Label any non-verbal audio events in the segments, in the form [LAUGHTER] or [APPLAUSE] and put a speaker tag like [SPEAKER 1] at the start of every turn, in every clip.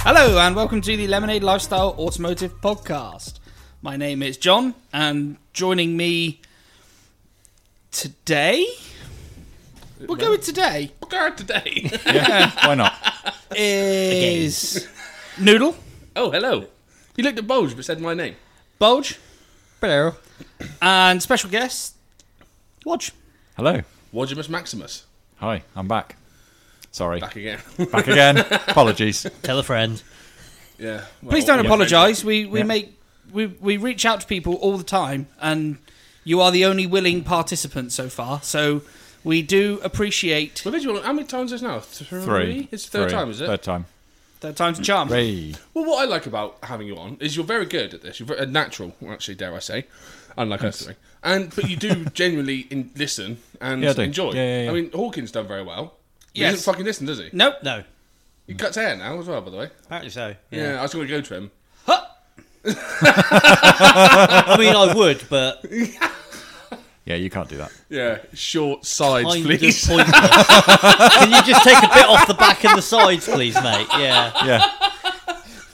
[SPEAKER 1] Hello, and welcome to the Lemonade Lifestyle Automotive Podcast. My name is John, and joining me today, we'll go with today,
[SPEAKER 2] What car today? [LAUGHS]
[SPEAKER 3] Yeah, why not?
[SPEAKER 1] is Noodle,
[SPEAKER 2] oh, hello. You looked at Bulge but said my name.
[SPEAKER 1] Bulge,
[SPEAKER 3] Hello.
[SPEAKER 1] and special guest, Lodge.
[SPEAKER 3] Hello.
[SPEAKER 2] Wadimus Maximus.
[SPEAKER 3] Hi, I'm back. Sorry.
[SPEAKER 2] Back
[SPEAKER 3] Back,
[SPEAKER 2] again. [LAUGHS]
[SPEAKER 3] again. Apologies.
[SPEAKER 4] Tell a friend.
[SPEAKER 2] yeah. well,
[SPEAKER 1] Please don't
[SPEAKER 2] yeah.
[SPEAKER 1] apologise. We we
[SPEAKER 3] Oh, Yeah.
[SPEAKER 1] make we we reach out to people all the time, and you are the only willing participant so far. So we do appreciate
[SPEAKER 2] Well, visual, how many times is this now? Three?
[SPEAKER 3] Three.
[SPEAKER 2] It's the third
[SPEAKER 3] Three.
[SPEAKER 2] time, is it?
[SPEAKER 3] Third time.
[SPEAKER 1] third time's a charm.
[SPEAKER 3] Three.
[SPEAKER 2] Well, what I like about having you on is you're very good at this. You're very, uh, natural, actually, dare I say. Unlike us three. And, but you
[SPEAKER 3] [LAUGHS]
[SPEAKER 2] do genuinely in, listen and
[SPEAKER 3] Yeah, I do.
[SPEAKER 2] enjoy.
[SPEAKER 3] Yeah, yeah, yeah.
[SPEAKER 2] I mean, Hawkins done very well. He
[SPEAKER 1] Yes.
[SPEAKER 2] doesn't fucking listen, does he?
[SPEAKER 1] Nope.
[SPEAKER 4] No,
[SPEAKER 2] He cuts hair now as well, by the way.
[SPEAKER 4] apparently so.
[SPEAKER 2] Yeah, I was going to go to him.
[SPEAKER 1] Huh.
[SPEAKER 4] I mean, I would, but
[SPEAKER 3] Yeah, you can't do that.
[SPEAKER 2] Yeah, short sides,
[SPEAKER 4] kind of
[SPEAKER 2] please.
[SPEAKER 4] pointless. [LAUGHS] Can you just take a bit off the back and the sides, please, mate? Yeah,
[SPEAKER 3] Yeah.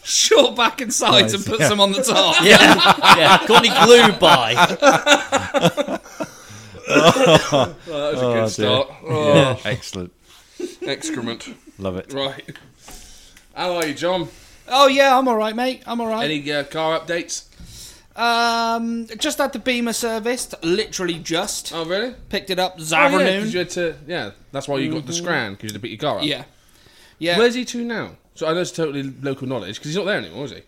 [SPEAKER 1] short back and sides
[SPEAKER 3] Nice.
[SPEAKER 1] and put
[SPEAKER 3] Yeah.
[SPEAKER 1] some on the top.
[SPEAKER 4] yeah, yeah. Got any glue by?
[SPEAKER 2] Well, [LAUGHS] that was a
[SPEAKER 3] Oh,
[SPEAKER 2] good
[SPEAKER 3] dear.
[SPEAKER 2] start. [LAUGHS]
[SPEAKER 3] Yeah. Excellent.
[SPEAKER 2] Oh, excrement.
[SPEAKER 3] Love
[SPEAKER 2] [LAUGHS]
[SPEAKER 3] it.
[SPEAKER 2] Right. How are you, John?
[SPEAKER 1] [LAUGHS] Oh yeah, I'm all right, mate. I'm all right.
[SPEAKER 2] Any uh, car updates?
[SPEAKER 1] Um, just had the Beamer serviced, literally just
[SPEAKER 2] Oh, really?
[SPEAKER 1] picked it up this
[SPEAKER 2] Oh, yeah,
[SPEAKER 1] afternoon.
[SPEAKER 2] 'cause you had to, yeah, that's why you got the Scran, because you had to beat your car up.
[SPEAKER 1] yeah, yeah.
[SPEAKER 2] Where's he to now? So I know it's totally local knowledge, because he's not there anymore, is he?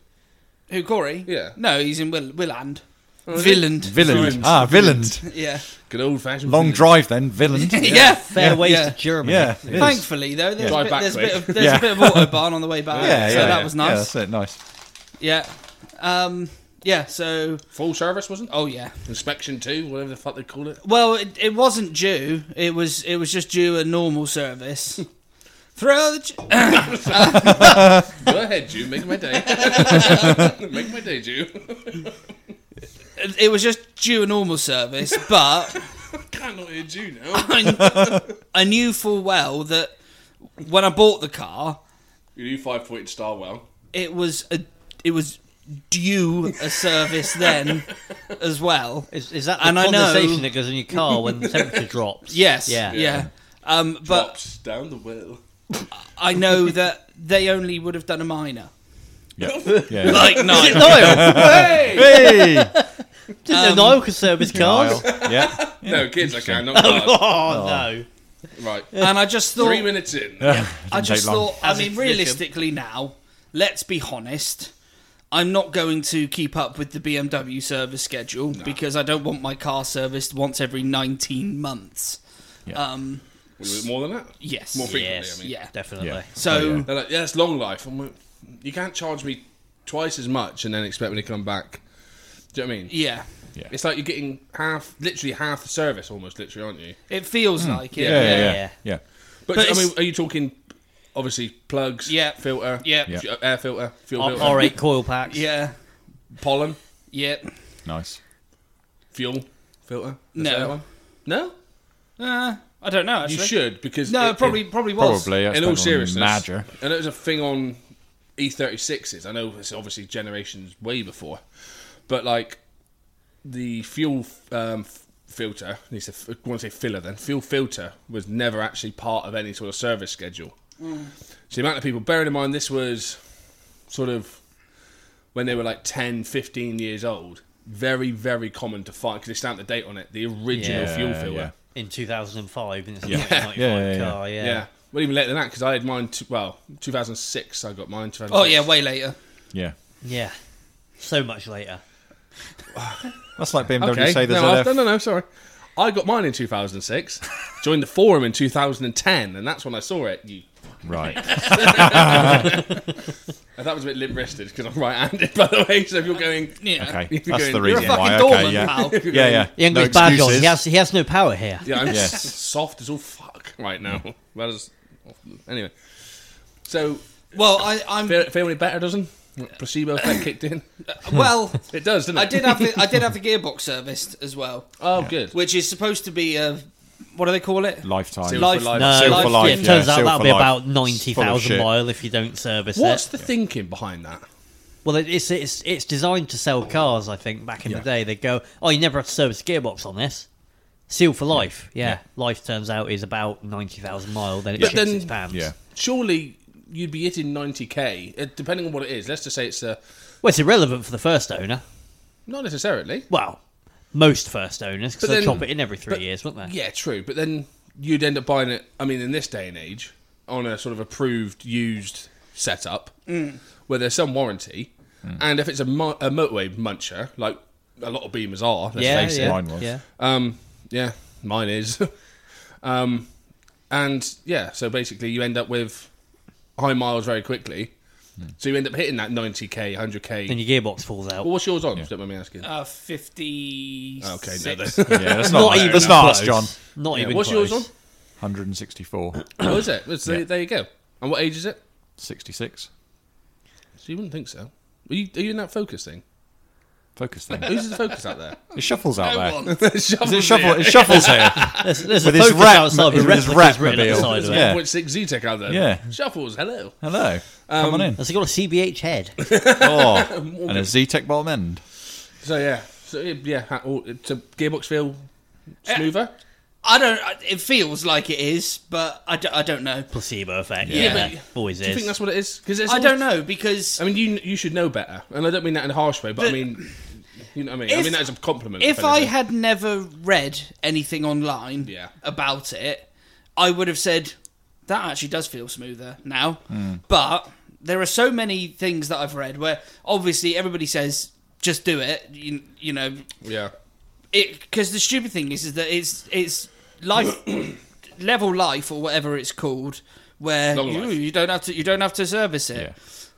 [SPEAKER 1] Who Corey?
[SPEAKER 2] Yeah.
[SPEAKER 1] No, he's in Will Willand.
[SPEAKER 2] is he?
[SPEAKER 1] Villand.
[SPEAKER 3] Villand. Ah, Villand.
[SPEAKER 1] yeah.
[SPEAKER 2] Good old fashioned.
[SPEAKER 3] Long drive
[SPEAKER 2] [LAUGHS]
[SPEAKER 3] then, Villand.
[SPEAKER 1] yeah.
[SPEAKER 4] Fair ways
[SPEAKER 1] yeah.
[SPEAKER 4] to Germany.
[SPEAKER 3] Yeah. it is.
[SPEAKER 1] Thankfully, though, there's,
[SPEAKER 2] Drive
[SPEAKER 1] a, bit,
[SPEAKER 2] back
[SPEAKER 1] there's, a,
[SPEAKER 2] quick.
[SPEAKER 1] bit of, there's
[SPEAKER 3] Yeah.
[SPEAKER 1] a bit of autobahn on the way
[SPEAKER 5] [LAUGHS]
[SPEAKER 1] back,
[SPEAKER 3] Yeah, yeah.
[SPEAKER 1] so that
[SPEAKER 3] yeah.
[SPEAKER 1] was
[SPEAKER 3] Yeah,
[SPEAKER 1] nice.
[SPEAKER 3] that's it. Nice.
[SPEAKER 1] Yeah, Um, yeah. So,
[SPEAKER 2] Full service, wasn't it?
[SPEAKER 1] oh yeah.
[SPEAKER 2] Inspection 2, whatever the fuck they call it.
[SPEAKER 1] Well, it, it wasn't due. It was it was just due a normal service. Throw the ch-
[SPEAKER 2] Go ahead, Jew. Make my day. [LAUGHS] make my day, Jew. [LAUGHS]
[SPEAKER 1] it was just due a normal service, but
[SPEAKER 2] Cannot hear Jew now.
[SPEAKER 1] I, I knew full well that when I bought the car,
[SPEAKER 2] You do five pointed star well.
[SPEAKER 1] it was a it was due a service then as well.
[SPEAKER 4] Is, is that the
[SPEAKER 1] And I know-
[SPEAKER 4] condensation that goes in your car when the temperature drops?
[SPEAKER 1] Yes.
[SPEAKER 4] Yeah.
[SPEAKER 1] Yeah. Um, but
[SPEAKER 2] Drops down the well.
[SPEAKER 1] I know that they only would have done a minor.
[SPEAKER 2] [LAUGHS]
[SPEAKER 3] Yeah. yeah.
[SPEAKER 1] Like
[SPEAKER 4] Is it
[SPEAKER 1] nine.
[SPEAKER 4] Niall?
[SPEAKER 2] Hey!
[SPEAKER 3] Hey!
[SPEAKER 4] Didn't know Niall could service
[SPEAKER 3] Niall.
[SPEAKER 4] cars.
[SPEAKER 3] Yeah.
[SPEAKER 2] No, kids, I can. Not cars.
[SPEAKER 4] [LAUGHS] Oh no.
[SPEAKER 2] Right.
[SPEAKER 1] And I just thought
[SPEAKER 2] Three minutes in.
[SPEAKER 1] I
[SPEAKER 3] Didn't
[SPEAKER 1] just
[SPEAKER 3] take long.
[SPEAKER 1] thought, I
[SPEAKER 4] As
[SPEAKER 1] mean,
[SPEAKER 4] if lithium.
[SPEAKER 1] realistically now, let's be honest. I'm not going to keep up with the BMW service schedule because I don't want my car serviced once every 19 months.
[SPEAKER 3] Yeah.
[SPEAKER 1] Um,
[SPEAKER 2] Was it more than that?
[SPEAKER 1] yes.
[SPEAKER 2] More frequently,
[SPEAKER 4] Yes.
[SPEAKER 2] I mean.
[SPEAKER 1] yeah.
[SPEAKER 4] Definitely.
[SPEAKER 3] Yeah.
[SPEAKER 1] So,
[SPEAKER 3] Oh, yeah.
[SPEAKER 2] They're like, yeah, it's long life. I'm like, you can't charge me twice as much and then expect me to come back. Do you know what I mean?
[SPEAKER 1] yeah.
[SPEAKER 3] Yeah.
[SPEAKER 2] It's like you're getting half, literally half the service almost, literally, aren't you?
[SPEAKER 1] It feels like it.
[SPEAKER 3] Hmm. Yeah, yeah,
[SPEAKER 4] Yeah,
[SPEAKER 3] yeah.
[SPEAKER 4] yeah.
[SPEAKER 3] Yeah.
[SPEAKER 2] But,
[SPEAKER 1] But
[SPEAKER 2] I
[SPEAKER 1] it's-
[SPEAKER 2] mean, are you talking, obviously, plugs,
[SPEAKER 1] Yeah.
[SPEAKER 2] filter,
[SPEAKER 1] Yeah.
[SPEAKER 3] Yeah.
[SPEAKER 2] air filter, fuel
[SPEAKER 4] R-
[SPEAKER 2] filter,
[SPEAKER 4] R8 coil packs.
[SPEAKER 1] Yeah.
[SPEAKER 2] pollen,
[SPEAKER 1] Yeah.
[SPEAKER 3] Nice.
[SPEAKER 2] fuel filter? Is
[SPEAKER 1] No.
[SPEAKER 2] that that one? No?
[SPEAKER 1] Uh, I don't know,
[SPEAKER 2] You
[SPEAKER 1] actually.
[SPEAKER 2] should, because.
[SPEAKER 1] no,
[SPEAKER 2] it-
[SPEAKER 1] probably,
[SPEAKER 2] it-
[SPEAKER 1] probably was.
[SPEAKER 3] Probably. that's
[SPEAKER 2] in all
[SPEAKER 3] probably
[SPEAKER 2] seriousness,
[SPEAKER 3] Madger.
[SPEAKER 2] and it was a thing on E36s. I know it's obviously generations way before, but like the fuel um, f- filter, at least I want to say filler then, fuel filter was never actually part of any sort of service schedule. So the amount of people, bearing in mind this was sort of when they were like 10, 15 years old, very, very common to find because they stamped the date on it, the original
[SPEAKER 3] Yeah,
[SPEAKER 2] fuel filter.
[SPEAKER 3] yeah.
[SPEAKER 4] In 2005, and it's a
[SPEAKER 3] Yeah.
[SPEAKER 4] 1995
[SPEAKER 3] Yeah, yeah, yeah.
[SPEAKER 4] car. Yeah.
[SPEAKER 2] Yeah. Well, even later than that, because I had mine, t- well, 2006, I got mine. 2006.
[SPEAKER 1] Oh, yeah, way later.
[SPEAKER 3] Yeah.
[SPEAKER 4] Yeah. So much later.
[SPEAKER 3] That's like BMW
[SPEAKER 2] Okay.
[SPEAKER 3] say there's
[SPEAKER 2] no,
[SPEAKER 3] a
[SPEAKER 2] I, no, no, no, sorry. I got mine in
[SPEAKER 3] [LAUGHS]
[SPEAKER 2] 2006, joined the forum in 2010, and that's when I saw it. You, [LAUGHS]
[SPEAKER 3] Right.
[SPEAKER 2] and that was a bit limp wristed because I'm right handed, [LAUGHS] by the way. So if you're going,
[SPEAKER 1] Yeah.
[SPEAKER 3] Okay,
[SPEAKER 2] If you're
[SPEAKER 3] that's
[SPEAKER 2] going-
[SPEAKER 3] the
[SPEAKER 2] You're a
[SPEAKER 3] reason
[SPEAKER 1] fucking
[SPEAKER 3] why.
[SPEAKER 1] doorman,
[SPEAKER 3] okay, yeah.
[SPEAKER 1] pal.
[SPEAKER 3] yeah, yeah.
[SPEAKER 4] The English
[SPEAKER 3] no
[SPEAKER 4] badge on.
[SPEAKER 3] excuses.
[SPEAKER 4] He has, he has no power here.
[SPEAKER 2] yeah, I'm
[SPEAKER 3] Yes.
[SPEAKER 2] s- soft as all fuck right now. Well, as, anyway, so
[SPEAKER 1] Well, I, I'm.
[SPEAKER 2] feel, feel any better, doesn't? Placebo effect kicked in.
[SPEAKER 3] [LAUGHS]
[SPEAKER 1] Well,
[SPEAKER 2] It does, doesn't it?
[SPEAKER 1] I did have the, I did have the gearbox serviced as well.
[SPEAKER 2] Oh, good.
[SPEAKER 1] which is supposed to be a what do they call it?
[SPEAKER 3] Lifetime.
[SPEAKER 2] Silver
[SPEAKER 1] Life-
[SPEAKER 2] for life.
[SPEAKER 4] No,
[SPEAKER 3] Seal for
[SPEAKER 4] yeah,
[SPEAKER 3] life,
[SPEAKER 4] it
[SPEAKER 3] yeah,
[SPEAKER 4] turns out
[SPEAKER 3] seal
[SPEAKER 4] that'll
[SPEAKER 3] for
[SPEAKER 4] be
[SPEAKER 3] life.
[SPEAKER 4] about
[SPEAKER 3] It's full of
[SPEAKER 4] 90,000
[SPEAKER 3] shit.
[SPEAKER 4] mile if you don't service
[SPEAKER 2] What's
[SPEAKER 4] it.
[SPEAKER 2] the thinking behind that?
[SPEAKER 4] Well, it- it's, it's it's designed to sell cars, I think, back in
[SPEAKER 2] Yeah.
[SPEAKER 4] the day. They go, oh, you never have to service a gearbox on this. Seal for life. Yeah. Life turns out is about 90,000 mile, then it
[SPEAKER 2] But
[SPEAKER 4] shits
[SPEAKER 2] then-
[SPEAKER 4] its pants.
[SPEAKER 3] Yeah.
[SPEAKER 2] Surely you'd be hitting 90k, uh, depending on what it is. Let's just say it's a.
[SPEAKER 4] Well, it's irrelevant for the first owner.
[SPEAKER 2] Not necessarily.
[SPEAKER 4] Well, most first owners,
[SPEAKER 2] But
[SPEAKER 4] because they
[SPEAKER 2] then-
[SPEAKER 4] chop it in every three
[SPEAKER 2] but-
[SPEAKER 4] years, wouldn't they?
[SPEAKER 2] Yeah, true. But then you'd end up buying it. I mean, in this day and age, on a sort of approved used setup where there's some warranty, and if it's a, mo- a motorway muncher, like a lot of Beamers are, let's
[SPEAKER 4] yeah,
[SPEAKER 2] face
[SPEAKER 4] yeah.
[SPEAKER 3] Mine was.
[SPEAKER 4] yeah.
[SPEAKER 2] Um, yeah, mine is. [LAUGHS] um, and yeah, so basically you end up with high miles very quickly. So you end up hitting that 90k, 100k.
[SPEAKER 4] And your gearbox falls out.
[SPEAKER 2] well, what's yours on? if you Don't mind me asking.
[SPEAKER 1] Uh, fifty.
[SPEAKER 2] okay, no,
[SPEAKER 3] Yeah,
[SPEAKER 5] [LAUGHS]
[SPEAKER 2] then.
[SPEAKER 3] that's not,
[SPEAKER 4] even
[SPEAKER 3] that's not us,
[SPEAKER 4] close.
[SPEAKER 3] John.
[SPEAKER 4] Not
[SPEAKER 2] yeah,
[SPEAKER 4] even
[SPEAKER 2] what's
[SPEAKER 4] close.
[SPEAKER 2] yours on?
[SPEAKER 3] 164.
[SPEAKER 2] What is it? It's-
[SPEAKER 3] Yeah.
[SPEAKER 2] There you go. And what age is it?
[SPEAKER 3] 66.
[SPEAKER 2] So you wouldn't think so. Are you, are you in that focus thing?
[SPEAKER 3] Focus
[SPEAKER 2] [LAUGHS]
[SPEAKER 3] thing.
[SPEAKER 2] Who's the focus out there?
[SPEAKER 3] It shuffles out there.
[SPEAKER 2] Shovels
[SPEAKER 3] Is it shuffle?
[SPEAKER 2] here.
[SPEAKER 3] It
[SPEAKER 2] [LAUGHS]
[SPEAKER 3] shuffles here.
[SPEAKER 4] There's, there's
[SPEAKER 3] With
[SPEAKER 4] a
[SPEAKER 3] his
[SPEAKER 4] focus
[SPEAKER 3] rat-
[SPEAKER 4] outside with
[SPEAKER 3] with his
[SPEAKER 4] replicas
[SPEAKER 3] rat
[SPEAKER 4] written on the [LAUGHS]
[SPEAKER 3] mobile.
[SPEAKER 4] side of it.
[SPEAKER 3] Yeah.
[SPEAKER 2] 1.6 Z Tech out there.
[SPEAKER 3] Yeah.
[SPEAKER 2] Shuffles, hello.
[SPEAKER 3] Hello. Come on in.
[SPEAKER 4] [LAUGHS] Has it got a
[SPEAKER 2] [LAUGHS]
[SPEAKER 4] CBH head?
[SPEAKER 3] Oh, and a Z-Tech bottom end.
[SPEAKER 2] So yeah. So yeah, ha- all- to gearbox feel smoother.
[SPEAKER 1] I don't. I- It feels like it is, but I, d- I don't know.
[SPEAKER 4] Placebo effect.
[SPEAKER 1] Yeah,
[SPEAKER 4] Yeah,
[SPEAKER 1] but-
[SPEAKER 4] always
[SPEAKER 2] Do you think
[SPEAKER 4] is.
[SPEAKER 2] that's what it is? Because
[SPEAKER 1] I don't know because
[SPEAKER 2] I mean, you you should know better, and I don't mean that in a harsh way, but I
[SPEAKER 1] The-
[SPEAKER 2] mean, you know what I mean. I
[SPEAKER 1] If-
[SPEAKER 2] mean that is a compliment.
[SPEAKER 1] if I
[SPEAKER 2] anything.
[SPEAKER 1] had never read anything online
[SPEAKER 2] Yeah.
[SPEAKER 1] about it, I would have said that actually does feel smoother now.
[SPEAKER 2] Hmm.
[SPEAKER 1] But there are so many things that I've read where obviously everybody says just do it. You, you know,
[SPEAKER 2] yeah,
[SPEAKER 1] it because the stupid thing is is that it's it's
[SPEAKER 2] [COUGHS]
[SPEAKER 1] life level life or whatever it's called where
[SPEAKER 2] Long
[SPEAKER 1] you,
[SPEAKER 2] life.
[SPEAKER 1] you don't have to you don't have to service it.
[SPEAKER 3] Yeah.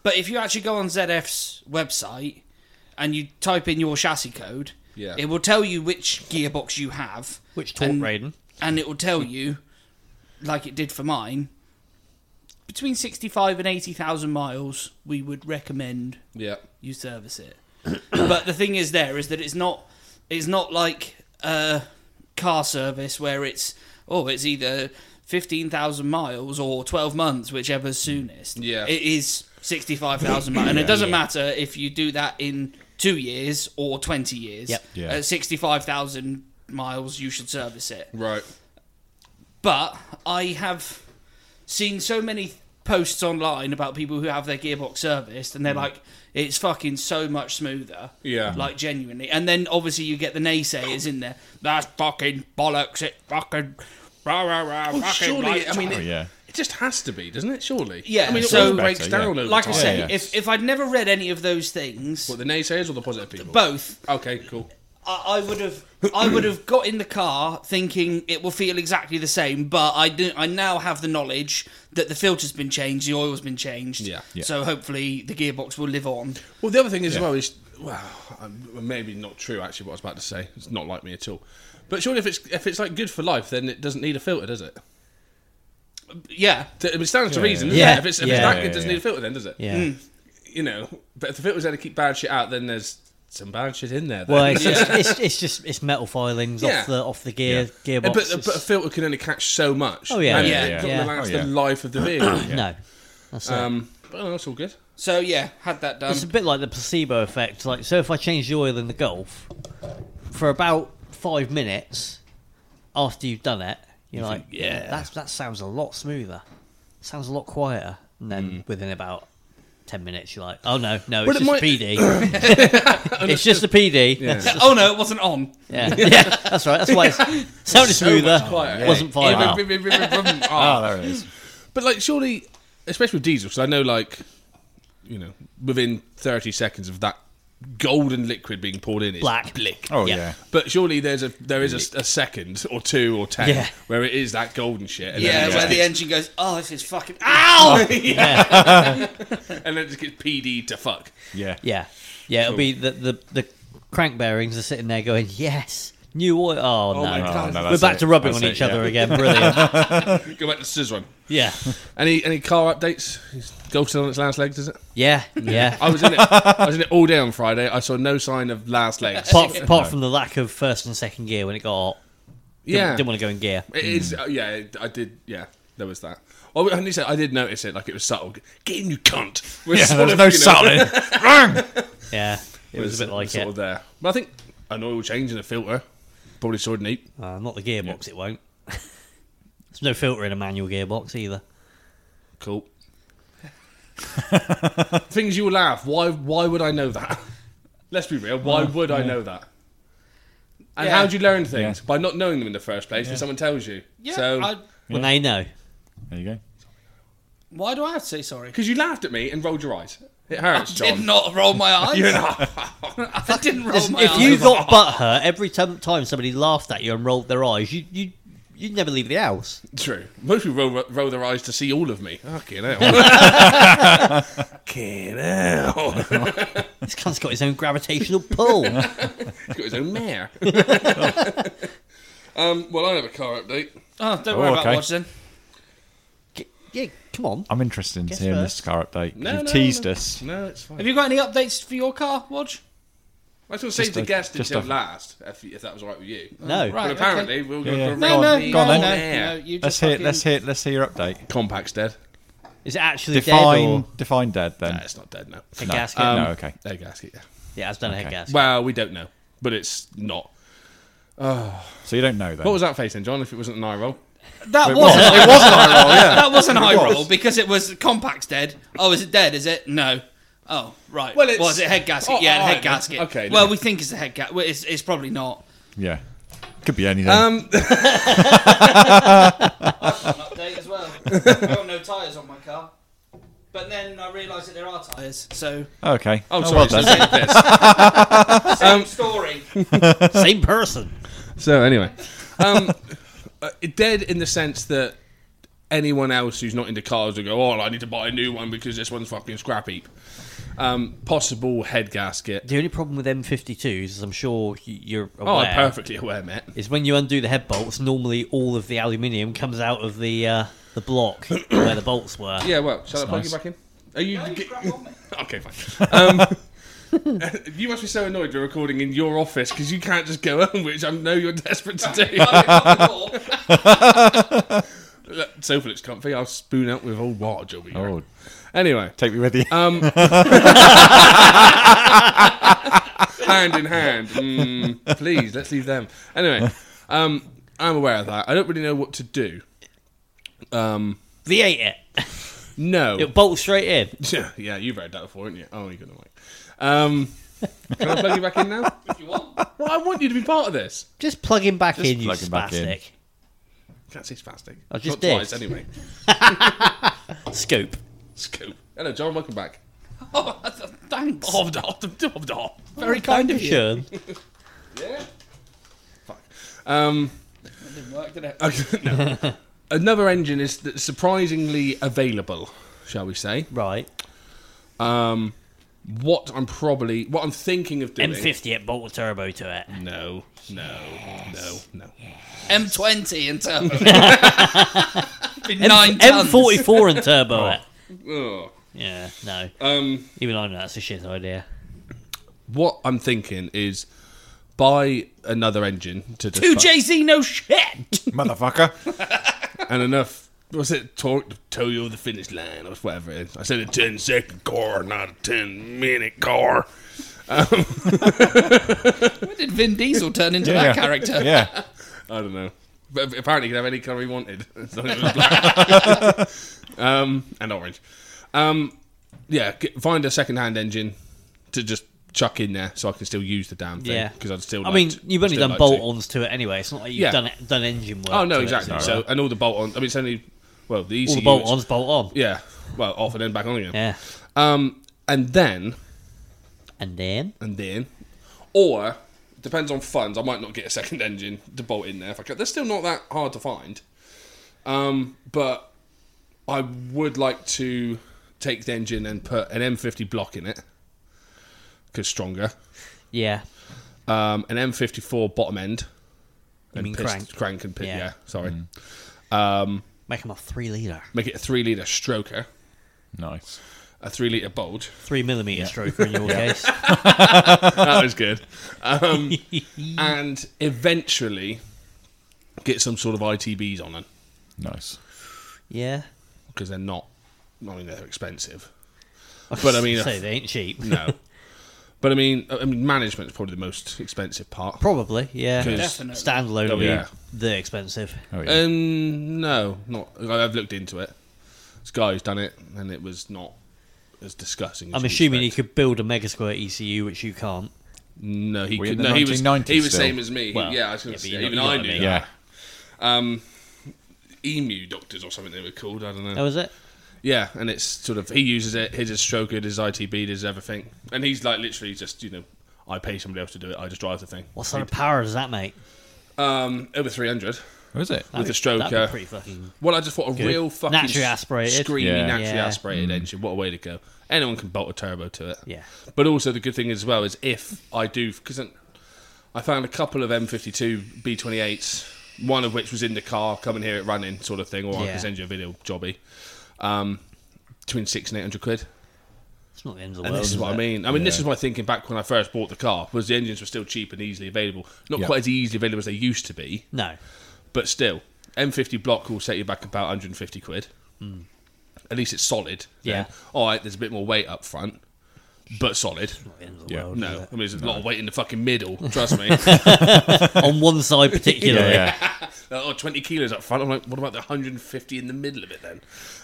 [SPEAKER 1] But if you actually go on ZF's website and you type in your chassis code,
[SPEAKER 2] Yeah.
[SPEAKER 1] it will tell you which gearbox you have,
[SPEAKER 4] Which torque
[SPEAKER 1] and-
[SPEAKER 4] rating?
[SPEAKER 1] and it will tell you, like it did for mine, between sixty-five and eighty thousand miles. We would recommend
[SPEAKER 2] yeah,
[SPEAKER 1] you service it. [COUGHS] but the thing is, there is that it's not it's not like a car service where it's oh it's either fifteen thousand miles or twelve months, whichever's soonest.
[SPEAKER 2] Yeah.
[SPEAKER 1] it is sixty five thousand miles, and it doesn't matter if you do that in two years or twenty years.
[SPEAKER 4] Yep.
[SPEAKER 3] Yeah.
[SPEAKER 1] At sixty five thousand miles, you should service it
[SPEAKER 2] right.
[SPEAKER 1] but I have seen so many posts online about people who have their gearbox serviced and they're like it's fucking so much smoother
[SPEAKER 2] Hmm. Yeah.
[SPEAKER 1] like genuinely and then obviously you get the naysayers in there that's fucking bollocks it fucking rah, rah, rah,
[SPEAKER 2] Well,
[SPEAKER 1] fucking
[SPEAKER 2] Oh, surely,
[SPEAKER 1] lights
[SPEAKER 2] I mean,
[SPEAKER 1] out."
[SPEAKER 2] it,
[SPEAKER 3] Oh, yeah.
[SPEAKER 2] it just has to be, doesn't it? Surely,
[SPEAKER 1] Yeah,
[SPEAKER 2] I mean, it
[SPEAKER 1] so-
[SPEAKER 2] all breaks
[SPEAKER 3] Better, yeah.
[SPEAKER 2] down over
[SPEAKER 1] like I
[SPEAKER 2] time.
[SPEAKER 1] say
[SPEAKER 3] yeah.
[SPEAKER 1] if if I'd never read any of those things
[SPEAKER 2] what the naysayers or the positive people?
[SPEAKER 1] both
[SPEAKER 2] okay, cool.
[SPEAKER 1] I, I would have I would have got in the car thinking it will feel exactly the same, but I do I now have the knowledge that the filter's been changed, the oil's been changed.
[SPEAKER 2] Yeah.
[SPEAKER 3] Yeah.
[SPEAKER 1] So hopefully the gearbox will live on.
[SPEAKER 2] Well, the other thing as well is, well, um, maybe not true. Actually, what I was about to say, it's not like me at all. But surely, if it's if it's like good for life, then it doesn't need a filter, does it?
[SPEAKER 1] Yeah.
[SPEAKER 2] Th- It stands to
[SPEAKER 3] Yeah,
[SPEAKER 2] reason,
[SPEAKER 3] yeah.
[SPEAKER 2] doesn't
[SPEAKER 4] Yeah,
[SPEAKER 2] it? If it's, if
[SPEAKER 4] yeah.
[SPEAKER 2] it's that
[SPEAKER 3] Yeah,
[SPEAKER 2] good, it doesn't
[SPEAKER 3] yeah.
[SPEAKER 2] need a filter, then does it?
[SPEAKER 4] Yeah.
[SPEAKER 2] Mm. You know, but if the filter's there to keep bad shit out, then there's some bad shit in there. Then.
[SPEAKER 4] Well,
[SPEAKER 2] [LAUGHS]
[SPEAKER 4] it's just it's, it's just it's metal filings
[SPEAKER 2] Yeah.
[SPEAKER 4] off the off the gear
[SPEAKER 2] Yeah,
[SPEAKER 4] gearbox.
[SPEAKER 2] but, but a filter can only catch so much.
[SPEAKER 4] Oh, yeah,
[SPEAKER 2] and
[SPEAKER 1] yeah,
[SPEAKER 2] it
[SPEAKER 1] yeah.
[SPEAKER 2] doesn't
[SPEAKER 4] Yeah.
[SPEAKER 2] last
[SPEAKER 3] Oh, yeah.
[SPEAKER 2] the life of the vehicle.
[SPEAKER 4] no, that's it.
[SPEAKER 2] um, but no, that's all good.
[SPEAKER 1] So yeah, had that done.
[SPEAKER 4] It's a bit like the placebo effect. Like, so if I change the oil in the Golf for about five minutes after you've done it, you're like, yeah, that's, that sounds a lot smoother. Sounds a lot quieter. And then
[SPEAKER 2] Mm.
[SPEAKER 4] within about ten minutes, you're like, oh no, no, it's
[SPEAKER 2] Well, it
[SPEAKER 4] just
[SPEAKER 2] might-
[SPEAKER 4] a
[SPEAKER 2] [LAUGHS]
[SPEAKER 4] PD. [LAUGHS] it's just a PD.
[SPEAKER 2] Yeah.
[SPEAKER 4] Yeah.
[SPEAKER 1] [LAUGHS] oh no, it wasn't on.
[SPEAKER 4] yeah, that's right. That's
[SPEAKER 2] [LAUGHS]
[SPEAKER 4] why it's sounded
[SPEAKER 2] So
[SPEAKER 4] smoother.
[SPEAKER 2] much quieter.
[SPEAKER 4] Wasn't
[SPEAKER 2] Yeah.
[SPEAKER 4] fired up. [LAUGHS]
[SPEAKER 3] Ah,
[SPEAKER 2] Oh.
[SPEAKER 3] there it is.
[SPEAKER 2] But like, surely, especially with diesel, because I know, like, you know, within 30 seconds of that golden liquid being poured in, it's
[SPEAKER 4] Black.
[SPEAKER 2] blick.
[SPEAKER 3] Oh,
[SPEAKER 4] Yeah.
[SPEAKER 3] yeah.
[SPEAKER 2] But surely there's a there is a, a second or two or ten
[SPEAKER 4] Yeah.
[SPEAKER 2] where it is that golden shit. And
[SPEAKER 1] Yeah,
[SPEAKER 2] then it
[SPEAKER 1] where
[SPEAKER 2] just
[SPEAKER 1] the
[SPEAKER 2] gets-
[SPEAKER 1] engine goes, Oh, this is fucking Ow
[SPEAKER 2] and then it just gets PD'd to fuck.
[SPEAKER 3] Yeah.
[SPEAKER 4] Yeah, yeah. It'll be the, the the crank bearings are sitting there going, yes, new oil. Oh, no,
[SPEAKER 2] my God.
[SPEAKER 3] Oh, no,
[SPEAKER 4] we're
[SPEAKER 3] that's
[SPEAKER 4] back
[SPEAKER 3] it.
[SPEAKER 4] to rubbing
[SPEAKER 3] That's
[SPEAKER 4] on
[SPEAKER 3] it,
[SPEAKER 4] each
[SPEAKER 3] yeah.
[SPEAKER 4] other
[SPEAKER 3] [LAUGHS]
[SPEAKER 4] again. Brilliant.
[SPEAKER 2] Go back to Sizz one.
[SPEAKER 4] yeah,
[SPEAKER 2] Any any car updates? Is Golf still on its last legs, is it?
[SPEAKER 4] yeah,
[SPEAKER 3] [LAUGHS]
[SPEAKER 4] yeah.
[SPEAKER 2] I was
[SPEAKER 4] [LAUGHS]
[SPEAKER 2] in it. I was in it all day on Friday. I saw no sign of last legs.
[SPEAKER 4] apart, apart from the lack of first and second gear when it got hot. Didn't-
[SPEAKER 2] Yeah.
[SPEAKER 4] Didn't want to go in gear.
[SPEAKER 2] It is.
[SPEAKER 4] Hmm.
[SPEAKER 2] uh, yeah, it- I did. Yeah, there was that. Oh, and he said I did notice it. Like it was subtle. Get in, you cunt. Was
[SPEAKER 3] Yeah,
[SPEAKER 2] sort of,
[SPEAKER 3] there's no
[SPEAKER 2] you know,
[SPEAKER 3] subtlety. Wrong.
[SPEAKER 4] Yeah. It was, a bit like
[SPEAKER 2] sort
[SPEAKER 4] it.
[SPEAKER 2] of there. But I think an oil change and a filter probably sorted neat.
[SPEAKER 4] Uh, not the gearbox, it won't. [LAUGHS] There's no filter in a manual gearbox either. [LAUGHS]
[SPEAKER 2] Cool. Things you will laugh. Why? Why would I know that? Let's be real.
[SPEAKER 4] Oh,
[SPEAKER 2] Why would I know that? And
[SPEAKER 1] Yeah.
[SPEAKER 2] how do you learn things by not knowing them in the first place when someone tells you?
[SPEAKER 1] Yeah.
[SPEAKER 2] So
[SPEAKER 1] I,
[SPEAKER 4] Well, now you know.
[SPEAKER 3] There you go.
[SPEAKER 1] why do I have to say sorry?
[SPEAKER 2] because you laughed at me and rolled your eyes, it hurts,
[SPEAKER 1] Did
[SPEAKER 2] John.
[SPEAKER 1] not roll
[SPEAKER 3] [LAUGHS]
[SPEAKER 1] my eyes.
[SPEAKER 2] You're not.
[SPEAKER 1] [LAUGHS] I didn't roll
[SPEAKER 4] Listen,
[SPEAKER 1] my
[SPEAKER 4] if
[SPEAKER 1] eyes.
[SPEAKER 4] you got butthurt every time, time somebody laughed at you and rolled their eyes, you you you'd never leave the house.
[SPEAKER 2] True. Most people roll, roll their eyes to see all of me. Fucking hell. Fucking hell. He's
[SPEAKER 4] This cunt's got his own gravitational
[SPEAKER 3] [LAUGHS]
[SPEAKER 4] pull.
[SPEAKER 2] got his own mare. um, well, I have a car update.
[SPEAKER 1] Oh, don't
[SPEAKER 3] Oh,
[SPEAKER 1] worry about
[SPEAKER 3] okay.
[SPEAKER 1] watch then.
[SPEAKER 4] G- yeah, come on.
[SPEAKER 3] I'm interested in
[SPEAKER 4] Guess
[SPEAKER 3] seeing
[SPEAKER 4] first.
[SPEAKER 3] this car update. 'cause
[SPEAKER 2] No,
[SPEAKER 3] You've
[SPEAKER 2] no,
[SPEAKER 3] teased
[SPEAKER 2] no.
[SPEAKER 3] us.
[SPEAKER 2] No, it's fine.
[SPEAKER 1] Have you got any updates for your car, Watch?
[SPEAKER 2] I was going to save
[SPEAKER 3] Just
[SPEAKER 2] the
[SPEAKER 3] a-
[SPEAKER 2] guest
[SPEAKER 3] just
[SPEAKER 2] until
[SPEAKER 3] a-
[SPEAKER 2] last, if, if that was all right with you.
[SPEAKER 4] No.
[SPEAKER 1] Right.
[SPEAKER 2] But
[SPEAKER 1] okay.
[SPEAKER 2] apparently, we're going to
[SPEAKER 3] Yeah, yeah.
[SPEAKER 1] No, no,
[SPEAKER 3] on, go on
[SPEAKER 1] no,
[SPEAKER 3] then.
[SPEAKER 1] no, no, you
[SPEAKER 3] Let's
[SPEAKER 1] just
[SPEAKER 3] hear.
[SPEAKER 1] fucking-
[SPEAKER 3] Let's hear. Let's hear your update.
[SPEAKER 2] Compact's dead.
[SPEAKER 4] Is it actually dead
[SPEAKER 3] Define.
[SPEAKER 4] or
[SPEAKER 3] Define dead then.
[SPEAKER 2] Nah, it's not dead now.
[SPEAKER 4] a
[SPEAKER 3] no.
[SPEAKER 4] gasket?
[SPEAKER 3] Um, no. Okay.
[SPEAKER 2] Head gasket, yeah.
[SPEAKER 4] yeah, it's done a head
[SPEAKER 3] okay.
[SPEAKER 4] gasket.
[SPEAKER 2] Well, we don't know, but it's not.
[SPEAKER 3] So you don't know then.
[SPEAKER 2] What was that face then, John, if it wasn't an eye roll?
[SPEAKER 1] That wasn't.
[SPEAKER 3] It was an eye roll. Yeah.
[SPEAKER 1] That was an eye
[SPEAKER 3] was.
[SPEAKER 1] roll because it was compact's dead. Oh, is it dead? Is it? No. Oh, right.
[SPEAKER 2] Well,
[SPEAKER 1] Well,
[SPEAKER 2] it's-
[SPEAKER 1] was it head gasket?
[SPEAKER 2] Oh,
[SPEAKER 1] yeah, the
[SPEAKER 2] alright
[SPEAKER 1] head
[SPEAKER 2] then.
[SPEAKER 1] gasket.
[SPEAKER 2] Okay,
[SPEAKER 1] Well,
[SPEAKER 2] then.
[SPEAKER 1] we think it's a head gasket. Well, it's, it's probably not.
[SPEAKER 3] Yeah. Could be anything.
[SPEAKER 2] Um,
[SPEAKER 1] Update as well. I got no tyres on my car. But then I realised that there are tyres. So,
[SPEAKER 3] okay.
[SPEAKER 2] oh, sorry.
[SPEAKER 3] well
[SPEAKER 2] it's the same
[SPEAKER 3] done.
[SPEAKER 1] same [LAUGHS]
[SPEAKER 2] face.
[SPEAKER 1] story.
[SPEAKER 4] Same person.
[SPEAKER 2] So anyway, um, [LAUGHS] uh, dead in the sense that anyone else who's not into cars will go, "Oh, I need to buy a new one because this one's fucking scrap heap." Um, possible head gasket.
[SPEAKER 4] The only problem with M52s, as I'm sure y- you're aware,
[SPEAKER 2] Oh, I'm perfectly aware, Matt.
[SPEAKER 4] is when you undo the head bolts, normally all of the aluminium comes out of the uh, the block where the bolts were.
[SPEAKER 2] Yeah, well, shall I plug
[SPEAKER 3] nice.
[SPEAKER 2] you back in? Are you?
[SPEAKER 1] No, you
[SPEAKER 2] get-
[SPEAKER 1] crap on me.
[SPEAKER 2] [LAUGHS] okay, fine. Um, [LAUGHS] you must be so annoyed we're recording in your office because you can't just go [LAUGHS] home, which I know you're desperate to do.
[SPEAKER 1] [LAUGHS] Knock the door.
[SPEAKER 2] Look, Sofa looks comfy. I'll spoon out with old water over here.
[SPEAKER 3] Oh,
[SPEAKER 2] Anyway,
[SPEAKER 3] take me with you.
[SPEAKER 2] Um, hand in hand. Mm, please, let's leave them. Anyway, um, I'm aware of that. I don't really know what to do.
[SPEAKER 4] V8 it.
[SPEAKER 2] No.
[SPEAKER 4] It bolts straight in.
[SPEAKER 2] [LAUGHS] yeah, you've read that before, haven't you? Oh, you're going to wait. Um, can I plug you back in now?
[SPEAKER 1] [LAUGHS] If you want.
[SPEAKER 2] Well, I want you to be part of this.
[SPEAKER 4] Just plug him back in, you
[SPEAKER 3] plug him back in.
[SPEAKER 4] spastic.
[SPEAKER 2] Can't say spastic.
[SPEAKER 4] I just
[SPEAKER 2] Not twice,
[SPEAKER 4] did.
[SPEAKER 2] anyway. [LAUGHS]
[SPEAKER 4] Scope.
[SPEAKER 2] Scoop. Hello, John. Welcome back.
[SPEAKER 1] [LAUGHS] Oh, thanks.
[SPEAKER 2] Hovd, hovd, hovd, hovd.
[SPEAKER 1] Very kind of you.
[SPEAKER 4] Sure.
[SPEAKER 2] Yeah. Fuck. Um,
[SPEAKER 1] Didn't work, did it?
[SPEAKER 2] okay, [LAUGHS] no. Another engine is that's surprisingly available, shall we say?
[SPEAKER 4] Right.
[SPEAKER 2] What I'm probably, what I'm thinking of doing.
[SPEAKER 4] M50 it bolt a turbo to it.
[SPEAKER 2] No, no, no, no.
[SPEAKER 1] M20 in [LAUGHS] turbo. Be nine tons.
[SPEAKER 4] M44 and turbo it.
[SPEAKER 2] Ugh.
[SPEAKER 4] Yeah, no.
[SPEAKER 2] Um,
[SPEAKER 4] Even I know that's a shit idea.
[SPEAKER 2] what I'm thinking is buy another engine to
[SPEAKER 1] Two
[SPEAKER 2] dispatch
[SPEAKER 1] JZ, no shit.
[SPEAKER 2] [LAUGHS]
[SPEAKER 3] Motherfucker.
[SPEAKER 2] and enough. What's it? Torque to tow you over the finish line or whatever it is. I said a 10 second car, not a 10 minute car.
[SPEAKER 1] When did Vin Diesel turn into
[SPEAKER 3] Yeah.
[SPEAKER 1] that character?
[SPEAKER 3] Yeah.
[SPEAKER 2] [LAUGHS] I don't know. But apparently, you can have any colour he wanted. [LAUGHS] As long as it was black. [LAUGHS] um, and orange. Um, yeah, get, find a second hand engine to just chuck in there so I can still use the damn thing.
[SPEAKER 4] Yeah.
[SPEAKER 2] Because I'd still
[SPEAKER 4] I
[SPEAKER 2] like
[SPEAKER 4] mean,
[SPEAKER 2] to-
[SPEAKER 4] you've only
[SPEAKER 2] still
[SPEAKER 4] done
[SPEAKER 2] like to.
[SPEAKER 4] bolt ons to it anyway. It's not like you've
[SPEAKER 2] Yeah.
[SPEAKER 4] done done engine work.
[SPEAKER 2] Oh, no,
[SPEAKER 4] to it,
[SPEAKER 2] exactly.
[SPEAKER 4] so-
[SPEAKER 2] So, and all the bolt on. I mean, it's only, well, the E easy.
[SPEAKER 4] all the bolt ons bolt on. Yeah.
[SPEAKER 2] Yeah. Well, off and then back on again. Um, and then,
[SPEAKER 4] And then
[SPEAKER 2] and then, or depends on funds. I might not get a second engine to bolt in there if I can. They're still not that hard to find. Um, but I would like to take the engine and put an M50 block in it because stronger.
[SPEAKER 4] yeah.
[SPEAKER 2] Um, an M54 bottom end. and
[SPEAKER 4] mean
[SPEAKER 2] pist-
[SPEAKER 4] crank?
[SPEAKER 2] crank and pit. Yeah,
[SPEAKER 4] Yeah.
[SPEAKER 2] sorry.
[SPEAKER 4] Make them a three litre.
[SPEAKER 2] Make it a three liter stroker,
[SPEAKER 3] Nice.
[SPEAKER 2] a three liter bolt.
[SPEAKER 4] Three millimeter stroker
[SPEAKER 2] [LAUGHS]
[SPEAKER 4] in your case. [LAUGHS]
[SPEAKER 2] that was good. Um, and eventually, get some sort of ITBs on them
[SPEAKER 3] Nice.
[SPEAKER 4] Yeah.
[SPEAKER 2] because they're not. I mean, they're
[SPEAKER 4] [LAUGHS]
[SPEAKER 2] expensive.
[SPEAKER 4] I
[SPEAKER 2] But I mean,
[SPEAKER 4] say
[SPEAKER 2] if-
[SPEAKER 4] they ain't cheap.
[SPEAKER 2] No, but I mean, I mean, management's probably the most expensive part.
[SPEAKER 4] [LAUGHS] Probably, yeah.
[SPEAKER 2] 'Cause-
[SPEAKER 1] Definitely.
[SPEAKER 4] Standalone,
[SPEAKER 2] Oh,
[SPEAKER 4] would be
[SPEAKER 2] yeah.
[SPEAKER 4] they're expensive.
[SPEAKER 3] Oh, yeah.
[SPEAKER 2] Um, no, not. I- I've looked into it. This guy's done it, and it was not as disgusting. As
[SPEAKER 4] I'm
[SPEAKER 2] you
[SPEAKER 4] assuming you
[SPEAKER 2] expect.
[SPEAKER 4] could buuld a Mega Square ECU, which you can't.
[SPEAKER 2] No, he
[SPEAKER 3] We're
[SPEAKER 2] could.
[SPEAKER 3] in the
[SPEAKER 2] No, he was. He
[SPEAKER 3] 1990s
[SPEAKER 2] was
[SPEAKER 3] still.
[SPEAKER 2] same as me. He-
[SPEAKER 4] Well,
[SPEAKER 2] yeah, I was going to
[SPEAKER 4] yeah, but
[SPEAKER 2] say.
[SPEAKER 4] you know-
[SPEAKER 2] Even
[SPEAKER 4] you know
[SPEAKER 2] I
[SPEAKER 4] what I
[SPEAKER 2] knew.
[SPEAKER 4] mean.
[SPEAKER 2] that.
[SPEAKER 3] yeah.
[SPEAKER 2] Um, emu doctors or something they were called. I don't know.
[SPEAKER 4] That was it.
[SPEAKER 2] Yeah, and it's sort of he uses it. His is strokered. His ITB does everything, and he's like literally just you know, I pay somebody else to do it. I just drive the thing.
[SPEAKER 4] What sort of power does that make?
[SPEAKER 2] Um, over three hundred.
[SPEAKER 3] Who Oh, is it?
[SPEAKER 2] With a
[SPEAKER 4] That'd
[SPEAKER 2] stroker.
[SPEAKER 4] be pretty fucking.
[SPEAKER 2] Well, I just thought a real fucking
[SPEAKER 4] Naturally aspirated.
[SPEAKER 2] screamy,
[SPEAKER 3] Yeah.
[SPEAKER 2] naturally
[SPEAKER 4] Yeah. Mm.
[SPEAKER 2] aspirated engine. What a way to go! Anyone can bolt a turbo to it.
[SPEAKER 4] Yeah.
[SPEAKER 2] But also the good thing as well is if I do because I found a couple of M52 B28s, one of which was in the car, come and hear it running sort of thing, or I
[SPEAKER 4] Yeah.
[SPEAKER 2] can send you a video jobby. Um, between six and eight hundred quid.
[SPEAKER 4] It's not the end of the
[SPEAKER 2] And
[SPEAKER 4] world.
[SPEAKER 2] this is
[SPEAKER 4] is
[SPEAKER 2] what
[SPEAKER 4] it?
[SPEAKER 2] I mean. I mean, this
[SPEAKER 3] Yeah.
[SPEAKER 2] is my thinking back when I first bought the car was the engines were still cheap and easily available. Not
[SPEAKER 3] Yeah.
[SPEAKER 2] quite as easily available as they used to be,
[SPEAKER 4] No.
[SPEAKER 2] but still, M50 block will set you back about 150 quid. At least it's solid.
[SPEAKER 4] Yeah.
[SPEAKER 2] then. All right, there's a bit more weight up front, but solid.
[SPEAKER 4] Not the end of the
[SPEAKER 3] Yeah.
[SPEAKER 4] world.
[SPEAKER 2] No, I
[SPEAKER 4] is
[SPEAKER 2] mean
[SPEAKER 4] it?
[SPEAKER 2] there's a lot of weight in the fucking middle. Trust me. Uh,
[SPEAKER 4] On
[SPEAKER 2] [LAUGHS]
[SPEAKER 4] one side, particularly.
[SPEAKER 3] Yeah, yeah.
[SPEAKER 2] oh, 20 kilos up front. I'm like, what about the 150 in the middle of it then?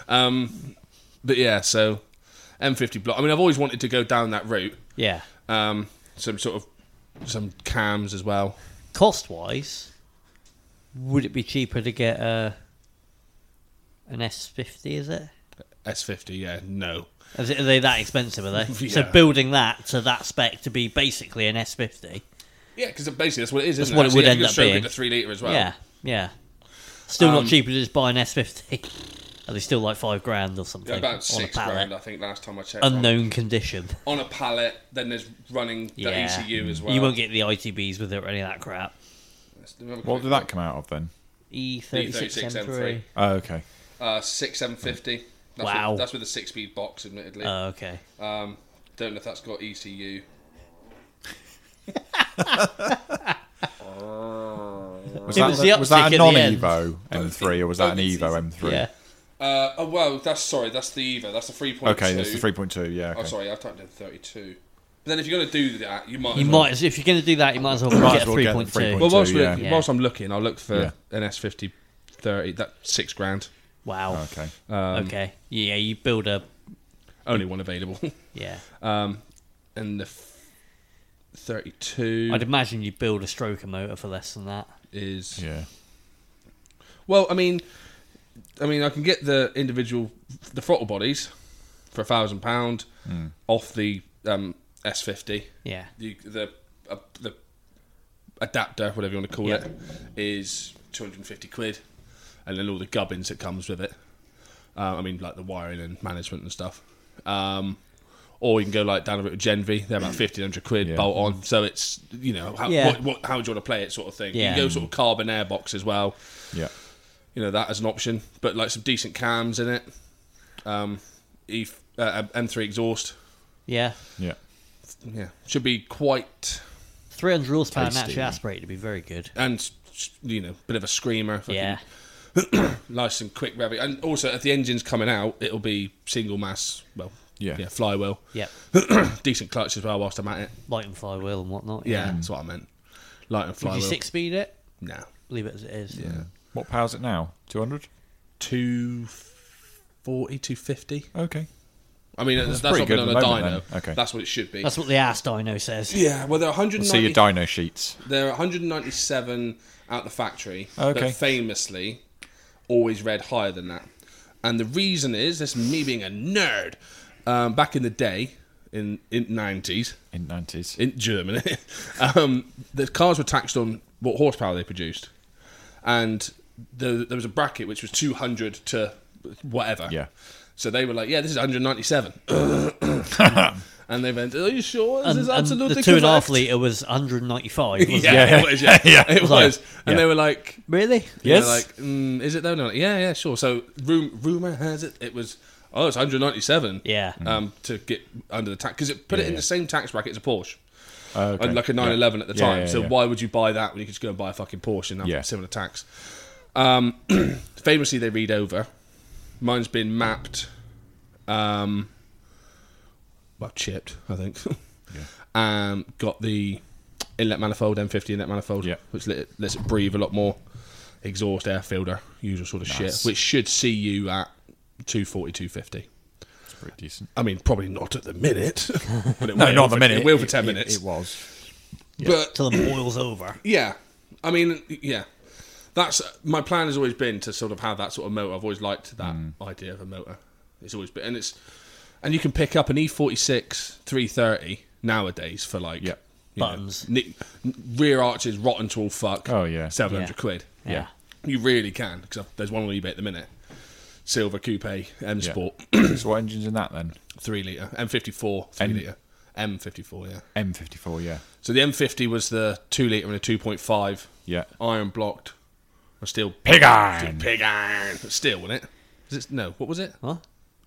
[SPEAKER 2] Um, but yeah, so M50 block. I mean, I've always wanted to go down that route.
[SPEAKER 4] Yeah.
[SPEAKER 2] um, some sort of some cams as well.
[SPEAKER 4] Cost wise, would it be cheaper to get a, an S50, is it?
[SPEAKER 2] S50, yeah, no,
[SPEAKER 4] Is it? Are they that expensive, are they?
[SPEAKER 2] [LAUGHS]
[SPEAKER 4] So
[SPEAKER 2] Yeah.
[SPEAKER 4] building that to that spec to be basically an S50.
[SPEAKER 2] yeah, because basically that's what it is. Isn't
[SPEAKER 4] That's what it would
[SPEAKER 2] yeah,
[SPEAKER 4] end
[SPEAKER 2] you
[SPEAKER 4] up
[SPEAKER 2] can stroke
[SPEAKER 4] being.
[SPEAKER 2] it to three liter as well.
[SPEAKER 4] Yeah, yeah. Still
[SPEAKER 2] Um,
[SPEAKER 4] not cheaper to just buy an S50. [LAUGHS] Are they still like five grand or something?
[SPEAKER 2] Yeah,
[SPEAKER 4] on
[SPEAKER 2] about six
[SPEAKER 4] a pallet?
[SPEAKER 2] grand, I think last time I checked.
[SPEAKER 4] Unknown condition.
[SPEAKER 2] on, on a pallet. Then there's running the
[SPEAKER 4] yeah. Mm.
[SPEAKER 2] ECU E as well.
[SPEAKER 4] You won't get the ITBs with it or any of that crap. E
[SPEAKER 2] Let's have a quick
[SPEAKER 3] What did
[SPEAKER 2] look.
[SPEAKER 3] that come out of then?
[SPEAKER 4] E36
[SPEAKER 2] E36
[SPEAKER 4] M3.
[SPEAKER 3] Oh, okay.
[SPEAKER 2] Uh, six seven fifty. That's
[SPEAKER 4] Wow.
[SPEAKER 2] with, that's with a six-speed box, admittedly.
[SPEAKER 4] Oh, okay.
[SPEAKER 2] um, don't know if that's got E ECU.
[SPEAKER 3] Was
[SPEAKER 4] It
[SPEAKER 3] that,
[SPEAKER 4] was the
[SPEAKER 3] was
[SPEAKER 4] uptick
[SPEAKER 3] that a
[SPEAKER 4] at
[SPEAKER 3] non
[SPEAKER 4] the end.
[SPEAKER 3] Evo M3 or was that an
[SPEAKER 2] Both
[SPEAKER 3] Evo M3?
[SPEAKER 4] Yeah.
[SPEAKER 2] Uh, oh well, that's sorry, that's the Evo. That's the three point two.
[SPEAKER 3] Okay, that's the 3.2. Yeah. Okay.
[SPEAKER 2] Oh sorry, I typed in thirty-two. But then if you're going to do that, you might.
[SPEAKER 4] You
[SPEAKER 2] as well
[SPEAKER 4] might, as if you're going to do that, you might as well
[SPEAKER 3] Might
[SPEAKER 4] get
[SPEAKER 3] as
[SPEAKER 4] a
[SPEAKER 3] well get the
[SPEAKER 4] 3.2.
[SPEAKER 3] 3.2.
[SPEAKER 2] Well, whilst,
[SPEAKER 3] too,
[SPEAKER 2] we're,
[SPEAKER 4] yeah.
[SPEAKER 2] whilst I'm looking, I'll look for
[SPEAKER 3] Yeah.
[SPEAKER 2] an S50 30. That's six grand.
[SPEAKER 4] Wow.
[SPEAKER 3] Okay.
[SPEAKER 2] Um,
[SPEAKER 4] okay. Yeah, you build a.
[SPEAKER 2] Only one available. [LAUGHS]
[SPEAKER 4] Yeah.
[SPEAKER 2] um, and the f- 32
[SPEAKER 4] I'd imagine you build a stroker motor for less than that.
[SPEAKER 2] is.
[SPEAKER 3] Yeah.
[SPEAKER 2] Well, I mean, I mean, I can get the individual the throttle bodies for a thousand pound
[SPEAKER 3] Hmm.
[SPEAKER 2] off the um, S50.
[SPEAKER 4] Yeah.
[SPEAKER 2] The the uh, the adapter, whatever you want to call
[SPEAKER 4] Yeah.
[SPEAKER 2] it, is 250 quid, and then all the gubbins that comes with it. Um, I mean, like the wiring and management and stuff. Um, or you can go like down a bit with Genvi. They're about 1500 quid
[SPEAKER 3] Yeah.
[SPEAKER 2] bolt on. So it's you know how
[SPEAKER 4] Yeah.
[SPEAKER 2] what, what, how do you want to play it sort of thing.
[SPEAKER 4] Yeah.
[SPEAKER 2] You can go sort of carbon airbox as well.
[SPEAKER 3] Yeah.
[SPEAKER 2] You know that as an option, but like some decent cams in it. Um, e, uh, M3 exhaust.
[SPEAKER 4] Yeah.
[SPEAKER 3] Yeah.
[SPEAKER 2] Yeah, should be quite
[SPEAKER 4] 300 horsepower
[SPEAKER 3] Tasty.
[SPEAKER 4] naturally aspirated would be very good.
[SPEAKER 2] and you know bit of a screamer. fucking
[SPEAKER 4] Yeah.
[SPEAKER 2] nice and quick revving. And also, if the engine's coming out, it'll be single mass, well,
[SPEAKER 3] Yeah.
[SPEAKER 2] yeah flywheel. [CLEARS THROAT]
[SPEAKER 4] Yep.
[SPEAKER 2] Decent clutch as well whilst I'm at it.
[SPEAKER 4] Light and flywheel and whatnot.
[SPEAKER 2] Yeah, that's what I meant. Light and
[SPEAKER 4] Would you
[SPEAKER 2] flywheel.
[SPEAKER 4] six speed it?
[SPEAKER 2] Nah.
[SPEAKER 4] Leave it as it is.
[SPEAKER 2] Yeah.
[SPEAKER 3] What power's it now? 200?
[SPEAKER 2] 240, 250.
[SPEAKER 3] Okay.
[SPEAKER 2] I mean, that's,
[SPEAKER 3] pretty
[SPEAKER 2] not
[SPEAKER 3] good
[SPEAKER 2] been on
[SPEAKER 3] at
[SPEAKER 2] a
[SPEAKER 3] the moment
[SPEAKER 2] dyno.
[SPEAKER 3] then. Okay.
[SPEAKER 2] That's what it should be.
[SPEAKER 4] That's what the ass dino says.
[SPEAKER 2] yeah, well, they're
[SPEAKER 3] We'll see your
[SPEAKER 2] 190,
[SPEAKER 3] dyno sheets.
[SPEAKER 2] they're 197 out the factory,
[SPEAKER 3] Okay.
[SPEAKER 2] but famously always read higher than that. And the reason is, this is me being a nerd, um, back in the day, in, in 90s,
[SPEAKER 3] In 90s.
[SPEAKER 2] in Germany, [LAUGHS] um, the cars were taxed on what horsepower they produced, and the, there was a bracket which was 200 to whatever.
[SPEAKER 3] Yeah.
[SPEAKER 2] So they were like, "Yeah, this is
[SPEAKER 3] [LAUGHS]
[SPEAKER 2] 197," and they went, "Are you sure? This
[SPEAKER 4] And,
[SPEAKER 2] is
[SPEAKER 4] and
[SPEAKER 2] absolutely
[SPEAKER 4] the two and a half
[SPEAKER 2] correct."
[SPEAKER 4] litre was 195.
[SPEAKER 2] [LAUGHS]
[SPEAKER 4] Wasn't
[SPEAKER 2] Yeah,
[SPEAKER 4] It?
[SPEAKER 3] Yeah,
[SPEAKER 2] it was. Yeah,
[SPEAKER 3] [LAUGHS] yeah.
[SPEAKER 2] it was.
[SPEAKER 3] Sorry.
[SPEAKER 2] And
[SPEAKER 3] Yeah.
[SPEAKER 2] they were like,
[SPEAKER 4] Really?
[SPEAKER 2] yeah,
[SPEAKER 3] Yes.
[SPEAKER 2] like, mm, is it though? No, yeah, yeah, sure. So room, rumor has it it was oh, it's 197.
[SPEAKER 4] Yeah.
[SPEAKER 2] Um, to get under the tax because it put
[SPEAKER 3] Yeah,
[SPEAKER 2] it in
[SPEAKER 3] yeah.
[SPEAKER 2] the same tax bracket as a Porsche.
[SPEAKER 3] Oh, okay.
[SPEAKER 2] like a 911 at the
[SPEAKER 3] Yeah,
[SPEAKER 2] time.
[SPEAKER 3] yeah,
[SPEAKER 2] so
[SPEAKER 3] yeah.
[SPEAKER 2] why would you buy that when you could just go and buy a fucking Porsche and have
[SPEAKER 3] Yeah.
[SPEAKER 2] similar tax? Um, [CLEARS THROAT] famously, they read over. Mine's been mapped, um, well, chipped, I think. [LAUGHS] um, got the inlet manifold, M50 inlet manifold,
[SPEAKER 3] Yeah.
[SPEAKER 2] which let it, lets it breathe a lot more. Exhaust air filter, usual sort of shit, which should see you at 240, 250.
[SPEAKER 3] It's pretty decent.
[SPEAKER 2] I mean, probably not at the minute. [LAUGHS] but it
[SPEAKER 3] No,
[SPEAKER 2] will
[SPEAKER 3] not the
[SPEAKER 2] for-
[SPEAKER 3] minute.
[SPEAKER 2] It will for 10
[SPEAKER 3] It- it-
[SPEAKER 2] minutes.
[SPEAKER 3] It was.
[SPEAKER 2] But
[SPEAKER 4] till it boils over.
[SPEAKER 2] yeah, I mean, yeah. That's my plan has always been to sort of have that sort of motor. I've always liked that
[SPEAKER 3] Mm.
[SPEAKER 2] idea of a motor. It's always been, and it's, and you can pick up an E E46 330 nowadays for like
[SPEAKER 3] Yeah.
[SPEAKER 2] you know,
[SPEAKER 4] Buttons.
[SPEAKER 2] ni- rear arches rotten to all fuck.
[SPEAKER 3] Oh, yeah.
[SPEAKER 2] seven hundred
[SPEAKER 4] Yeah.
[SPEAKER 2] quid.
[SPEAKER 4] Yeah.
[SPEAKER 2] you really can because there's one on eBay at the minute. Silver coupe M
[SPEAKER 3] Yeah. [CLEARS THROAT]
[SPEAKER 2] Sport [COUGHS]
[SPEAKER 3] so what engine's in that then?
[SPEAKER 2] three liter M54 three
[SPEAKER 3] M-
[SPEAKER 2] liter M54 yeah.
[SPEAKER 3] M54, yeah.
[SPEAKER 2] So the M50 was the two liter and a two point five.
[SPEAKER 3] Yeah.
[SPEAKER 2] iron blocked. Or steel
[SPEAKER 3] Pig iron.
[SPEAKER 2] Steel, pig iron. Steel, wasn't it? Is it? No. What was it?
[SPEAKER 4] Huh?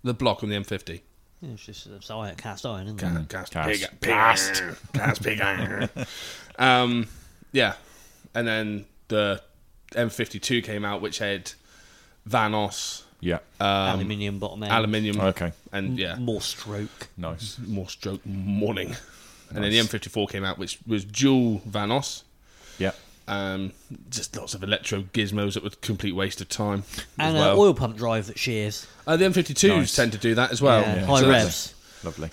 [SPEAKER 2] The block on the M50.
[SPEAKER 4] Yeah, it's just it's all right, cast iron, isn't
[SPEAKER 3] Uh,
[SPEAKER 4] it?
[SPEAKER 2] Cast,
[SPEAKER 3] Cast.
[SPEAKER 2] pig, pig cast. iron. Cast [LAUGHS] pig iron. um, yeah, and then the M52 came out, which had Vanos
[SPEAKER 3] Yeah.
[SPEAKER 2] Um,
[SPEAKER 4] Aluminium bottom end.
[SPEAKER 2] aluminium.
[SPEAKER 3] Okay.
[SPEAKER 2] And yeah,
[SPEAKER 4] More stroke.
[SPEAKER 3] nice.
[SPEAKER 2] more stroke morning. And then the M54 came out, which was dual Vanos.
[SPEAKER 3] Yeah.
[SPEAKER 2] Um, just lots of electro gizmos that were complete waste of time. as
[SPEAKER 4] And
[SPEAKER 2] well.
[SPEAKER 4] an oil pump drive that shears.
[SPEAKER 2] Uh, the M52s
[SPEAKER 3] Nice.
[SPEAKER 2] tend to do that as well.
[SPEAKER 4] yeah,
[SPEAKER 2] So
[SPEAKER 4] high
[SPEAKER 2] that's-
[SPEAKER 4] revs.
[SPEAKER 2] [COUGHS]
[SPEAKER 3] Lovely.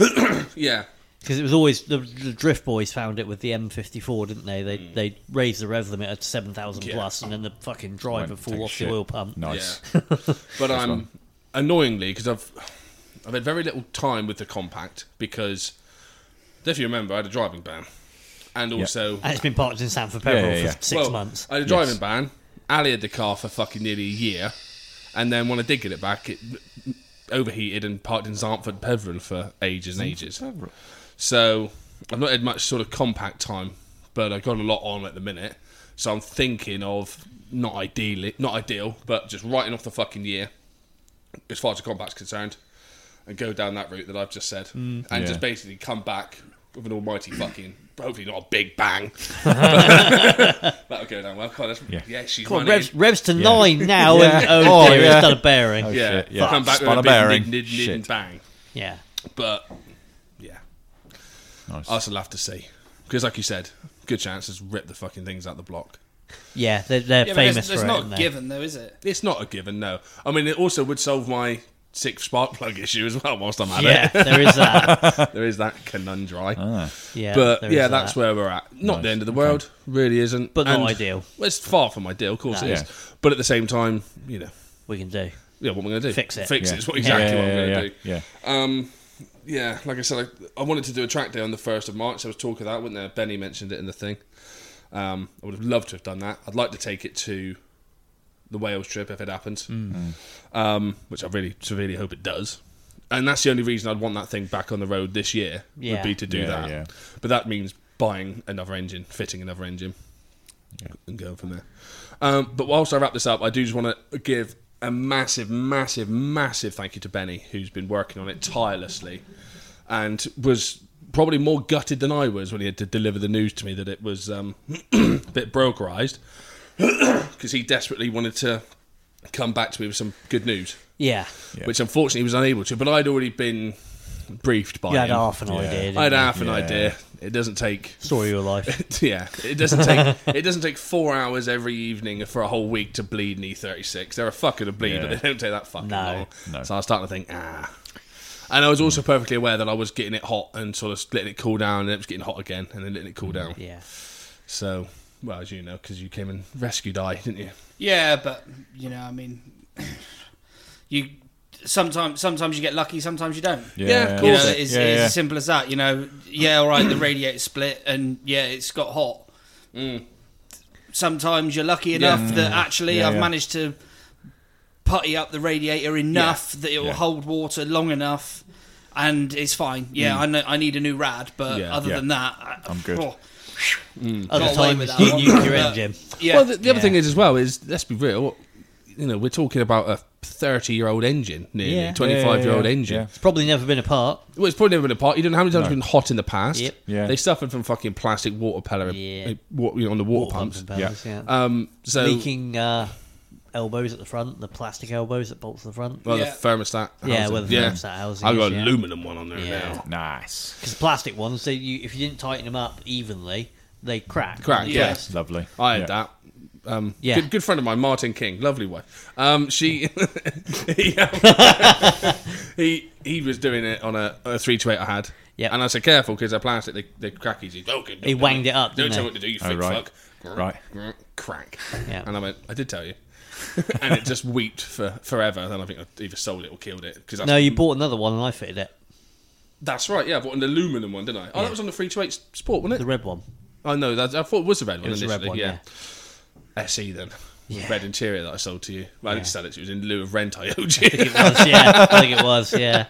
[SPEAKER 2] Yeah.
[SPEAKER 4] Because it was always the, the Drift Boys found it with the M54, didn't they? They they raised the rev limit to seven thousand
[SPEAKER 2] Yeah.
[SPEAKER 4] plus, and then the fucking drive
[SPEAKER 3] Went
[SPEAKER 4] would
[SPEAKER 3] to
[SPEAKER 4] fall
[SPEAKER 3] take a
[SPEAKER 4] off
[SPEAKER 3] shit.
[SPEAKER 4] the oil pump.
[SPEAKER 3] Nice. [LAUGHS]
[SPEAKER 2] Yeah. But I'm annoyingly because I've I've had very little time with the compact because if you remember, I had a driving ban, and also
[SPEAKER 4] And it's been parked in Sanford Peveril
[SPEAKER 3] Yeah, yeah, yeah.
[SPEAKER 4] for six
[SPEAKER 2] well,
[SPEAKER 4] months.
[SPEAKER 2] I had a
[SPEAKER 3] Yes.
[SPEAKER 2] driving ban. Ali had the car for fucking nearly a year, and then when I did get it back, it overheated and parked in Zartford Peveril for ages and ages. So I've not had much sort of compact time, but I've got a lot on at the minute. So I'm thinking of not ideally, not ideal, but just writing off the fucking year as far as the compact's concerned, and go down that route that I've just said, and
[SPEAKER 3] Yeah.
[SPEAKER 2] just basically come back with an almighty fucking. Hopefully not a big bang. That'll go down well. God, that's, yeah.
[SPEAKER 3] Yeah.
[SPEAKER 2] she's
[SPEAKER 4] Come on,
[SPEAKER 2] running.
[SPEAKER 4] revs, revs to nine now, and
[SPEAKER 3] Yeah.
[SPEAKER 4] oh,
[SPEAKER 3] Oh,
[SPEAKER 4] dear,
[SPEAKER 3] yeah.
[SPEAKER 4] it's done a bearing.
[SPEAKER 3] Oh,
[SPEAKER 2] yeah,
[SPEAKER 3] Shit, yeah.
[SPEAKER 2] come back with
[SPEAKER 3] Spun
[SPEAKER 2] a
[SPEAKER 3] a
[SPEAKER 2] big
[SPEAKER 3] bearing.
[SPEAKER 2] nid, nid, nid,
[SPEAKER 3] Shit.
[SPEAKER 2] bang.
[SPEAKER 4] Yeah,
[SPEAKER 2] But yeah, [LAUGHS]
[SPEAKER 3] Nice.
[SPEAKER 2] I still have to see because, like you said, good chances rip the fucking things out the block.
[SPEAKER 4] yeah, they're, they're
[SPEAKER 1] Yeah, but
[SPEAKER 4] famous
[SPEAKER 1] it's, it's
[SPEAKER 4] for it.
[SPEAKER 1] not
[SPEAKER 4] aren't they?
[SPEAKER 1] given though, is it?
[SPEAKER 2] It's not a given, no. I mean, it also would solve my sick spark plug issue as well. Whilst I'm at
[SPEAKER 4] Yeah, there is that.
[SPEAKER 2] it, [LAUGHS] there is that conundrum.
[SPEAKER 3] Ah.
[SPEAKER 4] Yeah,
[SPEAKER 2] but
[SPEAKER 4] there
[SPEAKER 2] yeah,
[SPEAKER 4] is
[SPEAKER 2] that's
[SPEAKER 4] that.
[SPEAKER 2] where we're at. Not the
[SPEAKER 3] Nice,
[SPEAKER 2] end of the world, really isn't.
[SPEAKER 4] But not ideal.
[SPEAKER 2] Well, it's far from ideal, of course
[SPEAKER 4] No.
[SPEAKER 2] it is.
[SPEAKER 3] Yeah.
[SPEAKER 2] But at the same time, you know,
[SPEAKER 4] we can do.
[SPEAKER 2] yeah, what am I going to do?
[SPEAKER 4] Fix it.
[SPEAKER 2] Fix
[SPEAKER 3] Yeah.
[SPEAKER 2] it. It's what, exactly
[SPEAKER 3] yeah,
[SPEAKER 2] what I'm
[SPEAKER 3] yeah,
[SPEAKER 2] going to
[SPEAKER 3] yeah,
[SPEAKER 2] do.
[SPEAKER 3] Yeah.
[SPEAKER 2] Um, yeah, like I said, I, I wanted to do a track day on the first of March. There was talk of that, wasn't there? Benny mentioned it in the thing. Um, I would have loved to have done that. I'd like to take it to the Wales trip if it happens, um, which I really severely hope it does. And that's the only reason I'd want that thing back on the road this year would
[SPEAKER 4] Yeah.
[SPEAKER 2] be to do
[SPEAKER 3] Yeah,
[SPEAKER 2] that.
[SPEAKER 3] yeah.
[SPEAKER 2] But that means buying another engine, fitting another engine, and going from there. Um, but whilst I wrap this up, I do just want to give a massive, massive, massive thank you to Benny, who's been working on it tirelessly and was probably more gutted than I was when he had to deliver the news to me that it was um, [CLEARS THROAT] a bit brokerized [CLEARS THROAT] because he desperately wanted to come back to me with some good news,
[SPEAKER 4] Yeah,
[SPEAKER 3] Yeah.
[SPEAKER 2] which unfortunately he was unable to. But I'd already been briefed by
[SPEAKER 4] you had
[SPEAKER 2] him.
[SPEAKER 4] half an idea. Didn't
[SPEAKER 2] I had
[SPEAKER 4] you?
[SPEAKER 2] half an
[SPEAKER 3] Yeah.
[SPEAKER 2] idea. It doesn't take [LAUGHS]
[SPEAKER 4] story of your life.
[SPEAKER 2] yeah, it doesn't take it doesn't take four hours every evening for a whole week to bleed an E thirty six. They're a fucker to bleed, but
[SPEAKER 3] Yeah.
[SPEAKER 2] they don't take that fucking
[SPEAKER 4] No.
[SPEAKER 2] long.
[SPEAKER 3] No.
[SPEAKER 2] So I was starting to think, ah. And I was also perfectly aware that I was getting it hot and sort of letting it cool down, and it was getting hot again, and then letting it cool
[SPEAKER 3] Mm,
[SPEAKER 2] down.
[SPEAKER 4] Yeah.
[SPEAKER 2] So, well, as you know, because you came and rescued I, didn't you?
[SPEAKER 1] Yeah, but you know, I mean, [SIGHS] you sometimes sometimes you get lucky, sometimes you don't.
[SPEAKER 2] Yeah, of
[SPEAKER 1] You know,
[SPEAKER 2] course.
[SPEAKER 1] it's,
[SPEAKER 3] Yeah,
[SPEAKER 1] it's
[SPEAKER 3] yeah.
[SPEAKER 1] as simple as that. You know, yeah, all right, the radiator split, and yeah, it's got hot. Mm. Sometimes you're lucky enough that actually
[SPEAKER 3] Mm. Yeah,
[SPEAKER 1] I've
[SPEAKER 3] yeah.
[SPEAKER 1] managed to putty up the radiator enough that it will
[SPEAKER 3] Yeah.
[SPEAKER 1] hold water long enough, and it's fine. Yeah, I know I need a new rad, but
[SPEAKER 2] Yeah.
[SPEAKER 1] other
[SPEAKER 3] Mm. Yeah.
[SPEAKER 1] than that, I,
[SPEAKER 3] I'm good.
[SPEAKER 1] oh,
[SPEAKER 4] Other
[SPEAKER 1] Got away
[SPEAKER 4] time
[SPEAKER 1] with
[SPEAKER 4] it's
[SPEAKER 1] that
[SPEAKER 4] your
[SPEAKER 1] one.
[SPEAKER 4] nuclear
[SPEAKER 1] But-
[SPEAKER 4] engine.
[SPEAKER 1] yeah,
[SPEAKER 2] Well, the, the other
[SPEAKER 4] Yeah.
[SPEAKER 2] thing is as well is let's be real. you know, we're talking about a 30 year old engine, nearly
[SPEAKER 4] Yeah.
[SPEAKER 2] 25 year old
[SPEAKER 3] Yeah, yeah,
[SPEAKER 2] engine.
[SPEAKER 3] yeah.
[SPEAKER 4] It's probably never been apart.
[SPEAKER 2] Well, it's probably never been apart. You don't know how many times it's been hot in the past.
[SPEAKER 4] Yep.
[SPEAKER 3] Yeah.
[SPEAKER 2] They suffered from fucking plastic water pellet,
[SPEAKER 4] Yeah.
[SPEAKER 2] uh, wa- you know, on the water,
[SPEAKER 4] Water
[SPEAKER 2] pumps.
[SPEAKER 4] pumps and bells, yeah.
[SPEAKER 2] Um, so,
[SPEAKER 4] Leaking uh, elbows at the front, the plastic elbows that bolts to the front.
[SPEAKER 2] well,
[SPEAKER 1] Yeah.
[SPEAKER 2] the thermostat.
[SPEAKER 4] Yeah,
[SPEAKER 2] housing.
[SPEAKER 4] well, the thermostat housing
[SPEAKER 2] I've
[SPEAKER 4] is,
[SPEAKER 2] got
[SPEAKER 4] yeah.
[SPEAKER 2] aluminum one on there
[SPEAKER 4] Yeah.
[SPEAKER 2] now.
[SPEAKER 3] Nice.
[SPEAKER 4] Because plastic ones, they, you, if you didn't tighten them up evenly, they crack.
[SPEAKER 2] Crack,
[SPEAKER 4] They
[SPEAKER 2] yeah.
[SPEAKER 4] twist.
[SPEAKER 3] Lovely.
[SPEAKER 2] I had
[SPEAKER 3] Yeah.
[SPEAKER 2] that. Um,
[SPEAKER 4] Yeah.
[SPEAKER 2] good, good friend of mine, Martin King, lovely wife. Um, she, [LAUGHS] he, um,
[SPEAKER 4] [LAUGHS]
[SPEAKER 2] he, he was doing it on a, a three to eight I had.
[SPEAKER 4] Yep.
[SPEAKER 2] And I said, careful because they're plastic, they, they crack easy. Oh, good,
[SPEAKER 4] He
[SPEAKER 2] don't
[SPEAKER 4] wanged
[SPEAKER 2] do
[SPEAKER 4] it up,
[SPEAKER 2] Don't
[SPEAKER 4] didn't
[SPEAKER 2] tell
[SPEAKER 4] he?
[SPEAKER 2] what to do, you
[SPEAKER 3] Oh,
[SPEAKER 2] fake
[SPEAKER 3] right.
[SPEAKER 2] fuck.
[SPEAKER 3] Right.
[SPEAKER 2] Grr, Crack.
[SPEAKER 4] Yeah.
[SPEAKER 2] And I went, I did tell you. [LAUGHS] and it just weeped for forever. Then I think I either sold it or killed it because
[SPEAKER 4] No, you bought another one and I fitted it.
[SPEAKER 2] that's right. Yeah, I bought an aluminum one, didn't I? Oh, that was on the three to eight sport, wasn't
[SPEAKER 4] The
[SPEAKER 2] it?
[SPEAKER 4] red one.
[SPEAKER 2] [LAUGHS] oh no, that, I thought it was the red one
[SPEAKER 4] It was the
[SPEAKER 2] initially.
[SPEAKER 4] red one, yeah.
[SPEAKER 2] SE then.
[SPEAKER 4] Yeah.
[SPEAKER 2] Red interior that I sold to you. Well, I didn't sell it. to you, It was in lieu of rent I owed you.
[SPEAKER 4] [LAUGHS]
[SPEAKER 2] [LAUGHS]
[SPEAKER 4] It was, yeah. I think it was, yeah.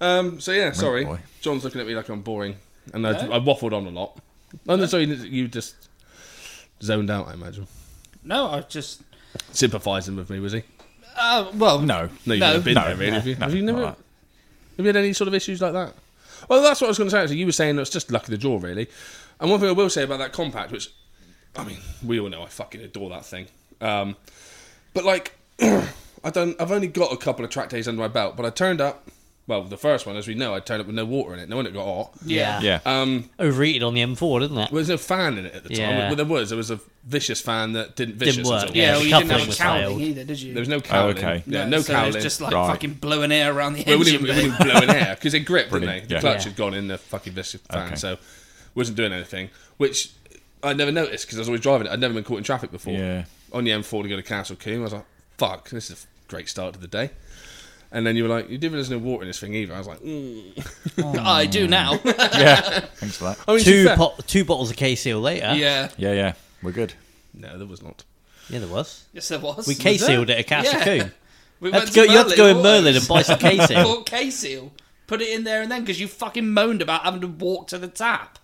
[SPEAKER 2] um, so yeah, sorry.
[SPEAKER 3] boy.
[SPEAKER 2] John's looking at me like I'm boring, and I, I waffled on a lot. No, no, sorry, you just zoned out. I imagine
[SPEAKER 1] No, I just.
[SPEAKER 2] sympathising with me was he?
[SPEAKER 1] Uh, well,
[SPEAKER 3] No.
[SPEAKER 2] No, you've
[SPEAKER 1] No.
[SPEAKER 2] never been
[SPEAKER 3] No,
[SPEAKER 2] there, really.
[SPEAKER 3] no,
[SPEAKER 2] have you?
[SPEAKER 3] no,
[SPEAKER 2] have you never?
[SPEAKER 3] not
[SPEAKER 2] Have you had any sort of issues like that? Well, that's what I was going to say. Actually, you were saying it's just luck of the draw, really. And one thing I will say about that compact, which I mean, we all know I fucking adore that thing. Um, but like, [CLEARS THROAT] I don't. I've only got a couple of track days under my belt, but I turned up. Well, the first one, as we know, I turned up with no water in it. No one it got hot.
[SPEAKER 1] Yeah.
[SPEAKER 3] Yeah.
[SPEAKER 2] Um,
[SPEAKER 4] Overheated on the M4, didn't it?
[SPEAKER 2] there was no fan in it at the time.
[SPEAKER 4] Yeah.
[SPEAKER 2] Well, there was. There was a vicious fan that didn't vicious.
[SPEAKER 4] Didn't work,
[SPEAKER 2] until-
[SPEAKER 1] Yeah,
[SPEAKER 4] Yeah,
[SPEAKER 1] well,
[SPEAKER 4] the
[SPEAKER 1] you didn't
[SPEAKER 4] coupling
[SPEAKER 1] have a
[SPEAKER 4] was
[SPEAKER 1] cowling
[SPEAKER 4] failed.
[SPEAKER 1] either, did you?
[SPEAKER 2] There was no cowling.
[SPEAKER 3] okay.
[SPEAKER 2] Yeah,
[SPEAKER 1] so it
[SPEAKER 2] no,
[SPEAKER 1] was
[SPEAKER 2] cowling.
[SPEAKER 1] just like
[SPEAKER 3] Right.
[SPEAKER 1] fucking blowing air around the
[SPEAKER 2] Well, we
[SPEAKER 1] engine.
[SPEAKER 2] didn't, we
[SPEAKER 1] bay.
[SPEAKER 2] didn't blow an air because they gripped, didn't they?
[SPEAKER 3] Brilliant,
[SPEAKER 2] The
[SPEAKER 3] yeah.
[SPEAKER 2] clutch
[SPEAKER 4] Yeah.
[SPEAKER 2] had gone in the fucking viscous fan,
[SPEAKER 3] Okay.
[SPEAKER 2] so wasn't doing anything. Which I never noticed because I was always driving it. I'd never been caught in traffic before.
[SPEAKER 3] Yeah.
[SPEAKER 2] On the M4 to go to Castle Coombe, I was like, "Fuck, this is a great start to the day." And then you were like, "You did there's no water in this thing either." I was like, mm.
[SPEAKER 1] I do now.
[SPEAKER 2] [LAUGHS]
[SPEAKER 3] yeah. Thanks for that.
[SPEAKER 2] I mean, to be
[SPEAKER 4] Two
[SPEAKER 2] fair-
[SPEAKER 4] po- two bottles of K Seal
[SPEAKER 1] [LAUGHS]
[SPEAKER 4] later.
[SPEAKER 1] yeah.
[SPEAKER 3] Yeah, yeah. We're good.
[SPEAKER 2] No, there was not.
[SPEAKER 4] Yeah, there was.
[SPEAKER 1] [LAUGHS] Yes, there was.
[SPEAKER 4] We K sealed it at Castle
[SPEAKER 1] Yeah.
[SPEAKER 4] Coombe.
[SPEAKER 1] [LAUGHS] We
[SPEAKER 4] You had
[SPEAKER 1] went
[SPEAKER 4] to go, you had to go in Merlin and
[SPEAKER 1] Autos.
[SPEAKER 4] buy some K
[SPEAKER 2] [LAUGHS]
[SPEAKER 4] Seal.
[SPEAKER 1] Bought K-Seal. Put it in there and then because you fucking moaned about having to walk to the tap.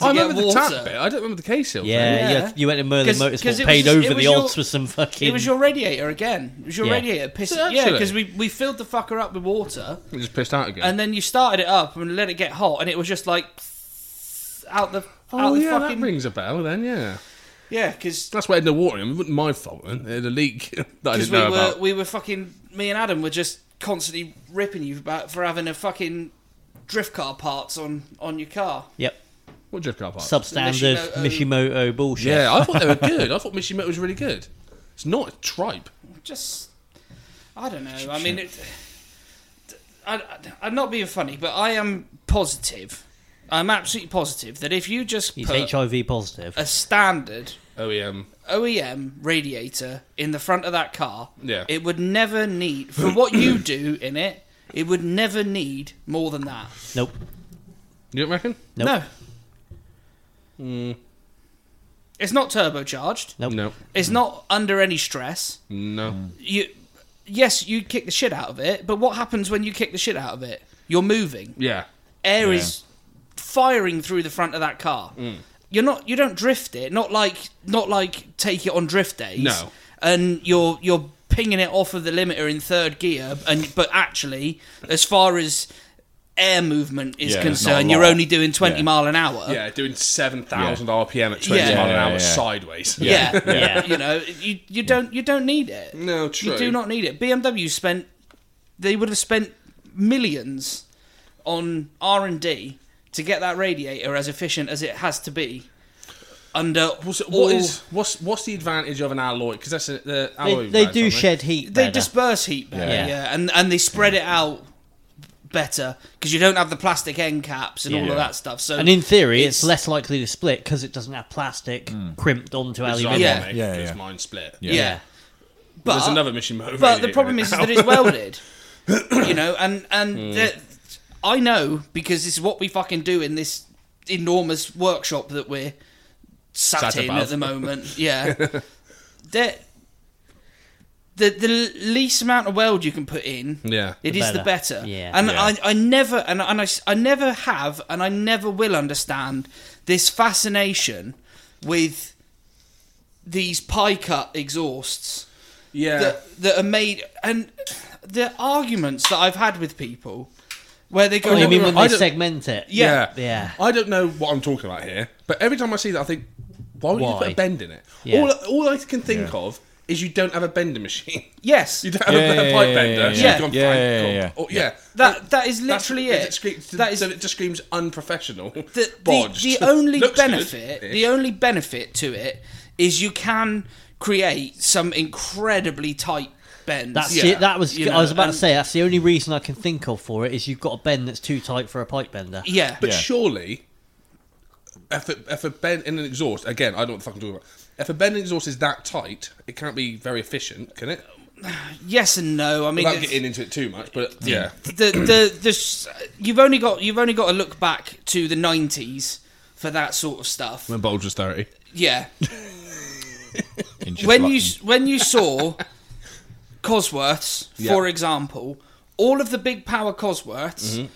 [SPEAKER 2] I remember
[SPEAKER 1] get
[SPEAKER 2] the tap
[SPEAKER 1] water.
[SPEAKER 2] bit. I don't remember the case hill.
[SPEAKER 4] Yeah,
[SPEAKER 1] Yeah.
[SPEAKER 4] yeah. You, had- you went to Merlin
[SPEAKER 1] 'Cause- 'cause it was
[SPEAKER 4] Motorsport, paid
[SPEAKER 1] just- it
[SPEAKER 4] over
[SPEAKER 1] was
[SPEAKER 4] the
[SPEAKER 1] your-
[SPEAKER 4] odds for some fucking.
[SPEAKER 1] It was your radiator again. It was your
[SPEAKER 4] Yeah.
[SPEAKER 1] radiator pissing.
[SPEAKER 2] So
[SPEAKER 1] yeah,
[SPEAKER 2] actually-
[SPEAKER 1] because we, we filled the fucker up with water
[SPEAKER 2] It just pissed out again.
[SPEAKER 1] and then you started it up and let it get hot and it was just like out the out
[SPEAKER 2] oh
[SPEAKER 1] the
[SPEAKER 2] yeah,
[SPEAKER 1] fucking
[SPEAKER 2] that rings a bell. Then yeah,
[SPEAKER 1] yeah because
[SPEAKER 2] that's why it had no water in. it. It wasn't my fault. Then it had a leak [LAUGHS] that I
[SPEAKER 1] Because
[SPEAKER 2] didn't
[SPEAKER 1] we
[SPEAKER 2] know
[SPEAKER 1] were
[SPEAKER 2] about.
[SPEAKER 1] we were fucking me and Adam were just constantly ripping you about for having a fucking drift car parts on on your car.
[SPEAKER 4] Yep.
[SPEAKER 2] What drift car park?
[SPEAKER 1] Mishimoto-
[SPEAKER 4] Substandard Mishimoto bullshit.
[SPEAKER 2] Yeah, I thought they were good. I thought Mishimoto was really good. It's not a tripe.
[SPEAKER 1] Just I don't know. I mean, it, I, I, I'm not being funny, but I am positive. I'm absolutely positive that if you just
[SPEAKER 4] He's
[SPEAKER 1] put
[SPEAKER 4] HIV positive.
[SPEAKER 1] a standard
[SPEAKER 2] OEM.
[SPEAKER 1] OEM radiator in the front of that car,
[SPEAKER 2] Yeah.
[SPEAKER 1] it would never need for what you do in it. It would never need more than that.
[SPEAKER 4] nope.
[SPEAKER 2] You don't reckon?
[SPEAKER 4] Nope.
[SPEAKER 1] No. It's not turbocharged.
[SPEAKER 4] Nope.
[SPEAKER 2] No.
[SPEAKER 1] It's not under any stress.
[SPEAKER 2] No.
[SPEAKER 1] You, yes, you kick the shit out of it, but what happens when you kick the shit out of it? You're moving.
[SPEAKER 2] Yeah.
[SPEAKER 1] Air
[SPEAKER 3] Yeah.
[SPEAKER 1] is firing through the front of that car.
[SPEAKER 3] Mm.
[SPEAKER 1] You're not. You don't drift it. Not like. Not like take it on drift days.
[SPEAKER 2] No.
[SPEAKER 1] And you're you're pinging it off of the limiter in third gear, and but actually, as far as air movement is
[SPEAKER 3] Yeah, it's not a
[SPEAKER 1] concerned, you're
[SPEAKER 3] lot.
[SPEAKER 1] only doing 20
[SPEAKER 3] Yeah.
[SPEAKER 1] mile an hour.
[SPEAKER 2] Yeah, doing 7,000 RPM at 20
[SPEAKER 1] Yeah.
[SPEAKER 2] mile an
[SPEAKER 3] Yeah,
[SPEAKER 2] hour
[SPEAKER 3] yeah.
[SPEAKER 2] sideways.
[SPEAKER 1] Yeah,
[SPEAKER 4] Yeah.
[SPEAKER 1] yeah. you know, you you don't you don't need it.
[SPEAKER 2] No, true.
[SPEAKER 1] You do not need it. BMW spent they would have spent millions on R and D to get that radiator as efficient as it has to be. Under
[SPEAKER 2] So
[SPEAKER 1] all,
[SPEAKER 2] what is what's what's the advantage of an alloy? Because that's a, the
[SPEAKER 4] They,
[SPEAKER 2] alloy.
[SPEAKER 4] they
[SPEAKER 2] badge,
[SPEAKER 4] do
[SPEAKER 2] aren't
[SPEAKER 4] shed heat.
[SPEAKER 1] they
[SPEAKER 4] better.
[SPEAKER 1] disperse heat better, yeah,
[SPEAKER 3] Yeah.
[SPEAKER 1] and and they spread it out better because you don't have the plastic end caps and all
[SPEAKER 3] Yeah.
[SPEAKER 1] of that stuff. So
[SPEAKER 4] And in theory, it's,
[SPEAKER 1] It's-
[SPEAKER 4] less likely to split because it doesn't have plastic crimped onto
[SPEAKER 2] It's
[SPEAKER 4] aluminium.
[SPEAKER 2] ironic,
[SPEAKER 1] Yeah.
[SPEAKER 3] Yeah,
[SPEAKER 2] 'cause
[SPEAKER 3] yeah.
[SPEAKER 2] mine split.
[SPEAKER 1] yeah. but
[SPEAKER 2] There's another mission mode.
[SPEAKER 1] But the problem is, is that it's welded. you know, and and
[SPEAKER 2] Hmm.
[SPEAKER 1] that- I know because it's what we fucking do in this enormous workshop that we're sat,
[SPEAKER 2] Sat
[SPEAKER 1] in
[SPEAKER 2] above.
[SPEAKER 1] at the
[SPEAKER 2] [LAUGHS]
[SPEAKER 1] moment. Yeah, that the the least amount of weld you can put in.
[SPEAKER 2] [LAUGHS] Yeah.
[SPEAKER 1] it
[SPEAKER 4] The
[SPEAKER 1] is the better.
[SPEAKER 4] Yeah.
[SPEAKER 1] and
[SPEAKER 2] Yeah.
[SPEAKER 1] I, I never and, and I, s- I never have and I never will understand this fascination with these pie cut exhausts
[SPEAKER 2] Yeah.
[SPEAKER 1] that, that are made and the arguments that I've had with people where they go,
[SPEAKER 4] Oh, you mean
[SPEAKER 2] no,
[SPEAKER 4] when
[SPEAKER 2] I
[SPEAKER 4] they
[SPEAKER 2] don't-
[SPEAKER 4] segment it?
[SPEAKER 2] Yeah.
[SPEAKER 4] Yeah.
[SPEAKER 2] I don't know what I'm talking about here, but every time I see that, I think, why would you
[SPEAKER 4] Why?
[SPEAKER 2] put a bend in it?
[SPEAKER 4] Yeah.
[SPEAKER 2] All, all I can think of is you don't have a bending machine. [LAUGHS]
[SPEAKER 1] yes,
[SPEAKER 2] You don't have
[SPEAKER 3] Yeah,
[SPEAKER 2] a, a
[SPEAKER 3] yeah,
[SPEAKER 2] pipe
[SPEAKER 3] yeah,
[SPEAKER 2] bender.
[SPEAKER 3] yeah,
[SPEAKER 2] so
[SPEAKER 1] yeah.
[SPEAKER 2] you've gone,
[SPEAKER 3] Yeah,
[SPEAKER 2] fine,
[SPEAKER 3] yeah,
[SPEAKER 2] cool.
[SPEAKER 3] yeah, yeah.
[SPEAKER 2] Or- yeah.
[SPEAKER 1] that that is literally
[SPEAKER 2] That's-
[SPEAKER 1] it.
[SPEAKER 2] screams-
[SPEAKER 1] that is
[SPEAKER 2] so it just screams
[SPEAKER 1] [LAUGHS]
[SPEAKER 2] unprofessional. [LAUGHS]
[SPEAKER 1] the, the,
[SPEAKER 2] bodged.
[SPEAKER 1] the only
[SPEAKER 2] Looks good.
[SPEAKER 1] benefit
[SPEAKER 2] Yeah.
[SPEAKER 1] the only benefit to it is you can create some incredibly tight bends
[SPEAKER 4] That's
[SPEAKER 2] Yeah.
[SPEAKER 4] it. That was.
[SPEAKER 1] You know,
[SPEAKER 4] I was about
[SPEAKER 1] and-
[SPEAKER 4] to say that's the only reason I can think of for it is you've got a bend that's too tight for a pipe bender.
[SPEAKER 1] yeah
[SPEAKER 2] But
[SPEAKER 3] Yeah.
[SPEAKER 2] surely, if a, if a bend in an exhaust, again, I don't know what the fuck I'm talking about. If a bend in exhaust is that tight, it can't be very efficient, can it?
[SPEAKER 1] yes and no i mean
[SPEAKER 2] Without
[SPEAKER 1] it's-
[SPEAKER 2] getting into it too much, but yeah.
[SPEAKER 3] [LAUGHS]
[SPEAKER 1] the the the s- you've only got you've only got to look back to the 90s for that sort of stuff
[SPEAKER 2] When Bulge was 30.
[SPEAKER 1] yeah
[SPEAKER 3] Inches
[SPEAKER 1] when
[SPEAKER 3] like-
[SPEAKER 1] you s- when you saw Cosworths,
[SPEAKER 2] Yeah.
[SPEAKER 1] for example, all of the big power Cosworths,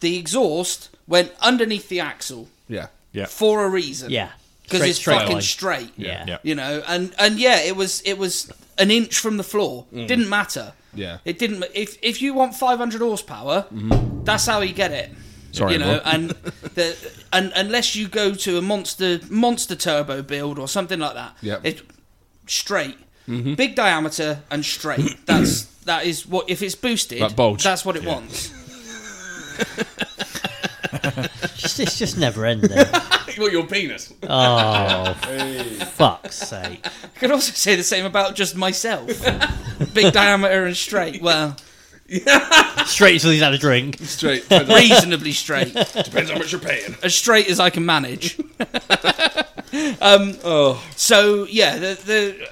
[SPEAKER 1] the exhaust went underneath the axle
[SPEAKER 2] Yeah.
[SPEAKER 3] yeah,
[SPEAKER 1] for a reason.
[SPEAKER 4] Yeah.
[SPEAKER 1] because
[SPEAKER 4] Straight-
[SPEAKER 1] it's
[SPEAKER 4] straight
[SPEAKER 1] fucking
[SPEAKER 4] line.
[SPEAKER 1] straight.
[SPEAKER 4] Yeah.
[SPEAKER 3] Yeah.
[SPEAKER 1] you know, and and yeah, it was it was an inch from the floor. Didn't matter.
[SPEAKER 2] Mm. Yeah.
[SPEAKER 1] it didn't. ma- If if you want 500 horsepower, that's how you get it.
[SPEAKER 2] Mm-hmm. Sorry,
[SPEAKER 1] you know,
[SPEAKER 2] Rob. [LAUGHS]
[SPEAKER 1] and the and unless you go to a monster monster turbo build or something like that,
[SPEAKER 2] Yep. Mm-hmm.
[SPEAKER 1] it straight, big diameter and straight.
[SPEAKER 2] [COUGHS]
[SPEAKER 1] That's that is what if it's boosted,
[SPEAKER 2] That bulge.
[SPEAKER 1] that's what it wants.
[SPEAKER 4] It's, it's just never ending.
[SPEAKER 2] Well, your penis.
[SPEAKER 3] [LAUGHS]
[SPEAKER 4] oh, fuck's sake!
[SPEAKER 1] I could also say the same about just myself, [LAUGHS] big diameter and straight. Well,
[SPEAKER 4] Straight till he's had a drink.
[SPEAKER 2] [LAUGHS] [LAUGHS] Straight. Depends
[SPEAKER 1] reasonably straight.
[SPEAKER 2] depends how much you're paying.
[SPEAKER 1] as straight as I can manage. [LAUGHS] um, So yeah, the the,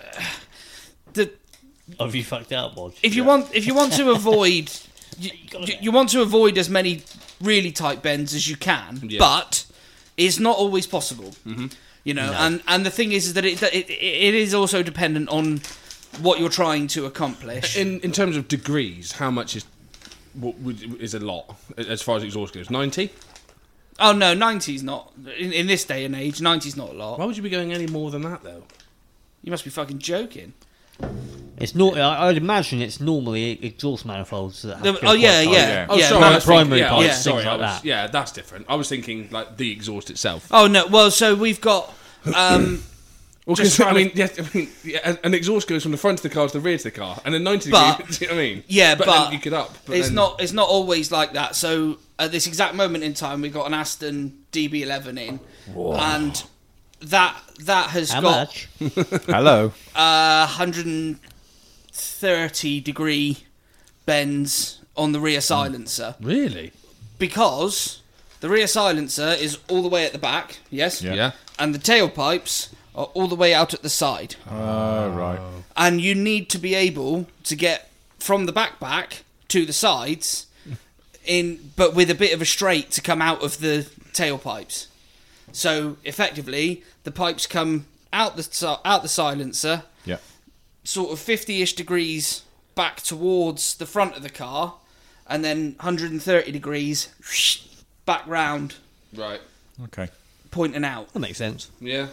[SPEAKER 1] the
[SPEAKER 4] Have you fucked out, Bod?
[SPEAKER 1] if you want if you want to avoid you, you, you want to avoid as many really tight bends as you can,
[SPEAKER 2] Yeah.
[SPEAKER 1] but it's not always possible. You know, and and the thing is, is that it, that it it is also dependent on what you're trying to accomplish.
[SPEAKER 2] In in terms of degrees, how much is what would, is a lot as far as exhaust goes? 90?
[SPEAKER 1] Oh no, 90's not in, in this day and age. 90's not a lot.
[SPEAKER 2] Why would you be going any more than that, though?
[SPEAKER 1] You must be fucking joking.
[SPEAKER 4] It's not. I, I'd imagine it's normally exhaust manifolds that. Have
[SPEAKER 1] The-
[SPEAKER 4] to go
[SPEAKER 1] oh
[SPEAKER 4] quite
[SPEAKER 1] yeah,
[SPEAKER 4] tight.
[SPEAKER 1] yeah,
[SPEAKER 3] yeah.
[SPEAKER 2] Oh,
[SPEAKER 1] yeah.
[SPEAKER 2] sorry.
[SPEAKER 1] man-
[SPEAKER 2] I was
[SPEAKER 4] primary
[SPEAKER 2] thinking- yeah,
[SPEAKER 4] parts,
[SPEAKER 2] yeah,
[SPEAKER 4] things
[SPEAKER 2] sorry,
[SPEAKER 4] like
[SPEAKER 2] I was-
[SPEAKER 4] that.
[SPEAKER 2] yeah, that's different. I was thinking, like, the exhaust itself.
[SPEAKER 1] Oh no, well, so we've got um,
[SPEAKER 2] Well,
[SPEAKER 1] Just
[SPEAKER 2] 'cause, I
[SPEAKER 1] trying
[SPEAKER 2] mean, yeah, I mean yeah, an exhaust goes from the front of the car to the rear of the car, and then 90
[SPEAKER 1] But-
[SPEAKER 2] degree, [LAUGHS] do you know what I mean?
[SPEAKER 1] yeah, but,
[SPEAKER 2] but, then you get up. But
[SPEAKER 1] it's
[SPEAKER 2] then-
[SPEAKER 1] not it's not always like that. So at this exact moment in time, we've got an Aston DB11 in, and that that has
[SPEAKER 4] How
[SPEAKER 1] got
[SPEAKER 4] much?
[SPEAKER 2] [LAUGHS]
[SPEAKER 3] hello.
[SPEAKER 1] a hundred and thirty degree bends on the rear silencer
[SPEAKER 2] Really?
[SPEAKER 1] because the rear silencer is all the way at the back. Yes.
[SPEAKER 3] Yeah.
[SPEAKER 2] Yeah.
[SPEAKER 1] And the tailpipes are all the way out at the side.
[SPEAKER 3] Oh, right.
[SPEAKER 1] and you need to be able to get from the backpack to the sides in but with a bit of a straight to come out of the tailpipes so effectively the pipes come out the si- out the silencer
[SPEAKER 3] Yeah.
[SPEAKER 1] sort of 50ish degrees back towards the front of the car and then 130 degrees back round
[SPEAKER 2] Right.
[SPEAKER 3] Okay.
[SPEAKER 1] pointing out
[SPEAKER 4] That makes sense.
[SPEAKER 2] Yeah.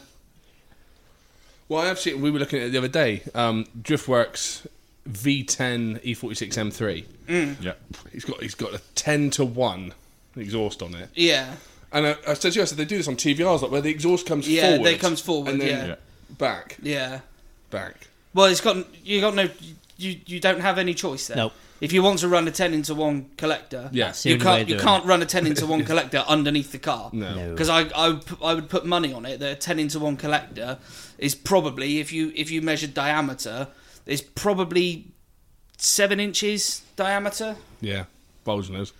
[SPEAKER 2] Well, I have seen, we were looking at it the other day, um, Driftworks E V10 E46 M3.
[SPEAKER 3] Yeah.
[SPEAKER 2] He's got he's got a 10 to 1 exhaust on it.
[SPEAKER 1] yeah
[SPEAKER 2] And I, I said to you, I said, they do this on TVRs, like where the exhaust comes
[SPEAKER 1] Yeah, they
[SPEAKER 2] forward.
[SPEAKER 1] comes forward,
[SPEAKER 2] and then
[SPEAKER 1] yeah. Yeah.
[SPEAKER 2] Back,
[SPEAKER 1] yeah
[SPEAKER 2] back.
[SPEAKER 1] Well, it's got you got no you you don't have any choice there.
[SPEAKER 4] Nope.
[SPEAKER 1] If you want to run a ten into one collector,
[SPEAKER 2] Yeah. That's
[SPEAKER 4] the
[SPEAKER 1] you
[SPEAKER 4] only way of
[SPEAKER 1] can't you
[SPEAKER 4] doing
[SPEAKER 1] can't run a ten into
[SPEAKER 4] [LAUGHS]
[SPEAKER 1] one collector underneath the car.
[SPEAKER 2] No.
[SPEAKER 4] No.
[SPEAKER 1] Because I, I would pu- I would put money on it that a ten into one collector is probably if you if you measured diameter is probably seven inches diameter.
[SPEAKER 2] Yeah. Bulge nose.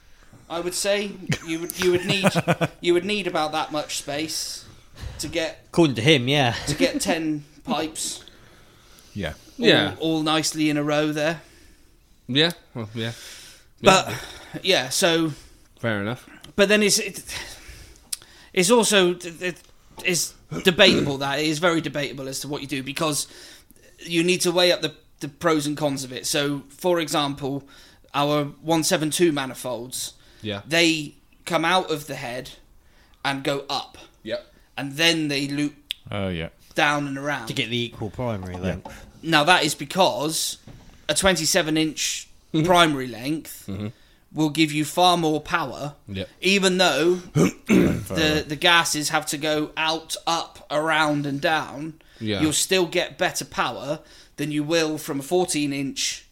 [SPEAKER 1] I would say you would you would need
[SPEAKER 4] [LAUGHS]
[SPEAKER 1] you would need about that much space to get
[SPEAKER 4] According to him, yeah.
[SPEAKER 1] to get ten pipes.
[SPEAKER 3] Yeah.
[SPEAKER 1] all-
[SPEAKER 2] Yeah.
[SPEAKER 1] all nicely in a row there.
[SPEAKER 2] Yeah. Well, yeah.
[SPEAKER 1] But yeah, so
[SPEAKER 2] Fair enough.
[SPEAKER 1] but then it's it, it's also it's debatable that it is very debatable as to what you do because you need to weigh up the the pros and cons of it. So, for example, our 172 manifolds,
[SPEAKER 2] Yeah.
[SPEAKER 1] they come out of the head and go up,
[SPEAKER 2] Yep.
[SPEAKER 1] and then they loop
[SPEAKER 3] Oh, yeah.
[SPEAKER 1] down and around.
[SPEAKER 4] to get the equal primary then.
[SPEAKER 1] Now that is because a 27 inch
[SPEAKER 2] Mm-hmm.
[SPEAKER 1] primary length will give you far more power,
[SPEAKER 2] Yep.
[SPEAKER 1] even
[SPEAKER 2] [COUGHS]
[SPEAKER 1] though the the gases have to go out, up, around, and down.
[SPEAKER 2] Yeah.
[SPEAKER 1] You'll still get better power than you will from a 14 inch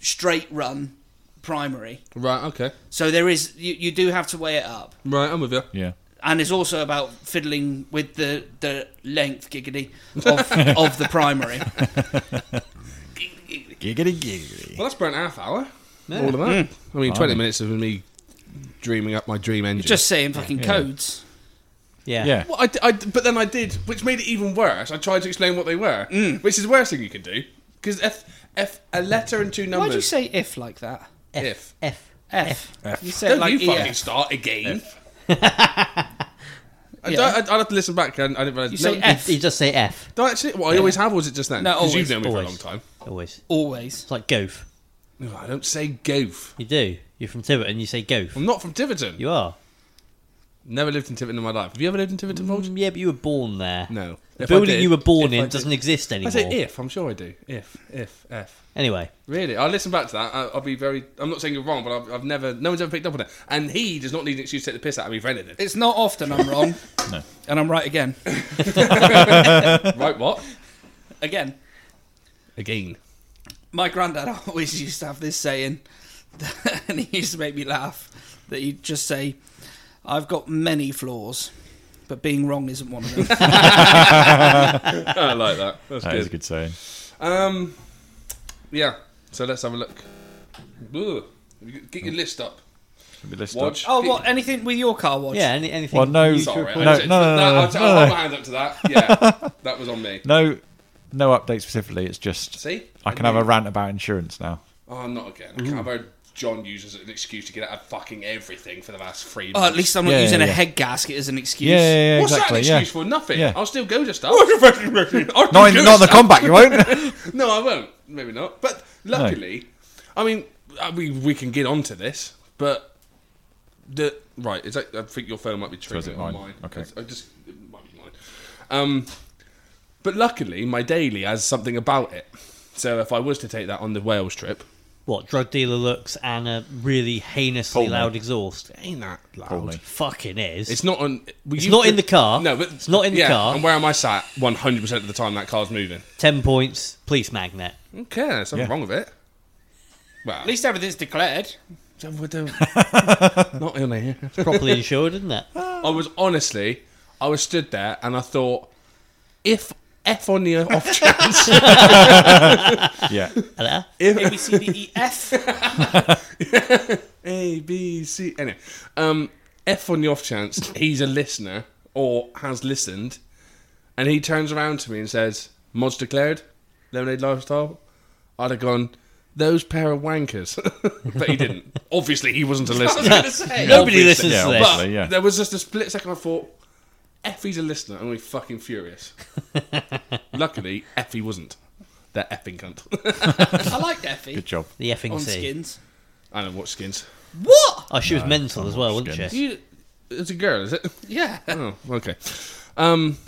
[SPEAKER 1] straight run primary.
[SPEAKER 2] Right, okay.
[SPEAKER 1] So there is you, you do have to weigh it up.
[SPEAKER 2] Right, I'm with you.
[SPEAKER 3] Yeah.
[SPEAKER 1] And it's also about fiddling with the, the length, giggity,
[SPEAKER 2] [LAUGHS]
[SPEAKER 1] of, of the primary.
[SPEAKER 3] Giggity giggity.
[SPEAKER 2] Well, that's burnt half hour. All of that. I mean, 20 minutes of me dreaming up my dream engine.
[SPEAKER 1] Just saying fucking codes.
[SPEAKER 4] Yeah.
[SPEAKER 3] Yeah.
[SPEAKER 2] Well, I, d- I d- but then I did, which made it even worse. I tried to explain what they were,
[SPEAKER 4] Mm.
[SPEAKER 2] which is the worst thing you can do. Because if, if a letter and two numbers.
[SPEAKER 1] Why'd you say if like that?
[SPEAKER 4] F,
[SPEAKER 2] If.
[SPEAKER 4] F.
[SPEAKER 1] F. You said
[SPEAKER 2] Don't
[SPEAKER 1] like
[SPEAKER 2] you fucking
[SPEAKER 1] EF.
[SPEAKER 2] start again. [LAUGHS] I
[SPEAKER 1] Yeah.
[SPEAKER 2] don't, I'd, I'd have to listen back. I, I didn't realize.
[SPEAKER 1] You
[SPEAKER 2] no,
[SPEAKER 1] say F.
[SPEAKER 4] You just say F
[SPEAKER 2] do I actually? Well, I always have, or was it just then?
[SPEAKER 1] No,
[SPEAKER 2] 'Cause you've
[SPEAKER 1] always,
[SPEAKER 2] known me for a
[SPEAKER 4] always.
[SPEAKER 2] long time.
[SPEAKER 4] always.
[SPEAKER 1] Always.
[SPEAKER 4] It's like goof.
[SPEAKER 2] No, I don't say goof.
[SPEAKER 4] You do. You're from Tiverton. you say goof.
[SPEAKER 2] I'm not from Tiverton.
[SPEAKER 4] You are.
[SPEAKER 2] Never lived in Tiverton in my life. Have you ever lived in Tiverton, Volge?
[SPEAKER 4] Yeah, but you were born there.
[SPEAKER 2] No.
[SPEAKER 4] Mm. The
[SPEAKER 2] If I
[SPEAKER 4] building
[SPEAKER 2] did-
[SPEAKER 4] you were born
[SPEAKER 2] if I
[SPEAKER 4] in
[SPEAKER 2] did-
[SPEAKER 4] doesn't exist
[SPEAKER 2] I
[SPEAKER 4] anymore.
[SPEAKER 2] say if. I'm sure I do. If, if, if.
[SPEAKER 4] Anyway,
[SPEAKER 2] Really, I'll listen back to that. I, I'll be very. I'm not saying you're wrong, but I've, I've never. No one's ever picked up on it. And he does not need an excuse to take the piss out of me
[SPEAKER 1] [LAUGHS]
[SPEAKER 2] for anything.
[SPEAKER 1] It's not often I'm wrong.
[SPEAKER 3] No.
[SPEAKER 1] And I'm right again.
[SPEAKER 2] right? What?
[SPEAKER 1] Again.
[SPEAKER 2] Again.
[SPEAKER 1] My granddad [LAUGHS] always used to have this saying, [LAUGHS] and he used to make me laugh, that he'd just say, I've got many flaws, but being wrong isn't one of them.
[SPEAKER 2] I like that. That's
[SPEAKER 3] That
[SPEAKER 2] good.
[SPEAKER 3] is a good saying.
[SPEAKER 2] Um, yeah. So let's have a look. Ugh. Get your list up. Watch.
[SPEAKER 1] oh, what? Anything with your car watch?
[SPEAKER 4] yeah, any, anything.
[SPEAKER 3] Well, no-
[SPEAKER 4] you to
[SPEAKER 2] Sorry. I
[SPEAKER 4] report?
[SPEAKER 3] No,
[SPEAKER 2] was-
[SPEAKER 3] no, no, no,
[SPEAKER 2] I'll,
[SPEAKER 3] no,
[SPEAKER 2] t-
[SPEAKER 3] no,
[SPEAKER 2] I'll hold
[SPEAKER 3] no.
[SPEAKER 2] my hand up to
[SPEAKER 3] [LAUGHS]
[SPEAKER 2] that. Yeah, that was on me.
[SPEAKER 3] No, no update specifically. It's just
[SPEAKER 2] See?
[SPEAKER 3] I can have a rant about insurance now.
[SPEAKER 2] Oh, not again. I can't. I've heard John use as an excuse to get out of fucking everything for the last three
[SPEAKER 1] Oh,
[SPEAKER 2] months.
[SPEAKER 1] at least I'm not
[SPEAKER 3] Yeah,
[SPEAKER 1] using
[SPEAKER 3] yeah,
[SPEAKER 1] a
[SPEAKER 3] yeah.
[SPEAKER 1] head gasket as an excuse.
[SPEAKER 3] Yeah, yeah, yeah
[SPEAKER 2] What's
[SPEAKER 3] exactly.
[SPEAKER 2] that an excuse
[SPEAKER 3] yeah.
[SPEAKER 2] for? Nothing.
[SPEAKER 3] Yeah.
[SPEAKER 2] I'll still go to stuff. I'll
[SPEAKER 3] Not in,
[SPEAKER 2] go
[SPEAKER 3] not in
[SPEAKER 2] to
[SPEAKER 3] the
[SPEAKER 2] stuff.
[SPEAKER 3] combat, you won't.
[SPEAKER 2] [LAUGHS]
[SPEAKER 5] [LAUGHS]
[SPEAKER 2] No, I won't. Maybe not. But luckily, I mean, uh, we we can get onto this, but the right is that, I think your phone might be
[SPEAKER 3] is it
[SPEAKER 2] triggering on
[SPEAKER 3] mine?
[SPEAKER 2] mine.
[SPEAKER 3] Okay.
[SPEAKER 2] I just it might be mine. Um, but luckily, my daily has something about it. So if I was to take that on the Wales trip,
[SPEAKER 4] What drug dealer looks and a really heinously
[SPEAKER 3] Pull me.
[SPEAKER 4] loud exhaust?
[SPEAKER 2] ain't that loud?
[SPEAKER 3] Probably.
[SPEAKER 4] Fucking is.
[SPEAKER 2] It's not on.
[SPEAKER 4] It's not in the car.
[SPEAKER 2] No, but
[SPEAKER 4] It's not in the
[SPEAKER 2] yeah,
[SPEAKER 4] car.
[SPEAKER 2] And where am I sat? One hundred percent of the time that car's moving.
[SPEAKER 4] Ten points. Police magnet.
[SPEAKER 2] Okay, there's something
[SPEAKER 3] Yeah.
[SPEAKER 2] wrong with it. Well,
[SPEAKER 1] At least everything's declared.
[SPEAKER 4] [LAUGHS]
[SPEAKER 2] not in here.
[SPEAKER 4] It's
[SPEAKER 3] [LAUGHS]
[SPEAKER 4] properly insured, isn't it?
[SPEAKER 2] I was honestly, I was stood there and I thought, if F on the off chance,
[SPEAKER 3] yeah.
[SPEAKER 4] Hello.
[SPEAKER 1] A, B, C, D, E, F.
[SPEAKER 2] A B C. Anyway, um, F on the off chance he's a listener or has listened, and he turns around to me and says, "Mods declared, lemonade lifestyle." I'd have gone. Those pair of wankers, [LAUGHS] but he didn't. Obviously, he wasn't a
[SPEAKER 1] [LAUGHS] I was going
[SPEAKER 2] listener.
[SPEAKER 1] to say.
[SPEAKER 4] Nobody
[SPEAKER 2] obviously.
[SPEAKER 4] listens
[SPEAKER 3] Yeah,
[SPEAKER 4] to this.
[SPEAKER 3] obviously, yeah.
[SPEAKER 2] There was just a split second I thought, Effie's a listener, I'm gonna be fucking
[SPEAKER 4] [LAUGHS]
[SPEAKER 2] furious. Luckily, Effie wasn't. They're effing cunt. [LAUGHS]
[SPEAKER 1] I liked Effie
[SPEAKER 3] Good job.
[SPEAKER 4] the effing
[SPEAKER 1] on
[SPEAKER 4] sea.
[SPEAKER 1] skins.
[SPEAKER 2] I don't watch skins.
[SPEAKER 1] What?
[SPEAKER 4] Oh, she was mental as well, wasn't
[SPEAKER 3] skins.
[SPEAKER 4] she?
[SPEAKER 2] You, it's a girl, is it?
[SPEAKER 1] Yeah.
[SPEAKER 2] Oh, okay. Um,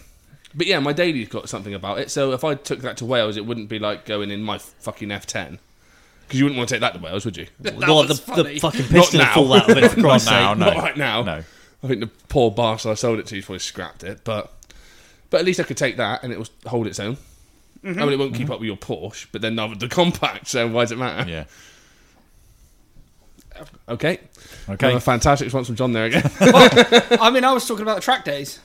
[SPEAKER 2] but yeah, my daily's got something about it. So if I took that to Wales, it wouldn't be like going in my fucking F10. Because you wouldn't want to take that to Wales, would you?
[SPEAKER 1] That
[SPEAKER 4] God,
[SPEAKER 1] was
[SPEAKER 4] the,
[SPEAKER 1] funny.
[SPEAKER 4] the fucking piston
[SPEAKER 2] now.
[SPEAKER 4] would
[SPEAKER 5] [LAUGHS]
[SPEAKER 4] fall out of
[SPEAKER 3] [LAUGHS]
[SPEAKER 4] it for
[SPEAKER 3] Not
[SPEAKER 4] Christ's
[SPEAKER 3] now,
[SPEAKER 4] sake.
[SPEAKER 3] no.
[SPEAKER 2] Not right now.
[SPEAKER 3] No.
[SPEAKER 2] I think the poor bastard I sold it to, he's probably scrapped it. But but at least I could take that and it will hold its own. I mean, it won't keep up with your Porsche, but then neither the compact. So why does it matter?
[SPEAKER 3] Yeah.
[SPEAKER 2] Okay.
[SPEAKER 3] Okay.
[SPEAKER 2] Another fantastic response from John there again.
[SPEAKER 1] I mean, I was talking about the track days.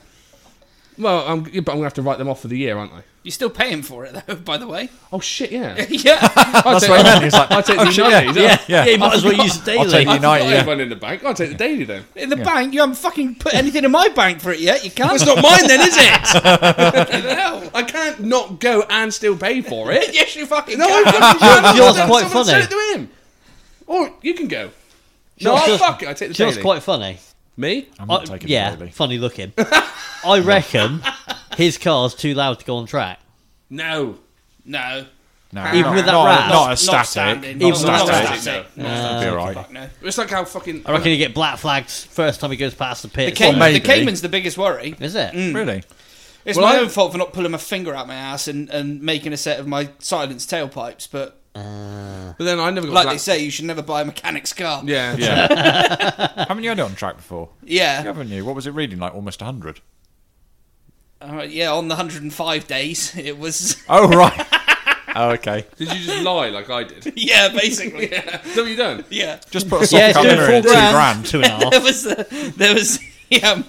[SPEAKER 2] well, I'm, yeah, but I'm gonna have to write them off for the year, aren't I?
[SPEAKER 1] You're still paying for it, though, by the way. [LAUGHS]
[SPEAKER 2] Oh shit, yeah.
[SPEAKER 1] yeah.
[SPEAKER 2] I'll take,
[SPEAKER 3] what I meant, it's like,
[SPEAKER 2] I'll take the
[SPEAKER 3] oh, shit, yeah,
[SPEAKER 2] United.
[SPEAKER 4] Yeah,
[SPEAKER 3] Yeah.
[SPEAKER 4] yeah, you might as well use the
[SPEAKER 3] I'll take
[SPEAKER 4] daily.
[SPEAKER 3] you- United, yeah.
[SPEAKER 2] in the bank. I'll take the daily then.
[SPEAKER 1] In the bank, you haven't fucking put anything in my bank for it yet. You can't.
[SPEAKER 2] It's not mine then, is it?
[SPEAKER 1] hell.
[SPEAKER 2] I can't not go and still pay for [LAUGHS]
[SPEAKER 1] [LAUGHS]
[SPEAKER 2] it.
[SPEAKER 1] yes, you fucking
[SPEAKER 2] No,
[SPEAKER 1] can.
[SPEAKER 2] I fucking can't.
[SPEAKER 4] Yours
[SPEAKER 2] Someone
[SPEAKER 4] quite
[SPEAKER 2] said
[SPEAKER 4] funny.
[SPEAKER 2] it to him. Or you can go. No,
[SPEAKER 4] Yours-
[SPEAKER 2] I'll fuck it. I take the
[SPEAKER 4] She was
[SPEAKER 2] daily.
[SPEAKER 4] quite funny.
[SPEAKER 2] Me?
[SPEAKER 3] I'm not
[SPEAKER 5] Uh,
[SPEAKER 4] I-
[SPEAKER 3] taking
[SPEAKER 4] yeah,
[SPEAKER 3] the daily.
[SPEAKER 4] funny
[SPEAKER 3] [LAUGHS]
[SPEAKER 4] looking. I reckon his car's too loud to go on track.
[SPEAKER 2] No.
[SPEAKER 1] No.
[SPEAKER 3] No,
[SPEAKER 1] Even
[SPEAKER 3] not-
[SPEAKER 4] with that
[SPEAKER 3] not,
[SPEAKER 4] wrap.
[SPEAKER 3] Not a
[SPEAKER 1] Not
[SPEAKER 3] static.
[SPEAKER 1] standing.
[SPEAKER 3] Not
[SPEAKER 4] Even with
[SPEAKER 3] static.
[SPEAKER 2] that wrap.
[SPEAKER 1] No.
[SPEAKER 3] That'd
[SPEAKER 5] Uh,
[SPEAKER 3] be all right.
[SPEAKER 5] [LAUGHS]
[SPEAKER 1] Fuck no.
[SPEAKER 2] It's like how fucking.
[SPEAKER 4] I reckon you get black flagged first time he goes past the
[SPEAKER 1] The,
[SPEAKER 4] pit.
[SPEAKER 1] Cayman,
[SPEAKER 3] maybe.
[SPEAKER 2] Mm.
[SPEAKER 1] the Cayman's the biggest worry.
[SPEAKER 4] Is it?
[SPEAKER 3] Really?
[SPEAKER 1] It's
[SPEAKER 2] Well,
[SPEAKER 1] my
[SPEAKER 2] I-
[SPEAKER 1] own fault for not pulling my finger out my ass and, and making a set of my silenced tailpipes. But
[SPEAKER 2] But then I never got
[SPEAKER 1] like
[SPEAKER 2] black.
[SPEAKER 1] they say, you should never buy a mechanic's car.
[SPEAKER 2] yeah,
[SPEAKER 5] Yeah. Haven't you had it on track before?
[SPEAKER 1] yeah,
[SPEAKER 5] Haven't you? What was it reading? Like almost 100?
[SPEAKER 1] Uh, yeah. On the 105 days, it was [LAUGHS]
[SPEAKER 5] Oh, [LAUGHS]
[SPEAKER 3] [LAUGHS]
[SPEAKER 5] right. oh, okay.
[SPEAKER 2] Did you just lie like I did?
[SPEAKER 1] yeah, basically, yeah.
[SPEAKER 2] Is that what you [LAUGHS] done?
[SPEAKER 5] Just put a
[SPEAKER 4] Yeah,
[SPEAKER 5] soft
[SPEAKER 4] it's
[SPEAKER 5] cover
[SPEAKER 4] doing
[SPEAKER 5] in
[SPEAKER 4] four
[SPEAKER 5] it, two grand.
[SPEAKER 4] Two and a half.
[SPEAKER 1] there was the, there was yeah,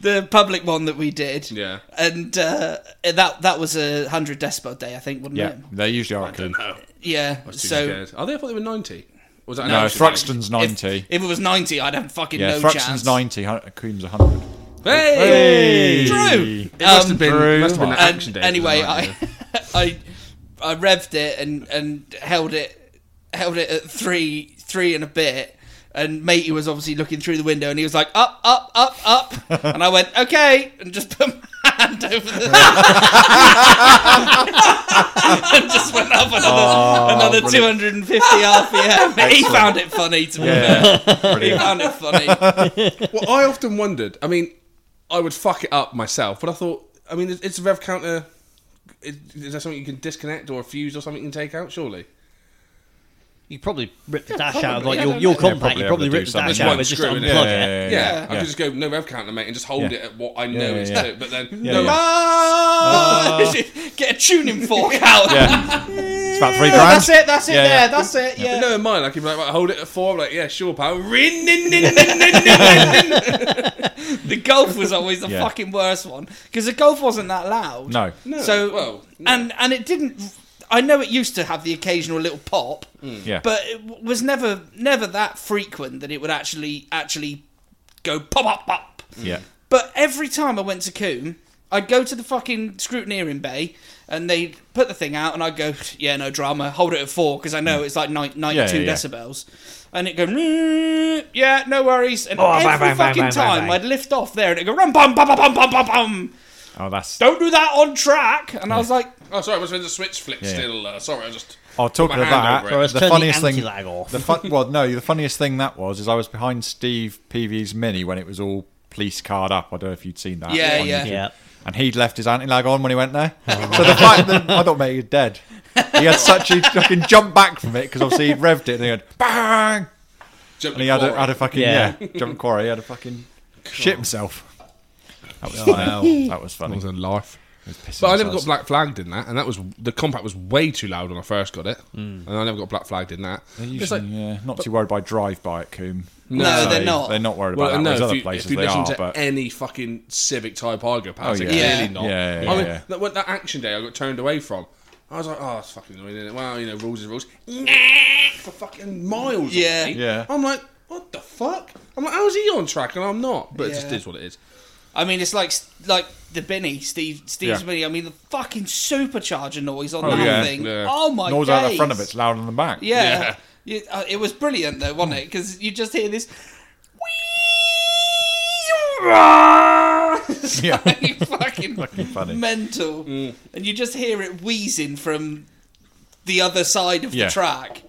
[SPEAKER 1] the public one that we did.
[SPEAKER 2] Yeah.
[SPEAKER 1] and uh, that that was a hundred decibel day, I think, wasn't
[SPEAKER 5] Yeah,
[SPEAKER 1] it?
[SPEAKER 5] they usually are.
[SPEAKER 2] don't know.
[SPEAKER 1] Yeah.
[SPEAKER 2] I was too
[SPEAKER 1] So
[SPEAKER 2] scared. Oh, they thought they were ninety. Was that an
[SPEAKER 5] No,
[SPEAKER 2] action?
[SPEAKER 5] Thruxton's 90.
[SPEAKER 1] if, if it was ninety, I'd have fucking
[SPEAKER 5] yeah,
[SPEAKER 1] no
[SPEAKER 5] Thruxton's
[SPEAKER 1] chance.
[SPEAKER 5] 90, hun- Queen's 100.
[SPEAKER 2] Hey,
[SPEAKER 1] Drew.
[SPEAKER 2] It must
[SPEAKER 1] Um,
[SPEAKER 2] have been.
[SPEAKER 5] Drew.
[SPEAKER 2] Must have been an
[SPEAKER 1] And
[SPEAKER 2] action day.
[SPEAKER 1] anyway,
[SPEAKER 2] wasn't it?
[SPEAKER 1] I, I [LAUGHS] I revved it and and held it held it at three three and a bit. And matey was obviously looking through the window, and he was like, "Up, up, up, up," and I went, "Okay," and just put my [LAUGHS] hand over the and just went up another, another 250 RPM. He found it funny to be
[SPEAKER 5] [LAUGHS]
[SPEAKER 1] fair. He found it funny.
[SPEAKER 2] Well, I often wondered. I mean, I would fuck it up myself, but I thought. I mean, it's- it's a rev counter. Is, is there something you can disconnect or fuse or something you can take out? Surely.
[SPEAKER 4] You probably ripped the dash out of
[SPEAKER 1] probably.
[SPEAKER 4] like
[SPEAKER 1] I
[SPEAKER 4] your,
[SPEAKER 1] don't
[SPEAKER 4] your
[SPEAKER 1] know.
[SPEAKER 4] compact.
[SPEAKER 5] probably
[SPEAKER 4] you
[SPEAKER 5] able
[SPEAKER 4] probably
[SPEAKER 5] to do
[SPEAKER 4] ripped the dash
[SPEAKER 5] something.
[SPEAKER 4] out
[SPEAKER 2] One
[SPEAKER 4] and just
[SPEAKER 2] screw
[SPEAKER 4] unplug
[SPEAKER 2] in
[SPEAKER 4] it.
[SPEAKER 2] it.
[SPEAKER 5] Yeah,
[SPEAKER 2] Yeah, I could just go no rev counter, mate, and just hold
[SPEAKER 5] Yeah.
[SPEAKER 2] it at what I know is
[SPEAKER 5] yeah,
[SPEAKER 2] to.
[SPEAKER 5] yeah.
[SPEAKER 2] But then
[SPEAKER 5] Yeah,
[SPEAKER 2] no,
[SPEAKER 5] yeah.
[SPEAKER 1] Ah! [LAUGHS] Get a tuning fork out.
[SPEAKER 5] It's about three
[SPEAKER 1] [LAUGHS]
[SPEAKER 5] grand.
[SPEAKER 1] That's it. That's it.
[SPEAKER 5] Yeah,
[SPEAKER 1] there.
[SPEAKER 5] yeah.
[SPEAKER 1] That's it. Yeah.
[SPEAKER 2] No, in mine, I can be like, right, hold it at four. I'm like, yeah, sure, pal. Rin, nin, nin, nin, nin, nin, nin, nin.
[SPEAKER 1] The golf was always the
[SPEAKER 5] Yeah.
[SPEAKER 1] fucking worst one because the golf wasn't that loud.
[SPEAKER 5] No.
[SPEAKER 2] No,
[SPEAKER 1] So
[SPEAKER 2] well, no.
[SPEAKER 1] and and it didn't. I know it used to have the occasional little pop,
[SPEAKER 2] Mm.
[SPEAKER 5] Yeah.
[SPEAKER 1] but it w- was never never that frequent that it would actually actually go pop up pop.
[SPEAKER 5] yeah.
[SPEAKER 1] But every time I went to Coombe, I'd go to the fucking scrutineering bay and they'd put the thing out and I'd go, yeah, no drama, hold it at four because I know it's like nine, 92
[SPEAKER 5] Mm. yeah.
[SPEAKER 1] decibels. And it'd go, "Mm, yeah, no worries. And
[SPEAKER 5] Oh,
[SPEAKER 1] every
[SPEAKER 4] bang, bang, bang,
[SPEAKER 1] fucking
[SPEAKER 4] bang, bang,
[SPEAKER 1] time
[SPEAKER 4] bang.
[SPEAKER 1] I'd lift off there and it'd go, rum, bum, bum, bum, bum, bum, bum, bum.
[SPEAKER 5] Oh, that's.
[SPEAKER 1] Don't do that on track. And I was like,
[SPEAKER 2] Oh, sorry, I was when the switch flipped
[SPEAKER 5] Yeah.
[SPEAKER 2] still. Uh, sorry, I just.
[SPEAKER 5] Oh, talking
[SPEAKER 2] put
[SPEAKER 5] of
[SPEAKER 2] my hand
[SPEAKER 5] that,
[SPEAKER 2] over it. Or
[SPEAKER 4] it's
[SPEAKER 5] the
[SPEAKER 4] turn the
[SPEAKER 5] funniest thing.
[SPEAKER 4] anti-lag off.
[SPEAKER 5] The fun, well, no, the funniest thing that was is I was behind Steve Peavy's Mini when it was all police card up. I don't know if you'd seen that.
[SPEAKER 1] Yeah,
[SPEAKER 5] on
[SPEAKER 1] yeah.
[SPEAKER 5] YouTube.
[SPEAKER 4] Yeah. Oh.
[SPEAKER 5] And he'd left his anti lag on when he went there. so the fact that I thought, mate, he was dead. He had such a fucking jump back from it because obviously he'd revved it and he went bang.
[SPEAKER 2] jumped
[SPEAKER 5] And he had a,
[SPEAKER 2] forward.
[SPEAKER 5] had a fucking,
[SPEAKER 4] Yeah.
[SPEAKER 5] yeah, [LAUGHS] jump quarry. He had a fucking shit himself. That was funny. that was funny.
[SPEAKER 2] That was a laugh.
[SPEAKER 5] He was pissing
[SPEAKER 2] But I never
[SPEAKER 5] himself.
[SPEAKER 2] got black flagged in that, and that was the compact was way too loud when I first got it, and I never got black flagged in that.
[SPEAKER 5] They're
[SPEAKER 2] It's like-
[SPEAKER 5] usually Hmm. yeah, not too worried by drive by at Coombe.
[SPEAKER 1] No, No, they're not.
[SPEAKER 5] They're not worried about
[SPEAKER 2] Well,
[SPEAKER 5] that.
[SPEAKER 2] no,
[SPEAKER 5] There's
[SPEAKER 2] if
[SPEAKER 5] other
[SPEAKER 2] you,
[SPEAKER 5] places
[SPEAKER 2] if you
[SPEAKER 5] they
[SPEAKER 2] listen
[SPEAKER 5] are,
[SPEAKER 2] to
[SPEAKER 5] but
[SPEAKER 2] any fucking Civic Type I go past,
[SPEAKER 5] Oh,
[SPEAKER 2] it's
[SPEAKER 5] yeah.
[SPEAKER 1] Yeah.
[SPEAKER 2] clearly not.
[SPEAKER 5] Yeah, yeah,
[SPEAKER 2] I mean,
[SPEAKER 5] yeah.
[SPEAKER 2] That, what- that action day I got turned away from. I was like, oh, it's fucking annoying, isn't it? Well, you know, rules is rules. Nah, for fucking miles.
[SPEAKER 1] Yeah.
[SPEAKER 2] away.
[SPEAKER 5] Yeah.
[SPEAKER 2] I'm like, what the fuck? I'm like, how's he on track and I'm not? But it just
[SPEAKER 1] Yeah.
[SPEAKER 2] is what it is.
[SPEAKER 1] I mean, it's like like the Binny, Steve, Steve's
[SPEAKER 5] Yeah.
[SPEAKER 1] Binny. I mean, the fucking supercharger noise on
[SPEAKER 5] Oh,
[SPEAKER 1] that
[SPEAKER 5] yeah.
[SPEAKER 1] thing.
[SPEAKER 2] Yeah.
[SPEAKER 1] Oh my god!
[SPEAKER 5] noise out the front of it's louder than the back.
[SPEAKER 1] Yeah. You- uh, it was brilliant though, wasn't it? Because you just hear this. [LAUGHS] It's
[SPEAKER 5] [LAUGHS] Yeah.
[SPEAKER 1] like
[SPEAKER 5] [LAUGHS]
[SPEAKER 1] fucking,
[SPEAKER 5] funny. Mm.
[SPEAKER 1] mental, and you just hear it wheezing from the other side of
[SPEAKER 5] Yeah.
[SPEAKER 1] the track.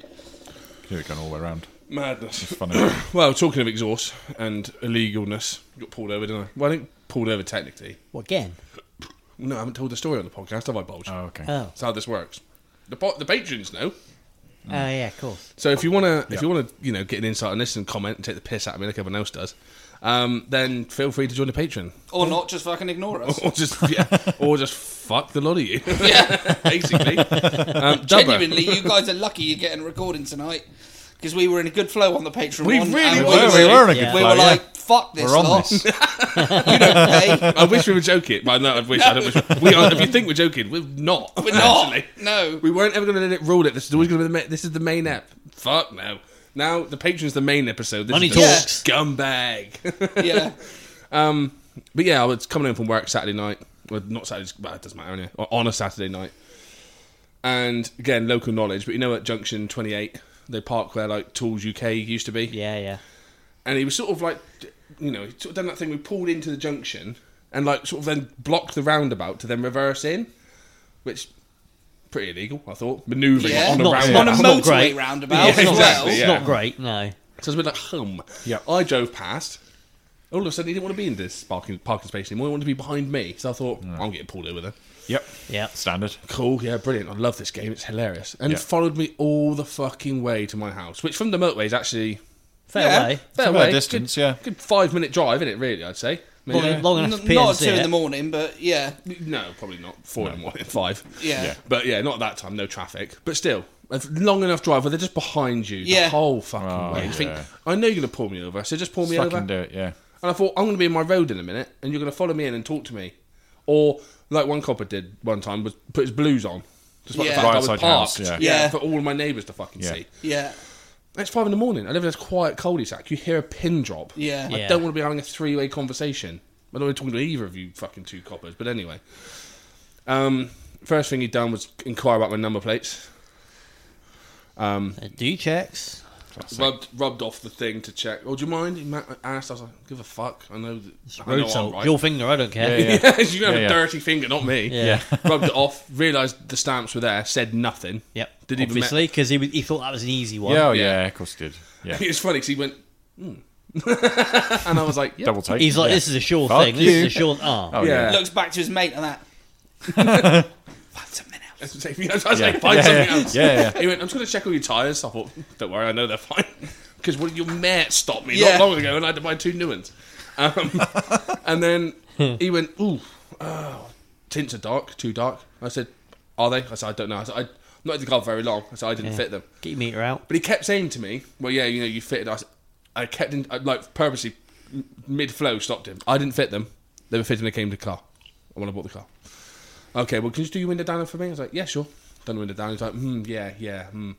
[SPEAKER 5] Here we go all the way around.
[SPEAKER 2] Madness. [LAUGHS]
[SPEAKER 5] Funny.
[SPEAKER 2] Well, talking of exhaust and illegalness, got pulled over, didn't I? Well, I didn't pulled over technically.
[SPEAKER 4] What again?
[SPEAKER 2] No, I haven't told the story on the podcast, have I, Bulge?
[SPEAKER 5] oh, okay.
[SPEAKER 4] Oh.
[SPEAKER 2] That's how this works. The, po- the patrons know.
[SPEAKER 4] Oh yeah, of course.
[SPEAKER 2] So if you want to, if you want to, you know, get an insight on this and comment and take the piss out of me like everyone else does, um, then feel free to join the patron,
[SPEAKER 1] Or not, just fucking ignore
[SPEAKER 5] [LAUGHS]
[SPEAKER 1] us. [LAUGHS]
[SPEAKER 2] [LAUGHS] or just,
[SPEAKER 4] [LAUGHS]
[SPEAKER 2] yeah, or just fuck the lot of you, [LAUGHS]
[SPEAKER 1] yeah,
[SPEAKER 2] basically. Um, Dubber,
[SPEAKER 1] genuinely, you guys are lucky you're getting recording tonight because we were in a good flow on the Patreon.
[SPEAKER 2] We
[SPEAKER 1] one,
[SPEAKER 2] really
[SPEAKER 1] and
[SPEAKER 2] were,
[SPEAKER 5] we were in a
[SPEAKER 1] we
[SPEAKER 5] good
[SPEAKER 1] were
[SPEAKER 5] flow, yeah.
[SPEAKER 1] like, fuck this
[SPEAKER 5] We're on
[SPEAKER 1] lot.
[SPEAKER 5] this.
[SPEAKER 1] [LAUGHS] You don't
[SPEAKER 5] [LAUGHS]
[SPEAKER 1] pay.
[SPEAKER 2] I wish we were joking, but no, I wish I don't. Wish, we are, if you think we're joking, we're not.
[SPEAKER 1] We're not.
[SPEAKER 2] actually.
[SPEAKER 1] No.
[SPEAKER 2] we weren't ever going to let it rule it. This is always going to be the ma- this is the main app. Fuck no. Now the patron's the main episode. This
[SPEAKER 4] Money
[SPEAKER 2] is the
[SPEAKER 4] talks.
[SPEAKER 2] scumbag. [LAUGHS]
[SPEAKER 1] yeah.
[SPEAKER 2] But yeah, I was coming home from work Saturday night. Well, not Saturday. Well, it doesn't matter. Anyway, or on a Saturday night. And again, local knowledge. But you know, at Junction Twenty Eight, they park where like Tools UK used to be.
[SPEAKER 4] Yeah, yeah.
[SPEAKER 2] And he was sort of like, you know, he sort of done that thing. We pulled into the junction and like sort of then blocked the roundabout to then reverse in, which pretty illegal, I thought. Manoeuvring
[SPEAKER 1] Yeah.
[SPEAKER 2] on a
[SPEAKER 4] Not-
[SPEAKER 2] roundabout. [LAUGHS]
[SPEAKER 1] On a
[SPEAKER 4] That's not
[SPEAKER 1] motorway
[SPEAKER 4] great.
[SPEAKER 1] roundabout
[SPEAKER 2] Yeah,
[SPEAKER 1] as
[SPEAKER 2] exactly,
[SPEAKER 1] well.
[SPEAKER 4] It's
[SPEAKER 2] yeah.
[SPEAKER 4] not great. No.
[SPEAKER 2] So it's a bit like hum.
[SPEAKER 5] Yeah.
[SPEAKER 2] I drove past, All of a sudden, he didn't want to be in this parking, parking space anymore. He wanted to be behind me. So I thought, I'm getting pulled over then.
[SPEAKER 3] Yep.
[SPEAKER 4] Yeah.
[SPEAKER 3] Standard.
[SPEAKER 2] Cool, yeah, brilliant. I love this game. It's hilarious. And
[SPEAKER 3] Yeah.
[SPEAKER 2] followed me all the fucking way to my house, which from the motorway is actually
[SPEAKER 4] Fair
[SPEAKER 2] yeah,
[SPEAKER 4] way.
[SPEAKER 2] Fair
[SPEAKER 3] a fair
[SPEAKER 2] way.
[SPEAKER 3] distance,
[SPEAKER 2] good,
[SPEAKER 3] yeah.
[SPEAKER 2] Good five minute drive, isn't it? Really, I'd say. I mean,
[SPEAKER 4] Long, long enough to
[SPEAKER 1] N-
[SPEAKER 4] peer
[SPEAKER 1] not
[SPEAKER 4] and
[SPEAKER 1] at
[SPEAKER 4] see
[SPEAKER 1] two in
[SPEAKER 4] it.
[SPEAKER 1] the morning, but yeah,
[SPEAKER 2] No, probably not. Four in the morning, [LAUGHS] five.
[SPEAKER 1] Yeah. Yeah.
[SPEAKER 2] But yeah, not at that time. No traffic. But still, a long enough drive where they're just behind you the
[SPEAKER 1] Yeah.
[SPEAKER 2] whole fucking
[SPEAKER 3] Oh,
[SPEAKER 2] way. You think,
[SPEAKER 3] yeah.
[SPEAKER 2] I know you're gonna pull me over, so just pull me
[SPEAKER 3] Fucking
[SPEAKER 2] over.
[SPEAKER 3] do it, yeah.
[SPEAKER 2] And I thought, I'm going to be in my road in a minute, and you're going to follow me in and talk to me. Or, like one copper did one time, was put his blues on. Despite
[SPEAKER 1] Yeah.
[SPEAKER 2] the fact
[SPEAKER 1] Right
[SPEAKER 2] I was
[SPEAKER 3] outside
[SPEAKER 2] parked.
[SPEAKER 3] your house,
[SPEAKER 2] yeah.
[SPEAKER 3] yeah.
[SPEAKER 1] Yeah.
[SPEAKER 2] for all my neighbours to fucking
[SPEAKER 3] Yeah.
[SPEAKER 2] see.
[SPEAKER 1] yeah,
[SPEAKER 2] And it's five in the morning. I live in this quiet cul-de-sac. You hear a pin drop.
[SPEAKER 1] Yeah.
[SPEAKER 2] I
[SPEAKER 4] Yeah.
[SPEAKER 2] don't want to be having a three-way conversation. I don't want to be talking to either of you fucking two coppers. But anyway. Um, first thing he'd done was inquire about my number plates.
[SPEAKER 4] Uh, Do checks.
[SPEAKER 2] Rubbed, rubbed off the thing to check. Oh, do you mind? He ma- asked. I was like, give a fuck. I know that. I know
[SPEAKER 4] Road
[SPEAKER 2] I'm
[SPEAKER 4] salt.
[SPEAKER 2] right.
[SPEAKER 4] Your finger, I don't care.
[SPEAKER 3] Yeah,
[SPEAKER 2] Yeah, [LAUGHS] you have
[SPEAKER 3] Yeah,
[SPEAKER 2] a
[SPEAKER 3] yeah.
[SPEAKER 2] dirty finger, not me.
[SPEAKER 4] Yeah.
[SPEAKER 2] [LAUGHS] Rubbed it off, realised the stamps were there, said nothing.
[SPEAKER 4] Yep.
[SPEAKER 2] Did
[SPEAKER 4] Did
[SPEAKER 2] he even
[SPEAKER 4] Obviously, because he, was- he thought that was an easy one.
[SPEAKER 3] Yeah, oh,
[SPEAKER 2] Yeah.
[SPEAKER 3] yeah, of course you did. Yeah.
[SPEAKER 2] [LAUGHS] It's funny because he went, hmm. [LAUGHS] and I was like, yeah.
[SPEAKER 3] Double take.
[SPEAKER 4] He's like,
[SPEAKER 3] yeah.
[SPEAKER 4] this is a sure
[SPEAKER 3] Fuck
[SPEAKER 4] thing. This is
[SPEAKER 3] you.
[SPEAKER 4] a sure. Ah.
[SPEAKER 3] Oh,
[SPEAKER 2] Yeah. [LAUGHS]
[SPEAKER 3] yeah.
[SPEAKER 1] Looks back to his mate and that. Find something else.
[SPEAKER 2] I was like,
[SPEAKER 3] Yeah.
[SPEAKER 2] find
[SPEAKER 3] Yeah,
[SPEAKER 2] something
[SPEAKER 3] yeah.
[SPEAKER 2] else.
[SPEAKER 3] Yeah, yeah.
[SPEAKER 2] He went, I'm just going to check all your tyres. I thought, "Hmm, don't worry, I know they're fine. [LAUGHS] Because well, your mate stopped me
[SPEAKER 1] Yeah.
[SPEAKER 2] not long ago and I had to buy two new ones. Um,
[SPEAKER 3] [LAUGHS]
[SPEAKER 2] and then
[SPEAKER 4] Hmm.
[SPEAKER 2] he went, ooh, oh, tints are dark, too dark. I said, are they? I said, I don't know. I said, I'm not in the car very long. I said, I didn't fit them.
[SPEAKER 4] Get your meter out.
[SPEAKER 2] But he kept saying to me, "Well, yeah, you know, you fitted." I, s- I kept in, I, like purposely mid flow stopped him. I didn't fit them; they were fitted when they came to the car. I want to bought the car. Okay, well, can you do your window down for me? I was like, "Yeah, sure." Done the window down. He's like, "Hmm, yeah, yeah." Hmm.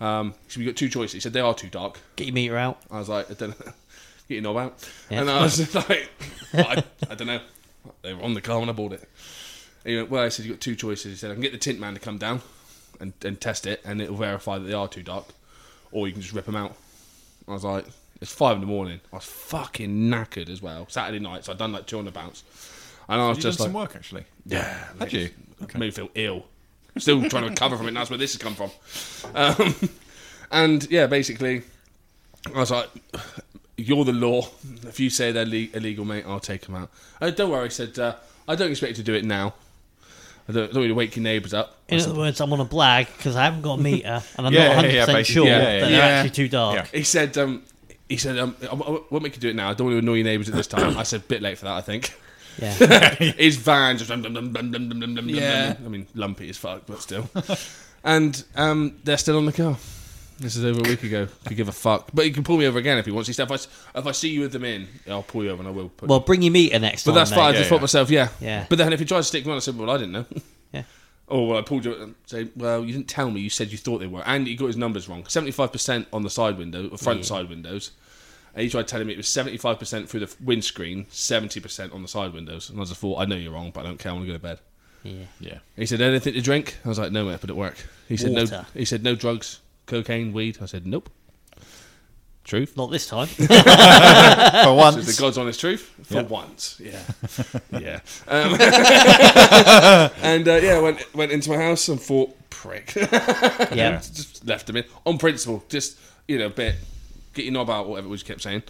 [SPEAKER 2] Um, so we got two choices. He said they are too dark.
[SPEAKER 4] Get your meter out.
[SPEAKER 2] I was like, "I don't know." [LAUGHS] Get your knob out.
[SPEAKER 4] Yeah.
[SPEAKER 2] And I was just like, I, "I don't know." They were on the car when I bought it. And he went, "Well," I said, "You got two choices." He said, "I can get the tint man to come down and, and test it, and it'll verify that they are too dark, or you can just rip them out." I was like, "It's five in the morning. I was fucking knackered as well. Saturday night, so I'd done like two on the bounce, and I was
[SPEAKER 3] You've
[SPEAKER 2] just
[SPEAKER 3] done
[SPEAKER 2] like,
[SPEAKER 3] some work, actually.
[SPEAKER 2] "Yeah,
[SPEAKER 3] Had you?
[SPEAKER 2] Okay. Made me feel ill. Still trying to recover from it. And that's where this has come from." Um, and yeah, basically, I was like, "You're the law. If you say they're le- illegal, mate, I'll take them out." Oh, don't worry. I said, uh, "I don't expect you to do it now. I don't, I don't want you to wake your neighbours up."
[SPEAKER 4] In other words, I'm on a blag because I haven't got a meter and I'm
[SPEAKER 3] Yeah, yeah,
[SPEAKER 4] not 100%
[SPEAKER 3] yeah, basically.
[SPEAKER 4] sure
[SPEAKER 2] Yeah,
[SPEAKER 4] that
[SPEAKER 2] yeah,
[SPEAKER 4] they're
[SPEAKER 2] yeah.
[SPEAKER 4] actually too dark.
[SPEAKER 3] Yeah.
[SPEAKER 2] He said, um, "He said, um, I, I won't make you do it now. I don't want to annoy your neighbours at this time." I said, "Bit late for that, I think."
[SPEAKER 4] Yeah.
[SPEAKER 2] [LAUGHS] His van just dum dum dum dum dum dum dum dum.
[SPEAKER 1] Yeah.
[SPEAKER 2] Yeah. I mean, lumpy as fuck, but still. and um, they're still on the car. This is over a week ago. Could give a fuck, but he can pull me over again if he wants. He said, "If I, s- if I see you with them in, I'll pull you over and I will." Put
[SPEAKER 4] Well, bring your meter next
[SPEAKER 2] but
[SPEAKER 4] time.
[SPEAKER 2] that's fine. I
[SPEAKER 4] mate.
[SPEAKER 2] just
[SPEAKER 3] Yeah,
[SPEAKER 2] thought
[SPEAKER 3] yeah.
[SPEAKER 2] myself, yeah.
[SPEAKER 4] Yeah.
[SPEAKER 2] But then if he tries to stick me on, I said, "Well, I didn't know." [LAUGHS]
[SPEAKER 4] Yeah.
[SPEAKER 2] Oh, well, I pulled you and say, well, you didn't tell me. You said you thought they were, and he got his numbers wrong. Seventy-five percent on the side window, or front side windows, and he tried telling me it was seventy-five percent through the windscreen, seventy percent on the side windows. And I just thought, I know you're wrong, but I don't care. I want to go to bed.
[SPEAKER 4] Yeah.
[SPEAKER 3] Yeah.
[SPEAKER 2] He said, anything to drink? I was like, no, mate, but at work. He said,
[SPEAKER 4] Water.
[SPEAKER 2] no. He said, no drugs, cocaine, weed. I said, nope. Truth.
[SPEAKER 4] Not
[SPEAKER 2] [LAUGHS]
[SPEAKER 4] this time.
[SPEAKER 3] For
[SPEAKER 4] Um,
[SPEAKER 2] This is the
[SPEAKER 3] once.
[SPEAKER 2] God's honest truth for
[SPEAKER 3] Yeah.
[SPEAKER 2] once.
[SPEAKER 4] [LAUGHS]
[SPEAKER 2] Yeah, yeah. Um, [LAUGHS] and uh, yeah, went went into my house and thought, prick. [LAUGHS]
[SPEAKER 4] yeah.
[SPEAKER 2] just left him in on principle. Just you know, bit get your knob out, whatever it was you kept saying.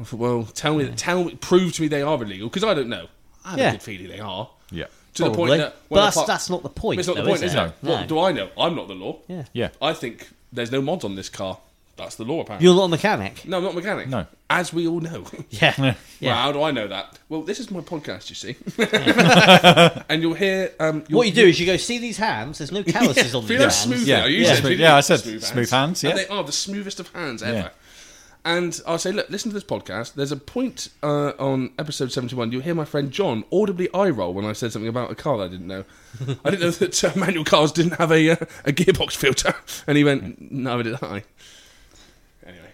[SPEAKER 2] I thought, well, tell me, tell me, prove to me they are illegal because I don't know. I have
[SPEAKER 4] Yeah.
[SPEAKER 2] a good feeling they are.
[SPEAKER 3] Yeah.
[SPEAKER 2] To the
[SPEAKER 4] Probably.
[SPEAKER 2] point that
[SPEAKER 4] but
[SPEAKER 2] when I
[SPEAKER 4] that's,
[SPEAKER 2] park-
[SPEAKER 4] that's not the point.
[SPEAKER 2] it's not the
[SPEAKER 4] though,
[SPEAKER 2] point,
[SPEAKER 4] is
[SPEAKER 2] is
[SPEAKER 4] it?
[SPEAKER 2] it? What do I know? I'm not the law.
[SPEAKER 4] Yeah.
[SPEAKER 3] Yeah.
[SPEAKER 2] I think there's no mods on this car. That's the law, apparently.
[SPEAKER 4] You're not
[SPEAKER 2] [LAUGHS]
[SPEAKER 4] a mechanic.
[SPEAKER 2] no, I'm not a mechanic.
[SPEAKER 3] No.
[SPEAKER 2] as we all know. [LAUGHS]
[SPEAKER 4] Yeah.
[SPEAKER 2] Well,
[SPEAKER 4] yeah.
[SPEAKER 2] how do I know that? Well, this is my podcast, you
[SPEAKER 3] [LAUGHS]
[SPEAKER 2] see. and you'll hear. Um, you'll, [LAUGHS]
[SPEAKER 4] What you do is you go, see these hands? There's no calluses on
[SPEAKER 2] Feel
[SPEAKER 4] these
[SPEAKER 2] how
[SPEAKER 4] hands.
[SPEAKER 2] smooth
[SPEAKER 3] Yeah,
[SPEAKER 2] they are. You
[SPEAKER 3] yeah.
[SPEAKER 2] said,
[SPEAKER 3] Smooth-
[SPEAKER 2] didn't
[SPEAKER 3] yeah,
[SPEAKER 2] you?
[SPEAKER 3] I said smooth hands, yeah.
[SPEAKER 2] And they are the smoothest of hands ever.
[SPEAKER 3] Yeah.
[SPEAKER 2] And I'll say, look, listen to this podcast. There's a point uh, on episode 71. You'll hear my friend John audibly eye roll when I said something about a car that I didn't know. I didn't know [LAUGHS] that uh, manual cars didn't have a, uh, a gearbox filter. [LAUGHS] And he went, no, did I? Anyway.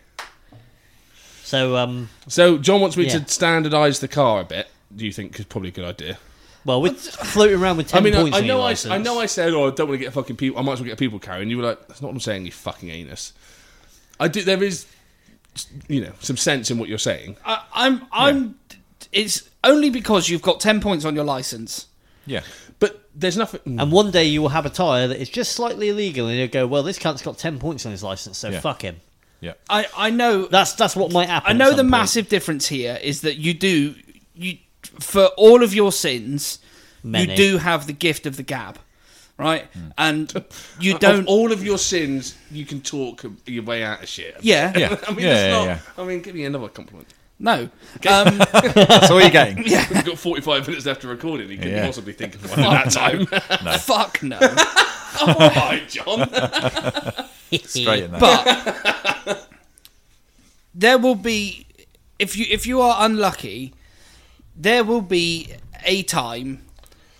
[SPEAKER 4] So, um,
[SPEAKER 2] So John wants me
[SPEAKER 4] Yeah.
[SPEAKER 2] to standardise the car a bit. Do you think is probably a good idea?
[SPEAKER 4] well, we're floating around with
[SPEAKER 2] I
[SPEAKER 4] 10
[SPEAKER 2] mean,
[SPEAKER 4] points
[SPEAKER 2] I, I
[SPEAKER 4] on your
[SPEAKER 2] know I,
[SPEAKER 4] license.
[SPEAKER 2] I know I said, oh, I don't want to get a fucking people. I might as well get a people carrier. And you were like, that's not what I'm saying. You fucking anus. I do. There is, you know, some sense in what you're saying.
[SPEAKER 1] I, I'm, I'm. It's only because you've got ten points on your license.
[SPEAKER 3] Yeah.
[SPEAKER 2] [LAUGHS] But there's nothing.
[SPEAKER 4] And one day you will have a tyre that is just slightly illegal, and you'll go, well, this cunt's got 10 points on his licence, so
[SPEAKER 3] Yeah.
[SPEAKER 4] fuck him.
[SPEAKER 3] Yeah.
[SPEAKER 1] I, I know
[SPEAKER 4] That's that's what might happen.
[SPEAKER 1] I
[SPEAKER 4] at
[SPEAKER 1] know
[SPEAKER 4] some
[SPEAKER 1] the
[SPEAKER 4] point. [LAUGHS]
[SPEAKER 1] massive difference here is that you do you for all of your sins,
[SPEAKER 4] Many.
[SPEAKER 1] you do have the gift of the gab, right? And you don't.
[SPEAKER 2] Of all of your sins, you can talk your way out of shit.
[SPEAKER 1] yeah,
[SPEAKER 3] Yeah.
[SPEAKER 2] I mean,
[SPEAKER 3] yeah,
[SPEAKER 2] that's
[SPEAKER 3] yeah,
[SPEAKER 2] not.
[SPEAKER 3] yeah.
[SPEAKER 2] I mean, give me another compliment.
[SPEAKER 1] no. Um,
[SPEAKER 3] That's all you're getting.
[SPEAKER 2] We've got 45 minutes left to record it. He couldn't
[SPEAKER 3] Yeah.
[SPEAKER 2] possibly think
[SPEAKER 3] [LAUGHS]
[SPEAKER 2] of one at that time. [LAUGHS]
[SPEAKER 1] Fuck no.
[SPEAKER 2] All right, John.
[SPEAKER 3] Straight in there.
[SPEAKER 1] But there will be if you if you are unlucky, there will be a time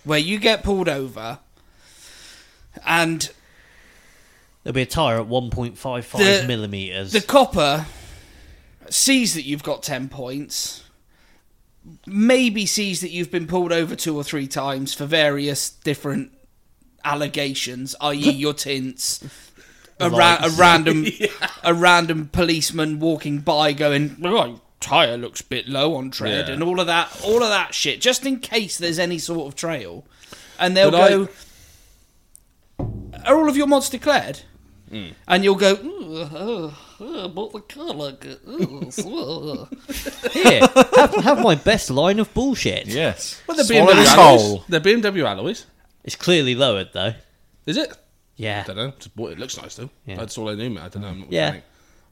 [SPEAKER 1] where you get pulled over, and
[SPEAKER 4] There'll be a tyre at 1.55
[SPEAKER 1] The-
[SPEAKER 4] millimetres.
[SPEAKER 1] The copper sees that you've got 10 points, maybe sees that you've been pulled over two or three times for various different allegations,
[SPEAKER 2] [LAUGHS]
[SPEAKER 1] i.e., your tints. A, ra- a
[SPEAKER 4] Lights.
[SPEAKER 1] random, a random policeman walking by, going, "Well, your tire looks a bit low on tread,"
[SPEAKER 2] Yeah.
[SPEAKER 1] and all of that, all of that shit, just in case there's any sort of trail, and they'll
[SPEAKER 2] But I-
[SPEAKER 1] go, "Are all of your mods declared?"
[SPEAKER 2] Hmm.
[SPEAKER 1] and you'll go, "Ooh, oh, oh, but the car like it. Ooh, [LAUGHS] so, uh."
[SPEAKER 4] Here, have, have my best line of bullshit.
[SPEAKER 3] Yes.
[SPEAKER 2] Well, they're
[SPEAKER 3] Swallow
[SPEAKER 2] BMW
[SPEAKER 3] this
[SPEAKER 2] alloys.
[SPEAKER 3] whole.
[SPEAKER 2] They're BMW alloys.
[SPEAKER 4] It's clearly lowered though.
[SPEAKER 2] Is it?
[SPEAKER 4] Yeah.
[SPEAKER 2] I don't know. Just bought it. It looks nice though.
[SPEAKER 4] Yeah.
[SPEAKER 2] That's all I knew. man. I don't know. I'm not
[SPEAKER 4] Yeah.
[SPEAKER 2] yeah.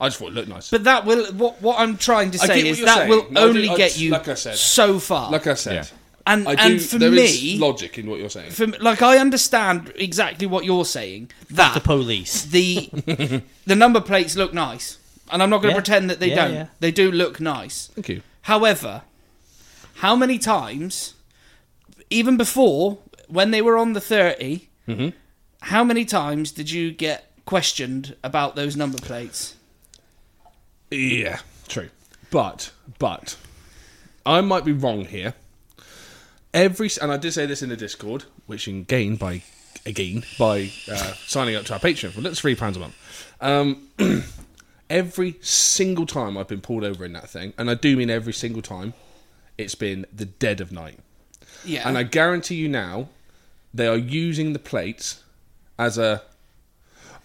[SPEAKER 2] I just thought it looked nice.
[SPEAKER 1] But that will what what I'm trying to
[SPEAKER 2] I get
[SPEAKER 1] say
[SPEAKER 2] what
[SPEAKER 1] is
[SPEAKER 2] you're
[SPEAKER 1] that
[SPEAKER 2] saying.
[SPEAKER 1] will
[SPEAKER 2] No, I
[SPEAKER 1] only
[SPEAKER 2] do- I-
[SPEAKER 1] get you
[SPEAKER 2] like I said.
[SPEAKER 1] so far.
[SPEAKER 2] like I said,
[SPEAKER 3] Yeah.
[SPEAKER 1] and
[SPEAKER 2] I
[SPEAKER 1] and
[SPEAKER 2] do-
[SPEAKER 1] for
[SPEAKER 2] there is
[SPEAKER 1] me,
[SPEAKER 2] logic in what you're saying.
[SPEAKER 1] for, me- like I understand exactly what you're saying. That
[SPEAKER 4] The police.
[SPEAKER 1] the
[SPEAKER 4] [LAUGHS]
[SPEAKER 1] the number plates look nice, and I'm not going to
[SPEAKER 4] Yeah.
[SPEAKER 1] pretend that they
[SPEAKER 4] Yeah,
[SPEAKER 1] don't.
[SPEAKER 4] yeah.
[SPEAKER 1] They do look nice.
[SPEAKER 2] Thank you.
[SPEAKER 1] However, how many times, even before when they were on the 30,
[SPEAKER 4] Mm-hmm.
[SPEAKER 1] how many times did you get questioned about those number plates?
[SPEAKER 2] Yeah, true. But but I might be wrong here. Every s- and I did say this in the Discord, which you can gain by again by uh, signing up to our Patreon for that's three pounds a month. Um, [CLEARS THROAT] every single time I've been pulled over in that thing, and I do mean every single time, it's been the dead of night.
[SPEAKER 1] Yeah.
[SPEAKER 2] And I guarantee you now, they are using the plates as a.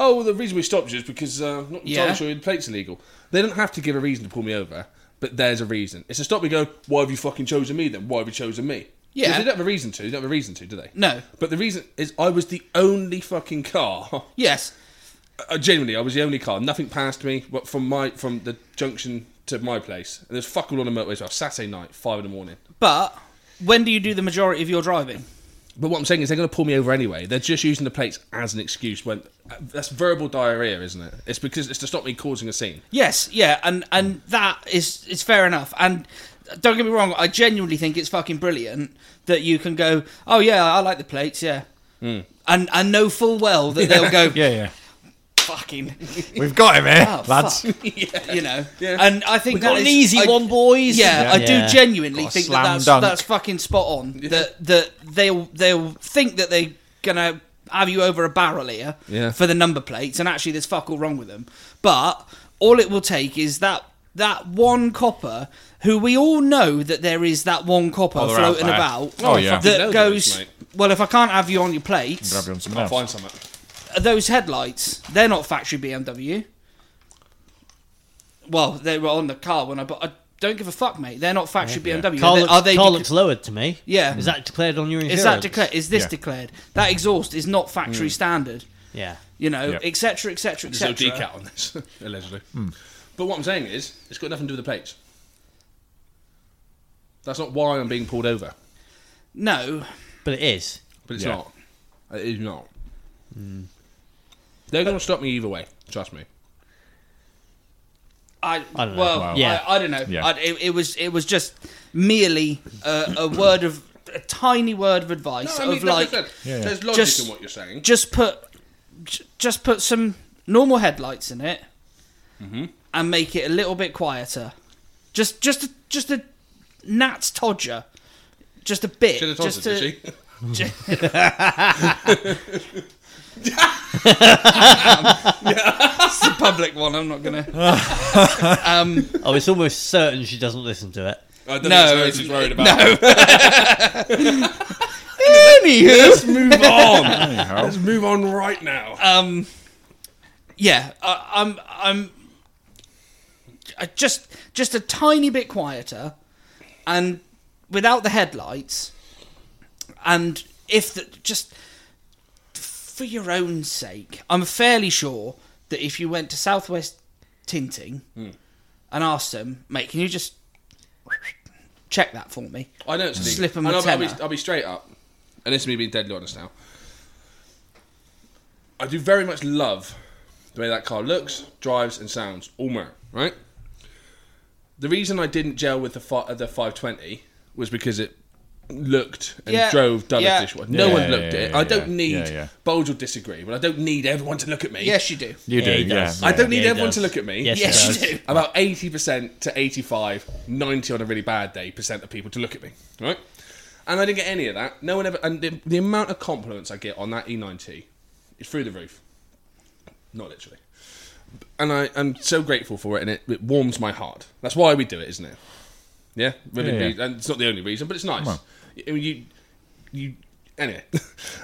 [SPEAKER 2] Oh, well, the reason we stopped you is because uh, not entirely
[SPEAKER 1] Yeah.
[SPEAKER 2] sure the plate's illegal. They don't have to give a reason to pull me over, but there's a reason. It's a stop me going, why have you fucking chosen me then? Why have you chosen me?
[SPEAKER 1] Yeah.
[SPEAKER 2] 'Cause They don't have a reason to. They don't have a reason to, do they?
[SPEAKER 1] No.
[SPEAKER 2] But the reason is I was the only fucking car. [LAUGHS]
[SPEAKER 1] yes.
[SPEAKER 2] Uh, genuinely, I was the only car. Nothing passed me but from my from the junction to my place. And there's fuck all on the motorway as well. Saturday night, 5 in the morning.
[SPEAKER 1] But when do you do the majority of your driving?
[SPEAKER 2] But what I'm saying is they're going to pull me over anyway. They're just using the plates as an excuse. When uh, that's verbal diarrhea, isn't it? It's because it's to stop me causing a scene.
[SPEAKER 1] Yes, yeah, and and that is is fair enough. And don't get me wrong, I genuinely think it's fucking brilliant that you can go, oh yeah, I like the plates, yeah, and and know full well that they'll go,
[SPEAKER 3] Yeah, yeah.
[SPEAKER 1] fucking
[SPEAKER 3] We've got him here,
[SPEAKER 1] Oh,
[SPEAKER 3] lads.
[SPEAKER 1] fuck. [LAUGHS] you know. And I think
[SPEAKER 4] Got
[SPEAKER 1] that
[SPEAKER 4] an
[SPEAKER 1] is-
[SPEAKER 4] easy
[SPEAKER 1] I-
[SPEAKER 4] one, boys.
[SPEAKER 1] Yeah, I do
[SPEAKER 4] Yeah.
[SPEAKER 1] genuinely
[SPEAKER 3] Got a
[SPEAKER 1] think that
[SPEAKER 3] slam
[SPEAKER 1] that's,
[SPEAKER 3] dunk.
[SPEAKER 1] that's fucking spot on. That that they'll they'll think that they're gonna have you over a barrel here
[SPEAKER 2] Yeah.
[SPEAKER 1] for the number plates, and actually there's fuck all wrong with them. But all it will take is that that one copper who we all know that there is that one copper
[SPEAKER 3] they're out
[SPEAKER 1] floating
[SPEAKER 3] there.
[SPEAKER 1] about
[SPEAKER 3] Oh, yeah.
[SPEAKER 2] Fucking
[SPEAKER 1] that
[SPEAKER 2] loads
[SPEAKER 1] goes.
[SPEAKER 2] of those, mate.
[SPEAKER 1] well, if I can't have you on your plates,
[SPEAKER 3] Grab you on something else.
[SPEAKER 2] Find something.
[SPEAKER 1] those headlights, they're not factory BMW. Well, they were on the car when I bought. I don't give a fuck, mate. They're not factory BMW.
[SPEAKER 4] Car
[SPEAKER 1] Are they-
[SPEAKER 4] looks,
[SPEAKER 1] are they?
[SPEAKER 4] car
[SPEAKER 1] dec-
[SPEAKER 4] looks lowered to me.
[SPEAKER 1] Yeah.
[SPEAKER 4] Is that declared on your insurance?
[SPEAKER 1] is that declared? Is this
[SPEAKER 3] Yeah.
[SPEAKER 1] declared? That exhaust is not factory standard.
[SPEAKER 4] Mm. Yeah.
[SPEAKER 1] You know,
[SPEAKER 3] Yep.
[SPEAKER 1] etc., etc.,
[SPEAKER 2] There's no
[SPEAKER 1] etc.
[SPEAKER 2] decal on this, [LAUGHS] allegedly.
[SPEAKER 3] Hmm.
[SPEAKER 2] But what I'm saying is, it's got nothing to do with the plates. That's not why I'm being pulled over.
[SPEAKER 1] No,
[SPEAKER 4] But it is.
[SPEAKER 2] But it's
[SPEAKER 3] Yeah.
[SPEAKER 2] not. It is not.
[SPEAKER 1] Hmm.
[SPEAKER 2] They're going to stop me either way. Trust me.
[SPEAKER 1] I,
[SPEAKER 4] I don't know.
[SPEAKER 1] well,
[SPEAKER 3] Wow.
[SPEAKER 4] Yeah.
[SPEAKER 1] I, I don't know.
[SPEAKER 3] Yeah.
[SPEAKER 1] I, it, it was it was just merely a, a word of a tiny word of
[SPEAKER 2] No,
[SPEAKER 1] advice
[SPEAKER 2] I mean,
[SPEAKER 1] of
[SPEAKER 2] like I
[SPEAKER 1] like
[SPEAKER 2] said,
[SPEAKER 3] Yeah, yeah.
[SPEAKER 2] there's logic
[SPEAKER 1] Just-
[SPEAKER 2] in what you're saying.
[SPEAKER 1] just put j- just put some normal headlights in it Mm-hmm. and make it a little bit quieter just just a, just a gnat's todger just a bit
[SPEAKER 2] Should have told
[SPEAKER 1] just
[SPEAKER 2] her,
[SPEAKER 1] a-
[SPEAKER 2] did she?
[SPEAKER 1] j- it's a public one i'm not [LAUGHS] gonna um
[SPEAKER 4] Oh, it's almost certain she doesn't listen to it.
[SPEAKER 2] [LAUGHS] I don't
[SPEAKER 1] No,
[SPEAKER 2] know what she's worried about.
[SPEAKER 1] anywho
[SPEAKER 2] move on. Let's
[SPEAKER 5] Uh,
[SPEAKER 2] move on right now.
[SPEAKER 1] um yeah I, i'm i'm I just just a tiny bit quieter, and without the headlights, and if the, just for your own sake, I'm fairly sure that if you went to Southwest Tinting and asked them, mate, can you just check that for me?
[SPEAKER 2] I know it's
[SPEAKER 1] Slip 'em
[SPEAKER 2] and
[SPEAKER 1] a
[SPEAKER 2] I'll, I'll, be,
[SPEAKER 1] tenner.
[SPEAKER 2] I'll be straight up, and this is me being deadly honest now. I do very much love the way that car looks, drives, and sounds. All merit, right? The reason I didn't gel with the fi- the 520 was because it looked and
[SPEAKER 1] Yeah,
[SPEAKER 2] drove done
[SPEAKER 1] yeah.
[SPEAKER 2] dish. No
[SPEAKER 3] Yeah,
[SPEAKER 2] one looked
[SPEAKER 3] yeah,
[SPEAKER 2] at it.
[SPEAKER 3] yeah,
[SPEAKER 2] I don't
[SPEAKER 3] yeah,
[SPEAKER 2] need.
[SPEAKER 3] yeah, yeah.
[SPEAKER 2] Bulge will disagree, but I don't need everyone to look at me.
[SPEAKER 1] Yes, you do.
[SPEAKER 3] You do,
[SPEAKER 4] he
[SPEAKER 3] yeah.
[SPEAKER 4] does.
[SPEAKER 2] I don't need
[SPEAKER 4] Yeah, he
[SPEAKER 2] everyone
[SPEAKER 4] does.
[SPEAKER 2] to look at me.
[SPEAKER 4] Yes, he
[SPEAKER 1] Yes, you
[SPEAKER 4] does.
[SPEAKER 1] do.
[SPEAKER 2] [LAUGHS] About 80% to 85, 90 on a really bad day, percent of people to look at me, right? And I didn't get any of that. No one ever, and the, the amount of compliments I get on that E90 is through the roof. Not literally. And I, I'm so grateful for it, and it, it warms my heart. That's why we do it, isn't it? Yeah? Really,
[SPEAKER 3] Yeah, yeah.
[SPEAKER 2] really- And it's not the only reason, but it's nice.
[SPEAKER 3] on.
[SPEAKER 2] You, you, you- anyway. [LAUGHS]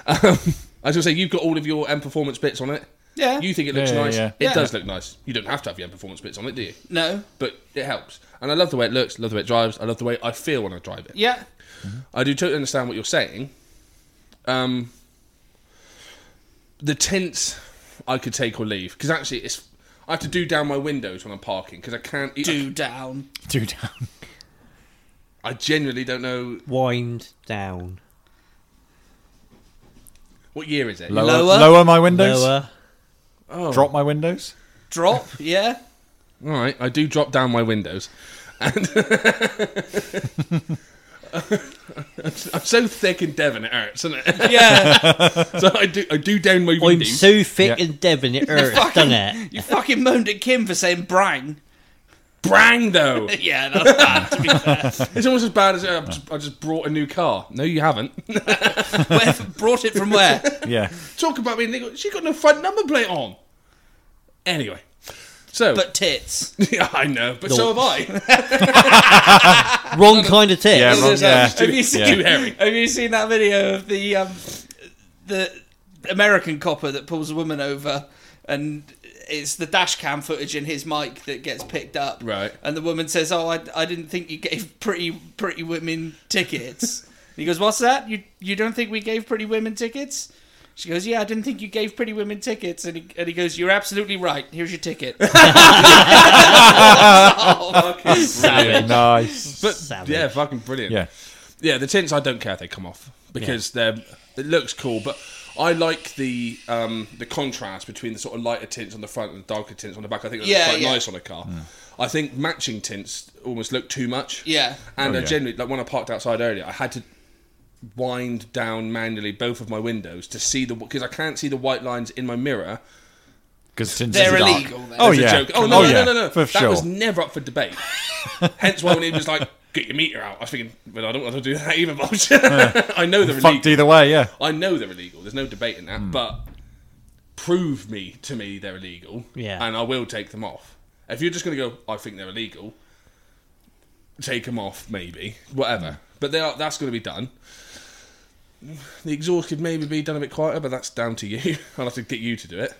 [SPEAKER 2] um, I was going to say, you've got all of your M performance bits on it.
[SPEAKER 1] Yeah.
[SPEAKER 2] You think it looks
[SPEAKER 3] Yeah, yeah,
[SPEAKER 2] nice.
[SPEAKER 3] yeah.
[SPEAKER 2] It
[SPEAKER 1] Yeah.
[SPEAKER 2] does look nice. You don't have to have your own performance bits on it, do you?
[SPEAKER 1] No.
[SPEAKER 2] But it helps. And I love the way it looks, love the way it drives, I love the way I feel when I drive it.
[SPEAKER 1] Yeah.
[SPEAKER 2] I do totally understand what you're saying. Um, the tints I could take or leave because actually it's I have to do down my windows when I'm parking because I can't
[SPEAKER 1] Do down.
[SPEAKER 3] Do down.
[SPEAKER 2] I genuinely don't know
[SPEAKER 4] Wind down.
[SPEAKER 2] what year is it.
[SPEAKER 3] Lower,
[SPEAKER 1] Lower.
[SPEAKER 3] lower, my windows.
[SPEAKER 4] Lower.
[SPEAKER 2] Oh.
[SPEAKER 3] Drop my windows.
[SPEAKER 1] [LAUGHS] Drop. Yeah.
[SPEAKER 2] All right, I do drop down my windows, and [LAUGHS] I'm so thick in Devon it hurts, isn't it?
[SPEAKER 1] Yeah.
[SPEAKER 2] So I do, I do down my
[SPEAKER 4] I'm
[SPEAKER 2] windows.
[SPEAKER 4] so thick
[SPEAKER 3] Yeah.
[SPEAKER 4] and Devon, it hurts,
[SPEAKER 1] fucking-
[SPEAKER 4] doesn't it?
[SPEAKER 1] you fucking moaned at Kim for saying brang.
[SPEAKER 2] Brang though,
[SPEAKER 1] [LAUGHS] Yeah, that's bad to be fair.
[SPEAKER 2] it's almost as bad as uh, I've just- I just brought a new car. No, you haven't. [LAUGHS]
[SPEAKER 1] Where, brought it from where?
[SPEAKER 3] Yeah.
[SPEAKER 2] Talk about me. and they go, She got no front number plate on. Anyway, so
[SPEAKER 1] But tits.
[SPEAKER 2] [LAUGHS] yeah, I know, but so have I.
[SPEAKER 4] Wrong kind of tip.
[SPEAKER 3] Yeah,
[SPEAKER 2] It
[SPEAKER 3] wrong-
[SPEAKER 2] is, uh,
[SPEAKER 1] um, Have you
[SPEAKER 2] too,
[SPEAKER 1] seen- [LAUGHS]
[SPEAKER 2] too hairy.
[SPEAKER 1] Have you seen that video of the um, the American copper that pulls a woman over and it's the dash cam footage in his mic that gets picked up.
[SPEAKER 2] Right.
[SPEAKER 1] And the woman says, "Oh, I, I didn't think you gave pretty pretty women tickets." And he goes, "What's that? You you don't think we gave pretty women tickets?" She goes, "Yeah, I didn't think you gave pretty women tickets." And he, and he goes, "You're absolutely right. Here's your ticket." [LAUGHS]
[SPEAKER 2] [LAUGHS] Brilliant.
[SPEAKER 3] Nice.
[SPEAKER 2] But
[SPEAKER 4] Savage.
[SPEAKER 2] yeah, fucking brilliant.
[SPEAKER 3] Yeah.
[SPEAKER 2] yeah, the tints I don't care if they come off because they're it looks cool, but I like the um, the contrast between the sort of lighter tints on the front and the darker tints on the back. I think that's
[SPEAKER 1] Yeah,
[SPEAKER 2] quite
[SPEAKER 1] yeah.
[SPEAKER 2] nice on a car. I think matching tints almost look too much.
[SPEAKER 1] Yeah.
[SPEAKER 2] and
[SPEAKER 3] Oh,
[SPEAKER 2] I
[SPEAKER 3] yeah.
[SPEAKER 2] generally like when I parked outside earlier, I had to wind down manually both of my windows to see the because I can't see the white lines in my mirror.
[SPEAKER 3] Because
[SPEAKER 1] They're illegal. Then.
[SPEAKER 3] Oh,
[SPEAKER 2] It's
[SPEAKER 3] yeah.
[SPEAKER 2] a joke. Oh no,
[SPEAKER 3] yeah.
[SPEAKER 2] no, no, no, no.
[SPEAKER 3] For
[SPEAKER 2] that
[SPEAKER 3] sure.
[SPEAKER 2] was never up for debate.
[SPEAKER 3] [LAUGHS]
[SPEAKER 2] Hence why when he was like, "Get your meter out," I was thinking, "Well, I don't want to do that either." But [LAUGHS] I know they're
[SPEAKER 3] Fucked
[SPEAKER 2] illegal.
[SPEAKER 3] either way, yeah.
[SPEAKER 2] I know they're illegal. There's no debate in that. But prove me to me they're illegal,
[SPEAKER 4] Yeah.
[SPEAKER 2] and I will take them off. If you're just going to go, I think they're illegal. Take them off, maybe, whatever. But they are, that's going to be done. The exhaust could maybe be done a bit quieter, but that's down to you. [LAUGHS] I'll have to get you to do it.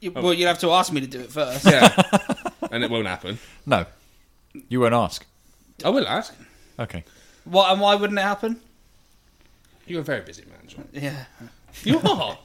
[SPEAKER 1] You-
[SPEAKER 5] Oh.
[SPEAKER 1] Well, you'd have to ask me to do it first. [LAUGHS]
[SPEAKER 2] Yeah, and it won't happen.
[SPEAKER 3] No. You won't ask.
[SPEAKER 2] I will ask.
[SPEAKER 3] Okay.
[SPEAKER 1] What and why wouldn't it happen?
[SPEAKER 2] You're a very busy man, John.
[SPEAKER 1] Yeah.
[SPEAKER 2] You are.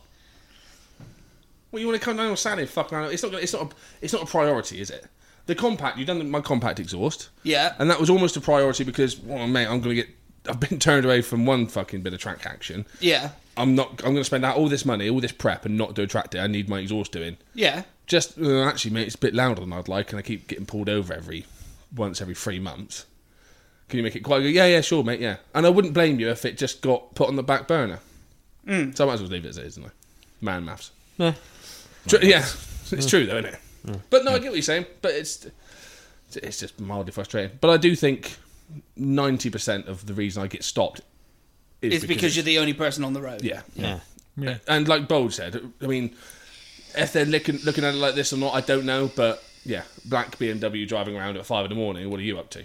[SPEAKER 2] Well, you want to come down on Saturday? and Fuck around. It's not. gonna- It's not. A, it's not a priority, is it? The compact. You've done my compact exhaust.
[SPEAKER 1] Yeah.
[SPEAKER 2] And that was almost a priority because, well, mate, I'm gonna get. I've been [LAUGHS] turned away from one fucking bit of track action.
[SPEAKER 1] Yeah.
[SPEAKER 2] I'm not. I'm gonna spend out all this money, all this prep, and not do a track day. I need my exhaust doing.
[SPEAKER 1] Yeah.
[SPEAKER 2] Just uh, actually, mate, it's a bit louder than I'd like, and I keep getting pulled over every once every three months. Can you make it quiet? I go, yeah, yeah, sure, mate, yeah. And I wouldn't blame you if it just got put on the back burner.
[SPEAKER 1] Mm.
[SPEAKER 2] So I might as well leave it as it is, isn't I? Man maths.
[SPEAKER 4] No.
[SPEAKER 2] Tru- yeah, [LAUGHS] it's true though, isn't it? But no, I get what you're saying. But it's it's just mildly frustrating. But I do think ninety percent of the reason I get stopped is
[SPEAKER 1] It's because, you're the only person on the road.
[SPEAKER 2] yeah.
[SPEAKER 4] Yeah.
[SPEAKER 3] Yeah.
[SPEAKER 2] And like Bold said, I mean, if they're looking looking at it like this or not, I don't know. But yeah, black BMW driving around at five in the morning. What are you up to?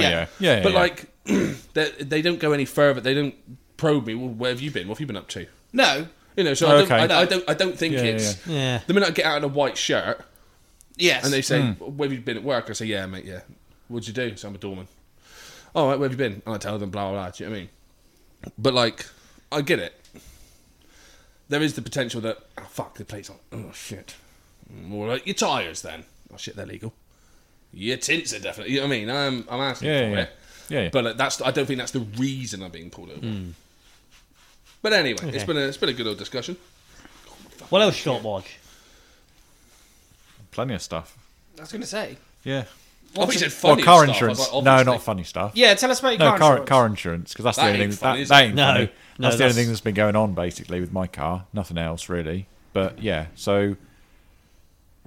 [SPEAKER 1] Yeah.
[SPEAKER 3] yeah. Yeah. yeah,
[SPEAKER 2] but
[SPEAKER 3] yeah.
[SPEAKER 2] like, [CLEARS THROAT] they, they don't go any further. They don't probe me. Well, where have you been? What have you been up to?
[SPEAKER 1] No.
[SPEAKER 2] You know. So I, don't,
[SPEAKER 3] Oh, Okay.
[SPEAKER 2] I, I don't. I don't think
[SPEAKER 3] Yeah, yeah,
[SPEAKER 2] it's
[SPEAKER 4] Yeah.
[SPEAKER 2] the minute I get out in a white shirt
[SPEAKER 1] Yes.
[SPEAKER 2] And they say,
[SPEAKER 5] Hmm.
[SPEAKER 2] "Where have you been at work?" I say, "Yeah, mate. Yeah. What'd you do?" So I'm a doorman. All right, where have you been? And I tell them, blah blah. blah do you know what I mean? But like, I get it. There is the potential that oh fuck the plate's on. Oh shit. More like your tires then. Oh shit, they're legal. Your tints are definitely. You know what I mean? I'm I'm asking
[SPEAKER 5] Yeah,
[SPEAKER 2] for
[SPEAKER 5] yeah.
[SPEAKER 2] it.
[SPEAKER 5] Yeah, yeah.
[SPEAKER 2] But like, that's I don't think that's the reason I'm being pulled over. But anyway, it's
[SPEAKER 4] Okay.
[SPEAKER 2] been a, it's been a good old discussion.
[SPEAKER 4] What else you got, Wodge?
[SPEAKER 5] Plenty of stuff.
[SPEAKER 1] I was going to say.
[SPEAKER 5] Yeah.
[SPEAKER 2] Obviously,
[SPEAKER 5] Well,
[SPEAKER 2] funny
[SPEAKER 5] car
[SPEAKER 2] stuff. I was
[SPEAKER 5] insurance.
[SPEAKER 2] like,
[SPEAKER 5] no,
[SPEAKER 2] obviously.
[SPEAKER 5] not funny stuff.
[SPEAKER 1] Yeah, tell us about your
[SPEAKER 5] No,
[SPEAKER 1] car,
[SPEAKER 5] car
[SPEAKER 1] insurance.
[SPEAKER 5] car insurance because that's
[SPEAKER 2] That
[SPEAKER 5] the only
[SPEAKER 2] ain't
[SPEAKER 5] thing
[SPEAKER 2] funny,
[SPEAKER 5] that,
[SPEAKER 2] is
[SPEAKER 5] that
[SPEAKER 2] it?
[SPEAKER 5] ain't
[SPEAKER 4] No,
[SPEAKER 5] funny.
[SPEAKER 4] no,
[SPEAKER 5] that's the only
[SPEAKER 4] that's-
[SPEAKER 5] thing that's been going on basically with my car. Nothing else really. But yeah, so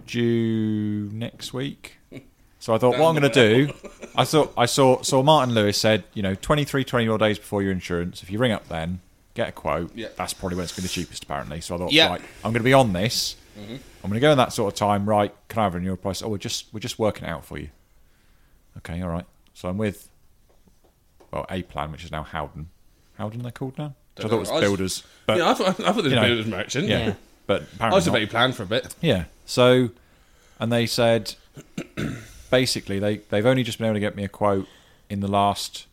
[SPEAKER 5] due next week. So I thought, what I'm going to do, I thought I saw saw Martin Lewis said, you know, 23, 24 days before your insurance, if you ring up then, get a quote.
[SPEAKER 2] Yeah.
[SPEAKER 5] That's probably when it's going to be the cheapest apparently. So I thought,
[SPEAKER 1] Yeah.
[SPEAKER 5] right, I'm going to be on this.
[SPEAKER 2] Mm-hmm.
[SPEAKER 5] I'm going to go in that sort of time. Right, can I have a renewal price? Oh, we're just we're just working it out for you. Okay, all right. So I'm with well, A Plan, which is now Howden. Howden, they're called now. Which I thought it
[SPEAKER 2] Dunno.
[SPEAKER 5] was Builders, but
[SPEAKER 2] yeah, I thought, I thought there was
[SPEAKER 5] you know,
[SPEAKER 2] builders merchant.
[SPEAKER 5] yeah.
[SPEAKER 4] Yeah.
[SPEAKER 5] but
[SPEAKER 2] I
[SPEAKER 5] apparently
[SPEAKER 2] was
[SPEAKER 5] not.
[SPEAKER 2] debating plan for a bit.
[SPEAKER 5] yeah. So, and they said [COUGHS] basically they they've only just been able to get me a quote in the last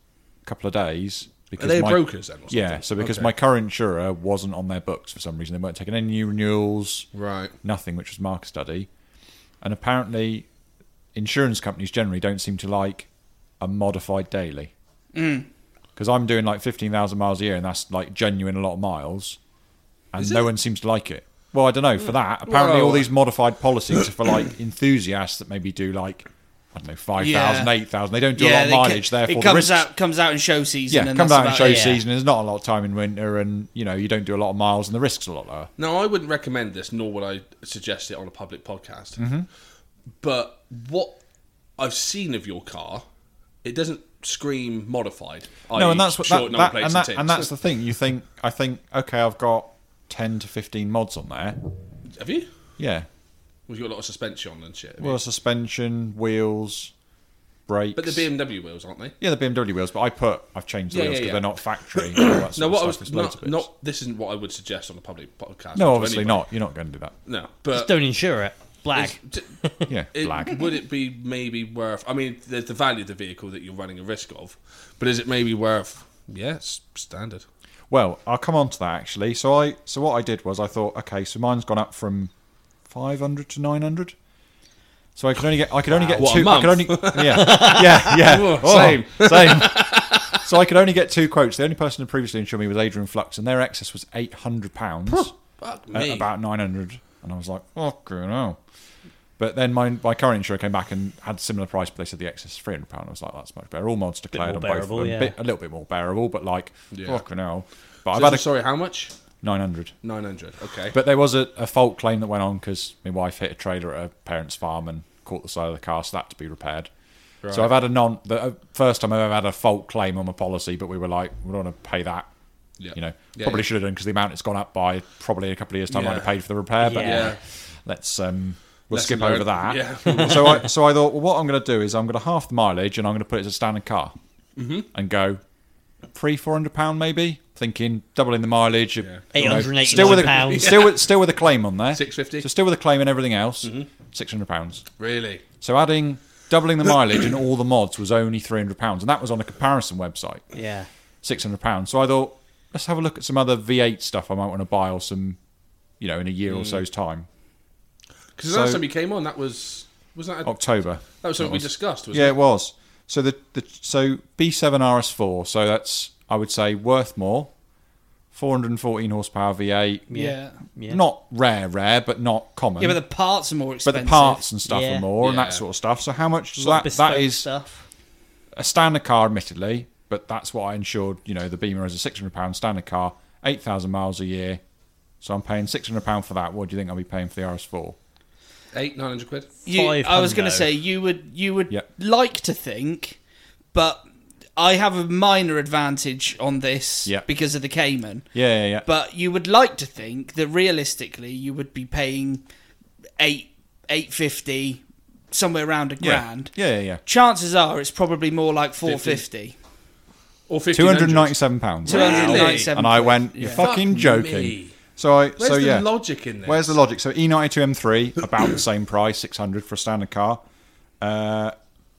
[SPEAKER 5] couple of days because
[SPEAKER 2] Are they
[SPEAKER 5] my-
[SPEAKER 2] brokers then? Or something?
[SPEAKER 5] Yeah, so because
[SPEAKER 2] Okay.
[SPEAKER 5] my current insurer wasn't on their books for some reason, they weren't taking any new renewals,
[SPEAKER 2] Right.
[SPEAKER 5] Nothing, which was market study, and apparently, insurance companies generally don't seem to like a modified daily.
[SPEAKER 2] Mm.
[SPEAKER 5] Because I'm doing like fifteen thousand miles a year, and that's like genuine a lot of miles, and
[SPEAKER 2] Is
[SPEAKER 5] no
[SPEAKER 2] it? Mm.
[SPEAKER 5] one seems to like it. Well, I don't know for that. Apparently, all
[SPEAKER 2] Well-
[SPEAKER 5] these modified policies are
[SPEAKER 1] [COUGHS]
[SPEAKER 5] for like enthusiasts that maybe do like I don't know five thousand,
[SPEAKER 1] Yeah.
[SPEAKER 5] eight thousand. They don't do a lot of
[SPEAKER 1] they ca-
[SPEAKER 5] mileage, therefore
[SPEAKER 1] it
[SPEAKER 5] the
[SPEAKER 1] comes
[SPEAKER 5] risks
[SPEAKER 1] out comes out in show season.
[SPEAKER 5] yeah,
[SPEAKER 1] and
[SPEAKER 5] come
[SPEAKER 1] that's
[SPEAKER 5] down and
[SPEAKER 1] about
[SPEAKER 5] show
[SPEAKER 1] it.
[SPEAKER 5] season. There's not a lot of time in winter, and you know you don't do a lot of miles, and the risks a lot lower.
[SPEAKER 2] Now, I wouldn't recommend this, nor would I suggest it on a public podcast.
[SPEAKER 5] Mm-hmm.
[SPEAKER 2] But what I've seen of your car, it doesn't scream modified.
[SPEAKER 5] no,
[SPEAKER 2] i.e.
[SPEAKER 5] and that's what
[SPEAKER 2] short
[SPEAKER 5] that,
[SPEAKER 2] number
[SPEAKER 5] that,
[SPEAKER 2] plates
[SPEAKER 5] and, that,
[SPEAKER 2] tints.
[SPEAKER 5] and that's the thing. You think I think okay, I've got ten to fifteen mods on there.
[SPEAKER 2] have you?
[SPEAKER 5] Yeah,
[SPEAKER 2] Well, you got a lot of suspension and shit. have you?
[SPEAKER 5] well, suspension, wheels, brakes.
[SPEAKER 2] but the BMW wheels, aren't they?
[SPEAKER 5] yeah, the BMW wheels. But I put I've changed the
[SPEAKER 2] Yeah,
[SPEAKER 5] wheels
[SPEAKER 2] yeah,
[SPEAKER 5] because
[SPEAKER 2] yeah.
[SPEAKER 5] they're
[SPEAKER 2] [COUGHS]
[SPEAKER 5] not factory. and all that sort
[SPEAKER 2] No,
[SPEAKER 5] of
[SPEAKER 2] what I was
[SPEAKER 5] stuff. There's loads of
[SPEAKER 2] not,
[SPEAKER 5] bits.
[SPEAKER 2] not. This isn't what I would suggest on a public podcast.
[SPEAKER 5] no,
[SPEAKER 2] to
[SPEAKER 5] obviously
[SPEAKER 2] anybody.
[SPEAKER 5] not. You're not going to do that.
[SPEAKER 2] No, but
[SPEAKER 4] Just don't insure it. Black.
[SPEAKER 2] it's- d-
[SPEAKER 5] Yeah,
[SPEAKER 2] it-
[SPEAKER 5] black.
[SPEAKER 2] would it be maybe worth? I mean, there's the value of the vehicle that you're running a risk of, but is it maybe worth? Yes, standard.
[SPEAKER 5] Well, I'll come on to that actually. So I so what I did was I thought, okay, so mine's gone up from five hundred to nine hundred. So I could only get I could only get
[SPEAKER 2] What, a
[SPEAKER 5] two I could only Yeah. Yeah,
[SPEAKER 2] [LAUGHS]
[SPEAKER 5] yeah.
[SPEAKER 2] Oh, same.
[SPEAKER 5] Same. [LAUGHS] so I could only get two quotes. The only person who previously insured me was Adrian Flux and their excess was eight hundred pounds.
[SPEAKER 2] Fuck
[SPEAKER 5] at
[SPEAKER 2] me.
[SPEAKER 5] Uh, about 900 and i was like fucking hell but then my, my current insurer came back and had a similar price but they said the excess is 300 pound i was like that's much better all mods declared
[SPEAKER 4] more
[SPEAKER 5] on both of
[SPEAKER 4] bearable,
[SPEAKER 5] them
[SPEAKER 4] yeah.
[SPEAKER 5] Bit- a little bit more bearable but like
[SPEAKER 2] Yeah.
[SPEAKER 5] fucking hell but
[SPEAKER 2] So
[SPEAKER 5] i've had a
[SPEAKER 2] this is- sorry, how much?
[SPEAKER 5] 900
[SPEAKER 2] Nine hundred. Okay.
[SPEAKER 5] but there was a, a fault claim that went on because my wife hit a trailer at her parents farm and caught the side of the car so that had to be repaired so i've had a non the uh, first time i've ever had a fault claim on my policy but we were like we don't want to pay that
[SPEAKER 2] Yeah.
[SPEAKER 5] you know
[SPEAKER 2] Yeah,
[SPEAKER 5] probably
[SPEAKER 2] yeah.
[SPEAKER 5] should have done because the amount it's gone up by probably a couple of years time i'd have
[SPEAKER 2] Yeah.
[SPEAKER 5] paid for the repair but
[SPEAKER 4] Yeah.
[SPEAKER 2] yeah.
[SPEAKER 5] let's um we'll
[SPEAKER 2] Lesson
[SPEAKER 5] skip over
[SPEAKER 2] learned.
[SPEAKER 5] that
[SPEAKER 2] Yeah. [LAUGHS]
[SPEAKER 5] so i so i thought well what i'm going to do is i'm going to half the mileage and i'm going to put it as a standard car
[SPEAKER 2] Mm-hmm.
[SPEAKER 5] and go three four hundred pound maybe thinking doubling the mileage you know,
[SPEAKER 4] £889.
[SPEAKER 5] still with a
[SPEAKER 4] Yeah.
[SPEAKER 5] [LAUGHS] still with still with a claim on there
[SPEAKER 2] 650.
[SPEAKER 5] so still with a claim and everything else
[SPEAKER 2] Mm-hmm.
[SPEAKER 5] hundred pounds
[SPEAKER 2] Really?
[SPEAKER 5] so adding doubling the mileage and all the mods was only 300 pounds and that was on a comparison website
[SPEAKER 4] yeah.
[SPEAKER 5] 600 pounds so i thought let's have a look at some other v8 stuff i might want to buy or some you know in a year
[SPEAKER 1] Hmm.
[SPEAKER 5] or so's time
[SPEAKER 2] Because the last
[SPEAKER 5] So- Oh,
[SPEAKER 2] time you came on, that was was that a,
[SPEAKER 5] october
[SPEAKER 2] that was something we discussed. Was
[SPEAKER 5] yeah, it was. So the, the so B7 RS4. So that's I would say worth more. 414 horsepower V8.
[SPEAKER 1] Yeah.
[SPEAKER 4] Yeah.
[SPEAKER 5] Not rare, rare, but not common.
[SPEAKER 1] Yeah, but the parts are more
[SPEAKER 5] But
[SPEAKER 1] expensive.
[SPEAKER 5] the parts and stuff
[SPEAKER 4] Yeah.
[SPEAKER 5] are more and
[SPEAKER 2] Yeah.
[SPEAKER 5] that sort of stuff. So how much does
[SPEAKER 4] Sort of
[SPEAKER 5] that? That
[SPEAKER 4] bespoke
[SPEAKER 5] is
[SPEAKER 4] stuff.
[SPEAKER 5] a standard car, admittedly, but that's what I insured. You know, the Beamer is a 600 pound standard car, 8,000 miles a year. So I'm paying 600 pound for that. What do you think I'll be paying for the RS4?
[SPEAKER 2] it eight nine hundred quid?
[SPEAKER 1] You, I was
[SPEAKER 4] 500.
[SPEAKER 1] going to say you would you would
[SPEAKER 5] Yep.
[SPEAKER 1] like to think, but I have a minor advantage on this
[SPEAKER 5] Yep.
[SPEAKER 1] because of the Cayman.
[SPEAKER 5] Yeah, yeah, yeah.
[SPEAKER 1] But you would like to think that realistically you would be paying eight eight fifty somewhere around a
[SPEAKER 5] yeah.
[SPEAKER 1] grand.
[SPEAKER 5] Yeah, yeah, yeah.
[SPEAKER 1] Chances are it's probably more like four fifty.
[SPEAKER 2] Or fifteen
[SPEAKER 5] 297 pounds.
[SPEAKER 1] Two hundred ninety seven.
[SPEAKER 5] And I went, you're
[SPEAKER 1] Yeah.
[SPEAKER 5] fucking joking.
[SPEAKER 2] me.
[SPEAKER 5] So I
[SPEAKER 2] Where's
[SPEAKER 5] so
[SPEAKER 2] the
[SPEAKER 5] yeah.
[SPEAKER 2] logic in there?
[SPEAKER 5] Where's the logic? So
[SPEAKER 1] [COUGHS]
[SPEAKER 5] E E92 M3 about the same price, 600 for a standard car. Uh,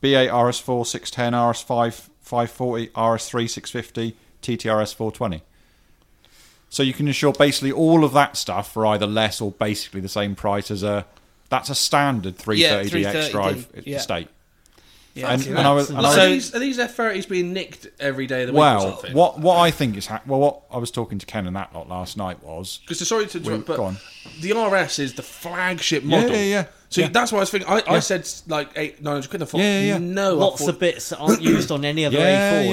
[SPEAKER 5] B8 RS4 610, RS5 540, RS3 650, TTRS 420. So you can insure basically all of that stuff for either less or basically the same price as a that's a standard 330DX
[SPEAKER 1] 330D,
[SPEAKER 5] drive
[SPEAKER 1] yeah.
[SPEAKER 5] estate.
[SPEAKER 1] Yeah.
[SPEAKER 5] And, and I was, and I was
[SPEAKER 2] Are
[SPEAKER 1] So-
[SPEAKER 2] these, are these F30s being nicked every day of the week or
[SPEAKER 5] well,
[SPEAKER 2] something?
[SPEAKER 5] what what I think is ha- well, what I was talking to Ken and that lot last night was
[SPEAKER 2] Because sorry to interrupt,
[SPEAKER 5] go on.
[SPEAKER 2] but the RS is the flagship model.
[SPEAKER 5] yeah, yeah.
[SPEAKER 2] So
[SPEAKER 5] Yeah.
[SPEAKER 2] that's why I was thinking. I, I said like eight, nine hundred quid. I thought,
[SPEAKER 5] Yeah, yeah, yeah.
[SPEAKER 2] no, I
[SPEAKER 4] Lots
[SPEAKER 2] thought-
[SPEAKER 4] of bits that aren't used on any other A4.
[SPEAKER 5] Oh,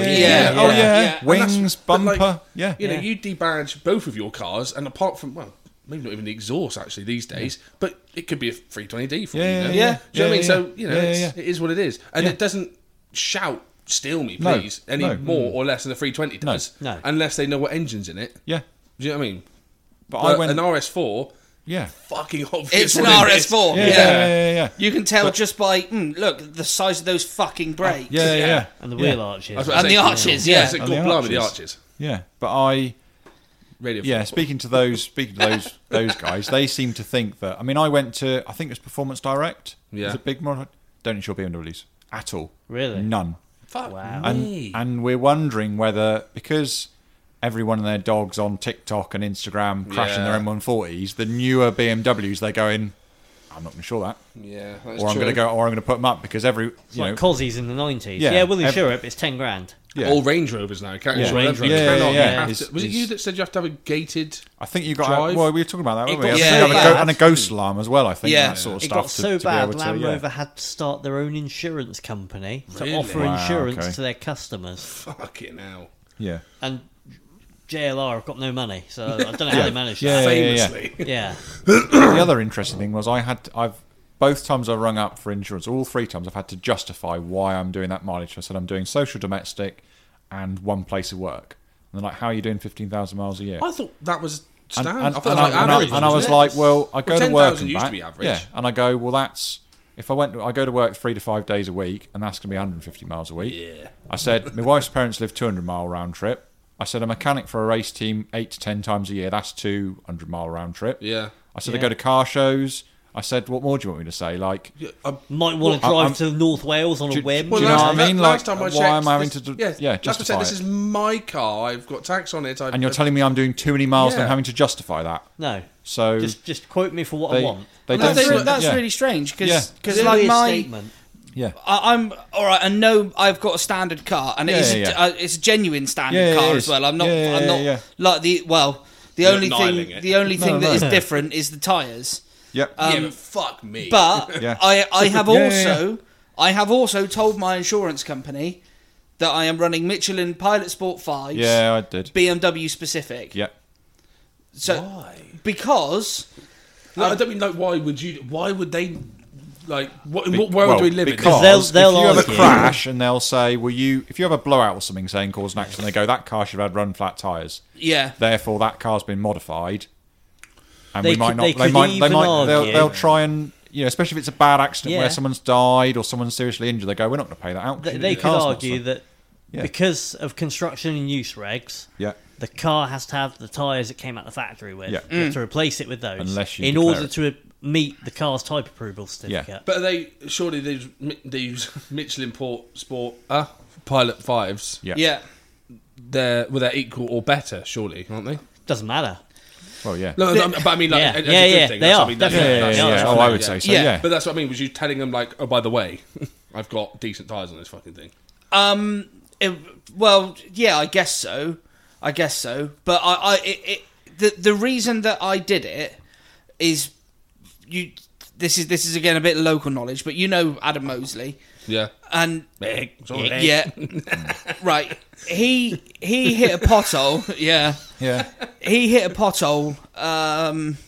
[SPEAKER 1] Yeah,
[SPEAKER 5] [COUGHS] yeah, oh yeah,
[SPEAKER 1] yeah, yeah.
[SPEAKER 2] And that's-
[SPEAKER 5] wings,
[SPEAKER 2] but, like,
[SPEAKER 5] bumper, yeah,
[SPEAKER 2] You know,
[SPEAKER 4] Yeah.
[SPEAKER 2] you debadge both of your cars, and apart from well, maybe not even the exhaust actually these days, but it could be a 320D for all
[SPEAKER 5] Yeah,
[SPEAKER 2] you know. Do
[SPEAKER 5] yeah,
[SPEAKER 2] you know what I mean?
[SPEAKER 5] yeah,
[SPEAKER 2] So
[SPEAKER 5] yeah.
[SPEAKER 2] you know,
[SPEAKER 5] Yeah, yeah,
[SPEAKER 2] it's,
[SPEAKER 5] yeah.
[SPEAKER 2] it is what it is, and it doesn't shout "steal me,
[SPEAKER 5] No,
[SPEAKER 2] please" any
[SPEAKER 5] no. Mm.
[SPEAKER 2] more or less than the 320 does,
[SPEAKER 4] No.
[SPEAKER 2] unless they know what engine's in it.
[SPEAKER 5] yeah.
[SPEAKER 2] Do you know what I mean?
[SPEAKER 5] But
[SPEAKER 2] But
[SPEAKER 5] I went,
[SPEAKER 2] an RS4,
[SPEAKER 5] yeah.
[SPEAKER 2] fucking [LAUGHS] obvious.
[SPEAKER 1] It's an
[SPEAKER 2] what it is.
[SPEAKER 1] RS4.
[SPEAKER 5] Yeah,
[SPEAKER 1] Yeah.
[SPEAKER 5] yeah, yeah, yeah, yeah.
[SPEAKER 1] You can tell just by mm, look the size of those fucking brakes.
[SPEAKER 5] Yeah, yeah, yeah.
[SPEAKER 4] And the wheel arches.
[SPEAKER 2] That's what I
[SPEAKER 1] And
[SPEAKER 2] say.
[SPEAKER 1] the arches,
[SPEAKER 2] Yeah,
[SPEAKER 1] yeah.
[SPEAKER 2] so
[SPEAKER 5] And
[SPEAKER 2] God
[SPEAKER 5] the
[SPEAKER 2] blimey, the
[SPEAKER 5] arches.
[SPEAKER 2] arches.
[SPEAKER 5] Yeah, but I,
[SPEAKER 2] Radio.
[SPEAKER 5] yeah,
[SPEAKER 2] football.
[SPEAKER 5] speaking to those, speaking
[SPEAKER 2] [LAUGHS]
[SPEAKER 5] to those, those guys, they seem to think that. I mean, I went to, I think it was Performance Direct.
[SPEAKER 2] Yeah.
[SPEAKER 5] it's a big model. Don't insure BMWs at all.
[SPEAKER 4] Really?
[SPEAKER 5] none.
[SPEAKER 2] Fuck
[SPEAKER 4] Wow.
[SPEAKER 2] me.
[SPEAKER 5] And and we're wondering whether because everyone and their dogs on TikTok and Instagram crashing
[SPEAKER 2] Yeah.
[SPEAKER 5] their M140s, the newer BMWs, they're going. I'm not going to insure that,
[SPEAKER 2] yeah, that's
[SPEAKER 5] or I'm
[SPEAKER 2] true.
[SPEAKER 5] going to go, or I'm going to put them up because every, you know,
[SPEAKER 4] like Cozzies in the 90s.
[SPEAKER 5] Yeah.
[SPEAKER 4] Yeah, we'll insure it, but it's 10 grand.
[SPEAKER 5] yeah.
[SPEAKER 2] All Range Rovers now. Can't
[SPEAKER 5] Yeah.
[SPEAKER 2] you?
[SPEAKER 4] Range
[SPEAKER 2] You
[SPEAKER 4] Rovers.
[SPEAKER 5] Yeah,
[SPEAKER 2] cannot-
[SPEAKER 5] yeah,
[SPEAKER 2] you
[SPEAKER 5] yeah.
[SPEAKER 2] have
[SPEAKER 5] It's-
[SPEAKER 2] to- was it
[SPEAKER 5] it's-
[SPEAKER 2] you that said you have to have a gated? [LAUGHS]
[SPEAKER 5] I think you got. uh,
[SPEAKER 2] Drive.
[SPEAKER 5] Well, we were talking about that,
[SPEAKER 2] It
[SPEAKER 5] weren't we?
[SPEAKER 2] got
[SPEAKER 5] I
[SPEAKER 1] so
[SPEAKER 5] think you have a, go-
[SPEAKER 1] bad.
[SPEAKER 5] and a ghost alarm as well. I think
[SPEAKER 1] Yeah.
[SPEAKER 5] that sort of
[SPEAKER 4] It
[SPEAKER 5] stuff.
[SPEAKER 4] got so
[SPEAKER 5] to, to
[SPEAKER 4] bad,
[SPEAKER 5] be able to,
[SPEAKER 4] Land
[SPEAKER 5] yeah.
[SPEAKER 4] Rover had to start their own insurance company to
[SPEAKER 2] Really?
[SPEAKER 4] offer
[SPEAKER 5] Wow,
[SPEAKER 4] insurance
[SPEAKER 5] okay.
[SPEAKER 4] to their customers.
[SPEAKER 2] Fucking hell.
[SPEAKER 5] Yeah.
[SPEAKER 4] And JLR have got no money, so I don't know how they managed
[SPEAKER 5] Yeah,
[SPEAKER 4] that.
[SPEAKER 5] yeah, yeah.
[SPEAKER 2] Famously.
[SPEAKER 4] Yeah.
[SPEAKER 5] the other interesting thing was I had I've both times I've rung up for insurance, all three times I've had to justify why I'm doing that mileage. I said I'm doing social domestic and one place of work. And they're like, How are you doing fifteen thousand miles a year?
[SPEAKER 2] I thought that was
[SPEAKER 5] and,
[SPEAKER 2] standard.
[SPEAKER 5] and-
[SPEAKER 2] I thought
[SPEAKER 5] and
[SPEAKER 2] that was
[SPEAKER 5] I, and I-
[SPEAKER 2] average,
[SPEAKER 5] and I was
[SPEAKER 2] wasn't it?
[SPEAKER 5] like, well, I go
[SPEAKER 2] Well,
[SPEAKER 5] to work
[SPEAKER 2] 10,000
[SPEAKER 5] and
[SPEAKER 2] used to
[SPEAKER 5] back.
[SPEAKER 2] be average.
[SPEAKER 5] Yeah, and I go, well, that's if I went, I go to work three to five days a week, and that's going to be 150 miles a week.
[SPEAKER 2] Yeah.
[SPEAKER 5] I said, my wife's parents live 200 mile round trip. I said, a mechanic for a race team eight to ten times a year. That's 200 mile round trip.
[SPEAKER 2] Yeah.
[SPEAKER 5] I said, I go to car shows. I said, what more do you want me to say? Like,
[SPEAKER 2] Yeah, um,
[SPEAKER 4] Might want to
[SPEAKER 5] Well,
[SPEAKER 4] drive
[SPEAKER 5] I'm-
[SPEAKER 4] to North Wales on a whim.
[SPEAKER 5] do you know
[SPEAKER 2] last-
[SPEAKER 5] what I mean?
[SPEAKER 2] la- Last
[SPEAKER 5] Like,
[SPEAKER 2] time I
[SPEAKER 5] why am I having
[SPEAKER 2] checked,
[SPEAKER 5] to do-
[SPEAKER 2] this-
[SPEAKER 5] yeah,
[SPEAKER 2] that's what I said,
[SPEAKER 5] justify
[SPEAKER 2] This
[SPEAKER 5] it.
[SPEAKER 2] is my car. I've got tax on it. I've,
[SPEAKER 5] and you're telling me I'm doing too many miles and
[SPEAKER 2] uh, Yeah.
[SPEAKER 5] having to justify that.
[SPEAKER 4] No.
[SPEAKER 5] So
[SPEAKER 4] Just, just quote me for what
[SPEAKER 5] they,
[SPEAKER 4] I want.
[SPEAKER 5] they
[SPEAKER 1] That's,
[SPEAKER 5] don't.
[SPEAKER 1] re-
[SPEAKER 5] see-
[SPEAKER 1] that's
[SPEAKER 5] yeah,
[SPEAKER 1] really strange
[SPEAKER 5] Yeah.
[SPEAKER 1] because
[SPEAKER 4] It's a
[SPEAKER 1] like
[SPEAKER 4] weird
[SPEAKER 1] my
[SPEAKER 4] statement.
[SPEAKER 5] yeah.
[SPEAKER 1] I, I'm all right. I know I've got a standard car, and
[SPEAKER 5] Yeah,
[SPEAKER 1] it's
[SPEAKER 5] yeah,
[SPEAKER 1] a,
[SPEAKER 5] yeah.
[SPEAKER 1] uh, it's a genuine standard
[SPEAKER 5] Yeah, yeah,
[SPEAKER 1] car
[SPEAKER 5] it
[SPEAKER 1] as
[SPEAKER 5] is.
[SPEAKER 1] well. I'm not.
[SPEAKER 5] Yeah, yeah,
[SPEAKER 1] I'm
[SPEAKER 5] yeah,
[SPEAKER 1] not
[SPEAKER 5] yeah.
[SPEAKER 1] like the well. The
[SPEAKER 2] You're
[SPEAKER 1] only
[SPEAKER 2] not
[SPEAKER 1] thing.
[SPEAKER 2] niling it.
[SPEAKER 1] the only
[SPEAKER 5] No,
[SPEAKER 1] thing that
[SPEAKER 5] no.
[SPEAKER 1] is different is the tires.
[SPEAKER 5] Yep.
[SPEAKER 2] yeah,
[SPEAKER 1] um,
[SPEAKER 2] but fuck me.
[SPEAKER 1] But
[SPEAKER 5] [LAUGHS] Yeah.
[SPEAKER 1] I I have
[SPEAKER 5] Yeah, yeah,
[SPEAKER 1] also I have also told my insurance company that I am running Michelin Pilot Sport Fives.
[SPEAKER 5] yeah, I did.
[SPEAKER 1] BMW specific.
[SPEAKER 5] Yeah.
[SPEAKER 1] So
[SPEAKER 2] why?
[SPEAKER 1] because
[SPEAKER 2] No, I don't mean like. Why would you? Why would they? Like, what, in
[SPEAKER 5] Be-
[SPEAKER 2] what world
[SPEAKER 5] well,
[SPEAKER 2] do we live
[SPEAKER 5] because
[SPEAKER 2] in?
[SPEAKER 4] They'll- they'll
[SPEAKER 5] if you have a
[SPEAKER 4] argue.
[SPEAKER 5] crash and they'll say, "Well, you if you have a blowout or something, saying caused an accident," they go, "That car should have had run flat tires.
[SPEAKER 1] yeah,
[SPEAKER 5] Therefore, that car's been modified." And
[SPEAKER 4] They
[SPEAKER 5] we might
[SPEAKER 4] could-
[SPEAKER 5] not.
[SPEAKER 4] they
[SPEAKER 5] They,
[SPEAKER 4] could
[SPEAKER 5] might. They
[SPEAKER 4] even
[SPEAKER 5] might. They'll,
[SPEAKER 4] argue-
[SPEAKER 5] they'll try and you know, especially if it's a bad accident
[SPEAKER 4] Yeah.
[SPEAKER 5] where someone's died or someone's seriously injured. They go, "We're not going to pay that out." 'cause
[SPEAKER 4] They,
[SPEAKER 5] you-
[SPEAKER 4] they
[SPEAKER 5] your
[SPEAKER 4] could
[SPEAKER 5] car's not
[SPEAKER 4] argue
[SPEAKER 5] so-"
[SPEAKER 4] that
[SPEAKER 5] Yeah.
[SPEAKER 4] because of construction and use regs,
[SPEAKER 5] Yeah.
[SPEAKER 4] the car has to have the tyres it came out the factory with.
[SPEAKER 5] Yeah.
[SPEAKER 4] You
[SPEAKER 1] Mm.
[SPEAKER 4] have to replace it with those.
[SPEAKER 5] Unless you
[SPEAKER 4] in
[SPEAKER 5] declare
[SPEAKER 4] order
[SPEAKER 5] it.
[SPEAKER 4] to meet the car's type approval certificate.
[SPEAKER 2] But are they surely these Mi- these Michelin Port Sport uh, Pilot Fives?
[SPEAKER 5] Yeah.
[SPEAKER 1] yeah.
[SPEAKER 2] they're well, they're equal or better, surely, aren't they?
[SPEAKER 4] Doesn't matter.
[SPEAKER 5] Well, yeah.
[SPEAKER 2] No, no, but I mean, like,
[SPEAKER 4] Yeah.
[SPEAKER 2] as a
[SPEAKER 4] Yeah,
[SPEAKER 2] good
[SPEAKER 4] yeah,
[SPEAKER 2] thing,
[SPEAKER 4] they
[SPEAKER 2] that's what
[SPEAKER 4] are,
[SPEAKER 2] I mean, that's-
[SPEAKER 4] definitely.
[SPEAKER 5] yeah,
[SPEAKER 2] that's-
[SPEAKER 5] yeah,
[SPEAKER 4] no,
[SPEAKER 5] yeah.
[SPEAKER 2] that's
[SPEAKER 5] Oh,
[SPEAKER 2] what
[SPEAKER 5] I
[SPEAKER 2] mean,
[SPEAKER 5] would
[SPEAKER 2] yeah.
[SPEAKER 5] say so.
[SPEAKER 1] Yeah.
[SPEAKER 5] Yeah.
[SPEAKER 2] But that's what I mean. Was you telling them like, oh, by the way, [LAUGHS] I've got decent tires on this fucking thing?
[SPEAKER 1] Um. It, well, yeah, I guess so. I guess so. But I, I, it, it, the the reason that I did it is you. This is this is again a bit of local knowledge, but you know Adam Mosley,
[SPEAKER 2] Yeah.
[SPEAKER 1] and
[SPEAKER 2] It's all right. [LAUGHS]
[SPEAKER 1] yeah, right. He he hit a pothole. Yeah,
[SPEAKER 5] Yeah.
[SPEAKER 1] he hit a pothole. Um,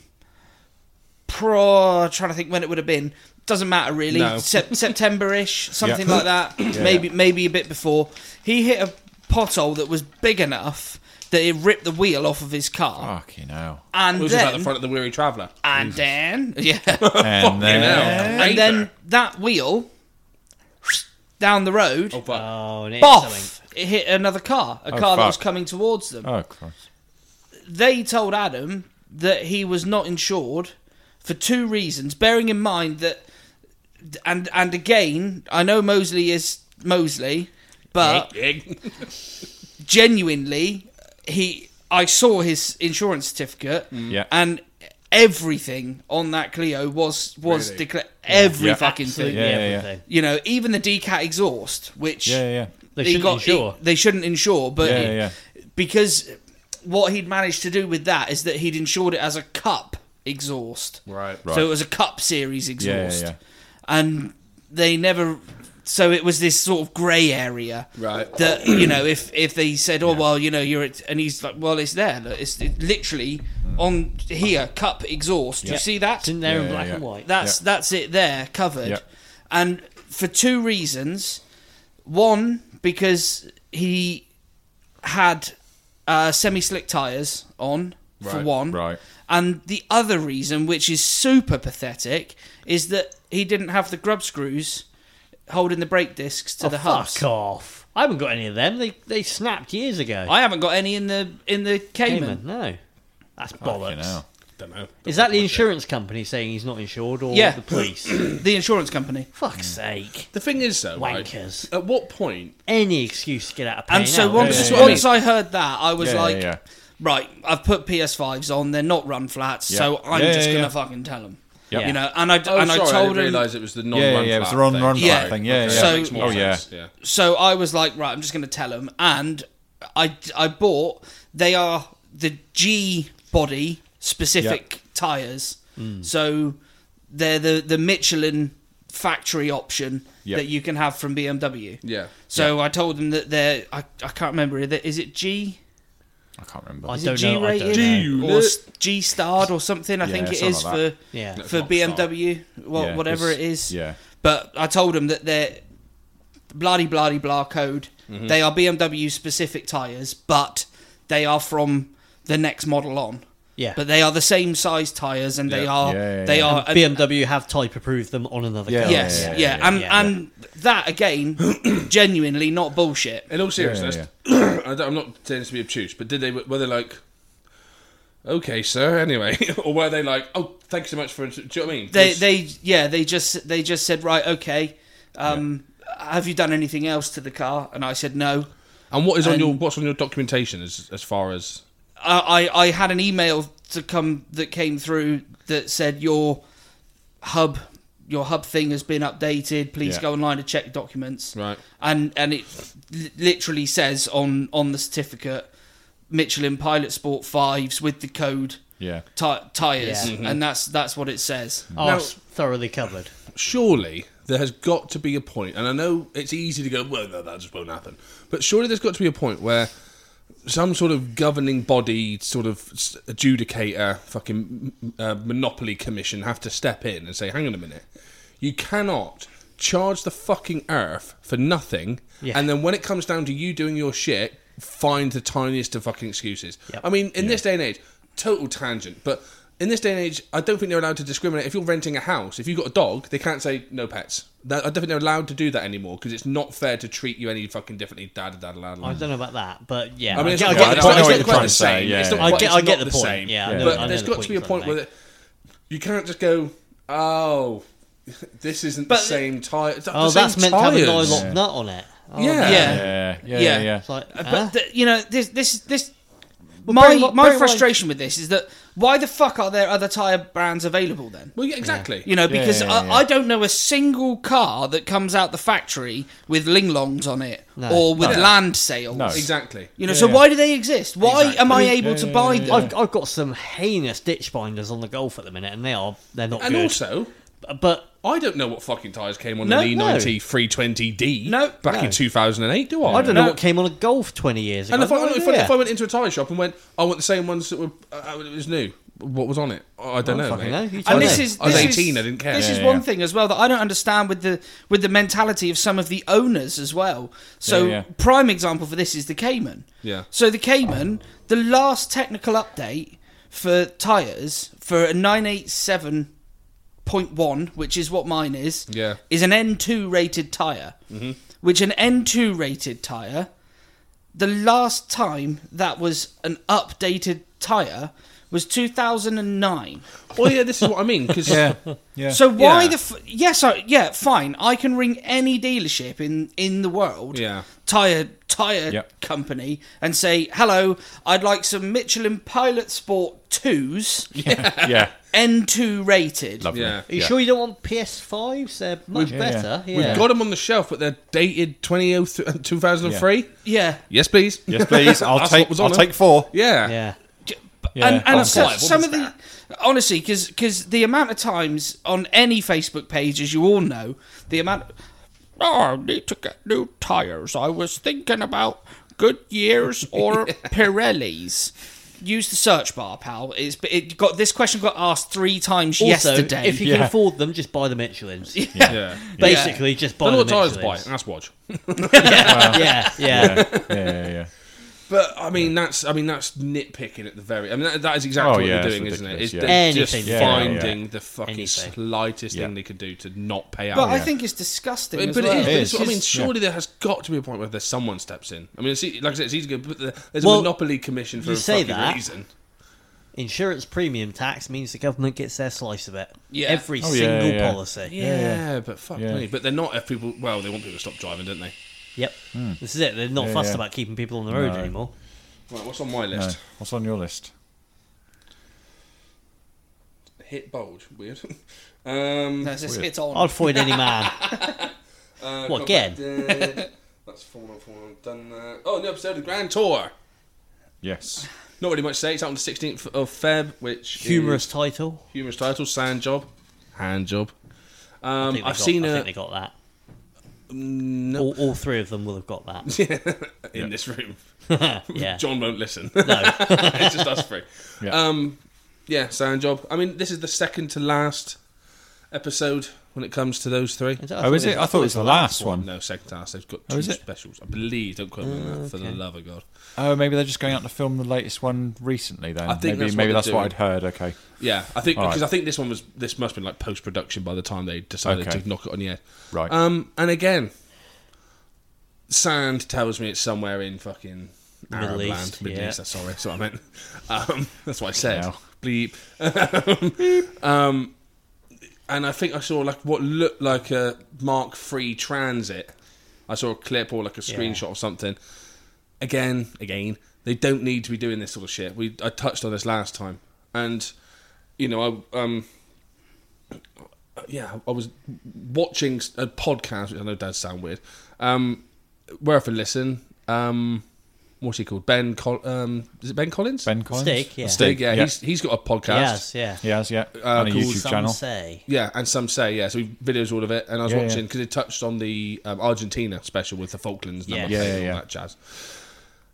[SPEAKER 1] pro trying to think when it would have been. Doesn't matter really.
[SPEAKER 2] No.
[SPEAKER 1] Sep-
[SPEAKER 2] [LAUGHS]
[SPEAKER 1] September-ish, something
[SPEAKER 5] Yeah.
[SPEAKER 1] like that. maybe maybe a bit before. He hit a pothole that was big enough that it ripped the wheel off of his car.
[SPEAKER 5] Fucking hell.
[SPEAKER 1] And
[SPEAKER 2] Ah. It was about
[SPEAKER 1] then Uh,
[SPEAKER 2] the front of the weary traveller.
[SPEAKER 1] and then yeah,
[SPEAKER 5] And
[SPEAKER 2] [LAUGHS] Fucking
[SPEAKER 5] then
[SPEAKER 2] hell.
[SPEAKER 1] and
[SPEAKER 2] Either.
[SPEAKER 1] then that wheel down the road,
[SPEAKER 2] oh fuck.
[SPEAKER 4] Oh, and it's something.
[SPEAKER 1] boff, it hit another car, a car that was
[SPEAKER 5] Oh, fuck.
[SPEAKER 1] coming towards them.
[SPEAKER 5] oh Christ.
[SPEAKER 1] they told Adam that he was not insured for two reasons, bearing in mind that, and and again, I know Mosley is Mosley, but genuinely, he I saw his insurance certificate,
[SPEAKER 5] Mm. Yeah.
[SPEAKER 1] and everything on that Clio was was
[SPEAKER 2] Really?
[SPEAKER 1] declared every
[SPEAKER 5] Yeah.
[SPEAKER 1] fucking
[SPEAKER 4] Absolutely
[SPEAKER 1] thing.
[SPEAKER 5] Yeah, yeah, yeah.
[SPEAKER 4] everything.
[SPEAKER 1] You know, even the decat exhaust, which
[SPEAKER 5] Yeah, yeah,
[SPEAKER 4] They
[SPEAKER 1] he
[SPEAKER 4] shouldn't
[SPEAKER 1] got- he-
[SPEAKER 4] insure.
[SPEAKER 1] they shouldn't insure, but
[SPEAKER 5] Yeah,
[SPEAKER 1] it-
[SPEAKER 5] yeah.
[SPEAKER 1] because what he'd managed to do with that is that he'd insured it as a cup exhaust,
[SPEAKER 2] Right.
[SPEAKER 1] So it was a cup series
[SPEAKER 5] yeah, yeah,
[SPEAKER 1] exhaust,
[SPEAKER 5] yeah.
[SPEAKER 1] and they never. So it was this sort of grey area,
[SPEAKER 2] Right.
[SPEAKER 1] That you know, if if they said, "Oh well, you know, you're," at, and he's like, "Well, it's there. Look, it's it, literally on here, cup exhaust. You see that?
[SPEAKER 4] It's in there
[SPEAKER 5] Yeah,
[SPEAKER 4] in black
[SPEAKER 5] yeah.
[SPEAKER 4] and white.
[SPEAKER 1] That's that's it there covered,
[SPEAKER 5] Yeah.
[SPEAKER 1] and for two reasons. One because he had uh, semi-slick tires on for
[SPEAKER 2] Right,
[SPEAKER 1] one,
[SPEAKER 5] right.
[SPEAKER 1] and the other reason, which is super pathetic, is that he didn't have the grub screws holding the brake discs to
[SPEAKER 4] Oh,
[SPEAKER 1] the hubs.
[SPEAKER 4] fuck off. I haven't got any of them. They they snapped years ago.
[SPEAKER 1] I haven't got any in the in the Cayman.
[SPEAKER 4] Cayman, no. That's
[SPEAKER 5] Fucking
[SPEAKER 4] bollocks.
[SPEAKER 5] hell.
[SPEAKER 2] Don't know.
[SPEAKER 4] Is that the insurance company saying he's not insured or
[SPEAKER 1] Yeah. [CLEARS THROAT]
[SPEAKER 4] the police?
[SPEAKER 1] The insurance company.
[SPEAKER 4] Fuck's sake.
[SPEAKER 2] The thing is, though, right,
[SPEAKER 4] Wankers.
[SPEAKER 2] at what point?
[SPEAKER 4] Any excuse to get out of paying
[SPEAKER 1] And so
[SPEAKER 4] out.
[SPEAKER 1] once
[SPEAKER 5] yeah, yeah.
[SPEAKER 1] once I heard that, I was
[SPEAKER 5] Yeah, yeah,
[SPEAKER 1] like,
[SPEAKER 5] yeah.
[SPEAKER 1] right, I've put PS5s on. They're not run flats,
[SPEAKER 5] Yeah.
[SPEAKER 1] so I'm
[SPEAKER 5] Yeah,
[SPEAKER 1] just
[SPEAKER 5] yeah,
[SPEAKER 1] gonna
[SPEAKER 5] yeah.
[SPEAKER 1] fucking tell them.
[SPEAKER 5] Yeah.
[SPEAKER 1] You know, and I
[SPEAKER 2] Oh,
[SPEAKER 1] and
[SPEAKER 2] sorry,
[SPEAKER 1] I
[SPEAKER 2] I
[SPEAKER 1] told
[SPEAKER 2] didn't
[SPEAKER 1] him.
[SPEAKER 2] realise it was the non-run
[SPEAKER 5] yeah, yeah, it was the run- run
[SPEAKER 1] flat
[SPEAKER 2] flat
[SPEAKER 1] thing,
[SPEAKER 5] yeah,
[SPEAKER 2] Okay,
[SPEAKER 1] yeah.
[SPEAKER 2] that
[SPEAKER 1] So-
[SPEAKER 2] makes more
[SPEAKER 5] Oh, yeah.
[SPEAKER 2] sense, yeah.
[SPEAKER 1] So I was like, right, I'm just gonna tell them. And I I bought they are the G body specific tires,
[SPEAKER 5] Mm.
[SPEAKER 1] so they're the the Michelin factory option
[SPEAKER 5] Yeah.
[SPEAKER 1] that you can have from BMW.
[SPEAKER 2] Yeah.
[SPEAKER 1] So I told them that they're I, I can't remember is it- is it G
[SPEAKER 5] I can't remember.
[SPEAKER 4] I
[SPEAKER 1] Is
[SPEAKER 4] don't
[SPEAKER 1] it
[SPEAKER 4] know. I
[SPEAKER 1] G-rated?
[SPEAKER 4] don't know.
[SPEAKER 1] or G starred or something. I think it
[SPEAKER 5] something
[SPEAKER 1] is
[SPEAKER 5] like
[SPEAKER 1] for
[SPEAKER 5] that.
[SPEAKER 4] Yeah.
[SPEAKER 1] for
[SPEAKER 5] not starred.
[SPEAKER 1] BMW, well,
[SPEAKER 5] Yeah,
[SPEAKER 1] whatever it
[SPEAKER 5] it's-
[SPEAKER 1] is.
[SPEAKER 5] yeah.
[SPEAKER 1] But I told them that they're bloody bloody blah code.
[SPEAKER 5] Mm-hmm.
[SPEAKER 1] They are BMW specific tires, but they are from the next model on.
[SPEAKER 4] Yeah.
[SPEAKER 1] But they are the same size tires, and they
[SPEAKER 2] Yeah.
[SPEAKER 1] are
[SPEAKER 5] Yeah, yeah,
[SPEAKER 1] they
[SPEAKER 2] uh,
[SPEAKER 5] yeah.
[SPEAKER 1] are
[SPEAKER 4] BMW have type approved them on another
[SPEAKER 5] Yeah.
[SPEAKER 4] car.
[SPEAKER 1] Yes, yeah,
[SPEAKER 5] yeah,
[SPEAKER 1] and
[SPEAKER 4] yeah.
[SPEAKER 1] and that again, [CLEARS THROAT] genuinely not bullshit.
[SPEAKER 2] In all seriousness,
[SPEAKER 5] yeah,
[SPEAKER 2] [CLEARS THROAT] I don't, I'm not saying this to be obtuse, but did they were they like, okay, sir, [LAUGHS] anyway, or were they like, oh, thanks so much for, do you know what I mean?
[SPEAKER 1] They
[SPEAKER 2] 'Cause-
[SPEAKER 1] they yeah they just they just said right okay, um, have you done anything else to the car? And I said no.
[SPEAKER 2] and what is on your what's on your documentation as as far as
[SPEAKER 1] I, I I had an email to come that came through that said your hub your hub thing has been updated. Please
[SPEAKER 5] Yeah.
[SPEAKER 1] go online to check documents.
[SPEAKER 2] Right.
[SPEAKER 1] And and it li- literally says on on the certificate Michelin Pilot Sport fives with the code
[SPEAKER 5] Yeah.
[SPEAKER 1] ti- tires,
[SPEAKER 4] Yeah.
[SPEAKER 1] and that's that's what it says.
[SPEAKER 4] Are Oh, thoroughly covered.
[SPEAKER 2] surely there has got to be a point, and I know it's easy to go, well, no, that just won't happen. But surely there's got to be a point where some sort of governing body, sort of s- adjudicator, fucking uh, monopoly commission have to step in and say, hang on a minute, you cannot charge the fucking earth for nothing,
[SPEAKER 4] Yeah.
[SPEAKER 2] and then when it comes down to you doing your shit, find the tiniest of fucking excuses.
[SPEAKER 4] Yep.
[SPEAKER 2] I mean, in this day and age, total tangent, but in this day and age, I don't think they're allowed to discriminate. If you're renting a house, if you've got a dog, they can't say no pets. That, I don't think they're allowed to do that anymore because it's not fair to treat you any fucking differently. Da da da da. da.
[SPEAKER 4] I don't know about that, but yeah.
[SPEAKER 2] I mean, it's not
[SPEAKER 4] get- get
[SPEAKER 2] quite
[SPEAKER 4] the
[SPEAKER 2] it's
[SPEAKER 5] I
[SPEAKER 2] not-
[SPEAKER 5] know
[SPEAKER 2] it's
[SPEAKER 5] what
[SPEAKER 2] not
[SPEAKER 5] you're
[SPEAKER 2] quite
[SPEAKER 5] trying
[SPEAKER 2] the
[SPEAKER 5] to say,
[SPEAKER 2] same.
[SPEAKER 5] yeah,
[SPEAKER 2] It's not
[SPEAKER 5] yeah.
[SPEAKER 4] I
[SPEAKER 2] quite-
[SPEAKER 4] get,
[SPEAKER 2] it's
[SPEAKER 4] I get
[SPEAKER 2] not
[SPEAKER 4] the,
[SPEAKER 2] same.
[SPEAKER 4] point. Yeah, I
[SPEAKER 5] Yeah.
[SPEAKER 4] know, I
[SPEAKER 2] But
[SPEAKER 4] know
[SPEAKER 2] there's
[SPEAKER 4] the
[SPEAKER 2] got to be a
[SPEAKER 4] you're trying
[SPEAKER 2] point where
[SPEAKER 4] make.
[SPEAKER 2] that you can't just go, oh, this isn't
[SPEAKER 1] But-
[SPEAKER 2] the same tire. It's not
[SPEAKER 4] oh,
[SPEAKER 2] the same
[SPEAKER 4] that's meant
[SPEAKER 2] tires.
[SPEAKER 4] to have a nylock nut on it. Oh,
[SPEAKER 1] Yeah.
[SPEAKER 2] Yeah.
[SPEAKER 5] Yeah. Yeah.
[SPEAKER 1] Yeah.
[SPEAKER 5] Yeah. yeah.
[SPEAKER 4] It's like,
[SPEAKER 1] Uh,
[SPEAKER 4] huh?
[SPEAKER 1] But th- you know this this this.
[SPEAKER 4] bear
[SPEAKER 1] my
[SPEAKER 4] in mi- bear
[SPEAKER 1] my
[SPEAKER 4] in
[SPEAKER 1] frustration with this is that why the fuck are there other tire brands available then?
[SPEAKER 2] Well, yeah, exactly.
[SPEAKER 1] You know, because
[SPEAKER 5] yeah, yeah.
[SPEAKER 1] I, I don't know a single car that comes out the factory with linglongs on it
[SPEAKER 4] No.
[SPEAKER 1] or with
[SPEAKER 2] No.
[SPEAKER 1] land sales.
[SPEAKER 5] No.
[SPEAKER 2] exactly.
[SPEAKER 1] You know, so why do they exist? Why am I able to buy them?
[SPEAKER 4] I've, I've got some heinous ditch binders on the golf at the minute, and they are they're not
[SPEAKER 2] And
[SPEAKER 4] good.
[SPEAKER 2] also,
[SPEAKER 4] but
[SPEAKER 2] I don't know what fucking tyres came on
[SPEAKER 1] No,
[SPEAKER 2] an
[SPEAKER 4] no.
[SPEAKER 2] E90 320D
[SPEAKER 1] No,
[SPEAKER 2] back
[SPEAKER 4] no.
[SPEAKER 2] in 2008, do I?
[SPEAKER 4] I don't
[SPEAKER 1] No.
[SPEAKER 4] know what came on a golf twenty years ago.
[SPEAKER 2] And if I,
[SPEAKER 4] I've no
[SPEAKER 2] if, I, if I
[SPEAKER 4] idea.
[SPEAKER 2] went into a tyre shop and went, I want the same ones that were, uh, it was new, what was on it? I don't know. mate.
[SPEAKER 4] fucking know. You tell
[SPEAKER 1] and
[SPEAKER 4] me.
[SPEAKER 1] this is
[SPEAKER 2] I was
[SPEAKER 1] this is-
[SPEAKER 2] 18, I didn't care.
[SPEAKER 1] This
[SPEAKER 2] Yeah,
[SPEAKER 1] is
[SPEAKER 5] yeah,
[SPEAKER 1] one
[SPEAKER 5] yeah.
[SPEAKER 1] thing as well that I don't understand with the with the mentality of some of the owners as well. So
[SPEAKER 5] Yeah, yeah.
[SPEAKER 1] prime example for this is the Cayman.
[SPEAKER 2] Yeah.
[SPEAKER 1] So the Cayman, the last technical update for tires for a 987.1, which is what mine is,
[SPEAKER 2] Yeah. Mm-hmm.
[SPEAKER 1] is an N2 rated tire. Which an N2 rated tire the last time that was an updated tire was 2009.
[SPEAKER 2] Well, yeah, this is what I mean [LAUGHS] because
[SPEAKER 5] yeah.
[SPEAKER 1] So why
[SPEAKER 2] Yeah.
[SPEAKER 1] the f- yes? I, yeah, fine. I can ring any dealership in in the world.
[SPEAKER 2] Yeah.
[SPEAKER 1] Tire tire
[SPEAKER 5] Yep.
[SPEAKER 1] company and say hello. I'd like some Michelin Pilot Sport twos,
[SPEAKER 5] [LAUGHS]
[SPEAKER 1] [LAUGHS]
[SPEAKER 5] yeah.
[SPEAKER 1] N2 rated.
[SPEAKER 5] Lovely.
[SPEAKER 2] Yeah.
[SPEAKER 4] Are you sure you don't want PS5s? They're much
[SPEAKER 5] Yeah.
[SPEAKER 4] better. Yeah.
[SPEAKER 2] we've got them on the shelf, but they're dated 2003 2003.
[SPEAKER 1] Yeah.
[SPEAKER 2] Yes, please.
[SPEAKER 5] Yes, please. I'll
[SPEAKER 2] That's
[SPEAKER 5] take.
[SPEAKER 2] what was
[SPEAKER 5] I'll
[SPEAKER 2] on it.
[SPEAKER 5] take four.
[SPEAKER 2] [LAUGHS] Yeah.
[SPEAKER 4] yeah.
[SPEAKER 5] Yeah,
[SPEAKER 1] and and
[SPEAKER 5] bonkers.
[SPEAKER 1] so,
[SPEAKER 2] What
[SPEAKER 1] some
[SPEAKER 2] was
[SPEAKER 1] of the honestly, because the amount of times on any Facebook page, as you all know, the amount. Oh, I need to get new tires. I was thinking about Goodyears or Pirellis. Use the search bar, pal. It's it got this question got asked three times
[SPEAKER 4] Also,
[SPEAKER 1] yesterday.
[SPEAKER 4] if you can
[SPEAKER 5] Yeah.
[SPEAKER 4] afford them, just buy the Michelins.
[SPEAKER 2] Yeah.
[SPEAKER 4] Basically, just buy
[SPEAKER 2] I know
[SPEAKER 4] the
[SPEAKER 2] what tires to
[SPEAKER 4] Michelins.
[SPEAKER 2] buy. That's watch.
[SPEAKER 4] yeah, yeah.
[SPEAKER 5] Yeah, yeah,
[SPEAKER 2] [LAUGHS]
[SPEAKER 5] yeah. yeah.
[SPEAKER 2] But I mean, that's I mean that's nitpicking at the very. I mean, that, that is exactly
[SPEAKER 5] Oh,
[SPEAKER 2] what
[SPEAKER 5] yeah,
[SPEAKER 2] they're
[SPEAKER 5] it's
[SPEAKER 2] doing, isn't it?
[SPEAKER 5] ridiculous,
[SPEAKER 2] It's
[SPEAKER 5] yeah.
[SPEAKER 2] they're just
[SPEAKER 4] Anything. Yeah,
[SPEAKER 2] finding the fucking
[SPEAKER 4] Anything.
[SPEAKER 2] slightest
[SPEAKER 5] Yeah.
[SPEAKER 2] thing they could do to not pay out.
[SPEAKER 1] but I think it's disgusting.
[SPEAKER 2] But,
[SPEAKER 1] as
[SPEAKER 2] but it
[SPEAKER 1] well.
[SPEAKER 2] is. But
[SPEAKER 5] It
[SPEAKER 2] it's what I
[SPEAKER 5] is,
[SPEAKER 2] mean,
[SPEAKER 5] yeah.
[SPEAKER 2] surely there has got to be a point where there's someone steps in. I mean, it's, e- like I said, it's easy to go. But the- there's
[SPEAKER 4] Well,
[SPEAKER 2] a monopoly commission for
[SPEAKER 4] you
[SPEAKER 2] a
[SPEAKER 4] say
[SPEAKER 2] fucking
[SPEAKER 4] that.
[SPEAKER 2] reason.
[SPEAKER 4] Insurance premium tax means the government gets their slice of it.
[SPEAKER 1] Yeah.
[SPEAKER 4] Every
[SPEAKER 5] Oh, yeah,
[SPEAKER 4] single
[SPEAKER 5] yeah.
[SPEAKER 4] policy.
[SPEAKER 2] Yeah, but fuck
[SPEAKER 5] Yeah.
[SPEAKER 2] me. But they're not if people. Well, they want people to stop driving, don't they?
[SPEAKER 4] Yep. This is it. They're not
[SPEAKER 5] Hmm. Yeah,
[SPEAKER 4] fussed
[SPEAKER 5] yeah.
[SPEAKER 4] about keeping people on the road anymore.
[SPEAKER 2] Right, what's on my
[SPEAKER 5] No.
[SPEAKER 2] list?
[SPEAKER 5] What's on your list?
[SPEAKER 2] Hit bulge. Weird. [LAUGHS] um,
[SPEAKER 1] That's just- it's on.
[SPEAKER 4] I'd avoid any
[SPEAKER 2] [LAUGHS]
[SPEAKER 4] man.
[SPEAKER 2] uh,
[SPEAKER 4] What,
[SPEAKER 2] got
[SPEAKER 4] again?
[SPEAKER 2] that done. [LAUGHS] That's fallen on, fallen on. Done that. Oh, new episode of Grand Tour.
[SPEAKER 5] Yes.
[SPEAKER 2] Not really much to say. It's out on the 16th of Feb, which
[SPEAKER 4] Humorous
[SPEAKER 2] is-
[SPEAKER 4] title.
[SPEAKER 2] humorous title, sand job, hand job.
[SPEAKER 4] I
[SPEAKER 2] Um,
[SPEAKER 4] think they
[SPEAKER 2] I've
[SPEAKER 4] got-
[SPEAKER 2] seen
[SPEAKER 4] I think
[SPEAKER 2] a
[SPEAKER 4] they got that.
[SPEAKER 2] no,
[SPEAKER 4] All, all three of them will have got that.
[SPEAKER 2] [LAUGHS] in this room.
[SPEAKER 4] [LAUGHS] Yeah.
[SPEAKER 2] John won't listen. [LAUGHS] No, it's just us three.
[SPEAKER 5] Yeah.
[SPEAKER 2] Um, yeah, sand job. I mean, this is the second to last episode when it comes to those three.
[SPEAKER 4] that-
[SPEAKER 5] Oh, is it? I thought it was the last one.
[SPEAKER 2] No, second to last. They've got
[SPEAKER 5] Oh,
[SPEAKER 2] two
[SPEAKER 5] is it?
[SPEAKER 2] specials, I believe. Don't quote me on that. For the
[SPEAKER 4] okay.
[SPEAKER 2] love of God.
[SPEAKER 5] Oh, maybe they're just going out to film the latest one recently. Then
[SPEAKER 2] I think
[SPEAKER 5] maybe
[SPEAKER 2] that's what
[SPEAKER 5] maybe
[SPEAKER 2] they're
[SPEAKER 5] that's what I'd
[SPEAKER 2] doing.
[SPEAKER 5] heard. Okay.
[SPEAKER 2] Yeah, I think
[SPEAKER 5] All right.
[SPEAKER 2] because I think this one was this must have been like post production by the time they decided
[SPEAKER 5] Okay.
[SPEAKER 2] to knock it on the air.
[SPEAKER 5] Right.
[SPEAKER 2] Um, and again, sand tells me it's somewhere in fucking
[SPEAKER 4] Middle
[SPEAKER 2] Arab
[SPEAKER 4] East,
[SPEAKER 2] land, Middle
[SPEAKER 4] yeah.
[SPEAKER 2] East. uh, Sorry, that's what I meant. [LAUGHS] Um, that's what I said.
[SPEAKER 5] Hell.
[SPEAKER 2] Bleep. [LAUGHS] um, and I think I saw like what looked like a Mark Free Transit. I saw a clip or like a screenshot of something. Again, again, they don't need to be doing this sort of shit. We I touched on this last time, and you know I um yeah, I was watching a podcast, which I know does sound weird. Um, worth a listen. Um, what's he called? Ben. Col- um, is it Ben Collins?
[SPEAKER 5] ben Collins.
[SPEAKER 4] Steak, yeah.
[SPEAKER 2] Stig, yeah,
[SPEAKER 5] Yeah.
[SPEAKER 2] He's, he's got a podcast.
[SPEAKER 4] Yes, yeah.
[SPEAKER 5] Yes. Yeah. and a
[SPEAKER 2] called
[SPEAKER 5] YouTube
[SPEAKER 4] Some
[SPEAKER 5] channel.
[SPEAKER 4] say.
[SPEAKER 2] Yeah, and some say yeah. So we videos all of it, and I was
[SPEAKER 5] Yeah,
[SPEAKER 2] watching
[SPEAKER 5] yeah.
[SPEAKER 2] because it touched on the um, Argentina special with the Falklands number plate
[SPEAKER 4] Yeah.
[SPEAKER 5] Yeah, yeah,
[SPEAKER 2] and all
[SPEAKER 5] yeah.
[SPEAKER 2] that jazz.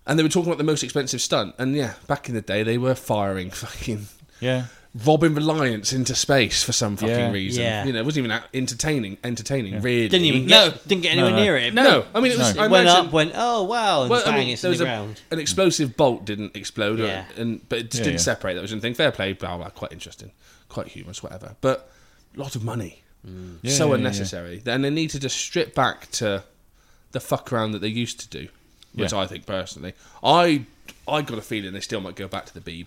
[SPEAKER 2] And they were talking about the most expensive stunt, and yeah, back in the day they were firing fucking
[SPEAKER 5] Yeah.
[SPEAKER 2] Robin Reliance into space for some fucking
[SPEAKER 5] Yeah.
[SPEAKER 2] reason.
[SPEAKER 4] Yeah.
[SPEAKER 2] You know, it wasn't even entertaining. Entertaining, really.
[SPEAKER 4] Didn't even get, didn't get anywhere
[SPEAKER 5] No, no.
[SPEAKER 4] near it.
[SPEAKER 2] No, I mean it was.
[SPEAKER 4] It
[SPEAKER 2] I
[SPEAKER 4] went
[SPEAKER 2] imagine,
[SPEAKER 4] up, went, oh, wow, and
[SPEAKER 2] well,
[SPEAKER 4] bang,
[SPEAKER 2] I mean,
[SPEAKER 4] it's
[SPEAKER 2] there
[SPEAKER 4] in the
[SPEAKER 2] was a,
[SPEAKER 4] ground.
[SPEAKER 2] an explosive bolt didn't explode, or-
[SPEAKER 4] Yeah.
[SPEAKER 2] and but it just
[SPEAKER 5] Yeah,
[SPEAKER 2] didn't
[SPEAKER 5] yeah.
[SPEAKER 2] separate. That was anything. Fair play, blah, blah, quite interesting, quite humorous, whatever. But a lot of money,
[SPEAKER 4] Mm.
[SPEAKER 5] Yeah,
[SPEAKER 2] so
[SPEAKER 5] yeah, yeah,
[SPEAKER 2] unnecessary. And they need to just strip back to the fuck around that they used to do, which
[SPEAKER 5] Yeah.
[SPEAKER 2] I think personally, I I got a feeling they still might go back to the Beeb.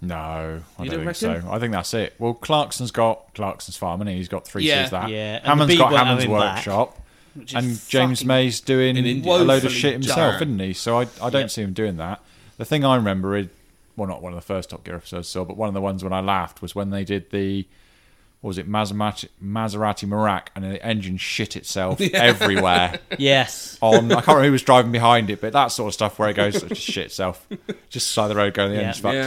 [SPEAKER 5] No, I
[SPEAKER 2] You
[SPEAKER 5] don't,
[SPEAKER 2] don't
[SPEAKER 5] think
[SPEAKER 2] reckon?
[SPEAKER 5] so. I think that's it. Well, Clarkson's got Clarkson's farm, and he's got three
[SPEAKER 1] Yeah.
[SPEAKER 5] shoes that.
[SPEAKER 4] Yeah, and
[SPEAKER 5] Hammond's
[SPEAKER 4] the
[SPEAKER 5] got
[SPEAKER 4] bee won't
[SPEAKER 5] Hammond's
[SPEAKER 4] have him back.
[SPEAKER 5] workshop,
[SPEAKER 1] Which is
[SPEAKER 5] and James
[SPEAKER 1] fucking-
[SPEAKER 5] May's doing
[SPEAKER 2] In India.
[SPEAKER 5] a load of
[SPEAKER 2] Woefully
[SPEAKER 5] shit
[SPEAKER 2] done.
[SPEAKER 5] himself, isn't he? So I, I don't
[SPEAKER 4] Yep.
[SPEAKER 5] see him doing that. The thing I remember is, well, not one of the first Top Gear episodes, I saw, but one of the ones when I laughed was when they did the. What was it Maserati, Maserati Merak and the engine
[SPEAKER 2] [LAUGHS]
[SPEAKER 5] shit itself everywhere
[SPEAKER 4] Yes.
[SPEAKER 5] on I can't remember who was driving behind it but that sort of stuff where it goes it just shit itself just side of the road going the
[SPEAKER 4] Yeah.
[SPEAKER 5] engine's fucked
[SPEAKER 2] Yeah,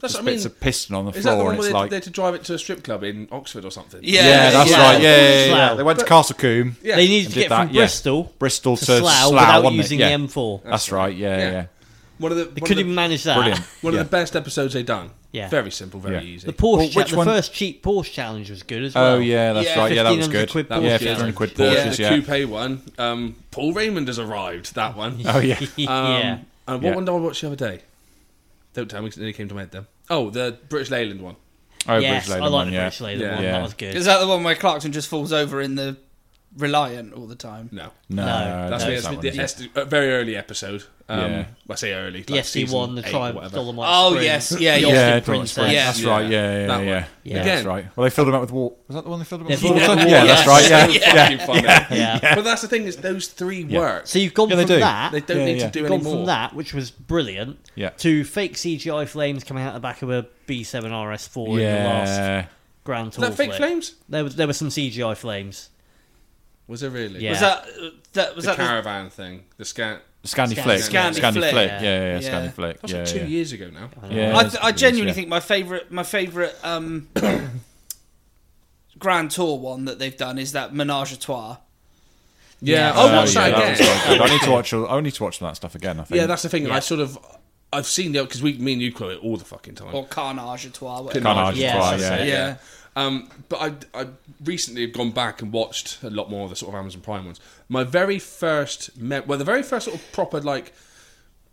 [SPEAKER 2] that's
[SPEAKER 5] just
[SPEAKER 2] what I
[SPEAKER 5] bits
[SPEAKER 2] mean.
[SPEAKER 5] of piston on the
[SPEAKER 2] Is
[SPEAKER 5] floor
[SPEAKER 2] that the one
[SPEAKER 5] and
[SPEAKER 2] where
[SPEAKER 5] it's
[SPEAKER 2] they,
[SPEAKER 5] like
[SPEAKER 2] they're to drive it to a strip club in Oxford or something?
[SPEAKER 1] Yeah,
[SPEAKER 5] Yeah, that's
[SPEAKER 1] yeah.
[SPEAKER 5] right. Yeah, yeah, yeah,
[SPEAKER 4] Slough.
[SPEAKER 5] They went to Castle Coombe.
[SPEAKER 2] Yeah.
[SPEAKER 4] They needed to
[SPEAKER 5] And
[SPEAKER 4] get
[SPEAKER 5] did that,
[SPEAKER 4] from
[SPEAKER 5] yeah.
[SPEAKER 4] Bristol
[SPEAKER 5] Bristol
[SPEAKER 4] to
[SPEAKER 5] to
[SPEAKER 4] Slough,
[SPEAKER 5] Slough,
[SPEAKER 4] without
[SPEAKER 5] wasn't it?
[SPEAKER 4] using
[SPEAKER 5] Yeah.
[SPEAKER 4] the M4.
[SPEAKER 5] That's right. Yeah,
[SPEAKER 2] Yeah.
[SPEAKER 5] yeah.
[SPEAKER 2] One of the
[SPEAKER 4] They
[SPEAKER 2] one
[SPEAKER 4] couldn't
[SPEAKER 2] of the,
[SPEAKER 4] even manage that.
[SPEAKER 5] Brilliant.
[SPEAKER 2] one
[SPEAKER 5] yeah.
[SPEAKER 2] of the best episodes they've done.
[SPEAKER 4] Yeah.
[SPEAKER 2] very simple, very
[SPEAKER 5] Yeah.
[SPEAKER 2] easy.
[SPEAKER 4] The Porsche,
[SPEAKER 5] Well,
[SPEAKER 4] cha-
[SPEAKER 5] which
[SPEAKER 4] the
[SPEAKER 5] one-
[SPEAKER 4] first cheap Porsche challenge was good as well.
[SPEAKER 5] Oh yeah,
[SPEAKER 4] [LAUGHS]
[SPEAKER 5] that's
[SPEAKER 1] Yeah.
[SPEAKER 5] right. Yeah, that
[SPEAKER 4] 1500
[SPEAKER 5] was good.
[SPEAKER 4] quid
[SPEAKER 5] yeah,
[SPEAKER 4] Porsche.
[SPEAKER 5] 1500 quid
[SPEAKER 2] the,
[SPEAKER 5] Porsches.
[SPEAKER 2] the
[SPEAKER 5] Yeah.
[SPEAKER 2] coupe one. Um, Paul Raymond has arrived. That one. Um,
[SPEAKER 5] Oh [LAUGHS] yeah.
[SPEAKER 4] yeah.
[SPEAKER 2] And what
[SPEAKER 5] Yeah.
[SPEAKER 2] one did I watch the other day? Don't tell me 'cause it nearly came to my head then. Oh, the British Leyland one.
[SPEAKER 5] Oh,
[SPEAKER 4] yes,
[SPEAKER 5] Bridge Lane
[SPEAKER 4] I like
[SPEAKER 5] one,
[SPEAKER 4] the
[SPEAKER 5] yeah.
[SPEAKER 4] British Leyland
[SPEAKER 2] Yeah.
[SPEAKER 4] one.
[SPEAKER 5] Yeah.
[SPEAKER 4] That was good.
[SPEAKER 1] Is that the one where Clarkson just falls over in the reliant all the time.
[SPEAKER 2] No.
[SPEAKER 5] No,
[SPEAKER 4] No,
[SPEAKER 2] That's
[SPEAKER 5] no,
[SPEAKER 2] me. That's
[SPEAKER 5] it's that
[SPEAKER 2] the
[SPEAKER 5] one, is it?
[SPEAKER 2] that's the- a very early episode. Um,
[SPEAKER 5] Yeah.
[SPEAKER 2] I say early. Like
[SPEAKER 4] yes, he
[SPEAKER 2] season
[SPEAKER 4] won the
[SPEAKER 2] eight,
[SPEAKER 4] tribe
[SPEAKER 2] whatever.
[SPEAKER 4] Dolomite.
[SPEAKER 1] Oh
[SPEAKER 4] Spring.
[SPEAKER 1] yes, yeah, yeah.
[SPEAKER 4] Yeah.
[SPEAKER 5] Yeah,
[SPEAKER 4] Dolomite
[SPEAKER 5] Dolomite Spring.
[SPEAKER 1] Princess.
[SPEAKER 5] That's
[SPEAKER 2] Yeah.
[SPEAKER 5] right. Yeah,
[SPEAKER 2] That
[SPEAKER 5] yeah, yeah.
[SPEAKER 2] one.
[SPEAKER 5] yeah.
[SPEAKER 4] Yeah.
[SPEAKER 5] That's right. Well, they filled him up with water. Was that the one they filled him up with
[SPEAKER 4] Yeah,
[SPEAKER 5] water?
[SPEAKER 2] [LAUGHS]
[SPEAKER 4] yeah,
[SPEAKER 5] Yeah, that's right. Yeah.
[SPEAKER 2] So fucking
[SPEAKER 5] [LAUGHS]
[SPEAKER 2] funny.
[SPEAKER 4] Yeah.
[SPEAKER 2] But that's the thing is those three work.
[SPEAKER 4] So you've gone
[SPEAKER 5] Yeah, they
[SPEAKER 4] from
[SPEAKER 5] do.
[SPEAKER 4] that,
[SPEAKER 2] They don't
[SPEAKER 5] Yeah,
[SPEAKER 2] need
[SPEAKER 5] yeah.
[SPEAKER 2] to do any
[SPEAKER 4] gone from
[SPEAKER 2] more.
[SPEAKER 4] that, which was brilliant,
[SPEAKER 5] Yeah.
[SPEAKER 4] to fake CGI flames coming out the back of a B7 RS4 in the last
[SPEAKER 5] Yeah.
[SPEAKER 4] Grand
[SPEAKER 2] Was
[SPEAKER 4] Tour.
[SPEAKER 2] that fake
[SPEAKER 4] flip.
[SPEAKER 2] flames?
[SPEAKER 4] There was there were some CGI flames.
[SPEAKER 2] Was it really?
[SPEAKER 4] Yeah.
[SPEAKER 1] Was that that was
[SPEAKER 2] the
[SPEAKER 1] that the-
[SPEAKER 2] caravan thing. The scan.
[SPEAKER 5] Scandi
[SPEAKER 4] Scandi
[SPEAKER 5] Flick.
[SPEAKER 1] Flick.
[SPEAKER 5] Scandi Flick. Yeah,
[SPEAKER 4] Yeah.
[SPEAKER 1] Yeah.
[SPEAKER 5] yeah, Scandi Flick.
[SPEAKER 2] That's
[SPEAKER 5] Yeah,
[SPEAKER 2] like two
[SPEAKER 5] yeah.
[SPEAKER 2] years ago now.
[SPEAKER 5] Yeah,
[SPEAKER 1] I,
[SPEAKER 5] it's
[SPEAKER 1] I
[SPEAKER 5] good,
[SPEAKER 1] genuinely
[SPEAKER 5] yeah.
[SPEAKER 1] think my favorite my favorite um, [COUGHS] Grand Tour one that they've done is that Menage a Trois.
[SPEAKER 2] Yeah,
[SPEAKER 5] Oh,
[SPEAKER 2] I watched
[SPEAKER 5] yeah,
[SPEAKER 2] that
[SPEAKER 5] that was
[SPEAKER 2] again.
[SPEAKER 5] quite
[SPEAKER 2] [LAUGHS]
[SPEAKER 5] good. I need to watch. all- I need to watch that stuff again. I think.
[SPEAKER 2] yeah, that's the thing. I sort of, I've seen the because we, me and you quote it all the fucking time.
[SPEAKER 1] or Carnage a Trois. whatever.
[SPEAKER 5] Carnage
[SPEAKER 2] Carnage
[SPEAKER 4] Yeah,
[SPEAKER 2] Twice,
[SPEAKER 4] that's
[SPEAKER 5] it.
[SPEAKER 2] I'd say,
[SPEAKER 1] Yeah.
[SPEAKER 2] Um, but I, I recently have gone back and watched a lot more of the sort of Amazon Prime ones. My very first, me- well, the very first sort of proper like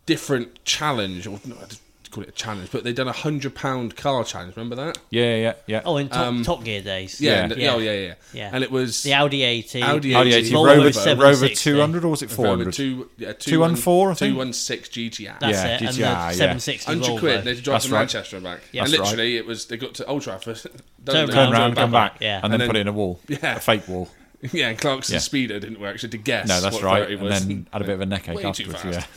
[SPEAKER 2] different challenge, or no, I just call it a challenge, but they've done a hundred pound car challenge. Remember that?
[SPEAKER 5] Yeah, yeah, yeah.
[SPEAKER 4] Oh, in Top, Top Gear days.
[SPEAKER 2] Um, Yeah,
[SPEAKER 5] Yeah.
[SPEAKER 2] and-
[SPEAKER 4] Yeah.
[SPEAKER 2] Oh, yeah, yeah,
[SPEAKER 4] Yeah.
[SPEAKER 2] And it was
[SPEAKER 4] The Audi 80.
[SPEAKER 2] Audi
[SPEAKER 5] Audi
[SPEAKER 2] 80,
[SPEAKER 5] 80,
[SPEAKER 4] Volvo
[SPEAKER 5] Rover, Rover
[SPEAKER 4] 760.
[SPEAKER 5] 200 or was it
[SPEAKER 2] Rover
[SPEAKER 5] 400?
[SPEAKER 2] two, yeah, two
[SPEAKER 5] 214, I think.
[SPEAKER 2] two one six GTR.
[SPEAKER 4] That's
[SPEAKER 5] Yeah,
[SPEAKER 4] it. and
[SPEAKER 5] GTR, yeah.
[SPEAKER 4] the 760
[SPEAKER 2] Hundred
[SPEAKER 4] Volvo.
[SPEAKER 2] quid. They drive
[SPEAKER 5] That's
[SPEAKER 2] to
[SPEAKER 5] right.
[SPEAKER 2] Manchester and back.
[SPEAKER 4] Yeah.
[SPEAKER 2] And
[SPEAKER 5] That's right.
[SPEAKER 2] literally, it was they got to Old Trafford. [LAUGHS]
[SPEAKER 4] Turn
[SPEAKER 2] Don't
[SPEAKER 5] Turn
[SPEAKER 4] round,
[SPEAKER 2] know.
[SPEAKER 5] around, come back,
[SPEAKER 4] Yeah.
[SPEAKER 5] and
[SPEAKER 2] And
[SPEAKER 5] then,
[SPEAKER 2] then-
[SPEAKER 5] put it in a wall,
[SPEAKER 2] Yeah.
[SPEAKER 5] a
[SPEAKER 2] [LAUGHS]
[SPEAKER 5] fake wall.
[SPEAKER 2] Yeah, and Clarkson
[SPEAKER 5] Yeah.
[SPEAKER 2] speeder didn't work. So to guess.
[SPEAKER 5] No, that's
[SPEAKER 2] what
[SPEAKER 5] right.
[SPEAKER 2] ferret it
[SPEAKER 5] And
[SPEAKER 2] was.
[SPEAKER 5] then had a bit of a neck ache
[SPEAKER 2] Way too
[SPEAKER 5] afterwards.
[SPEAKER 2] fast.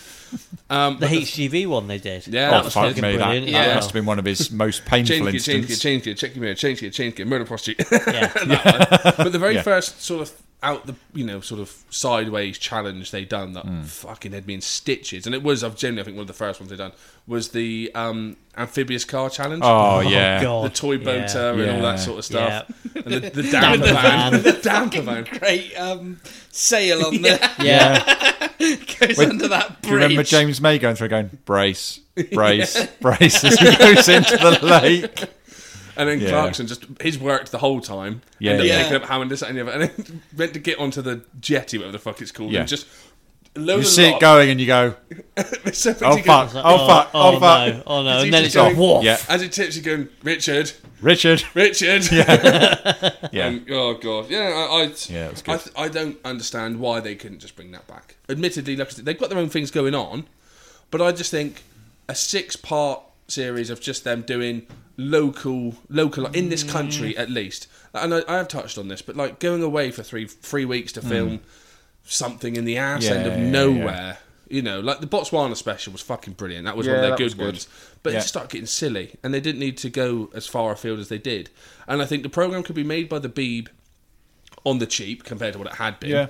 [SPEAKER 5] Yeah,
[SPEAKER 2] um,
[SPEAKER 4] The HGV one they
[SPEAKER 2] [LAUGHS]
[SPEAKER 4] did.
[SPEAKER 2] Yeah.
[SPEAKER 4] that
[SPEAKER 2] Oh,
[SPEAKER 4] was
[SPEAKER 5] fuck
[SPEAKER 4] fucking
[SPEAKER 5] me, that-
[SPEAKER 4] brilliant.
[SPEAKER 5] That,
[SPEAKER 1] Yeah.
[SPEAKER 5] must have been one of his most painful
[SPEAKER 2] change gear, change gear,
[SPEAKER 5] incidents.
[SPEAKER 2] change gear, check your mirror, change gear, change gear, murder
[SPEAKER 5] [LAUGHS]
[SPEAKER 2] prostitute. [LAUGHS]
[SPEAKER 4] Yeah.
[SPEAKER 2] That one. But the very
[SPEAKER 5] Yeah.
[SPEAKER 2] first sort of out the you know sort of sideways challenge they done that
[SPEAKER 5] Mm.
[SPEAKER 2] fucking had me in stitches, and it was I've generally I think one of the first ones they done was the um, amphibious car challenge.
[SPEAKER 5] Oh yeah,
[SPEAKER 4] God.
[SPEAKER 2] The toy boater and all
[SPEAKER 5] Yeah.
[SPEAKER 2] that sort of stuff, and the,
[SPEAKER 5] [LAUGHS]
[SPEAKER 2] the
[SPEAKER 4] Damper
[SPEAKER 2] damper van, [LAUGHS]
[SPEAKER 4] van.
[SPEAKER 2] the damper van.
[SPEAKER 1] [LAUGHS] Great um, sail on
[SPEAKER 5] [LAUGHS]
[SPEAKER 4] Yeah. yeah.
[SPEAKER 1] the [LAUGHS] goes under that
[SPEAKER 5] Do you remember
[SPEAKER 1] bridge.
[SPEAKER 5] James May going through going
[SPEAKER 2] [LAUGHS]
[SPEAKER 5] brace, brace, brace as he goes into the [LAUGHS] lake?
[SPEAKER 2] And then
[SPEAKER 5] Yeah.
[SPEAKER 2] Clarkson just his worked the whole time.
[SPEAKER 5] Yeah,
[SPEAKER 2] ended up
[SPEAKER 1] yeah.
[SPEAKER 2] picking up Hammond this that, and the other, and then [LAUGHS] went to get onto the jetty, whatever the fuck it's called,
[SPEAKER 5] Yeah.
[SPEAKER 2] and just load
[SPEAKER 5] You
[SPEAKER 2] a
[SPEAKER 5] see it
[SPEAKER 2] lot.
[SPEAKER 5] going and you go,
[SPEAKER 2] [LAUGHS] So
[SPEAKER 5] oh
[SPEAKER 2] he goes-
[SPEAKER 5] fuck, oh, fuck, oh,
[SPEAKER 4] oh
[SPEAKER 5] fuck,
[SPEAKER 4] no, oh no,
[SPEAKER 2] Is he
[SPEAKER 4] and then
[SPEAKER 2] just
[SPEAKER 4] it's off.
[SPEAKER 2] going-
[SPEAKER 4] Woof.
[SPEAKER 5] Yeah.
[SPEAKER 2] As it tips, you going, Richard, [LAUGHS]
[SPEAKER 5] Richard,
[SPEAKER 2] Richard.
[SPEAKER 5] yeah,
[SPEAKER 2] And, oh god, yeah, I, I,
[SPEAKER 5] Yeah, it was
[SPEAKER 2] I,
[SPEAKER 5] good.
[SPEAKER 2] I don't understand why they couldn't just bring that back. Admittedly, like I said, they've got their own things going on, but I just think a six-part series of just them doing local, local in
[SPEAKER 5] Mm.
[SPEAKER 2] this country at least. And I, I have touched on this, but like going away for three three weeks to film something in the ass
[SPEAKER 5] Yeah,
[SPEAKER 2] end of
[SPEAKER 5] Mm. yeah, yeah.
[SPEAKER 2] nowhere. You know, like the Botswana special was fucking brilliant. That was one of
[SPEAKER 5] Yeah,
[SPEAKER 2] their
[SPEAKER 5] that was
[SPEAKER 2] good
[SPEAKER 5] good.
[SPEAKER 2] ones. But
[SPEAKER 5] Yeah.
[SPEAKER 2] it just started getting silly, and they didn't need to go as far afield as they did. And I think the program could be made by the Beeb on the cheap compared to what it had been.
[SPEAKER 5] Yeah.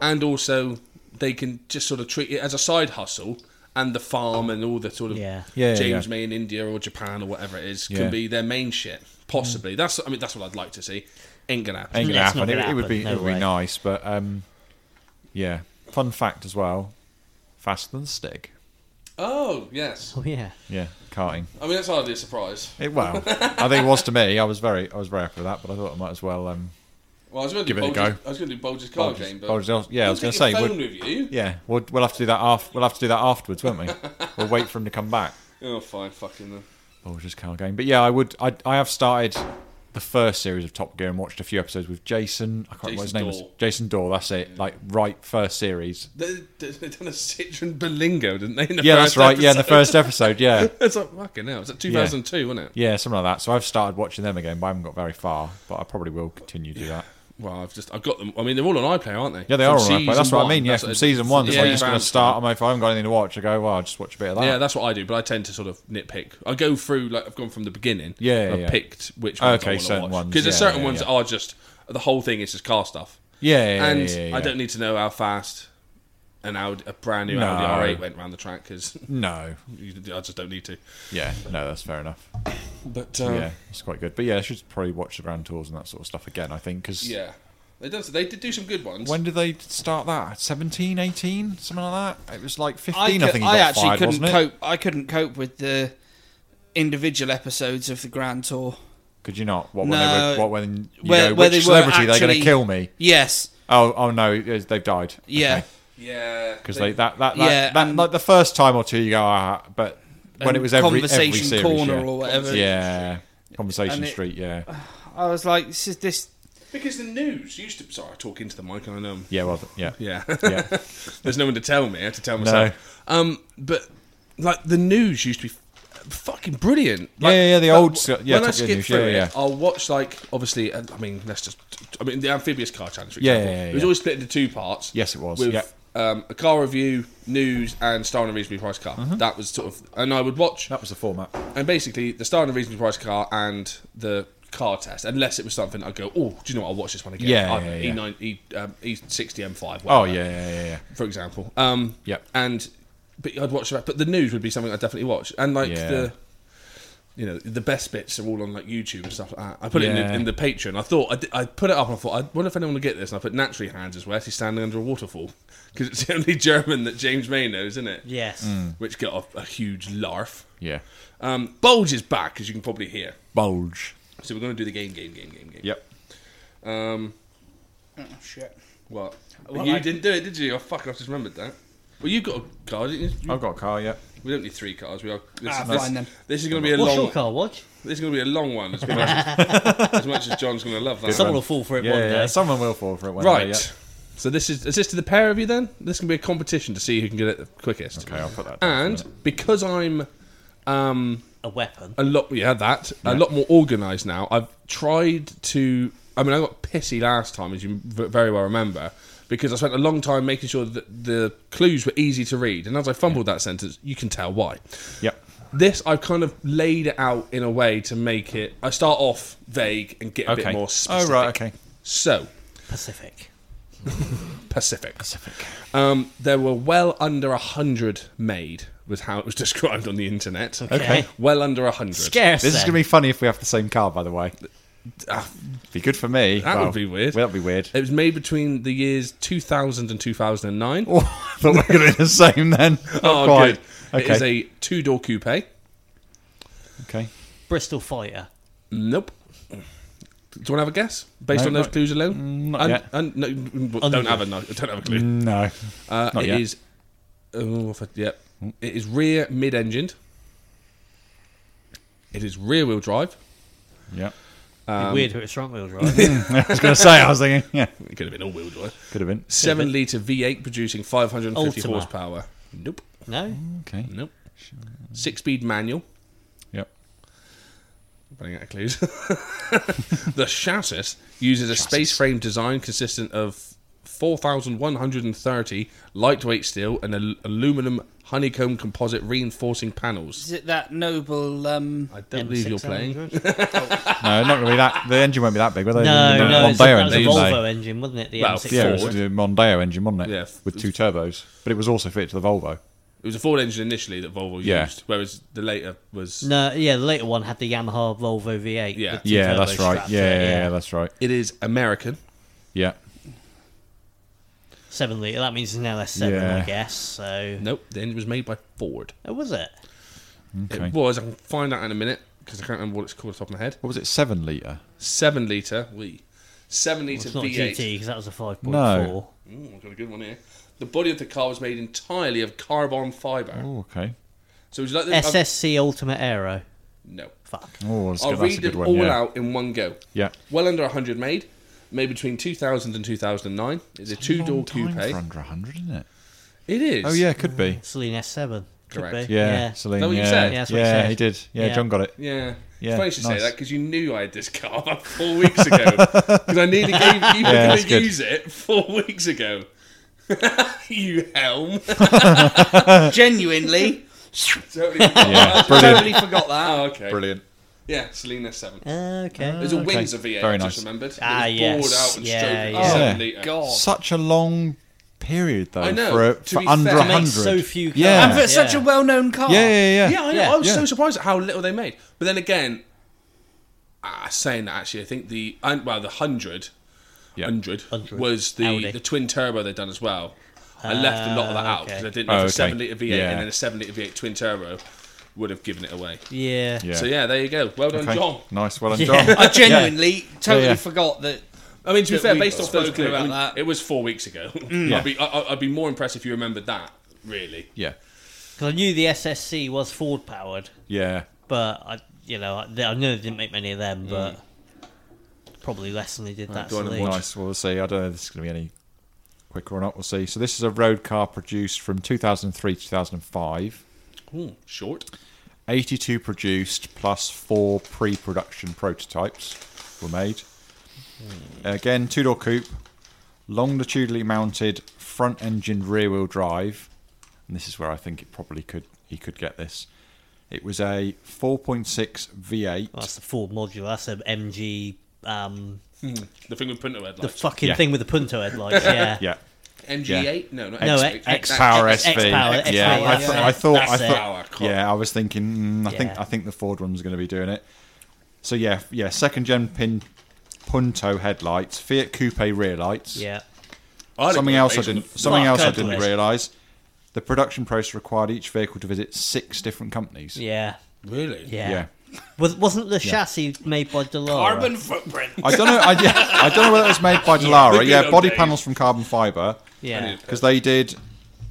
[SPEAKER 2] And also, they can just sort of treat it as a side hustle, and the farm and all the sort of
[SPEAKER 4] Yeah.
[SPEAKER 5] Yeah, yeah,
[SPEAKER 2] James
[SPEAKER 5] yeah.
[SPEAKER 2] May in India or Japan or whatever it is
[SPEAKER 5] Yeah.
[SPEAKER 2] can be their main shit. Possibly. That's I mean that's what I'd like to see. Ain't gonna happen.
[SPEAKER 5] ain't gonna
[SPEAKER 4] That's not
[SPEAKER 5] happen. It,
[SPEAKER 4] gonna
[SPEAKER 5] it would be, it
[SPEAKER 4] happen, no
[SPEAKER 5] would be
[SPEAKER 4] way.
[SPEAKER 5] nice, but um, yeah. Fun fact as well, faster than the stick.
[SPEAKER 2] Oh yes.
[SPEAKER 4] Oh yeah.
[SPEAKER 5] Yeah, karting.
[SPEAKER 2] I mean that's hardly a surprise.
[SPEAKER 5] It, well, I think it was to me. I was very, I was very happy with that, but I thought I might as well. Um,
[SPEAKER 2] Well, I was going to
[SPEAKER 5] Give
[SPEAKER 2] do
[SPEAKER 5] it a
[SPEAKER 2] Bulger's-
[SPEAKER 5] go.
[SPEAKER 2] I was going to do Bulger's card
[SPEAKER 5] Bulger's-
[SPEAKER 2] game, but
[SPEAKER 5] Bulger's else- yeah, I
[SPEAKER 2] Don't
[SPEAKER 5] was gonna
[SPEAKER 2] take your
[SPEAKER 5] say,
[SPEAKER 2] phone with you.
[SPEAKER 5] yeah, we'll, we'll have to do that. Af- we'll have to do that afterwards, won't we? we'll wait for him to come back.
[SPEAKER 2] Oh, fine, fucking. Then.
[SPEAKER 5] Oh, just car game. But yeah, I would. I, I have started the first series of Top Gear and watched a few episodes with Jason. I can't remember what his
[SPEAKER 2] Jason
[SPEAKER 5] name is.
[SPEAKER 2] Dorr.
[SPEAKER 5] Jason Dorr. That's it. Like right first series.
[SPEAKER 2] They, they done a Citroen Berlingo, didn't they? in the
[SPEAKER 5] Yeah,
[SPEAKER 2] first
[SPEAKER 5] that's right. Yeah, in the
[SPEAKER 2] episode? [LAUGHS]
[SPEAKER 5] first episode. Yeah,
[SPEAKER 2] it's like fucking hell. It's like 2002, wasn't it?
[SPEAKER 5] yeah, something like that. So I've started watching them again, but I haven't got very far. But I probably will continue to do that.
[SPEAKER 2] Well, I've just I've got them. I mean, they're all on iPlayer, aren't they?
[SPEAKER 5] Yeah, they
[SPEAKER 2] From
[SPEAKER 5] are all right. but That's
[SPEAKER 2] season
[SPEAKER 5] what I
[SPEAKER 2] one.
[SPEAKER 5] mean. Yeah,
[SPEAKER 2] That's
[SPEAKER 5] from
[SPEAKER 2] what-
[SPEAKER 5] season one. That's why
[SPEAKER 2] Yeah.
[SPEAKER 5] you're just going to start on my. If I haven't got anything to watch, I go. Well, I'll just watch a bit of that.
[SPEAKER 2] Yeah, that's what I do. But I tend to sort of nitpick. I go through like I've gone from the beginning.
[SPEAKER 5] Yeah,
[SPEAKER 2] and I've
[SPEAKER 5] yeah.
[SPEAKER 2] picked which ones
[SPEAKER 5] Okay,
[SPEAKER 2] I
[SPEAKER 5] certain
[SPEAKER 2] want to watch
[SPEAKER 5] ones.
[SPEAKER 2] because there's
[SPEAKER 5] Yeah,
[SPEAKER 2] certain
[SPEAKER 5] yeah,
[SPEAKER 2] ones
[SPEAKER 5] yeah.
[SPEAKER 2] that are just the whole thing is just car stuff.
[SPEAKER 5] Yeah, yeah,
[SPEAKER 2] and
[SPEAKER 5] yeah, yeah,
[SPEAKER 2] I
[SPEAKER 5] yeah.
[SPEAKER 2] don't need to know how fast an Audi, a brand new
[SPEAKER 5] No.
[SPEAKER 2] Audi R8 went round the track [LAUGHS] because
[SPEAKER 5] No.
[SPEAKER 2] I just don't need to.
[SPEAKER 5] Yeah. No, that's fair enough.
[SPEAKER 2] But um,
[SPEAKER 5] yeah, it's quite good. But yeah, I should probably watch the Grand Tours and that sort of stuff again. I think because
[SPEAKER 2] Yeah. They did, they did do some good ones.
[SPEAKER 5] When did they start that? 17, 18? Something like that? It was like 15,
[SPEAKER 1] I,
[SPEAKER 5] I,
[SPEAKER 1] cou-
[SPEAKER 5] think. He
[SPEAKER 1] I
[SPEAKER 5] got
[SPEAKER 1] actually
[SPEAKER 5] fired,
[SPEAKER 1] couldn't
[SPEAKER 5] wasn't it?
[SPEAKER 1] cope. I couldn't cope with the individual episodes of the Grand Tour.
[SPEAKER 5] Could you not? What, when
[SPEAKER 1] No.
[SPEAKER 5] they were, what when you
[SPEAKER 1] Where-
[SPEAKER 5] go,
[SPEAKER 1] where
[SPEAKER 5] which
[SPEAKER 1] they were
[SPEAKER 5] celebrity they're going
[SPEAKER 1] actually-
[SPEAKER 5] to kill me?
[SPEAKER 1] Yes.
[SPEAKER 5] Oh, oh no, it is- they've died.
[SPEAKER 1] Yeah.
[SPEAKER 2] yeah.
[SPEAKER 5] Because they that that, that,
[SPEAKER 1] Yeah,
[SPEAKER 5] that
[SPEAKER 1] and-
[SPEAKER 5] like the first time or two you go, ah, but when
[SPEAKER 1] And
[SPEAKER 5] it was every
[SPEAKER 1] Conversation
[SPEAKER 5] every series,
[SPEAKER 1] Corner
[SPEAKER 5] yeah.
[SPEAKER 1] or whatever.
[SPEAKER 5] yeah,
[SPEAKER 1] [SIGHS]
[SPEAKER 5] Conversation
[SPEAKER 1] And it-
[SPEAKER 5] Street, yeah,
[SPEAKER 1] I was like, this is this.
[SPEAKER 2] Because the news used to. Sorry, I talk into the mic and I know. I'm-
[SPEAKER 5] Yeah, well, th- yeah.
[SPEAKER 2] Yeah.
[SPEAKER 5] Yeah.
[SPEAKER 2] [LAUGHS] There's no one to tell me. I had to tell myself. Um, but like the news used to be f- fucking brilliant. Like,
[SPEAKER 5] yeah, yeah, the
[SPEAKER 2] like,
[SPEAKER 5] old
[SPEAKER 2] w-
[SPEAKER 5] sc- yeah,
[SPEAKER 2] when I
[SPEAKER 5] Top Gear
[SPEAKER 2] skip
[SPEAKER 5] news,
[SPEAKER 2] through
[SPEAKER 5] yeah,
[SPEAKER 2] it,
[SPEAKER 5] yeah.
[SPEAKER 2] I'll watch like obviously. uh, I mean, let's just. I mean, the amphibious car challenge. For
[SPEAKER 5] Yeah,
[SPEAKER 2] example.
[SPEAKER 5] yeah, yeah,
[SPEAKER 2] It was
[SPEAKER 5] yeah.
[SPEAKER 2] always split into two parts.
[SPEAKER 5] Yes, it was,
[SPEAKER 2] With
[SPEAKER 5] yeah.
[SPEAKER 2] um, a car review, news, and starring a reasonably priced car.
[SPEAKER 5] Mm-hmm.
[SPEAKER 2] That was sort of, and I would watch
[SPEAKER 5] That was the format.
[SPEAKER 2] and basically the star and the reasonably priced car and the car test unless it was something I'd go oh do you know what I'll watch this one again
[SPEAKER 5] Yeah,
[SPEAKER 2] I don't
[SPEAKER 5] yeah,
[SPEAKER 2] know,
[SPEAKER 5] yeah.
[SPEAKER 2] E9, e, um, E60 M5
[SPEAKER 5] Oh
[SPEAKER 2] whatever,
[SPEAKER 5] yeah, yeah, yeah, yeah.
[SPEAKER 2] for example um,
[SPEAKER 5] Yep.
[SPEAKER 2] and but I'd watch that but the news would be something I'd definitely watch and like
[SPEAKER 5] Yeah.
[SPEAKER 2] the you know the best bits are all on like YouTube and stuff like that I put it in
[SPEAKER 5] Yeah.
[SPEAKER 2] the, in the Patreon I thought I, did- I put it up and I thought I wonder if anyone will get this and I put naturally hands as well he's standing under a waterfall [LAUGHS] because it's the only German that James May knows isn't it
[SPEAKER 4] Yes.
[SPEAKER 5] Mm.
[SPEAKER 2] which got a, a huge larf
[SPEAKER 5] Yeah.
[SPEAKER 2] um, Bulge is back, as you can probably hear.
[SPEAKER 5] Bulge.
[SPEAKER 2] So we're going to do the game, game, game, game, game.
[SPEAKER 5] Yep.
[SPEAKER 1] Oh, shit.
[SPEAKER 2] What?
[SPEAKER 1] Well,
[SPEAKER 2] you
[SPEAKER 1] I-
[SPEAKER 2] didn't do it, did you? Oh fuck! I have just remembered that. Well, you got a car, didn't you?
[SPEAKER 5] I've got a car. Yep.
[SPEAKER 2] We don't need three cars. We are. This,
[SPEAKER 1] Ah,
[SPEAKER 2] is, this,
[SPEAKER 1] fine then.
[SPEAKER 2] this is going to be a
[SPEAKER 4] What's
[SPEAKER 2] long.
[SPEAKER 4] your car, Watch?
[SPEAKER 2] This is going to be a long one. As much as,
[SPEAKER 4] [LAUGHS]
[SPEAKER 2] as, much as John's going to love that.
[SPEAKER 4] Someone
[SPEAKER 2] one.
[SPEAKER 4] will fall for it
[SPEAKER 5] Yeah,
[SPEAKER 4] one
[SPEAKER 5] yeah,
[SPEAKER 4] day.
[SPEAKER 5] yeah. Someone will fall for it. One
[SPEAKER 2] Right.
[SPEAKER 5] Day, yeah.
[SPEAKER 2] So this is is this to the pair of you then? This can be a competition to see who can get it the quickest.
[SPEAKER 5] Okay, I'll put that. down for a
[SPEAKER 2] And
[SPEAKER 5] minute.
[SPEAKER 2] because I'm um,
[SPEAKER 4] A weapon.
[SPEAKER 2] a lot yeah that a lot more organized now i've tried to i mean i got pissy last time as you v- very well remember because i spent a long time making sure that the clues were easy to read and as i fumbled that sentence you can tell why
[SPEAKER 5] yep.
[SPEAKER 2] this i've kind of laid it out in a way to make it i start off vague and get a
[SPEAKER 5] Okay.
[SPEAKER 2] bit more
[SPEAKER 5] oh
[SPEAKER 2] specific [LAUGHS]
[SPEAKER 5] right. Okay.
[SPEAKER 2] so
[SPEAKER 4] Pacific.
[SPEAKER 2] pacific pacific um, there were well under a hundred made was how it was [LAUGHS] described on the internet
[SPEAKER 4] Okay.
[SPEAKER 2] well under a hundred
[SPEAKER 4] Scarce.
[SPEAKER 5] This is
[SPEAKER 4] then.
[SPEAKER 5] gonna be funny if we have the same car, by the way. be good for me.
[SPEAKER 2] Ah. That
[SPEAKER 5] Well,
[SPEAKER 2] would be weird.
[SPEAKER 5] Well, that'd be
[SPEAKER 2] [LAUGHS]
[SPEAKER 5] weird. [LAUGHS]
[SPEAKER 2] It was made between the years 2000 and 2009.
[SPEAKER 5] Oh, I thought we were going to be the same then. Not
[SPEAKER 2] oh,
[SPEAKER 5] quite.
[SPEAKER 2] good. It is
[SPEAKER 5] Okay.
[SPEAKER 2] a two door coupe.
[SPEAKER 5] okay.
[SPEAKER 4] Bristol fighter.
[SPEAKER 2] Nope. Do you want to have a guess based
[SPEAKER 5] No,
[SPEAKER 2] on those
[SPEAKER 5] not- Mm,
[SPEAKER 2] clues alone?
[SPEAKER 5] not yet.
[SPEAKER 2] un, no, well, don't have a no, don't have a clue.
[SPEAKER 5] No.
[SPEAKER 2] Uh,
[SPEAKER 5] not
[SPEAKER 2] it
[SPEAKER 5] yet. Hmm.
[SPEAKER 2] is- oh, if I- yep. It is rear mid-engined. It is rear-wheel drive.
[SPEAKER 5] Yeah.
[SPEAKER 2] Um,
[SPEAKER 4] weird who it's front
[SPEAKER 5] [LAUGHS]
[SPEAKER 4] wheel drive.
[SPEAKER 5] I was going to say. I was thinking. Yeah.
[SPEAKER 2] It could have been all-wheel drive.
[SPEAKER 5] Could have been.
[SPEAKER 2] Seven litre V8 producing 550
[SPEAKER 4] Ultima.
[SPEAKER 2] horsepower. Nope.
[SPEAKER 4] no?
[SPEAKER 5] Okay.
[SPEAKER 2] Nope. Six-speed manual.
[SPEAKER 5] Yep.
[SPEAKER 2] Running out of
[SPEAKER 5] [LAUGHS]
[SPEAKER 2] clues. the chassis uses a space frame design consistent of 4,130 lightweight steel and al- aluminum honeycomb composite reinforcing panels.
[SPEAKER 1] Is it that noble? Um,
[SPEAKER 2] I don't believe you're playing.
[SPEAKER 5] [LAUGHS] No, not going to be that. The engine won't be that big, will they?
[SPEAKER 4] No,
[SPEAKER 5] The
[SPEAKER 4] no, it's a,
[SPEAKER 5] Mondeo
[SPEAKER 4] that was
[SPEAKER 5] engine, didn't
[SPEAKER 4] a
[SPEAKER 5] they?
[SPEAKER 4] Volvo engine, wasn't it? The
[SPEAKER 2] Well,
[SPEAKER 4] M6.
[SPEAKER 5] Yeah, it was
[SPEAKER 2] Ford.
[SPEAKER 5] the Mondeo engine, wasn't it?
[SPEAKER 2] Yeah.
[SPEAKER 5] With two turbos, but it was also fitted to the Volvo.
[SPEAKER 2] It was a Ford engine initially that Volvo
[SPEAKER 5] Yeah.
[SPEAKER 2] used, whereas the later was.
[SPEAKER 4] No, yeah, the later one had the Yamaha Volvo V8.
[SPEAKER 2] Yeah.
[SPEAKER 4] with two
[SPEAKER 5] Yeah,
[SPEAKER 4] turbos
[SPEAKER 5] that's right.
[SPEAKER 4] strapped to
[SPEAKER 5] Yeah,
[SPEAKER 4] it,
[SPEAKER 5] yeah, yeah, that's right.
[SPEAKER 2] It is American.
[SPEAKER 5] Yeah.
[SPEAKER 4] Seven litre. That means it's an LS7, I
[SPEAKER 5] Yeah.
[SPEAKER 4] guess. So,
[SPEAKER 2] Nope, the engine was made by Ford.
[SPEAKER 4] oh, was it?
[SPEAKER 5] Okay.
[SPEAKER 2] It was. I can find out in a minute because I can't remember what it's called off the top of my head.
[SPEAKER 5] What was it? Seven litre.
[SPEAKER 2] Seven litre. We. Seven
[SPEAKER 4] Well,
[SPEAKER 2] litre
[SPEAKER 4] it's not
[SPEAKER 2] V8.
[SPEAKER 4] GT because that was a 5.4.
[SPEAKER 5] No.
[SPEAKER 2] Ooh, I've got a good one here. The body of the car was made entirely of carbon fibre.
[SPEAKER 5] Oh, okay.
[SPEAKER 2] So would you like the I've-
[SPEAKER 4] SSC Ultimate Aero.
[SPEAKER 2] No.
[SPEAKER 4] Fuck.
[SPEAKER 5] Oh, that's,
[SPEAKER 2] I'll
[SPEAKER 5] good. that's a
[SPEAKER 2] read
[SPEAKER 5] good
[SPEAKER 2] them
[SPEAKER 5] one.
[SPEAKER 2] all
[SPEAKER 5] yeah.
[SPEAKER 2] out in one go.
[SPEAKER 5] Yeah.
[SPEAKER 2] Well under 100 made, made between 2000 and 2009. It's a two door
[SPEAKER 5] Long time
[SPEAKER 2] coupe.
[SPEAKER 5] for under 100, isn't it?
[SPEAKER 2] It is.
[SPEAKER 5] Oh, yeah, could be.
[SPEAKER 4] Celine S7. Could
[SPEAKER 2] Correct.
[SPEAKER 4] Be.
[SPEAKER 5] Yeah,
[SPEAKER 4] yeah.
[SPEAKER 5] Celine.
[SPEAKER 2] that what you
[SPEAKER 5] yeah.
[SPEAKER 2] said?
[SPEAKER 4] Yeah, that's what
[SPEAKER 5] yeah,
[SPEAKER 4] you said.
[SPEAKER 5] he did. Yeah,
[SPEAKER 4] Yeah.
[SPEAKER 5] John got it.
[SPEAKER 2] Yeah.
[SPEAKER 5] Yeah,
[SPEAKER 2] it's funny you should
[SPEAKER 5] nice.
[SPEAKER 2] say that because you knew I had this car [LAUGHS] about four weeks ago.
[SPEAKER 5] [LAUGHS]
[SPEAKER 2] Because I nearly gave you were going
[SPEAKER 5] that's
[SPEAKER 2] to
[SPEAKER 5] good.
[SPEAKER 2] use it four weeks ago. [LAUGHS] you helm. [LAUGHS]
[SPEAKER 5] Uh, [LAUGHS]
[SPEAKER 1] genuinely,
[SPEAKER 2] totally forgot.
[SPEAKER 5] Yeah,
[SPEAKER 1] totally
[SPEAKER 2] [LAUGHS]
[SPEAKER 5] brilliant.
[SPEAKER 1] forgot that.
[SPEAKER 2] Oh, okay.
[SPEAKER 5] brilliant.
[SPEAKER 2] Yeah, Selena 7.
[SPEAKER 4] Ah, Okay.
[SPEAKER 2] There's a
[SPEAKER 5] okay.
[SPEAKER 2] wings of V8, I
[SPEAKER 5] Very
[SPEAKER 2] just
[SPEAKER 5] nice.
[SPEAKER 2] remembered. It
[SPEAKER 4] Ah,
[SPEAKER 2] was
[SPEAKER 4] yes.
[SPEAKER 2] bored out and
[SPEAKER 4] Yeah,
[SPEAKER 2] stroked
[SPEAKER 4] yeah.
[SPEAKER 2] seven
[SPEAKER 5] Yeah.
[SPEAKER 2] litre.
[SPEAKER 1] God.
[SPEAKER 5] Such a long period, though,
[SPEAKER 2] I know,
[SPEAKER 5] for, a,
[SPEAKER 2] to
[SPEAKER 5] for
[SPEAKER 2] be
[SPEAKER 5] under
[SPEAKER 2] fair.
[SPEAKER 5] a
[SPEAKER 2] To make
[SPEAKER 5] 100.
[SPEAKER 4] so few cars.
[SPEAKER 5] Yeah.
[SPEAKER 1] And for such a
[SPEAKER 4] Yeah.
[SPEAKER 1] well-known car.
[SPEAKER 5] yeah, yeah, yeah.
[SPEAKER 2] Oh. Yeah, I know.
[SPEAKER 4] Yeah.
[SPEAKER 2] I was so
[SPEAKER 5] Yeah.
[SPEAKER 2] surprised at how little they made. But then again, ah, saying that actually, I think the and- well the hundred,
[SPEAKER 5] Yeah.
[SPEAKER 2] hundred
[SPEAKER 4] 100.
[SPEAKER 2] was the
[SPEAKER 4] Audi.
[SPEAKER 2] the twin turbo they'd done as well. I left a lot of that out because I didn't know
[SPEAKER 5] Oh,
[SPEAKER 2] if a
[SPEAKER 5] okay.
[SPEAKER 2] seven liter V eight
[SPEAKER 5] Yeah.
[SPEAKER 2] and then a seven liter V eight twin turbo would have given it away.
[SPEAKER 4] Yeah.
[SPEAKER 5] Yeah.
[SPEAKER 2] So yeah, there you go. Well done,
[SPEAKER 5] Okay.
[SPEAKER 2] John.
[SPEAKER 5] Nice, well done, [LAUGHS]
[SPEAKER 4] Yeah.
[SPEAKER 5] John.
[SPEAKER 1] I genuinely totally
[SPEAKER 5] Yeah, yeah.
[SPEAKER 1] forgot that.
[SPEAKER 2] I mean, to be
[SPEAKER 1] That
[SPEAKER 2] fair,
[SPEAKER 1] we
[SPEAKER 2] based off those
[SPEAKER 1] spoke
[SPEAKER 2] clues,
[SPEAKER 1] about
[SPEAKER 2] I mean,
[SPEAKER 1] that.
[SPEAKER 2] it was four weeks [LAUGHS] ago.
[SPEAKER 5] Mm. Yeah.
[SPEAKER 2] I'd be I- I, I'd be more impressed if you remembered that. Really,
[SPEAKER 5] Yeah,
[SPEAKER 4] Because I knew the SSC was Ford powered,
[SPEAKER 5] yeah.
[SPEAKER 4] but I, you know, I, I knew they didn't make many of them, but probably less than they did that.
[SPEAKER 2] do I know
[SPEAKER 4] league.
[SPEAKER 2] what-
[SPEAKER 5] Nice. Well, we'll see. I don't know if this is going to be any quicker or not. We'll see. So this is a road car produced from 2003 to 2005.
[SPEAKER 2] Ooh, short.
[SPEAKER 5] 82 produced plus four pre-production prototypes were made. Again, two-door coupe, longitudinally mounted front engine rear-wheel drive, and this is where I think it probably could he could get this. It was a 4.6 V8.
[SPEAKER 4] That's the Ford module. That's an MG. Um,
[SPEAKER 2] The thing with printer headlights.
[SPEAKER 4] the fucking
[SPEAKER 5] Yeah.
[SPEAKER 4] thing with the punto
[SPEAKER 5] [LAUGHS]
[SPEAKER 4] headlights. Yeah.
[SPEAKER 5] yeah.
[SPEAKER 2] MG8? No, not
[SPEAKER 4] No,
[SPEAKER 2] X8.
[SPEAKER 4] X-
[SPEAKER 5] Power
[SPEAKER 4] X-
[SPEAKER 5] SV.
[SPEAKER 4] X-Power,
[SPEAKER 5] yeah,
[SPEAKER 4] X-Power,
[SPEAKER 5] I, th-
[SPEAKER 4] yeah.
[SPEAKER 5] I thought.
[SPEAKER 4] That's
[SPEAKER 5] I
[SPEAKER 4] it.
[SPEAKER 5] thought. Yeah, I was thinking. Mm, I think.
[SPEAKER 4] Yeah.
[SPEAKER 5] I think the Ford one's going to be doing it. So yeah, f- yeah. Second gen pin Punto headlights, Fiat Coupe rear lights.
[SPEAKER 4] Yeah.
[SPEAKER 2] I
[SPEAKER 5] Something else I
[SPEAKER 2] Asian-
[SPEAKER 5] didn't. Something else I
[SPEAKER 4] Mark
[SPEAKER 5] didn't
[SPEAKER 4] Kirkland.
[SPEAKER 5] realise. The production process required each vehicle to visit six different companies.
[SPEAKER 4] Yeah.
[SPEAKER 2] Really?
[SPEAKER 4] Yeah.
[SPEAKER 5] Yeah.
[SPEAKER 4] Was, wasn't the chassis made by Delara?
[SPEAKER 1] Carbon
[SPEAKER 5] [LAUGHS]
[SPEAKER 1] footprint.
[SPEAKER 5] I don't know. I, yeah, I don't know whether it was made
[SPEAKER 4] [LAUGHS]
[SPEAKER 5] by
[SPEAKER 2] The
[SPEAKER 5] Delara.
[SPEAKER 2] good
[SPEAKER 5] Yeah,
[SPEAKER 2] old
[SPEAKER 5] body
[SPEAKER 2] days.
[SPEAKER 5] panels from carbon fibre.
[SPEAKER 2] I
[SPEAKER 4] Yeah.
[SPEAKER 2] did.
[SPEAKER 5] because they did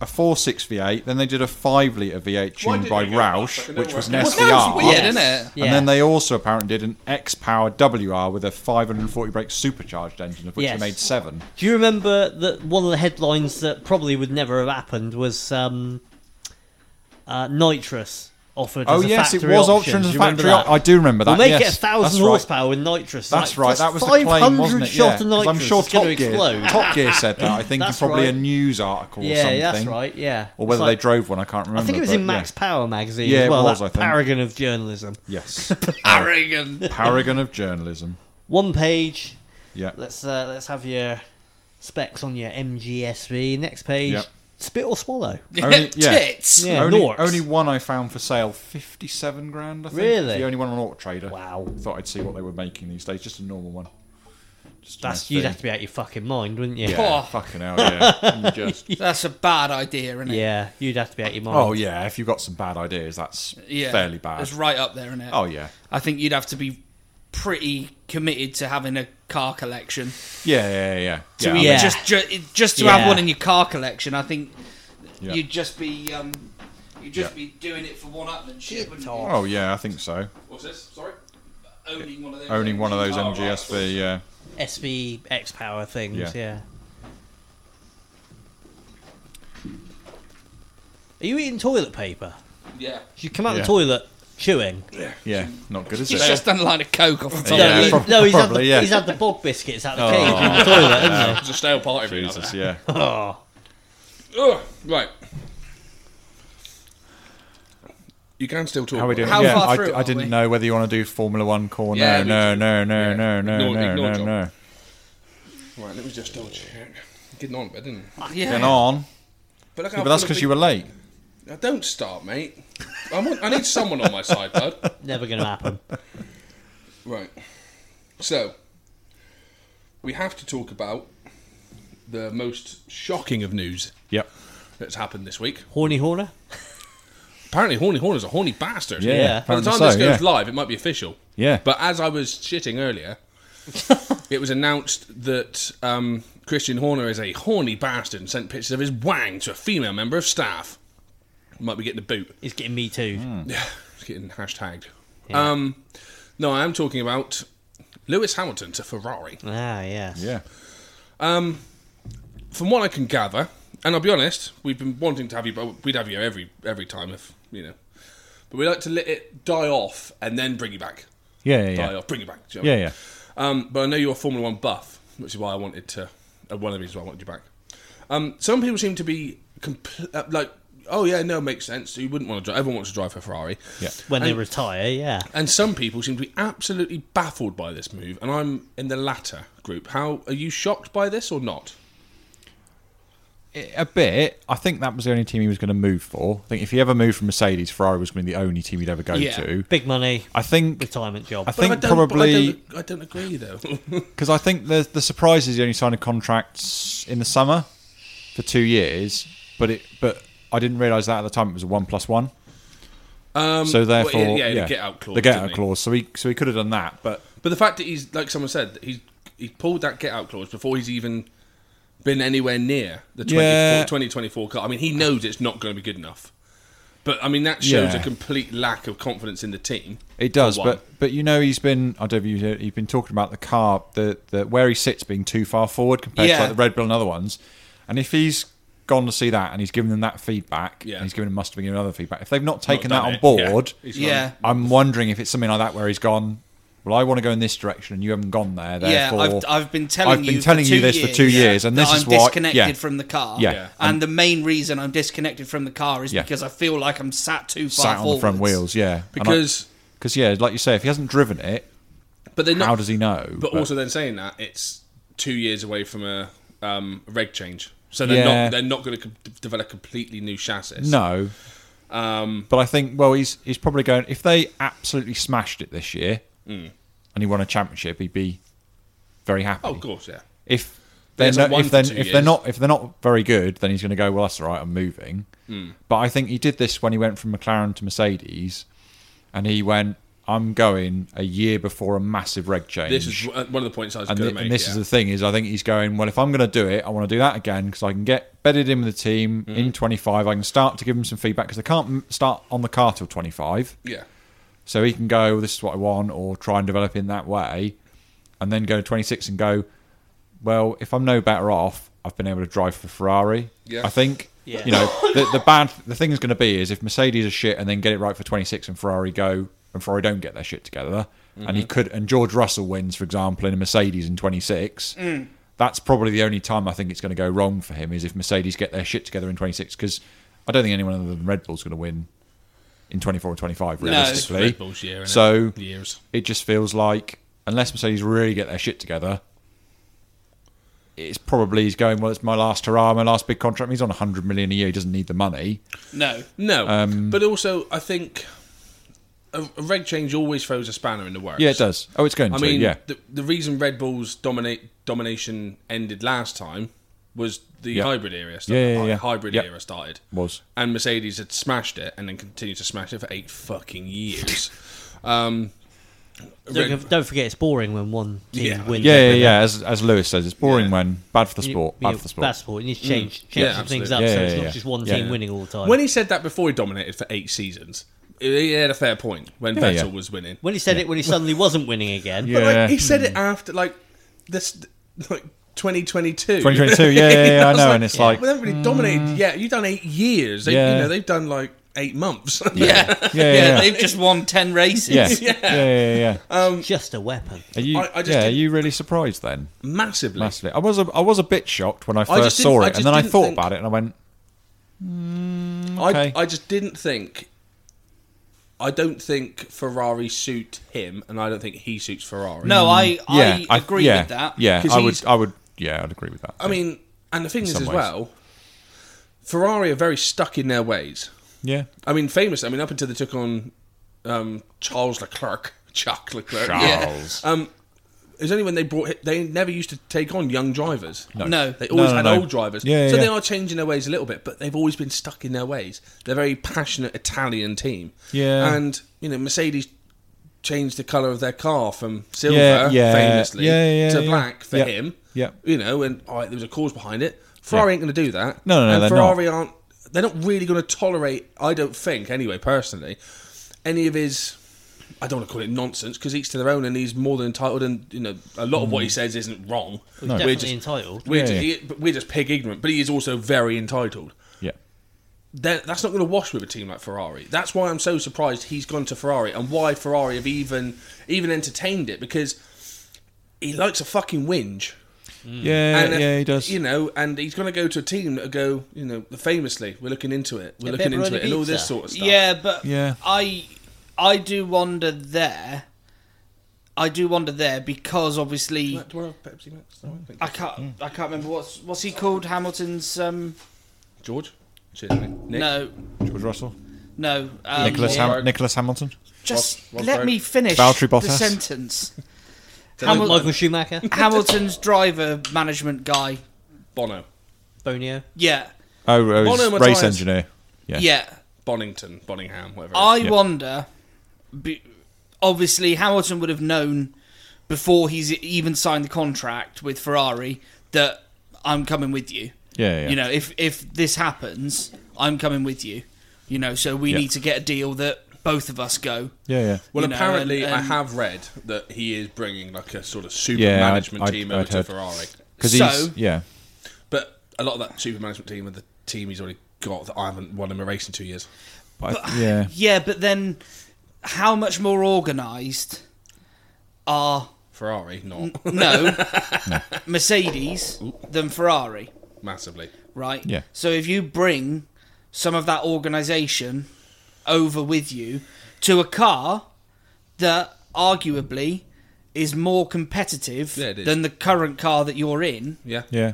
[SPEAKER 5] a 4.6 V8, then they did a 5 litre V8
[SPEAKER 2] Why
[SPEAKER 5] tuned
[SPEAKER 2] did
[SPEAKER 5] by
[SPEAKER 2] they go back?
[SPEAKER 5] Roush,
[SPEAKER 2] I can
[SPEAKER 5] which
[SPEAKER 2] never
[SPEAKER 5] was an
[SPEAKER 2] work out.
[SPEAKER 5] SVR.
[SPEAKER 1] Well, that was weird,
[SPEAKER 4] Yes.
[SPEAKER 1] isn't it?
[SPEAKER 4] Yeah.
[SPEAKER 5] And then they also apparently did an X Power WR with a 540 brake supercharged engine, of which
[SPEAKER 4] Yes.
[SPEAKER 5] they made seven.
[SPEAKER 4] Do you remember that one of the headlines that probably would never have happened was um, uh, nitrous offered
[SPEAKER 5] Oh
[SPEAKER 4] as a
[SPEAKER 5] yes, it
[SPEAKER 4] factory
[SPEAKER 5] was
[SPEAKER 4] option.
[SPEAKER 5] option as
[SPEAKER 4] Do
[SPEAKER 5] a
[SPEAKER 4] you remember
[SPEAKER 5] factory.
[SPEAKER 4] that?
[SPEAKER 5] op- I do remember that.
[SPEAKER 4] We'll make
[SPEAKER 5] yes.
[SPEAKER 4] it a thousand
[SPEAKER 5] That's right.
[SPEAKER 4] horsepower with nitrous.
[SPEAKER 5] That's
[SPEAKER 4] Like,
[SPEAKER 5] right.
[SPEAKER 4] that's
[SPEAKER 5] That was the
[SPEAKER 4] 500
[SPEAKER 5] claim, wasn't it? Yeah,
[SPEAKER 4] shot of
[SPEAKER 5] 'cause
[SPEAKER 4] nitrous.
[SPEAKER 5] I'm sure
[SPEAKER 4] it's gonna
[SPEAKER 5] Top Gear,
[SPEAKER 4] explode.
[SPEAKER 5] Top Gear said that. I think in
[SPEAKER 4] [LAUGHS] That's
[SPEAKER 5] probably a
[SPEAKER 4] right.
[SPEAKER 5] news article or
[SPEAKER 4] yeah,
[SPEAKER 5] something.
[SPEAKER 4] that's right. Yeah,
[SPEAKER 5] Or whether
[SPEAKER 4] It's
[SPEAKER 5] they
[SPEAKER 4] like-
[SPEAKER 5] drove one, I can't remember.
[SPEAKER 4] I think it was
[SPEAKER 5] but
[SPEAKER 4] in Max
[SPEAKER 5] yeah.
[SPEAKER 4] Power magazine
[SPEAKER 5] Yeah,
[SPEAKER 4] as
[SPEAKER 5] it
[SPEAKER 4] well.
[SPEAKER 5] was,
[SPEAKER 4] that
[SPEAKER 5] I think.
[SPEAKER 4] paragon of journalism.
[SPEAKER 5] Yes,
[SPEAKER 1] Arrogant.
[SPEAKER 5] paragon of journalism.
[SPEAKER 4] One page. [LAUGHS]
[SPEAKER 5] Yeah,
[SPEAKER 4] Let's uh, let's have your specs on your MGSV. Next page.
[SPEAKER 5] Yep.
[SPEAKER 4] Spit or swallow.
[SPEAKER 5] Only-
[SPEAKER 1] [LAUGHS]
[SPEAKER 5] yeah.
[SPEAKER 1] Tits.
[SPEAKER 4] Yeah,
[SPEAKER 5] only,
[SPEAKER 4] Norks.
[SPEAKER 5] only one I found for sale, fifty-seven grand. I think.
[SPEAKER 4] Really?
[SPEAKER 5] It's the only one on Auto Trader.
[SPEAKER 4] Wow.
[SPEAKER 5] Thought I'd see what they were making these days. Just a normal one. Just a
[SPEAKER 4] That's
[SPEAKER 5] nice
[SPEAKER 4] you'd
[SPEAKER 5] thing.
[SPEAKER 4] have to be out your fucking mind, wouldn't you?
[SPEAKER 5] Yeah,
[SPEAKER 1] Oh.
[SPEAKER 5] fucking hell, yeah. You just-
[SPEAKER 1] That's a bad idea, isn't it?
[SPEAKER 4] Yeah, you'd have to be out your mind.
[SPEAKER 5] oh yeah, if you've got some bad ideas, that's fairly bad.
[SPEAKER 1] It's right up there, isn't it?
[SPEAKER 5] Oh yeah,
[SPEAKER 1] I think you'd have to be pretty committed to having a car collection.
[SPEAKER 5] yeah, yeah, yeah.
[SPEAKER 1] To
[SPEAKER 5] yeah,
[SPEAKER 1] even
[SPEAKER 4] Yeah.
[SPEAKER 1] just ju- just to
[SPEAKER 4] Yeah.
[SPEAKER 1] have one in your car collection, I think
[SPEAKER 5] Yeah.
[SPEAKER 1] you'd just be um, you'd just
[SPEAKER 5] Yeah.
[SPEAKER 1] be doing it for one upmanship, wouldn't
[SPEAKER 5] I
[SPEAKER 1] you?
[SPEAKER 5] mean- oh yeah, I think so.
[SPEAKER 2] What's this? Sorry?
[SPEAKER 1] Owning one of those.
[SPEAKER 5] Owning one of those
[SPEAKER 2] Oh, right.
[SPEAKER 5] MGSV, yeah.
[SPEAKER 4] SV X power things. Yeah.
[SPEAKER 5] Yeah.
[SPEAKER 4] Are you eating toilet paper?
[SPEAKER 1] Yeah.
[SPEAKER 4] You come out
[SPEAKER 5] Yeah.
[SPEAKER 4] the toilet chewing.
[SPEAKER 5] Yeah, not good, is
[SPEAKER 1] He's
[SPEAKER 5] it?
[SPEAKER 1] just done a line of coke off the top.
[SPEAKER 5] Yeah,
[SPEAKER 4] no, he-
[SPEAKER 5] prob-
[SPEAKER 4] no, he's had the,
[SPEAKER 5] probably, yeah. Oh.
[SPEAKER 4] he's had the bog biscuits out of the cage in the toilet, hasn't
[SPEAKER 2] It's a stale party for you.
[SPEAKER 5] Jesus, yeah.
[SPEAKER 4] he? Oh,
[SPEAKER 2] Ugh, right. You can still talk.
[SPEAKER 5] How are we
[SPEAKER 2] about
[SPEAKER 5] doing?
[SPEAKER 1] How
[SPEAKER 5] yeah,
[SPEAKER 1] far
[SPEAKER 5] I,
[SPEAKER 1] through
[SPEAKER 5] I
[SPEAKER 1] are
[SPEAKER 5] didn't
[SPEAKER 1] we?
[SPEAKER 5] know whether you want to do Formula One core.
[SPEAKER 2] Yeah,
[SPEAKER 5] No, no, no, no, no, no,
[SPEAKER 2] Ignore-
[SPEAKER 5] no,
[SPEAKER 2] ignore
[SPEAKER 5] no,
[SPEAKER 2] John.
[SPEAKER 5] no.
[SPEAKER 2] it. Right, let me just double check. Getting on a bit, didn't I?
[SPEAKER 1] Yeah.
[SPEAKER 5] Get on.
[SPEAKER 2] But, look
[SPEAKER 5] Yeah,
[SPEAKER 2] how
[SPEAKER 5] but that's
[SPEAKER 2] full of
[SPEAKER 5] because you
[SPEAKER 2] people-
[SPEAKER 5] were late.
[SPEAKER 2] Now, don't start, mate. I, want, I need someone on my side, bud.
[SPEAKER 4] never going to happen.
[SPEAKER 2] Right. So, we have to talk about the most shocking of news
[SPEAKER 5] Yep.
[SPEAKER 2] that's happened this week.
[SPEAKER 4] Horny Horner?
[SPEAKER 2] Apparently, Horny Horner's a horny bastard.
[SPEAKER 5] Yeah.
[SPEAKER 4] Yeah.
[SPEAKER 2] By the
[SPEAKER 5] apparently
[SPEAKER 2] time
[SPEAKER 5] so,
[SPEAKER 2] this goes
[SPEAKER 5] yeah.
[SPEAKER 2] live, it might be official.
[SPEAKER 5] Yeah.
[SPEAKER 2] But as I was shitting
[SPEAKER 5] [LAUGHS]
[SPEAKER 2] earlier, it was announced that um, Christian Horner is a horny bastard and sent pictures of his wang to a female member of staff. Might be getting a boot.
[SPEAKER 4] He's getting me too.
[SPEAKER 5] Hmm.
[SPEAKER 2] Yeah, it's getting hashtagged. Um, no, I am talking about Lewis Hamilton to Ferrari.
[SPEAKER 4] Ah, yes.
[SPEAKER 5] Yeah.
[SPEAKER 2] From what I can gather, and I'll be honest, we've been wanting to have you, but we'd have you every every time if you know. But we like to let it die off and then bring you back.
[SPEAKER 5] Yeah, yeah,
[SPEAKER 2] Die
[SPEAKER 5] yeah.
[SPEAKER 2] off, bring you back. Do you know what I
[SPEAKER 5] Yeah,
[SPEAKER 2] mean?
[SPEAKER 5] yeah.
[SPEAKER 2] Um, but I know you're a Formula One buff, which is why I wanted to. Uh, one of the reasons why I wanted you back. Um, some people seem to be compl- uh, like, "Oh yeah, no, makes sense. You wouldn't want to drive. Everyone wants to drive a Ferrari."
[SPEAKER 5] Yeah.
[SPEAKER 4] When they
[SPEAKER 2] And-
[SPEAKER 4] retire, yeah.
[SPEAKER 2] And some people seem to be absolutely baffled by this move, and I'm in the latter group. How are you shocked by this or not?
[SPEAKER 5] A bit. I think that was the only team he was going to move for. I think if he ever moved from Mercedes, Ferrari was going to be the only team he'd ever go
[SPEAKER 1] Yeah.
[SPEAKER 5] to.
[SPEAKER 4] Big money,
[SPEAKER 5] I think.
[SPEAKER 4] retirement job.
[SPEAKER 5] I think
[SPEAKER 2] but I don't,
[SPEAKER 5] probably
[SPEAKER 2] But I, don't, I don't agree though. [LAUGHS]
[SPEAKER 5] because I think the the surprise is he only signed a contract in the summer for two years, but it but I didn't realise that at the time it was a one plus one.
[SPEAKER 2] um,
[SPEAKER 5] So therefore,
[SPEAKER 2] well, yeah,
[SPEAKER 5] yeah,
[SPEAKER 2] yeah, the get out clause.
[SPEAKER 5] The get
[SPEAKER 2] didn't
[SPEAKER 5] out
[SPEAKER 2] he?
[SPEAKER 5] clause. So he so he could have done that, but
[SPEAKER 2] But the fact that he's like someone said that he's he pulled that get out clause before he's even been anywhere near the 24,
[SPEAKER 5] Yeah.
[SPEAKER 2] 2024 car. I mean, he knows it's not going to be good enough. But I mean, that shows
[SPEAKER 5] Yeah.
[SPEAKER 2] a complete lack of confidence in the team.
[SPEAKER 5] It does,
[SPEAKER 2] for one.
[SPEAKER 5] but but you know he's been I don't know if you he's been talking about the car the, the where he sits being too far forward compared
[SPEAKER 1] Yeah.
[SPEAKER 5] to like the Red Bull and other ones, and if he's gone to see that and he's given them that feedback,
[SPEAKER 2] Yeah.
[SPEAKER 5] and he's given must have been given other feedback. If they've not taken
[SPEAKER 2] Not
[SPEAKER 5] that on
[SPEAKER 2] done it, yeah.
[SPEAKER 5] board,
[SPEAKER 2] He's gone,
[SPEAKER 1] Yeah.
[SPEAKER 5] I'm wondering if it's something like that where he's gone. Well, I want to go in this direction, and you haven't gone there. Therefore,
[SPEAKER 1] yeah, I've, I've been telling
[SPEAKER 5] I've
[SPEAKER 1] you
[SPEAKER 5] been telling
[SPEAKER 1] for two
[SPEAKER 5] you this
[SPEAKER 1] years,
[SPEAKER 5] for two years, and
[SPEAKER 1] that
[SPEAKER 5] this is
[SPEAKER 1] I'm
[SPEAKER 5] why.
[SPEAKER 1] disconnected
[SPEAKER 5] yeah,
[SPEAKER 1] from the car.
[SPEAKER 5] Yeah.
[SPEAKER 2] Yeah.
[SPEAKER 1] and the main reason I'm disconnected from the car is
[SPEAKER 5] Yeah.
[SPEAKER 1] because I feel like I'm sat too far
[SPEAKER 5] sat on the front
[SPEAKER 1] forwards.
[SPEAKER 5] wheels. Yeah,
[SPEAKER 2] Because-
[SPEAKER 5] because yeah, like you say, if he hasn't driven it,
[SPEAKER 2] But they're not.
[SPEAKER 5] how does he know?
[SPEAKER 2] But, also, then saying that it's two years away from a um, reg change, so they're
[SPEAKER 5] Yeah.
[SPEAKER 2] not they're not going to co- develop completely new chassis.
[SPEAKER 5] No. Um, but I think well he's he's probably going if they absolutely smashed it this year
[SPEAKER 2] Mm.
[SPEAKER 5] and he won a championship he'd be very happy.
[SPEAKER 2] Oh, of course, yeah.
[SPEAKER 5] If they're
[SPEAKER 2] hasn't
[SPEAKER 5] no-
[SPEAKER 2] won
[SPEAKER 5] if they're,
[SPEAKER 2] for two
[SPEAKER 5] if they're
[SPEAKER 2] years.
[SPEAKER 5] not if they're not very good then he's going to go well that's all right I'm moving.
[SPEAKER 2] Mm.
[SPEAKER 5] But I think he did this when he went from McLaren to Mercedes and he went I'm going a year before a massive reg change.
[SPEAKER 2] This is w- uh, one of the points I was
[SPEAKER 5] And,
[SPEAKER 2] going to
[SPEAKER 5] thi-
[SPEAKER 2] make.
[SPEAKER 5] and this
[SPEAKER 2] yeah.
[SPEAKER 5] is the thing is, I think he's going well. If I'm going to do it, I want to do that again because I can get bedded in with the team in 25. I can start to give him some feedback because they can't m- start on the car till 25.
[SPEAKER 2] yeah.
[SPEAKER 5] So he can go, this is what I want, or try and develop in that way, and then go to 26 and go, well, if I'm no better off, I've been able to drive for Ferrari.
[SPEAKER 2] Yeah.
[SPEAKER 5] I think.
[SPEAKER 4] Yeah.
[SPEAKER 5] You know, the, the bad the thing is going to be is if Mercedes are shit and then get it right for 26 and Ferrari go and Ferrari don't get their shit together, and he could and George Russell wins, for example, in a Mercedes in 26. That's probably the only time I think it's going to go wrong for him is if Mercedes get their shit together in 26 because I don't think anyone other than Red Bull's going to win in 24 or 25
[SPEAKER 2] It's
[SPEAKER 5] realistically.
[SPEAKER 2] Red Bull's year. innit?
[SPEAKER 5] So-
[SPEAKER 2] years.
[SPEAKER 5] It just feels like unless Mercedes really get their shit together, it's probably he's going. Well, it's my last hurrah, my last big contract. He's on 100 million a year. He doesn't need the money.
[SPEAKER 1] No,
[SPEAKER 2] No,
[SPEAKER 5] Um,
[SPEAKER 2] but also I think a, a reg change always throws a spanner in the works.
[SPEAKER 5] Yeah, it does. Oh, it's going
[SPEAKER 2] I
[SPEAKER 5] to.
[SPEAKER 2] mean,
[SPEAKER 5] yeah,
[SPEAKER 2] the, the reason Red Bull's dominate domination ended last time was the
[SPEAKER 5] Yeah.
[SPEAKER 2] hybrid era. Started,
[SPEAKER 5] Yeah, yeah, yeah.
[SPEAKER 2] hybrid
[SPEAKER 5] Yeah.
[SPEAKER 2] era started.
[SPEAKER 5] was
[SPEAKER 2] and Mercedes had smashed it and then continued to smash it for eight fucking
[SPEAKER 5] [LAUGHS]
[SPEAKER 2] years. um,
[SPEAKER 4] Don't,
[SPEAKER 2] Red-
[SPEAKER 4] don't forget, it's boring when one team
[SPEAKER 2] Yeah.
[SPEAKER 4] wins.
[SPEAKER 5] yeah, yeah,
[SPEAKER 4] every
[SPEAKER 5] yeah. As as Lewis says, it's boring
[SPEAKER 2] Yeah.
[SPEAKER 5] when bad for the
[SPEAKER 4] You-
[SPEAKER 5] sport,
[SPEAKER 4] you-
[SPEAKER 5] bad for the sport. [LAUGHS] Mm.
[SPEAKER 4] Bad sport. You need to change, change
[SPEAKER 2] Yeah,
[SPEAKER 4] some things
[SPEAKER 2] absolutely.
[SPEAKER 4] up
[SPEAKER 5] Yeah,
[SPEAKER 4] so
[SPEAKER 5] yeah,
[SPEAKER 4] it's
[SPEAKER 5] yeah.
[SPEAKER 4] not just one
[SPEAKER 5] Yeah.
[SPEAKER 4] team winning all the time.
[SPEAKER 2] when he said that before he dominated for eight seasons, he had a fair point when Vettel
[SPEAKER 5] yeah.
[SPEAKER 2] was winning.
[SPEAKER 4] When he
[SPEAKER 5] [LAUGHS]
[SPEAKER 4] said it, when he suddenly wasn't winning again.
[SPEAKER 5] Yeah.
[SPEAKER 2] But like, he said it after like this, like 2022. [LAUGHS]
[SPEAKER 5] 2022. Yeah, yeah, yeah. I
[SPEAKER 2] was
[SPEAKER 5] know. and
[SPEAKER 2] [LAUGHS]
[SPEAKER 5] it's like, Mm.
[SPEAKER 2] we haven't really dominated yet. You've done eight years. They,
[SPEAKER 5] Yeah.
[SPEAKER 2] You know, they've done like eight months. [LAUGHS]
[SPEAKER 1] [LAUGHS] yeah, yeah,
[SPEAKER 5] yeah.
[SPEAKER 1] they've just won ten races.
[SPEAKER 5] yeah, yeah, yeah, yeah.
[SPEAKER 4] It's just a weapon.
[SPEAKER 5] Are you?
[SPEAKER 2] Uh, I- I just
[SPEAKER 5] yeah, are
[SPEAKER 2] didn't-
[SPEAKER 5] you really surprised then?
[SPEAKER 2] Massively.
[SPEAKER 5] Massively. I was a, I was a bit shocked when I
[SPEAKER 2] just
[SPEAKER 5] first
[SPEAKER 2] didn't-
[SPEAKER 5] saw
[SPEAKER 2] I
[SPEAKER 5] it,
[SPEAKER 2] just
[SPEAKER 5] and then I
[SPEAKER 2] didn't
[SPEAKER 5] thought
[SPEAKER 2] think-
[SPEAKER 5] about it, and I went,
[SPEAKER 2] I,
[SPEAKER 5] okay.
[SPEAKER 2] I just didn't think. I don't think Ferrari suit him, and I don't think he suits
[SPEAKER 1] [LAUGHS]
[SPEAKER 2] Ferrari.
[SPEAKER 1] No, I,
[SPEAKER 5] Mm, yeah,
[SPEAKER 1] I agree
[SPEAKER 5] yeah,
[SPEAKER 1] with that.
[SPEAKER 5] Yeah,
[SPEAKER 2] 'Cause
[SPEAKER 5] I
[SPEAKER 2] he's-
[SPEAKER 5] would, I would, yeah, I'd agree with that.
[SPEAKER 2] I mean, and the thing is
[SPEAKER 5] some
[SPEAKER 2] as
[SPEAKER 5] ways.
[SPEAKER 2] well, Ferrari are very stuck in their ways.
[SPEAKER 5] yeah,
[SPEAKER 2] I mean, famous. I mean, up until they took on um, Charles Leclerc, [LAUGHS] Chuck Leclerc. Yeah.
[SPEAKER 5] Charles.
[SPEAKER 2] Um, it was only when they brought it, they never used to take on young drivers.
[SPEAKER 1] No.
[SPEAKER 2] They always
[SPEAKER 5] No, no,
[SPEAKER 2] had
[SPEAKER 5] no.
[SPEAKER 2] old drivers.
[SPEAKER 5] Yeah, yeah,
[SPEAKER 2] so they
[SPEAKER 5] yeah.
[SPEAKER 2] are changing their ways a little bit, but they've always been stuck in their ways. They're a very passionate Italian team.
[SPEAKER 5] Yeah.
[SPEAKER 2] And, you know, Mercedes changed the colour of their car from silver,
[SPEAKER 5] Yeah, yeah,
[SPEAKER 2] famously,
[SPEAKER 5] yeah, yeah,
[SPEAKER 2] to
[SPEAKER 5] yeah.
[SPEAKER 2] black for
[SPEAKER 5] Yep,
[SPEAKER 2] him.
[SPEAKER 5] yep.
[SPEAKER 2] You know, and all right, there was a cause behind it. Ferrari ain't going to do that.
[SPEAKER 5] No, no, no,
[SPEAKER 2] And
[SPEAKER 5] they're
[SPEAKER 2] Ferrari aren't. They're not really going to tolerate, I don't think, anyway, personally, any of his I don't want to call it nonsense because each to their own, and he's more than entitled. And you know, a lot of what he says isn't wrong.
[SPEAKER 4] He's definitely entitled.
[SPEAKER 2] we're,
[SPEAKER 5] Mm. Yeah,
[SPEAKER 2] just,
[SPEAKER 5] yeah.
[SPEAKER 2] he- but we're just pig ignorant, but he is also very entitled.
[SPEAKER 5] yeah,
[SPEAKER 2] That- that's not going to wash with a team like Ferrari. That's why I'm so surprised he's gone to Ferrari, and why Ferrari have even even entertained it because he likes a fucking whinge.
[SPEAKER 5] yeah,
[SPEAKER 2] and if-
[SPEAKER 5] yeah. He does.
[SPEAKER 2] You know, and he's going to go to a team that go, you know, famously, we're looking into it, we're
[SPEAKER 4] Yeah,
[SPEAKER 2] looking into
[SPEAKER 4] pepperoni
[SPEAKER 2] it, and all this
[SPEAKER 4] pizza.
[SPEAKER 2] sort of stuff.
[SPEAKER 1] Yeah, but
[SPEAKER 5] Yeah.
[SPEAKER 1] I I do wonder there. I do wonder there because obviously
[SPEAKER 2] Do I have Pepsi Max? No, I think-
[SPEAKER 1] I can't I can't remember what's what's he called Hamilton's um
[SPEAKER 2] George. Cheers, mate. Nick.
[SPEAKER 1] no
[SPEAKER 5] George Russell,
[SPEAKER 1] no um,
[SPEAKER 5] Nicholas, Ham- Nicholas Hamilton.
[SPEAKER 1] just
[SPEAKER 2] Ros- Rosberg.
[SPEAKER 1] let me finish
[SPEAKER 5] Valtteri
[SPEAKER 1] the
[SPEAKER 5] Bottas. [LAUGHS]
[SPEAKER 1] sentence
[SPEAKER 4] Michael,
[SPEAKER 1] Hamil-
[SPEAKER 4] Schumacher,
[SPEAKER 1] Hamilton's driver management guy
[SPEAKER 2] Bono.
[SPEAKER 4] Bonio.
[SPEAKER 1] yeah
[SPEAKER 5] Oh, oh he's
[SPEAKER 2] Bono Matthias.
[SPEAKER 5] race engineer. Yeah,
[SPEAKER 1] yeah
[SPEAKER 2] Bonington, Bonningham, whatever. it
[SPEAKER 1] I
[SPEAKER 5] Yeah.
[SPEAKER 1] wonder. be- Obviously, Hamilton would have known before he's even signed the contract with Ferrari that I'm coming with you.
[SPEAKER 5] Yeah, yeah.
[SPEAKER 1] You know, if if this happens, I'm coming with you. You know, so we
[SPEAKER 5] Yeah.
[SPEAKER 1] need to get a deal that both of us go.
[SPEAKER 5] Yeah, yeah.
[SPEAKER 2] Well,
[SPEAKER 1] you know,
[SPEAKER 2] apparently,
[SPEAKER 1] and- um,
[SPEAKER 2] I
[SPEAKER 1] and-
[SPEAKER 2] have read that he is bringing like a sort of super
[SPEAKER 5] Yeah, I'd-
[SPEAKER 2] management
[SPEAKER 5] I'd-
[SPEAKER 2] team
[SPEAKER 5] I'd
[SPEAKER 2] over to
[SPEAKER 5] heard-
[SPEAKER 2] Ferrari.
[SPEAKER 5] Because
[SPEAKER 1] So-
[SPEAKER 5] he's yeah,
[SPEAKER 2] But a lot of that super management team are the team he's already got that I haven't won him a race in two years.
[SPEAKER 5] but, I- yeah.
[SPEAKER 1] Yeah, but then how much more organised are
[SPEAKER 2] Ferrari, not
[SPEAKER 1] no Mercedes than Ferrari,
[SPEAKER 2] [LAUGHS] massively.
[SPEAKER 1] right?
[SPEAKER 5] Yeah.
[SPEAKER 1] So if you bring some of that organisation over with you to a car that arguably is more competitive
[SPEAKER 2] Yeah, it is.
[SPEAKER 1] than the current car that you're in,
[SPEAKER 2] Yeah.
[SPEAKER 5] Yeah,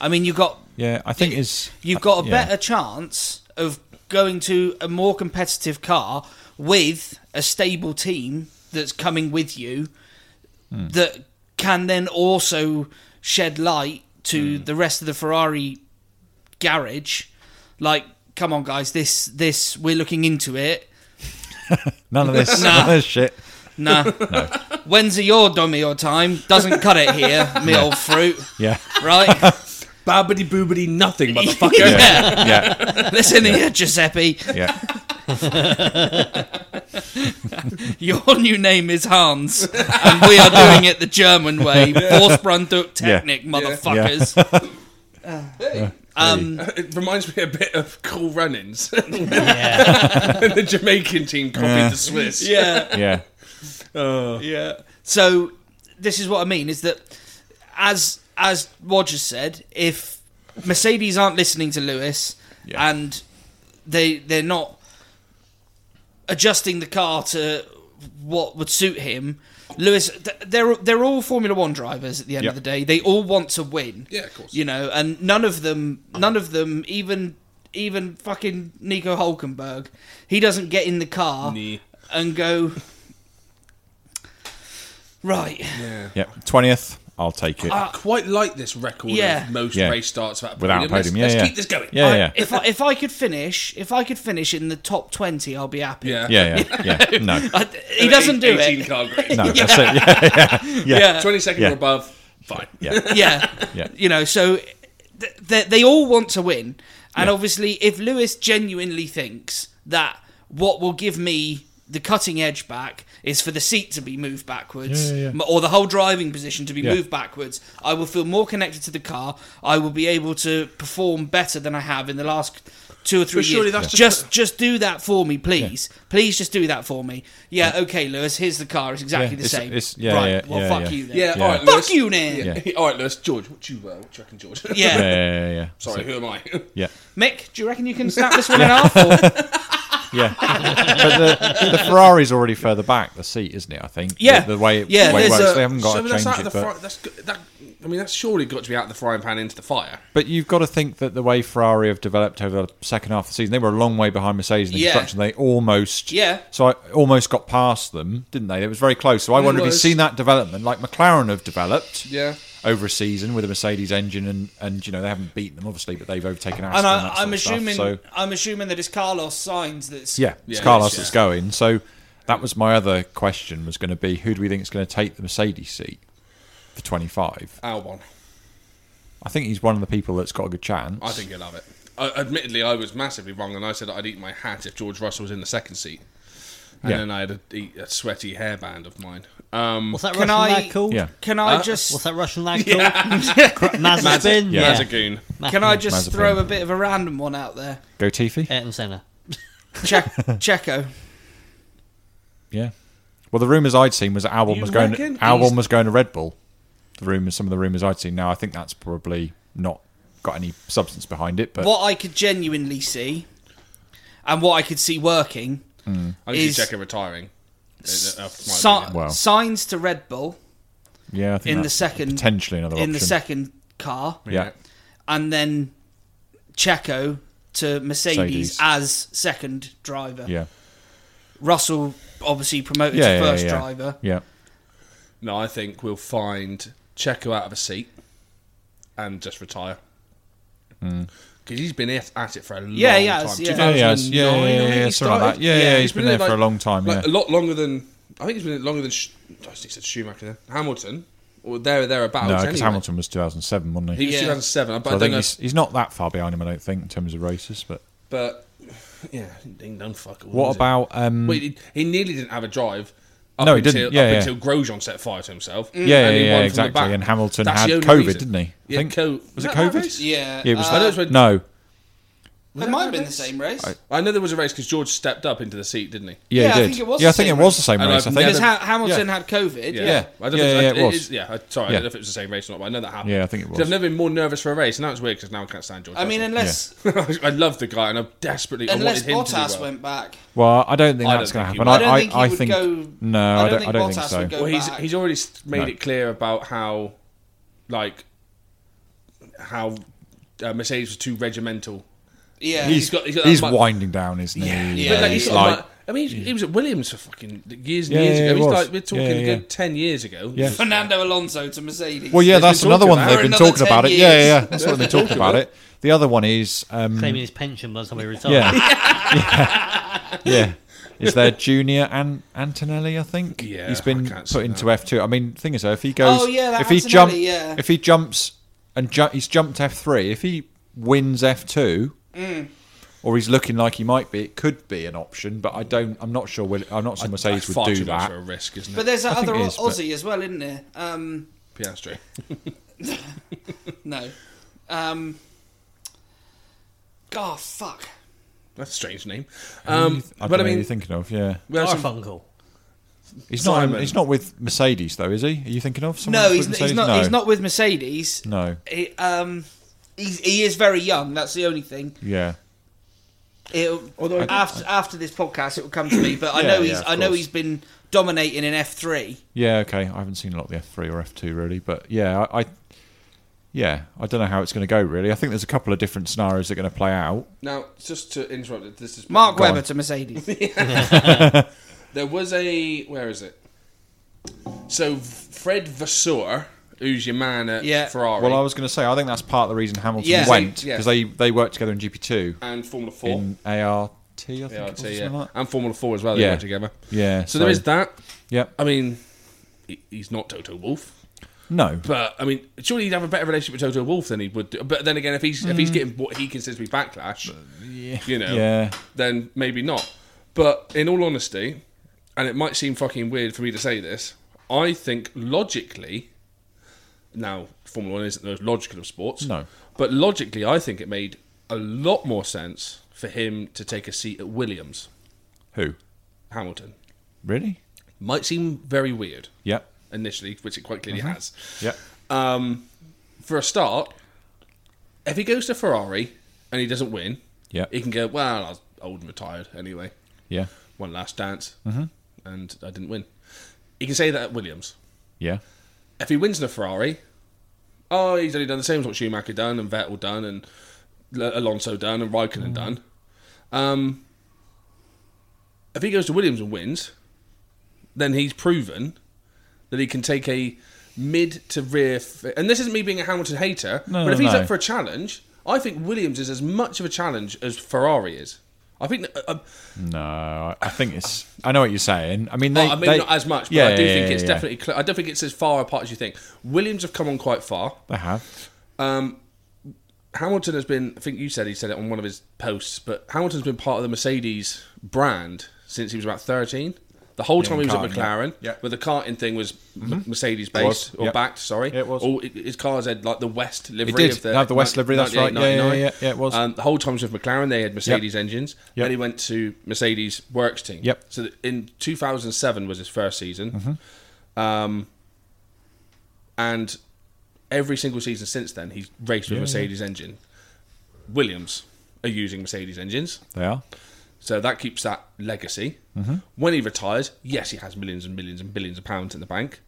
[SPEAKER 1] I mean you got
[SPEAKER 5] yeah. I think it's
[SPEAKER 1] you've got a
[SPEAKER 5] yeah.
[SPEAKER 1] better chance of going to a more competitive car with a stable team that's coming with you
[SPEAKER 5] Hmm.
[SPEAKER 1] that can then also shed light to
[SPEAKER 5] Hmm.
[SPEAKER 1] the rest of the Ferrari garage like come on guys this this we're looking into it
[SPEAKER 5] None of this, none of this shit.
[SPEAKER 1] nah when's your dummy your time doesn't cut it
[SPEAKER 5] [LAUGHS]
[SPEAKER 1] here me old fruit
[SPEAKER 5] Yeah, [LAUGHS]
[SPEAKER 1] right
[SPEAKER 2] Babbity
[SPEAKER 1] [LAUGHS]
[SPEAKER 2] boobity nothing, motherfucker.
[SPEAKER 1] yeah
[SPEAKER 5] yeah,
[SPEAKER 1] listen here Giuseppe
[SPEAKER 5] yeah.
[SPEAKER 1] Your [LAUGHS] new name is Hans, and we are doing it the German way. Vorsprung Technik, motherfuckers. Um,
[SPEAKER 2] It reminds me a bit of Cool Runnings. [LAUGHS]
[SPEAKER 4] Yeah.
[SPEAKER 2] the Jamaican team copied the Swiss. [LAUGHS]
[SPEAKER 1] yeah,
[SPEAKER 5] yeah.
[SPEAKER 1] yeah. So this is what I mean: is that as as Roger said, if Mercedes aren't listening to Lewis
[SPEAKER 5] Yeah.
[SPEAKER 1] and they they're not adjusting the car to what would suit him. Lewis, th- they're they're all Formula One drivers at the end
[SPEAKER 5] Yep.
[SPEAKER 1] of the day. They all want to win.
[SPEAKER 2] Yeah, of course.
[SPEAKER 1] You know, and none of them, none of them, even even fucking Nico Hulkenberg, he doesn't get in the car
[SPEAKER 2] Nee.
[SPEAKER 1] and go. Right,
[SPEAKER 2] Yeah.
[SPEAKER 5] Yeah, twentieth. I'll take it.
[SPEAKER 2] I quite like this record
[SPEAKER 1] Yeah.
[SPEAKER 2] of most
[SPEAKER 5] Yeah.
[SPEAKER 2] race starts without a
[SPEAKER 5] Without a
[SPEAKER 2] podium. Let's,
[SPEAKER 5] podium, yeah,
[SPEAKER 2] let's
[SPEAKER 5] yeah.
[SPEAKER 2] keep this going.
[SPEAKER 5] yeah,
[SPEAKER 1] I-
[SPEAKER 5] yeah,
[SPEAKER 1] if I, if I could finish, if I could finish in the top twenty, I'll be happy.
[SPEAKER 2] Yeah.
[SPEAKER 5] yeah, yeah, yeah. No,
[SPEAKER 1] I, he doesn't do
[SPEAKER 2] 18
[SPEAKER 1] it.
[SPEAKER 2] car grade.
[SPEAKER 5] no. That's it. [LAUGHS] Yeah,
[SPEAKER 1] Yeah,
[SPEAKER 2] 20 second
[SPEAKER 5] Yeah.
[SPEAKER 2] or above, fine.
[SPEAKER 5] yeah,
[SPEAKER 1] yeah,
[SPEAKER 5] [LAUGHS] Yeah.
[SPEAKER 1] You know, so th- th- they all want to win, and obviously, if Lewis genuinely thinks that what will give me the cutting edge back is for the seat to be moved backwards
[SPEAKER 5] Yeah, yeah, yeah.
[SPEAKER 1] m- or the whole driving position to be
[SPEAKER 5] Yeah.
[SPEAKER 1] moved backwards i will feel more connected to the car i will be able to perform better than i have in the last two or three years
[SPEAKER 2] surely that's just-
[SPEAKER 1] just just do that for me please please just do that for me yeah, okay lewis here's the car it's exactly the
[SPEAKER 5] it's-
[SPEAKER 1] same
[SPEAKER 5] it's- yeah,
[SPEAKER 1] right
[SPEAKER 5] yeah,
[SPEAKER 1] well
[SPEAKER 5] yeah,
[SPEAKER 1] fuck
[SPEAKER 5] yeah.
[SPEAKER 1] you then
[SPEAKER 2] Yeah,
[SPEAKER 5] Yeah.
[SPEAKER 2] all right,
[SPEAKER 1] Fuck
[SPEAKER 2] Lewis.
[SPEAKER 1] you, Nan.
[SPEAKER 2] Yeah. [LAUGHS] All right, Lewis. George, what you, uh, what you reckon, George?
[SPEAKER 1] yeah.
[SPEAKER 5] yeah, yeah, yeah.
[SPEAKER 2] [LAUGHS] Sorry, who am
[SPEAKER 5] [LAUGHS]
[SPEAKER 2] I?
[SPEAKER 5] Yeah.
[SPEAKER 1] Mick, do you reckon you can snap
[SPEAKER 5] [LAUGHS]
[SPEAKER 1] this one in half? Or?
[SPEAKER 5] Yeah, but the, the Ferrari's already further back the seat, isn't it? I think.
[SPEAKER 1] Yeah.
[SPEAKER 5] the, the way it,
[SPEAKER 1] Yeah,
[SPEAKER 5] the way it
[SPEAKER 1] there's
[SPEAKER 5] works,
[SPEAKER 1] a-
[SPEAKER 5] they haven't got
[SPEAKER 2] so
[SPEAKER 5] to
[SPEAKER 2] that's
[SPEAKER 5] change
[SPEAKER 2] out
[SPEAKER 5] it.
[SPEAKER 2] of the
[SPEAKER 5] But,
[SPEAKER 2] fry, that's go- that. I mean, that's surely got to be out of the frying pan into the fire.
[SPEAKER 5] but you've got to think that the way Ferrari have developed over the second half of the season, they were a long way behind Mercedes in the
[SPEAKER 1] Yeah.
[SPEAKER 5] construction. They almost,
[SPEAKER 1] Yeah.
[SPEAKER 5] so I almost got past them, didn't they? It was very close. So I wonder if you've
[SPEAKER 2] was.
[SPEAKER 5] seen that development, like McLaren have developed,
[SPEAKER 2] Yeah.
[SPEAKER 5] over a season with a Mercedes engine, and and you know they haven't beaten them obviously, but they've overtaken Aston.
[SPEAKER 1] And
[SPEAKER 5] and that
[SPEAKER 1] I,
[SPEAKER 5] sort
[SPEAKER 1] I'm
[SPEAKER 5] of stuff,
[SPEAKER 1] assuming
[SPEAKER 5] so.
[SPEAKER 1] I'm assuming that it's Carlos signs that's
[SPEAKER 5] Yeah,
[SPEAKER 2] Yeah,
[SPEAKER 5] it's Carlos
[SPEAKER 2] yeah.
[SPEAKER 5] that's going. So that was my other question was going to be who do we think is going to take the Mercedes seat for 25?
[SPEAKER 2] Albon.
[SPEAKER 5] I think he's one of the people that's got a good chance.
[SPEAKER 2] I think you'll love it. Uh, admittedly, I was massively wrong, and I said I'd eat my hat if George Russell was in the second seat. And
[SPEAKER 5] Yeah.
[SPEAKER 2] then I had a, eat a sweaty hairband of mine. Um,
[SPEAKER 4] What's that
[SPEAKER 1] Can
[SPEAKER 4] Russian
[SPEAKER 1] I-
[SPEAKER 4] lad called?
[SPEAKER 5] Mm. Yeah.
[SPEAKER 1] Can I
[SPEAKER 4] What's
[SPEAKER 1] just
[SPEAKER 4] that Russian lad called?
[SPEAKER 5] [LAUGHS]
[SPEAKER 4] Mazepin.
[SPEAKER 5] Yeah.
[SPEAKER 4] Yeah.
[SPEAKER 2] Mazagoon.
[SPEAKER 1] can I just
[SPEAKER 5] Mazepin.
[SPEAKER 1] throw a bit of a random one out there?
[SPEAKER 5] Go Tiffy. Yeah.
[SPEAKER 4] Ayrton Senna.
[SPEAKER 1] Che-
[SPEAKER 5] [LAUGHS]
[SPEAKER 1] Checo.
[SPEAKER 5] Well, the rumours I'd seen was that Albon
[SPEAKER 2] You
[SPEAKER 5] was going.
[SPEAKER 2] reckon?
[SPEAKER 5] Albon
[SPEAKER 2] He's-
[SPEAKER 5] was going to Red Bull. The rumours, some of the rumours I'd seen. Now I think that's probably not got any substance behind it. But
[SPEAKER 1] What I could genuinely see, and what I could see working,
[SPEAKER 2] I need
[SPEAKER 1] Is-
[SPEAKER 2] to check him retiring. Uh, uh, my
[SPEAKER 1] si-
[SPEAKER 2] opinion.
[SPEAKER 5] Wow.
[SPEAKER 1] signs to Red Bull
[SPEAKER 5] yeah, I think
[SPEAKER 1] in the
[SPEAKER 5] that's
[SPEAKER 1] second-
[SPEAKER 5] potentially another
[SPEAKER 1] in the
[SPEAKER 5] option.
[SPEAKER 1] second car,
[SPEAKER 5] yeah.
[SPEAKER 1] and then Checo to Mercedes,
[SPEAKER 5] Mercedes.
[SPEAKER 1] as second driver.
[SPEAKER 5] yeah,
[SPEAKER 1] Russell obviously promoted
[SPEAKER 5] yeah, yeah,
[SPEAKER 1] to first
[SPEAKER 5] yeah.
[SPEAKER 1] driver.
[SPEAKER 5] Yeah,
[SPEAKER 2] No, I think we'll find Checo out of a seat and just retire. Because he's been at, at it for a long
[SPEAKER 1] Yeah, he has,
[SPEAKER 2] time.
[SPEAKER 1] yeah.
[SPEAKER 5] Hmm. yeah, yeah, yeah,
[SPEAKER 2] 2009, I
[SPEAKER 5] yeah,
[SPEAKER 2] think he
[SPEAKER 5] yeah, something like
[SPEAKER 2] started.
[SPEAKER 5] that. Yeah, yeah, he's been,
[SPEAKER 2] in
[SPEAKER 5] there for
[SPEAKER 2] like-
[SPEAKER 5] a long time.
[SPEAKER 2] like, a
[SPEAKER 5] yeah,
[SPEAKER 2] lot longer than I think he's been in longer than Sch- I just said Schumacher then Hamilton or there or thereabouts.
[SPEAKER 5] no,
[SPEAKER 2] anyway.
[SPEAKER 5] because Hamilton was 2007, wasn't
[SPEAKER 2] Oh, He was
[SPEAKER 1] Yeah.
[SPEAKER 2] 2007, but
[SPEAKER 5] So I,
[SPEAKER 2] I
[SPEAKER 5] think
[SPEAKER 2] don't know.
[SPEAKER 5] he's, he's not that far behind him, I don't think, in terms of races. But
[SPEAKER 2] But yeah, ding dong fuck. all,
[SPEAKER 5] What
[SPEAKER 2] is it?
[SPEAKER 5] about um?
[SPEAKER 2] Well, he, he nearly didn't have a drive. Up
[SPEAKER 5] No, he
[SPEAKER 2] until,
[SPEAKER 5] didn't. Yeah,
[SPEAKER 2] up
[SPEAKER 5] yeah.
[SPEAKER 2] until Grosjean set fire to himself.
[SPEAKER 5] yeah,
[SPEAKER 2] And he
[SPEAKER 5] yeah,
[SPEAKER 2] won from the
[SPEAKER 5] exactly.
[SPEAKER 2] back.
[SPEAKER 5] And Hamilton
[SPEAKER 2] That's
[SPEAKER 5] had
[SPEAKER 2] the only
[SPEAKER 5] COVID,
[SPEAKER 2] reason.
[SPEAKER 5] didn't he? I
[SPEAKER 2] Yeah,
[SPEAKER 5] think-
[SPEAKER 2] co-
[SPEAKER 5] was it
[SPEAKER 2] that that
[SPEAKER 5] COVID?
[SPEAKER 2] race?
[SPEAKER 1] Yeah.
[SPEAKER 5] Yeah, it was
[SPEAKER 2] I know it's
[SPEAKER 1] uh,
[SPEAKER 2] when-
[SPEAKER 5] no,
[SPEAKER 1] it might have been the same race.
[SPEAKER 2] I know there was a race because George stepped up into the seat, didn't he?
[SPEAKER 5] yeah,
[SPEAKER 1] Yeah,
[SPEAKER 5] he
[SPEAKER 1] I
[SPEAKER 5] did.
[SPEAKER 1] think it was
[SPEAKER 5] yeah,
[SPEAKER 1] the
[SPEAKER 5] I think
[SPEAKER 1] same
[SPEAKER 5] it was the same
[SPEAKER 2] race.
[SPEAKER 5] race. I
[SPEAKER 2] And
[SPEAKER 5] think
[SPEAKER 1] Because
[SPEAKER 2] I've
[SPEAKER 1] ha- Hamilton had COVID. Yeah.
[SPEAKER 2] I don't
[SPEAKER 5] Yeah,
[SPEAKER 2] know if-
[SPEAKER 5] yeah,
[SPEAKER 2] I-
[SPEAKER 5] it was.
[SPEAKER 2] is- yeah, I, sorry, I
[SPEAKER 5] Yeah.
[SPEAKER 2] don't know if it was the same race or not, but I know that happened.
[SPEAKER 5] Yeah, I think it
[SPEAKER 2] 'Cause
[SPEAKER 5] was.
[SPEAKER 2] I've never been more nervous for a race. Now it's weird because now I can't stand George.
[SPEAKER 1] I mean,
[SPEAKER 2] Russell.
[SPEAKER 1] unless
[SPEAKER 2] [LAUGHS] I love the guy, and I desperately I
[SPEAKER 1] unless
[SPEAKER 2] wanted him to do
[SPEAKER 1] Bottas
[SPEAKER 2] well.
[SPEAKER 1] went back.
[SPEAKER 5] Well, I don't think
[SPEAKER 2] I
[SPEAKER 5] that's
[SPEAKER 2] don't
[SPEAKER 5] going to
[SPEAKER 2] think he
[SPEAKER 5] happen.
[SPEAKER 2] would.
[SPEAKER 5] I,
[SPEAKER 1] I don't think he
[SPEAKER 5] I, I
[SPEAKER 1] would
[SPEAKER 5] think
[SPEAKER 1] go-
[SPEAKER 5] no, I don't. I don't think
[SPEAKER 1] Bottas
[SPEAKER 5] so.
[SPEAKER 1] would go
[SPEAKER 2] Well, he's
[SPEAKER 1] back.
[SPEAKER 2] he's already s- made
[SPEAKER 5] No.
[SPEAKER 2] it clear about how, like, how uh, Mercedes was too regimental.
[SPEAKER 1] yeah.
[SPEAKER 2] He's got he's, got that
[SPEAKER 5] He's
[SPEAKER 2] much-
[SPEAKER 5] winding down, isn't he?
[SPEAKER 1] Yeah.
[SPEAKER 2] But like, he's
[SPEAKER 1] he's
[SPEAKER 2] sort of like- I mean, he was at Williams for fucking years and
[SPEAKER 5] Yeah,
[SPEAKER 2] years ago.
[SPEAKER 5] yeah, he
[SPEAKER 2] He's
[SPEAKER 5] was.
[SPEAKER 2] like we're talking
[SPEAKER 5] Yeah,
[SPEAKER 2] a
[SPEAKER 5] yeah.
[SPEAKER 2] good ten years ago.
[SPEAKER 5] Yeah.
[SPEAKER 1] Fernando Alonso to Mercedes.
[SPEAKER 5] Well, yeah, that's
[SPEAKER 2] been
[SPEAKER 5] another
[SPEAKER 2] talking
[SPEAKER 5] one
[SPEAKER 2] about
[SPEAKER 5] they've
[SPEAKER 1] it.
[SPEAKER 5] been
[SPEAKER 1] For another
[SPEAKER 5] talking about.
[SPEAKER 1] 10
[SPEAKER 5] It. Yeah, yeah,
[SPEAKER 1] years.
[SPEAKER 5] yeah. That's what they've been talking about it. The other one is, um,
[SPEAKER 4] claiming his pension by the time he retired.
[SPEAKER 5] yeah, yeah,
[SPEAKER 2] [LAUGHS]
[SPEAKER 5] yeah. Is there Junior and Antonelli? I think
[SPEAKER 2] Yeah,
[SPEAKER 5] he's
[SPEAKER 2] I
[SPEAKER 5] been
[SPEAKER 2] can't see
[SPEAKER 5] put into F two. I mean, thing is, though, if he goes,
[SPEAKER 1] Oh, yeah, that
[SPEAKER 5] if he
[SPEAKER 1] Antonelli,
[SPEAKER 5] jump,
[SPEAKER 1] yeah.
[SPEAKER 5] if he jumps and ju- he's jumped F three, if he wins F two.
[SPEAKER 1] Mm.
[SPEAKER 5] Or he's looking like he might be. It could be an option, but I don't. I'm not sure. Will, I'm not sure
[SPEAKER 2] That's
[SPEAKER 5] Mercedes would
[SPEAKER 2] far
[SPEAKER 5] do
[SPEAKER 2] too much
[SPEAKER 5] that.
[SPEAKER 2] for a risk, isn't
[SPEAKER 1] But
[SPEAKER 2] it?
[SPEAKER 1] there's that
[SPEAKER 5] I think
[SPEAKER 1] other
[SPEAKER 5] it is, but-
[SPEAKER 1] Aussie as well, isn't there? Um,
[SPEAKER 2] Piastri.
[SPEAKER 1] no. Um, God, fuck.
[SPEAKER 2] [LAUGHS] That's a strange name. Um,
[SPEAKER 5] I
[SPEAKER 2] but I
[SPEAKER 5] don't know who
[SPEAKER 2] mean,
[SPEAKER 5] you're thinking of yeah.
[SPEAKER 2] we have some-
[SPEAKER 4] Garfunkel.
[SPEAKER 5] He's not.
[SPEAKER 2] Simon.
[SPEAKER 5] He's not with Mercedes though, is he? Are you thinking of
[SPEAKER 1] No,
[SPEAKER 5] someone? that's
[SPEAKER 1] he's,
[SPEAKER 5] with
[SPEAKER 1] n- he's
[SPEAKER 5] Mercedes?
[SPEAKER 1] not.
[SPEAKER 5] No.
[SPEAKER 1] He's not with Mercedes.
[SPEAKER 5] No.
[SPEAKER 1] He, um, he's, he is very young. That's the only thing.
[SPEAKER 5] Yeah.
[SPEAKER 1] It'll,
[SPEAKER 2] Although I-
[SPEAKER 1] after after this podcast, it will come to me. But I
[SPEAKER 5] Yeah,
[SPEAKER 1] know
[SPEAKER 5] yeah,
[SPEAKER 1] he's.
[SPEAKER 5] of
[SPEAKER 1] I know
[SPEAKER 5] course.
[SPEAKER 1] he's been dominating in F three.
[SPEAKER 5] Yeah. Okay. I haven't seen a lot of the F three or F two really, but yeah, I, I. Yeah, I don't know how it's going to go. Really, I think there's a couple of different scenarios that are going to play out.
[SPEAKER 2] now, just to interrupt, it, this is
[SPEAKER 1] Mark
[SPEAKER 5] Go on.
[SPEAKER 1] Webber to Mercedes.
[SPEAKER 2] There was a where is it? So Fred Vasseur, who's your man at
[SPEAKER 1] Yeah.
[SPEAKER 2] Ferrari
[SPEAKER 5] Well, I was going to say, I think that's part of the reason Hamilton
[SPEAKER 1] Yeah.
[SPEAKER 5] went
[SPEAKER 2] Yeah.
[SPEAKER 5] because they they worked together in GP two
[SPEAKER 2] and Formula Four,
[SPEAKER 5] in ART. I think
[SPEAKER 2] Yeah, I'd
[SPEAKER 5] it was,
[SPEAKER 2] say,
[SPEAKER 5] something
[SPEAKER 2] yeah.
[SPEAKER 5] like that.
[SPEAKER 2] and Formula Four as well. They
[SPEAKER 5] Yeah.
[SPEAKER 2] work together.
[SPEAKER 5] Yeah.
[SPEAKER 2] So there is that.
[SPEAKER 5] Yep.
[SPEAKER 2] I mean, he- he's not Toto Wolf.
[SPEAKER 5] No.
[SPEAKER 2] But I mean, surely he'd have a better relationship with Toto Wolf than he would. Do. But then again, if he's if he's getting what he considers to be backlash, you know,
[SPEAKER 5] Mm. Yeah.
[SPEAKER 2] then maybe not. But in all honesty, and it might seem fucking weird for me to say this, I think logically, now Formula One isn't the most logical of sports,
[SPEAKER 5] No.
[SPEAKER 2] But logically, I think it made a lot more sense for him to take a seat at Williams,
[SPEAKER 5] Who?
[SPEAKER 2] Hamilton.
[SPEAKER 5] Really?
[SPEAKER 2] Might seem very weird
[SPEAKER 5] Yep.
[SPEAKER 2] initially, which it quite clearly
[SPEAKER 5] Mm-hmm.
[SPEAKER 2] has.
[SPEAKER 5] Yep.
[SPEAKER 2] Um, for a start, if he goes to Ferrari and he doesn't win,
[SPEAKER 5] Yeah.
[SPEAKER 2] he can go. Well, I was old and retired anyway.
[SPEAKER 5] Yeah.
[SPEAKER 2] One last dance, and I didn't win. He can say that at Williams.
[SPEAKER 5] Yeah.
[SPEAKER 2] If he wins in a Ferrari, oh, he's only done the same as what Schumacher done and Vettel done and L- Alonso done and Raikkonen
[SPEAKER 5] Mm.
[SPEAKER 2] done. Um, if he goes to Williams and wins, then he's proven that he can take a mid to rear. F- and this isn't me being a Hamilton hater, but
[SPEAKER 5] No, no,
[SPEAKER 2] if he's
[SPEAKER 5] no.
[SPEAKER 2] up for a challenge, I think Williams is as much of a challenge as Ferrari is. I think uh,
[SPEAKER 5] No, I- I think it's. I know what you're saying. I mean, they,
[SPEAKER 2] Oh, I mean,
[SPEAKER 5] they-
[SPEAKER 2] not as much, but
[SPEAKER 5] Yeah,
[SPEAKER 2] I do
[SPEAKER 5] yeah,
[SPEAKER 2] think
[SPEAKER 5] yeah,
[SPEAKER 2] it's
[SPEAKER 5] yeah.
[SPEAKER 2] definitely. Cl- I don't think it's as far apart as you think. Williams have come on quite far.
[SPEAKER 5] They have.
[SPEAKER 2] Hamilton has been. I think you said he said it on one of his posts, but Hamilton's been part of the Mercedes brand since he was about thirteen. The whole time he was at
[SPEAKER 5] karting, yeah.
[SPEAKER 2] McLaren,
[SPEAKER 5] Yeah. Mm-hmm.
[SPEAKER 2] but the karting thing was Mercedes
[SPEAKER 5] Was,
[SPEAKER 2] based or
[SPEAKER 5] yeah.
[SPEAKER 2] backed. Sorry,
[SPEAKER 5] Yeah, it was.
[SPEAKER 2] All, his cars had like the West livery.
[SPEAKER 5] did
[SPEAKER 2] of the,
[SPEAKER 5] have the West
[SPEAKER 2] nin-
[SPEAKER 5] livery, that's right.
[SPEAKER 2] 98,
[SPEAKER 5] Yeah, yeah,
[SPEAKER 2] 99.
[SPEAKER 5] yeah, yeah, it was.
[SPEAKER 2] Um, the whole time he was with McLaren, they had Mercedes engines.
[SPEAKER 5] Yep.
[SPEAKER 2] Then he went to Mercedes Works team.
[SPEAKER 5] Yep.
[SPEAKER 2] So that in 2007 was his first season.
[SPEAKER 5] Mm-hmm.
[SPEAKER 2] Um, and every single season since then, he's raced with Mercedes engine. Williams are using Mercedes engines,
[SPEAKER 5] They are.
[SPEAKER 2] so that keeps that legacy.
[SPEAKER 5] Mm-hmm.
[SPEAKER 2] When he retires, yes, he has millions and millions and billions of pounds in the bank,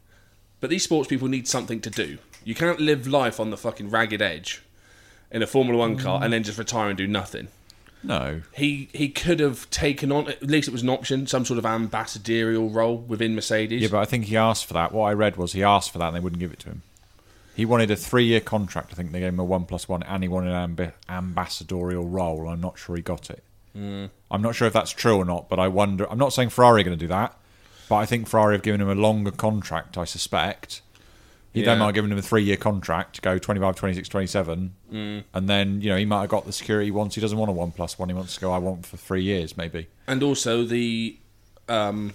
[SPEAKER 2] but these sports people need something to do. You can't live life on the fucking ragged edge in a Formula One car
[SPEAKER 5] Mm.
[SPEAKER 2] and then just retire and do nothing
[SPEAKER 5] No.
[SPEAKER 2] he he could have taken on at least it was an option some sort of ambassadorial role within Mercedes.
[SPEAKER 5] Yeah, but I think he asked for that. What I read was he asked for that and they wouldn't give it to him. He wanted a three year contract. I think they gave him a one plus one and he wanted an amb- ambassadorial role. I'm not sure he got it.
[SPEAKER 2] Hmm.
[SPEAKER 5] I'm not sure if that's true or not, but I wonder. I'm not saying Ferrari are going to do that, but I think Ferrari have given him a longer contract, I suspect, He
[SPEAKER 2] Yeah.
[SPEAKER 5] then might have given him a three-year contract to go 25, 26, 27,
[SPEAKER 2] Hmm.
[SPEAKER 5] and then you know he might have got the security he wants. He doesn't want a one plus one. He wants to go. I want for three years, maybe.
[SPEAKER 2] And also the, um,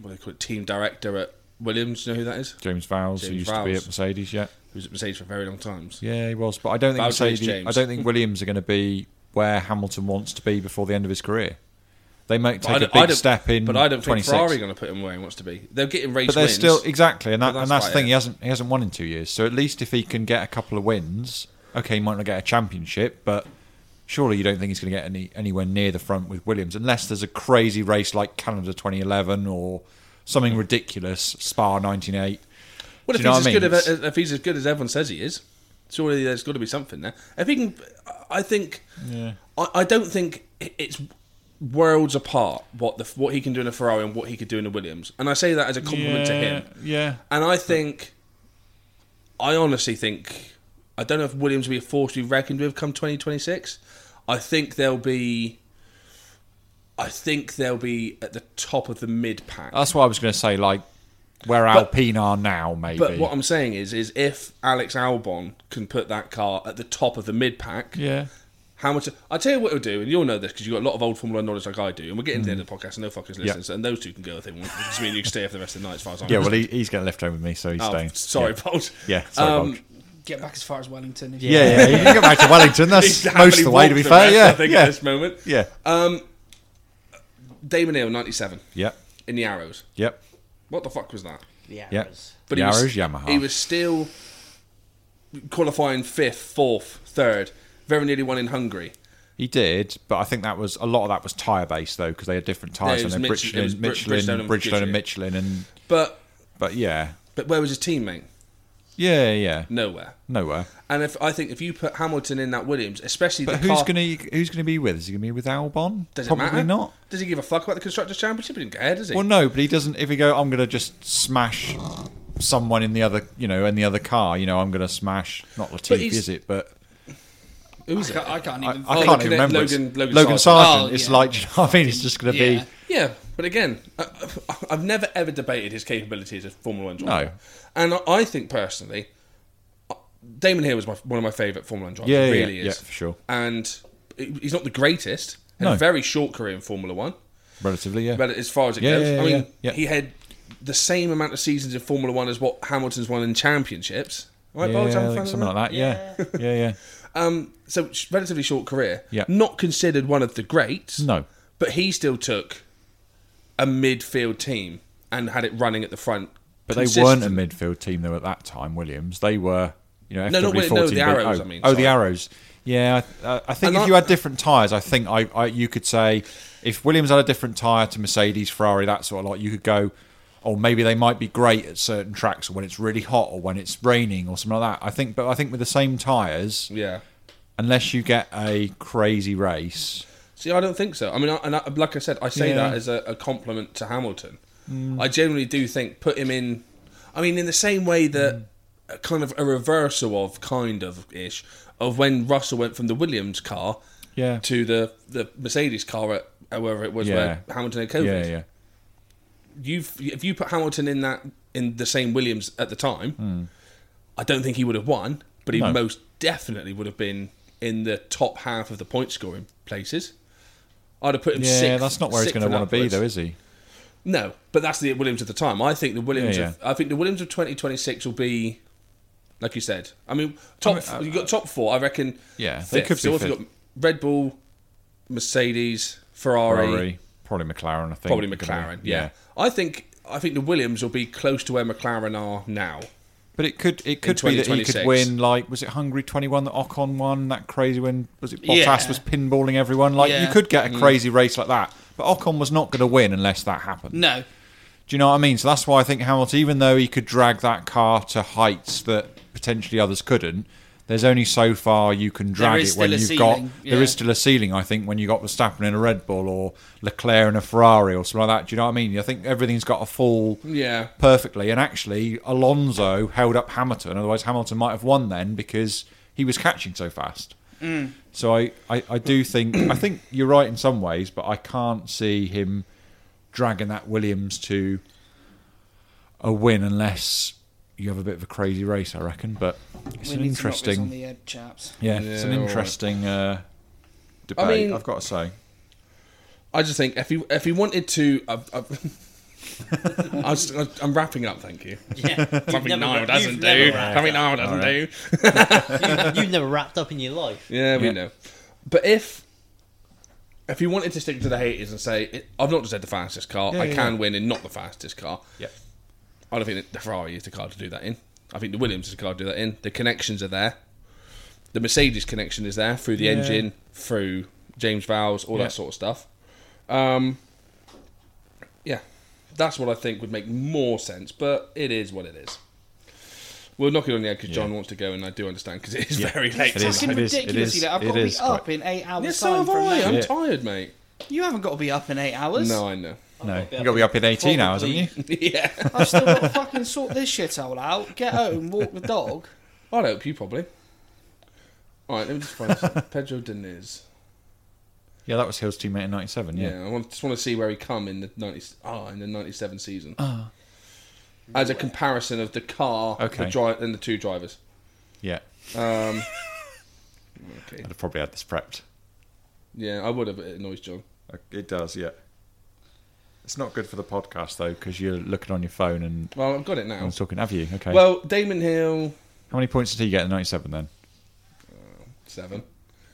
[SPEAKER 2] what do they call it, team director at Williams. Do you know who that is?
[SPEAKER 5] James Vowles, who
[SPEAKER 2] James
[SPEAKER 5] used to be
[SPEAKER 2] Vowles.
[SPEAKER 5] at Mercedes, yeah,
[SPEAKER 2] Who was at Mercedes for very long times.
[SPEAKER 5] yeah, he was. But I don't think
[SPEAKER 2] Vowles, James,
[SPEAKER 5] Mercedes. I
[SPEAKER 2] James.
[SPEAKER 5] don't think Williams are going to be where Hamilton wants to be before the end of his career. They might
[SPEAKER 2] But I
[SPEAKER 5] take a
[SPEAKER 2] don't- I
[SPEAKER 5] big
[SPEAKER 2] don't-
[SPEAKER 5] step in.
[SPEAKER 2] But I don't
[SPEAKER 5] 26.
[SPEAKER 2] think Ferrari going to put him where he wants to be. They're getting race
[SPEAKER 5] But they're
[SPEAKER 2] wins.
[SPEAKER 5] still exactly, and that
[SPEAKER 2] But
[SPEAKER 5] and
[SPEAKER 2] that's
[SPEAKER 5] that's the
[SPEAKER 2] right,
[SPEAKER 5] thing. He
[SPEAKER 2] yeah.
[SPEAKER 5] hasn't he hasn't won in two years. So at least if he can get a couple of wins, okay, he might not get a championship, but surely you don't think he's going to get any anywhere near the front with Williams, unless there's a crazy race like Canada 2011 or something ridiculous, Spa 1988.
[SPEAKER 2] Well,
[SPEAKER 5] Do
[SPEAKER 2] if
[SPEAKER 5] you know
[SPEAKER 2] he's, as
[SPEAKER 5] what I
[SPEAKER 2] good
[SPEAKER 5] mean?
[SPEAKER 2] as, if he's as good as everyone says he is, surely there's got to be something there. If he can, I think. I, I don't think it's worlds apart what the what he can do in a Ferrari and what he could do in a Williams, and I say that as a compliment to him.
[SPEAKER 5] Yeah,
[SPEAKER 2] And I think, I honestly think, I don't know if Williams will be a force to be reckoned with come 2026. I think they'll be, I think they'll be at the top of the mid pack.
[SPEAKER 5] that's what I was going to say. Like where Alpine are now, maybe.
[SPEAKER 2] But what I'm saying is, is if Alex Albon can put that car at the top of the mid pack,
[SPEAKER 5] yeah,
[SPEAKER 2] how much? I tell you what it'll do, and you'll know this because you've got a lot of old Formula One knowledge like I do, and we're getting to the end of the podcast, and no fuckers listen, so and those two can go if they want. Because me and you can stay up for the rest of the night, as far as I'm
[SPEAKER 5] yeah. Well, he, he's getting left home with me, so he's
[SPEAKER 2] Oh,
[SPEAKER 5] staying.
[SPEAKER 2] sorry,
[SPEAKER 5] yeah,
[SPEAKER 2] Bolt.
[SPEAKER 5] yeah sorry,
[SPEAKER 2] Um,
[SPEAKER 5] Bulge.
[SPEAKER 1] Get back as far as Wellington. If
[SPEAKER 5] Yeah, yeah, you can get back to Wellington.
[SPEAKER 2] [LAUGHS]
[SPEAKER 5] That's
[SPEAKER 2] He's
[SPEAKER 5] most of the
[SPEAKER 2] happily
[SPEAKER 5] way, to be
[SPEAKER 2] walked
[SPEAKER 5] fair.
[SPEAKER 2] rest, I
[SPEAKER 5] Yeah,
[SPEAKER 2] think, Um, at
[SPEAKER 5] yeah,
[SPEAKER 2] this moment.
[SPEAKER 5] yeah,
[SPEAKER 2] Damon Hill, 97,
[SPEAKER 5] yep,
[SPEAKER 2] in the Arrows.
[SPEAKER 5] yep.
[SPEAKER 2] What the fuck was that?
[SPEAKER 4] The
[SPEAKER 5] Yeah.
[SPEAKER 4] Arrows.
[SPEAKER 2] he
[SPEAKER 5] Yarrows,
[SPEAKER 2] was,
[SPEAKER 5] Yamaha.
[SPEAKER 2] He was still qualifying fifth, fourth, third. Very nearly won in Hungary.
[SPEAKER 5] He did, but I think that was a lot of that was tyre based though, because they had different tyres
[SPEAKER 2] it
[SPEAKER 5] and
[SPEAKER 2] was
[SPEAKER 5] then
[SPEAKER 2] Mitch- it was
[SPEAKER 5] Bridgestone,
[SPEAKER 2] Bri-
[SPEAKER 5] Michelin,
[SPEAKER 2] Bridgestone
[SPEAKER 5] Bridgestone,
[SPEAKER 2] and
[SPEAKER 5] and
[SPEAKER 2] Goodyear.
[SPEAKER 5] Michelin, and
[SPEAKER 2] But
[SPEAKER 5] but yeah,
[SPEAKER 2] but where was his teammate?
[SPEAKER 5] yeah, yeah,
[SPEAKER 2] Nowhere.
[SPEAKER 5] nowhere.
[SPEAKER 2] And if I think if you put Hamilton in that Williams, especially
[SPEAKER 5] But
[SPEAKER 2] the
[SPEAKER 5] who's
[SPEAKER 2] car,
[SPEAKER 5] gonna who's gonna be with? Is he gonna be with Albon?
[SPEAKER 2] does it
[SPEAKER 5] Probably
[SPEAKER 2] matter?
[SPEAKER 5] not.
[SPEAKER 2] Does he give a fuck about the constructors' championship? He didn't care, does he?
[SPEAKER 5] Well, no, but he doesn't. If he go, I'm gonna just smash someone in the other, you know, in the other car. You know, I'm gonna smash not Latifi,
[SPEAKER 2] he's-
[SPEAKER 5] is it? But
[SPEAKER 2] Who was
[SPEAKER 1] I
[SPEAKER 2] it?
[SPEAKER 1] can't, I can't
[SPEAKER 5] I,
[SPEAKER 1] even.
[SPEAKER 5] I
[SPEAKER 2] Oh,
[SPEAKER 5] can't
[SPEAKER 2] Logan-
[SPEAKER 5] even remember.
[SPEAKER 2] Logan-
[SPEAKER 5] It's
[SPEAKER 2] Logan
[SPEAKER 5] Logan
[SPEAKER 1] Sargent.
[SPEAKER 5] Sargent.
[SPEAKER 1] Oh,
[SPEAKER 5] it's
[SPEAKER 1] yeah.
[SPEAKER 5] like, [LAUGHS] do you know what I mean, it's just gonna
[SPEAKER 1] yeah.
[SPEAKER 5] be.
[SPEAKER 2] Yeah, but again, I, I- I've never ever debated his capabilities as a Formula One driver.
[SPEAKER 5] No.
[SPEAKER 2] And I- I think personally, uh, Damon Hill was my, one of my favourite Formula One drivers.
[SPEAKER 5] Yeah, yeah,
[SPEAKER 2] he really
[SPEAKER 5] yeah,
[SPEAKER 2] is.
[SPEAKER 5] yeah, for sure.
[SPEAKER 2] And he- he's not the greatest. Had a
[SPEAKER 5] No.
[SPEAKER 2] very short career in Formula One,
[SPEAKER 5] Relatively, yeah.
[SPEAKER 2] but as far as it
[SPEAKER 5] Yeah,
[SPEAKER 2] goes,
[SPEAKER 5] yeah,
[SPEAKER 2] I mean,
[SPEAKER 5] yeah, yeah.
[SPEAKER 2] he had the same amount of seasons in Formula One as what Hamilton's won in championships. Right,
[SPEAKER 5] yeah,
[SPEAKER 2] Bolt, have a
[SPEAKER 5] I
[SPEAKER 2] fan
[SPEAKER 5] think
[SPEAKER 2] of
[SPEAKER 5] something
[SPEAKER 2] that?
[SPEAKER 5] like that. Yeah, yeah, yeah.
[SPEAKER 2] Um, so sh- relatively short career.
[SPEAKER 5] Yeah.
[SPEAKER 2] Not considered one of the greats.
[SPEAKER 5] No.
[SPEAKER 2] But he still took a midfield team and had it running at the front.
[SPEAKER 5] But they weren't a midfield team though at that time. Williams, they were, you know,
[SPEAKER 2] No, no, wait,
[SPEAKER 5] FW14.
[SPEAKER 2] no, the
[SPEAKER 5] but-
[SPEAKER 2] Arrows,
[SPEAKER 5] Oh,
[SPEAKER 2] I mean,
[SPEAKER 5] oh,
[SPEAKER 2] sorry.
[SPEAKER 5] the arrows. Yeah, I, I- I think
[SPEAKER 2] And
[SPEAKER 5] if
[SPEAKER 2] I-
[SPEAKER 5] you had different tyres, I think I, I you could say if Williams had a different tyre to Mercedes, Ferrari, that sort of lot, you could go, oh, maybe they might be great at certain tracks or when it's really hot or when it's raining or something like that. I think, but I think with the same tyres,
[SPEAKER 2] Yeah.
[SPEAKER 5] unless you get a crazy race,
[SPEAKER 2] See, I don't think so. I mean, I, and I, like I said, I say
[SPEAKER 5] Yeah. Mm.
[SPEAKER 2] that as a, a compliment to Hamilton. I generally do think put him in. I mean, in the same way that
[SPEAKER 5] Mm.
[SPEAKER 2] a kind of a reversal of kind of ish of when Russell went from the Williams car
[SPEAKER 5] Yeah.
[SPEAKER 2] to the the Mercedes car at however it was where
[SPEAKER 5] Yeah.
[SPEAKER 2] Hamilton had COVID.
[SPEAKER 5] yeah, yeah,
[SPEAKER 2] you've if you put Hamilton in that in the same Williams at the time, I don't think he would have won, but he
[SPEAKER 5] Hmm. No.
[SPEAKER 2] most definitely would have been in the top half of the point scoring places. I'd have put him
[SPEAKER 5] yeah,
[SPEAKER 2] sixth.
[SPEAKER 5] that's not where he's
[SPEAKER 2] sixth
[SPEAKER 5] going
[SPEAKER 2] and
[SPEAKER 5] to want to be
[SPEAKER 2] upwards.
[SPEAKER 5] though, is he?
[SPEAKER 2] No, but that's the Williams of the time. I think the Williams
[SPEAKER 5] Yeah, yeah.
[SPEAKER 2] of I think the Williams of 2026 will be like you said. I mean, top
[SPEAKER 5] I mean, I-
[SPEAKER 2] you got top 4, I reckon.
[SPEAKER 5] Yeah,
[SPEAKER 2] fifth.
[SPEAKER 5] they could be
[SPEAKER 2] so if you
[SPEAKER 5] fifth.
[SPEAKER 2] got Red Bull, Mercedes, Ferrari,
[SPEAKER 5] Ferrari, probably McLaren, I think.
[SPEAKER 2] probably McLaren. Yeah. I think I think the Williams will be close to where McLaren are now.
[SPEAKER 5] But it could it could be that he could
[SPEAKER 2] 2026.
[SPEAKER 5] win like was it Hungary twenty one that Ocon won that crazy win was it Bottas
[SPEAKER 1] Yeah.
[SPEAKER 5] was pinballing everyone like
[SPEAKER 1] Yeah. Mm.
[SPEAKER 5] you could get a crazy race like that but Ocon was not going to win unless that happened.
[SPEAKER 1] No.
[SPEAKER 5] Do you know what I mean? So that's why I think Hamilton, even though he could drag that car to heights that potentially others couldn't, there's only so far you can drag
[SPEAKER 1] is
[SPEAKER 5] it when
[SPEAKER 1] still a
[SPEAKER 5] you've
[SPEAKER 1] ceiling,
[SPEAKER 5] got. There is
[SPEAKER 1] yeah.
[SPEAKER 5] still a ceiling, I think, when you got Verstappen in a Red Bull or Leclerc in a Ferrari or something like that. Do you know what I mean? I think everything's got to fall
[SPEAKER 2] Yeah.
[SPEAKER 5] perfectly. And actually, Alonso held up Hamilton. Otherwise, Hamilton might have won then because he was catching so fast.
[SPEAKER 1] Mm.
[SPEAKER 5] So I, I, I do think I think you're right in some ways, but I can't see him dragging that Williams to a win unless you have a bit of a crazy race, I reckon. But it's
[SPEAKER 1] We
[SPEAKER 5] an
[SPEAKER 1] need to knock this on
[SPEAKER 5] interesting,
[SPEAKER 1] the head, chaps.
[SPEAKER 5] yeah, it's an
[SPEAKER 2] Yeah, all right.
[SPEAKER 5] interesting uh, debate.
[SPEAKER 2] mean-
[SPEAKER 5] I've got to say,
[SPEAKER 2] I just think if he if he wanted to, I've, I've, [LAUGHS] I was, I'm wrapping up. Thank you.
[SPEAKER 1] Yeah, you've
[SPEAKER 2] Something
[SPEAKER 1] never-
[SPEAKER 2] Niall
[SPEAKER 1] you've
[SPEAKER 2] doesn't
[SPEAKER 1] never
[SPEAKER 2] do.
[SPEAKER 1] wrapped
[SPEAKER 2] Something
[SPEAKER 1] up.
[SPEAKER 2] Niall doesn't do.
[SPEAKER 4] [LAUGHS] You've never wrapped up in your life.
[SPEAKER 2] Yeah, we
[SPEAKER 5] Yeah.
[SPEAKER 2] know. But if if you wanted to stick to the haters and say, I've not just had the fastest car, I
[SPEAKER 5] yeah,
[SPEAKER 2] can win in not the fastest car.
[SPEAKER 5] yeah,
[SPEAKER 2] I don't think that the Ferrari is the car to do that in. I think the Williams is the car to do that in. The connections are there. The Mercedes connection is there through the engine, through James Vowles, all
[SPEAKER 5] Yeah.
[SPEAKER 2] that sort of stuff. Um, yeah, that's what I think would make more sense. But it is what it is. We'll knock it on the head because John wants to go, and I do understand because it is very late.
[SPEAKER 5] It is-
[SPEAKER 2] [LAUGHS]
[SPEAKER 1] Fucking
[SPEAKER 5] it is- it
[SPEAKER 1] ridiculous,
[SPEAKER 5] is-
[SPEAKER 1] you know. I've
[SPEAKER 5] it
[SPEAKER 1] got to be
[SPEAKER 5] is
[SPEAKER 1] up
[SPEAKER 5] quite-
[SPEAKER 1] in eight hours.
[SPEAKER 2] Yeah, so
[SPEAKER 1] time
[SPEAKER 2] have
[SPEAKER 1] from
[SPEAKER 2] I.
[SPEAKER 1] now.
[SPEAKER 2] I'm
[SPEAKER 5] Yeah.
[SPEAKER 2] tired, mate.
[SPEAKER 1] You haven't got to be up in eight hours.
[SPEAKER 2] No, I know. [LAUGHS]
[SPEAKER 5] no,
[SPEAKER 4] got to be
[SPEAKER 5] you've got to be up in eighteen hours, haven't you?
[SPEAKER 2] yeah,
[SPEAKER 1] I've still got to fucking sort this shit all out. Get home, walk the dog.
[SPEAKER 2] I'd help you probably. All right, let me just find
[SPEAKER 5] [LAUGHS]
[SPEAKER 2] this. Pedro Diniz.
[SPEAKER 5] Yeah, that was Hill's teammate in '97. Yeah.
[SPEAKER 2] Yeah, I want, just want to see where he come in the ninety ah in the ninety seven season. As a comparison of the car,
[SPEAKER 5] Ah. Okay.
[SPEAKER 2] the dri- and the two drivers.
[SPEAKER 5] yeah, Um,
[SPEAKER 2] Okay.
[SPEAKER 5] [LAUGHS] I'd have probably had this prepped.
[SPEAKER 2] Yeah, I would have. It annoys John.
[SPEAKER 5] Uh, It does, yeah. It's not good for the podcast though, because you're looking on your phone and
[SPEAKER 2] Well, I've got it now.
[SPEAKER 5] I'm talking. Have you? Okay.
[SPEAKER 2] Well, Damon Hill
[SPEAKER 5] how many points did he get in '97 then?
[SPEAKER 2] seven.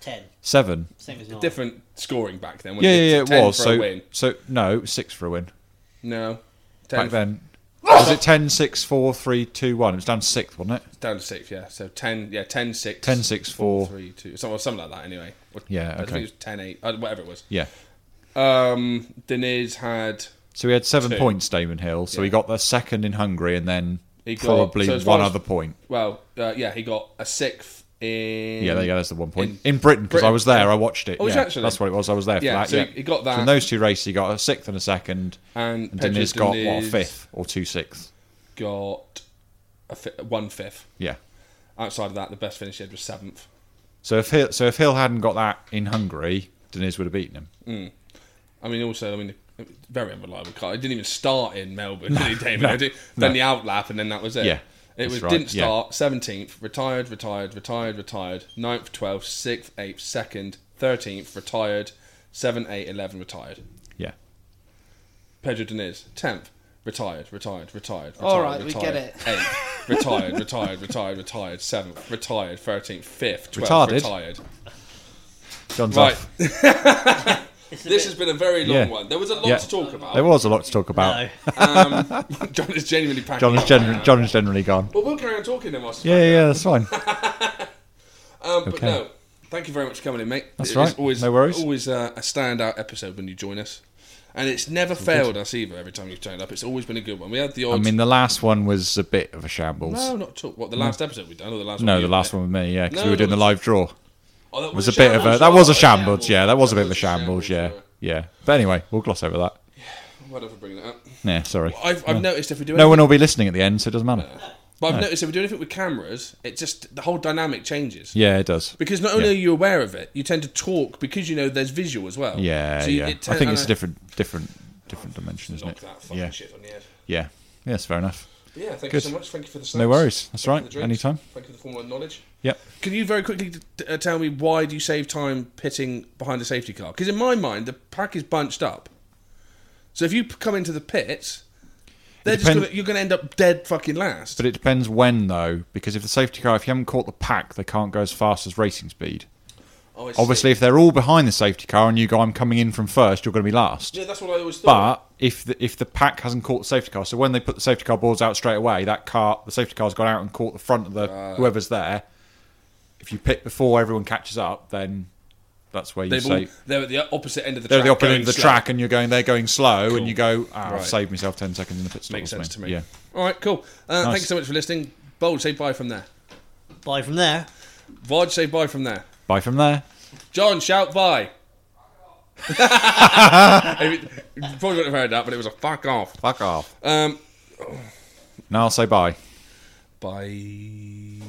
[SPEAKER 4] Ten.
[SPEAKER 5] Seven.
[SPEAKER 4] Same as mine.
[SPEAKER 2] Different scoring back then.
[SPEAKER 5] Yeah,
[SPEAKER 2] wasn't
[SPEAKER 5] yeah, yeah. It
[SPEAKER 2] 10
[SPEAKER 5] was.
[SPEAKER 2] for a
[SPEAKER 5] So,
[SPEAKER 2] win.
[SPEAKER 5] so no, it was six for a win
[SPEAKER 2] no, ten [LAUGHS]
[SPEAKER 5] back then. was it 10, 6, 4, 3, 2, 1? It was down to sixth, wasn't it?
[SPEAKER 2] down to six. Yeah, so ten. Yeah, ten six.
[SPEAKER 5] 10, 6, 4.
[SPEAKER 2] three two. Something, something like that. Anyway. Or-
[SPEAKER 5] Yeah,
[SPEAKER 2] I think
[SPEAKER 5] okay.
[SPEAKER 2] it was ten eight. Uh, whatever it was.
[SPEAKER 5] Yeah.
[SPEAKER 2] Um, Diniz had.
[SPEAKER 5] So he had seven
[SPEAKER 2] Two.
[SPEAKER 5] points, Damon Hill. So he got the second in Hungary and then
[SPEAKER 2] He got-
[SPEAKER 5] probably
[SPEAKER 2] so as far
[SPEAKER 5] one
[SPEAKER 2] as-
[SPEAKER 5] other point.
[SPEAKER 2] Well, uh, yeah, he got a sixth in.
[SPEAKER 5] Yeah, there you go. That's the one point.
[SPEAKER 2] in
[SPEAKER 5] In, Britain, because I
[SPEAKER 2] Britain.
[SPEAKER 5] was there. I watched it.
[SPEAKER 2] Oh, was
[SPEAKER 5] yeah,
[SPEAKER 2] you actually?
[SPEAKER 5] That's what it was. I was there for
[SPEAKER 2] Yeah,
[SPEAKER 5] that.
[SPEAKER 2] so
[SPEAKER 5] yeah.
[SPEAKER 2] he got
[SPEAKER 5] So
[SPEAKER 2] that.
[SPEAKER 5] in those two races, he got a sixth and a second.
[SPEAKER 2] And
[SPEAKER 5] And
[SPEAKER 2] Pedro
[SPEAKER 5] Diniz got, what, a
[SPEAKER 2] Diniz-
[SPEAKER 5] fifth or two sixths?
[SPEAKER 2] got a fi- one fifth.
[SPEAKER 5] Yeah.
[SPEAKER 2] Outside of that, the best finish he had was seventh.
[SPEAKER 5] So if Hill, so if Hill hadn't got that in Hungary, Deniz would have beaten him.
[SPEAKER 2] I mean, also, I mean, very unreliable car. It didn't even start in
[SPEAKER 5] [LAUGHS]
[SPEAKER 2] Melbourne, did he, David? Did- Then the outlap, and then that was it.
[SPEAKER 5] Yeah,
[SPEAKER 2] It
[SPEAKER 5] that's
[SPEAKER 2] was
[SPEAKER 5] right,
[SPEAKER 2] didn't
[SPEAKER 5] yeah.
[SPEAKER 2] start seventeenth, retired, retired, retired, retired, 9th, twelfth, sixth, eighth, second, thirteenth, retired, 7, 8, 11, retired.
[SPEAKER 5] Yeah.
[SPEAKER 2] Pedro Diniz, tenth, retired, retired, retired.
[SPEAKER 1] All
[SPEAKER 2] retired,
[SPEAKER 1] right, we
[SPEAKER 2] retired,
[SPEAKER 1] get it.
[SPEAKER 2] Eighth, retired, retired, retired, retired, seventh, retired, thirteenth, fifth, twelfth,
[SPEAKER 5] Retarded?
[SPEAKER 2] retired.
[SPEAKER 5] John's
[SPEAKER 2] Right.
[SPEAKER 5] off.
[SPEAKER 2] [LAUGHS]
[SPEAKER 4] It's a
[SPEAKER 2] This
[SPEAKER 4] bit-
[SPEAKER 2] has been a very long
[SPEAKER 5] Yeah.
[SPEAKER 2] one. There was a lot
[SPEAKER 5] Yeah.
[SPEAKER 2] to talk about.
[SPEAKER 5] There was a lot to talk about.
[SPEAKER 4] No.
[SPEAKER 2] John is genuinely packing.
[SPEAKER 5] John is,
[SPEAKER 2] up.
[SPEAKER 5] gen- John is generally gone.
[SPEAKER 2] Well, we'll carry on talking then, whilst
[SPEAKER 5] Yeah, yeah, yeah, that's fine.
[SPEAKER 2] Um, but
[SPEAKER 5] Okay.
[SPEAKER 2] no, thank you very much for coming in, mate.
[SPEAKER 5] That's
[SPEAKER 2] It is
[SPEAKER 5] right.
[SPEAKER 2] Always,
[SPEAKER 5] No worries.
[SPEAKER 2] Always uh, a standout episode when you join us, and it's never failed us either. Every time you've turned up, it's always been a good one. We had the
[SPEAKER 5] I
[SPEAKER 2] odd.
[SPEAKER 5] mean, the last one was a bit of a shambles.
[SPEAKER 2] no, not at all. What the last episode we done, or the last?
[SPEAKER 5] no,
[SPEAKER 2] one
[SPEAKER 5] the
[SPEAKER 2] you
[SPEAKER 5] last
[SPEAKER 2] did?
[SPEAKER 5] one with me, yeah, because
[SPEAKER 2] No,
[SPEAKER 5] we were
[SPEAKER 2] that
[SPEAKER 5] doing the
[SPEAKER 2] was-
[SPEAKER 5] live draw.
[SPEAKER 2] Oh, that
[SPEAKER 5] It was a bit of a that was a shambles, yeah, that was a bit of a shambles, yeah, yeah. But anyway, we'll gloss over that.
[SPEAKER 2] Whatever, for bringing it up.
[SPEAKER 5] Yeah, sorry.
[SPEAKER 2] I've, I've noticed if we do
[SPEAKER 5] No
[SPEAKER 2] anything,
[SPEAKER 5] one will be listening at the end, so it doesn't matter.
[SPEAKER 2] but I've noticed if we do anything with cameras, it just the whole dynamic changes.
[SPEAKER 5] Yeah, it does.
[SPEAKER 2] Because not only
[SPEAKER 5] Yeah.
[SPEAKER 2] are you aware of it, you tend to talk because you know there's visual as well.
[SPEAKER 5] Yeah,
[SPEAKER 2] So you- it
[SPEAKER 5] yeah. I
[SPEAKER 2] turn-
[SPEAKER 5] think
[SPEAKER 2] and
[SPEAKER 5] it's a different, different, different dimension, isn't
[SPEAKER 2] Knock
[SPEAKER 5] it?
[SPEAKER 2] that fucking
[SPEAKER 5] Yeah,
[SPEAKER 2] shit on the head.
[SPEAKER 5] yeah, yeah. That's fair enough.
[SPEAKER 2] But yeah, thank you
[SPEAKER 5] Good.
[SPEAKER 2] so much. Thank you for the snacks.
[SPEAKER 5] No worries. That's
[SPEAKER 2] Thank you
[SPEAKER 5] right.
[SPEAKER 2] for the drinks.
[SPEAKER 5] Anytime.
[SPEAKER 2] Thank you for the formal knowledge.
[SPEAKER 5] Yep.
[SPEAKER 2] Can you very quickly t- uh, tell me why do you save time pitting behind a safety car? Because in my mind, the pack is bunched up. So if you p- come into the pits, they're just
[SPEAKER 5] depend-
[SPEAKER 2] gonna, you're going to end up dead fucking last.
[SPEAKER 5] But it depends when, though, because if the safety car, if you haven't caught the pack, they can't go as fast as racing speed.
[SPEAKER 2] Oh, I see.
[SPEAKER 5] Obviously, if they're all behind the safety car and you go, I'm coming in from first, you're going to be last.
[SPEAKER 2] yeah, that's what I always thought.
[SPEAKER 5] But if the, if the pack hasn't caught the safety car, so when they put the safety car boards out straight away, that car, the safety car's gone out and caught the front of the whoever's there. If you pit before everyone catches up, then that's where you
[SPEAKER 2] They've all-
[SPEAKER 5] say
[SPEAKER 2] they're at the opposite end of the
[SPEAKER 5] they're
[SPEAKER 2] track.
[SPEAKER 5] the opposite end
[SPEAKER 2] going
[SPEAKER 5] of the
[SPEAKER 2] slow.
[SPEAKER 5] track, and you're going they're going slow,
[SPEAKER 2] Cool.
[SPEAKER 5] and you go, ah,
[SPEAKER 2] Right.
[SPEAKER 5] I've saved myself ten seconds in the pit stop.
[SPEAKER 2] Makes
[SPEAKER 5] or
[SPEAKER 2] sense to
[SPEAKER 5] something."
[SPEAKER 2] me.
[SPEAKER 5] Yeah.
[SPEAKER 2] All right, cool. Uh, Thank
[SPEAKER 5] Nice.
[SPEAKER 2] you so much for listening. Bold, say bye from there.
[SPEAKER 4] Bye from there.
[SPEAKER 2] Vod, say bye from there.
[SPEAKER 5] Bye from there.
[SPEAKER 2] John, shout bye. [LAUGHS] Probably wouldn't have heard that, but it was a fuck off.
[SPEAKER 5] Fuck off.
[SPEAKER 2] Um,
[SPEAKER 5] Now I'll say bye.
[SPEAKER 2] bye.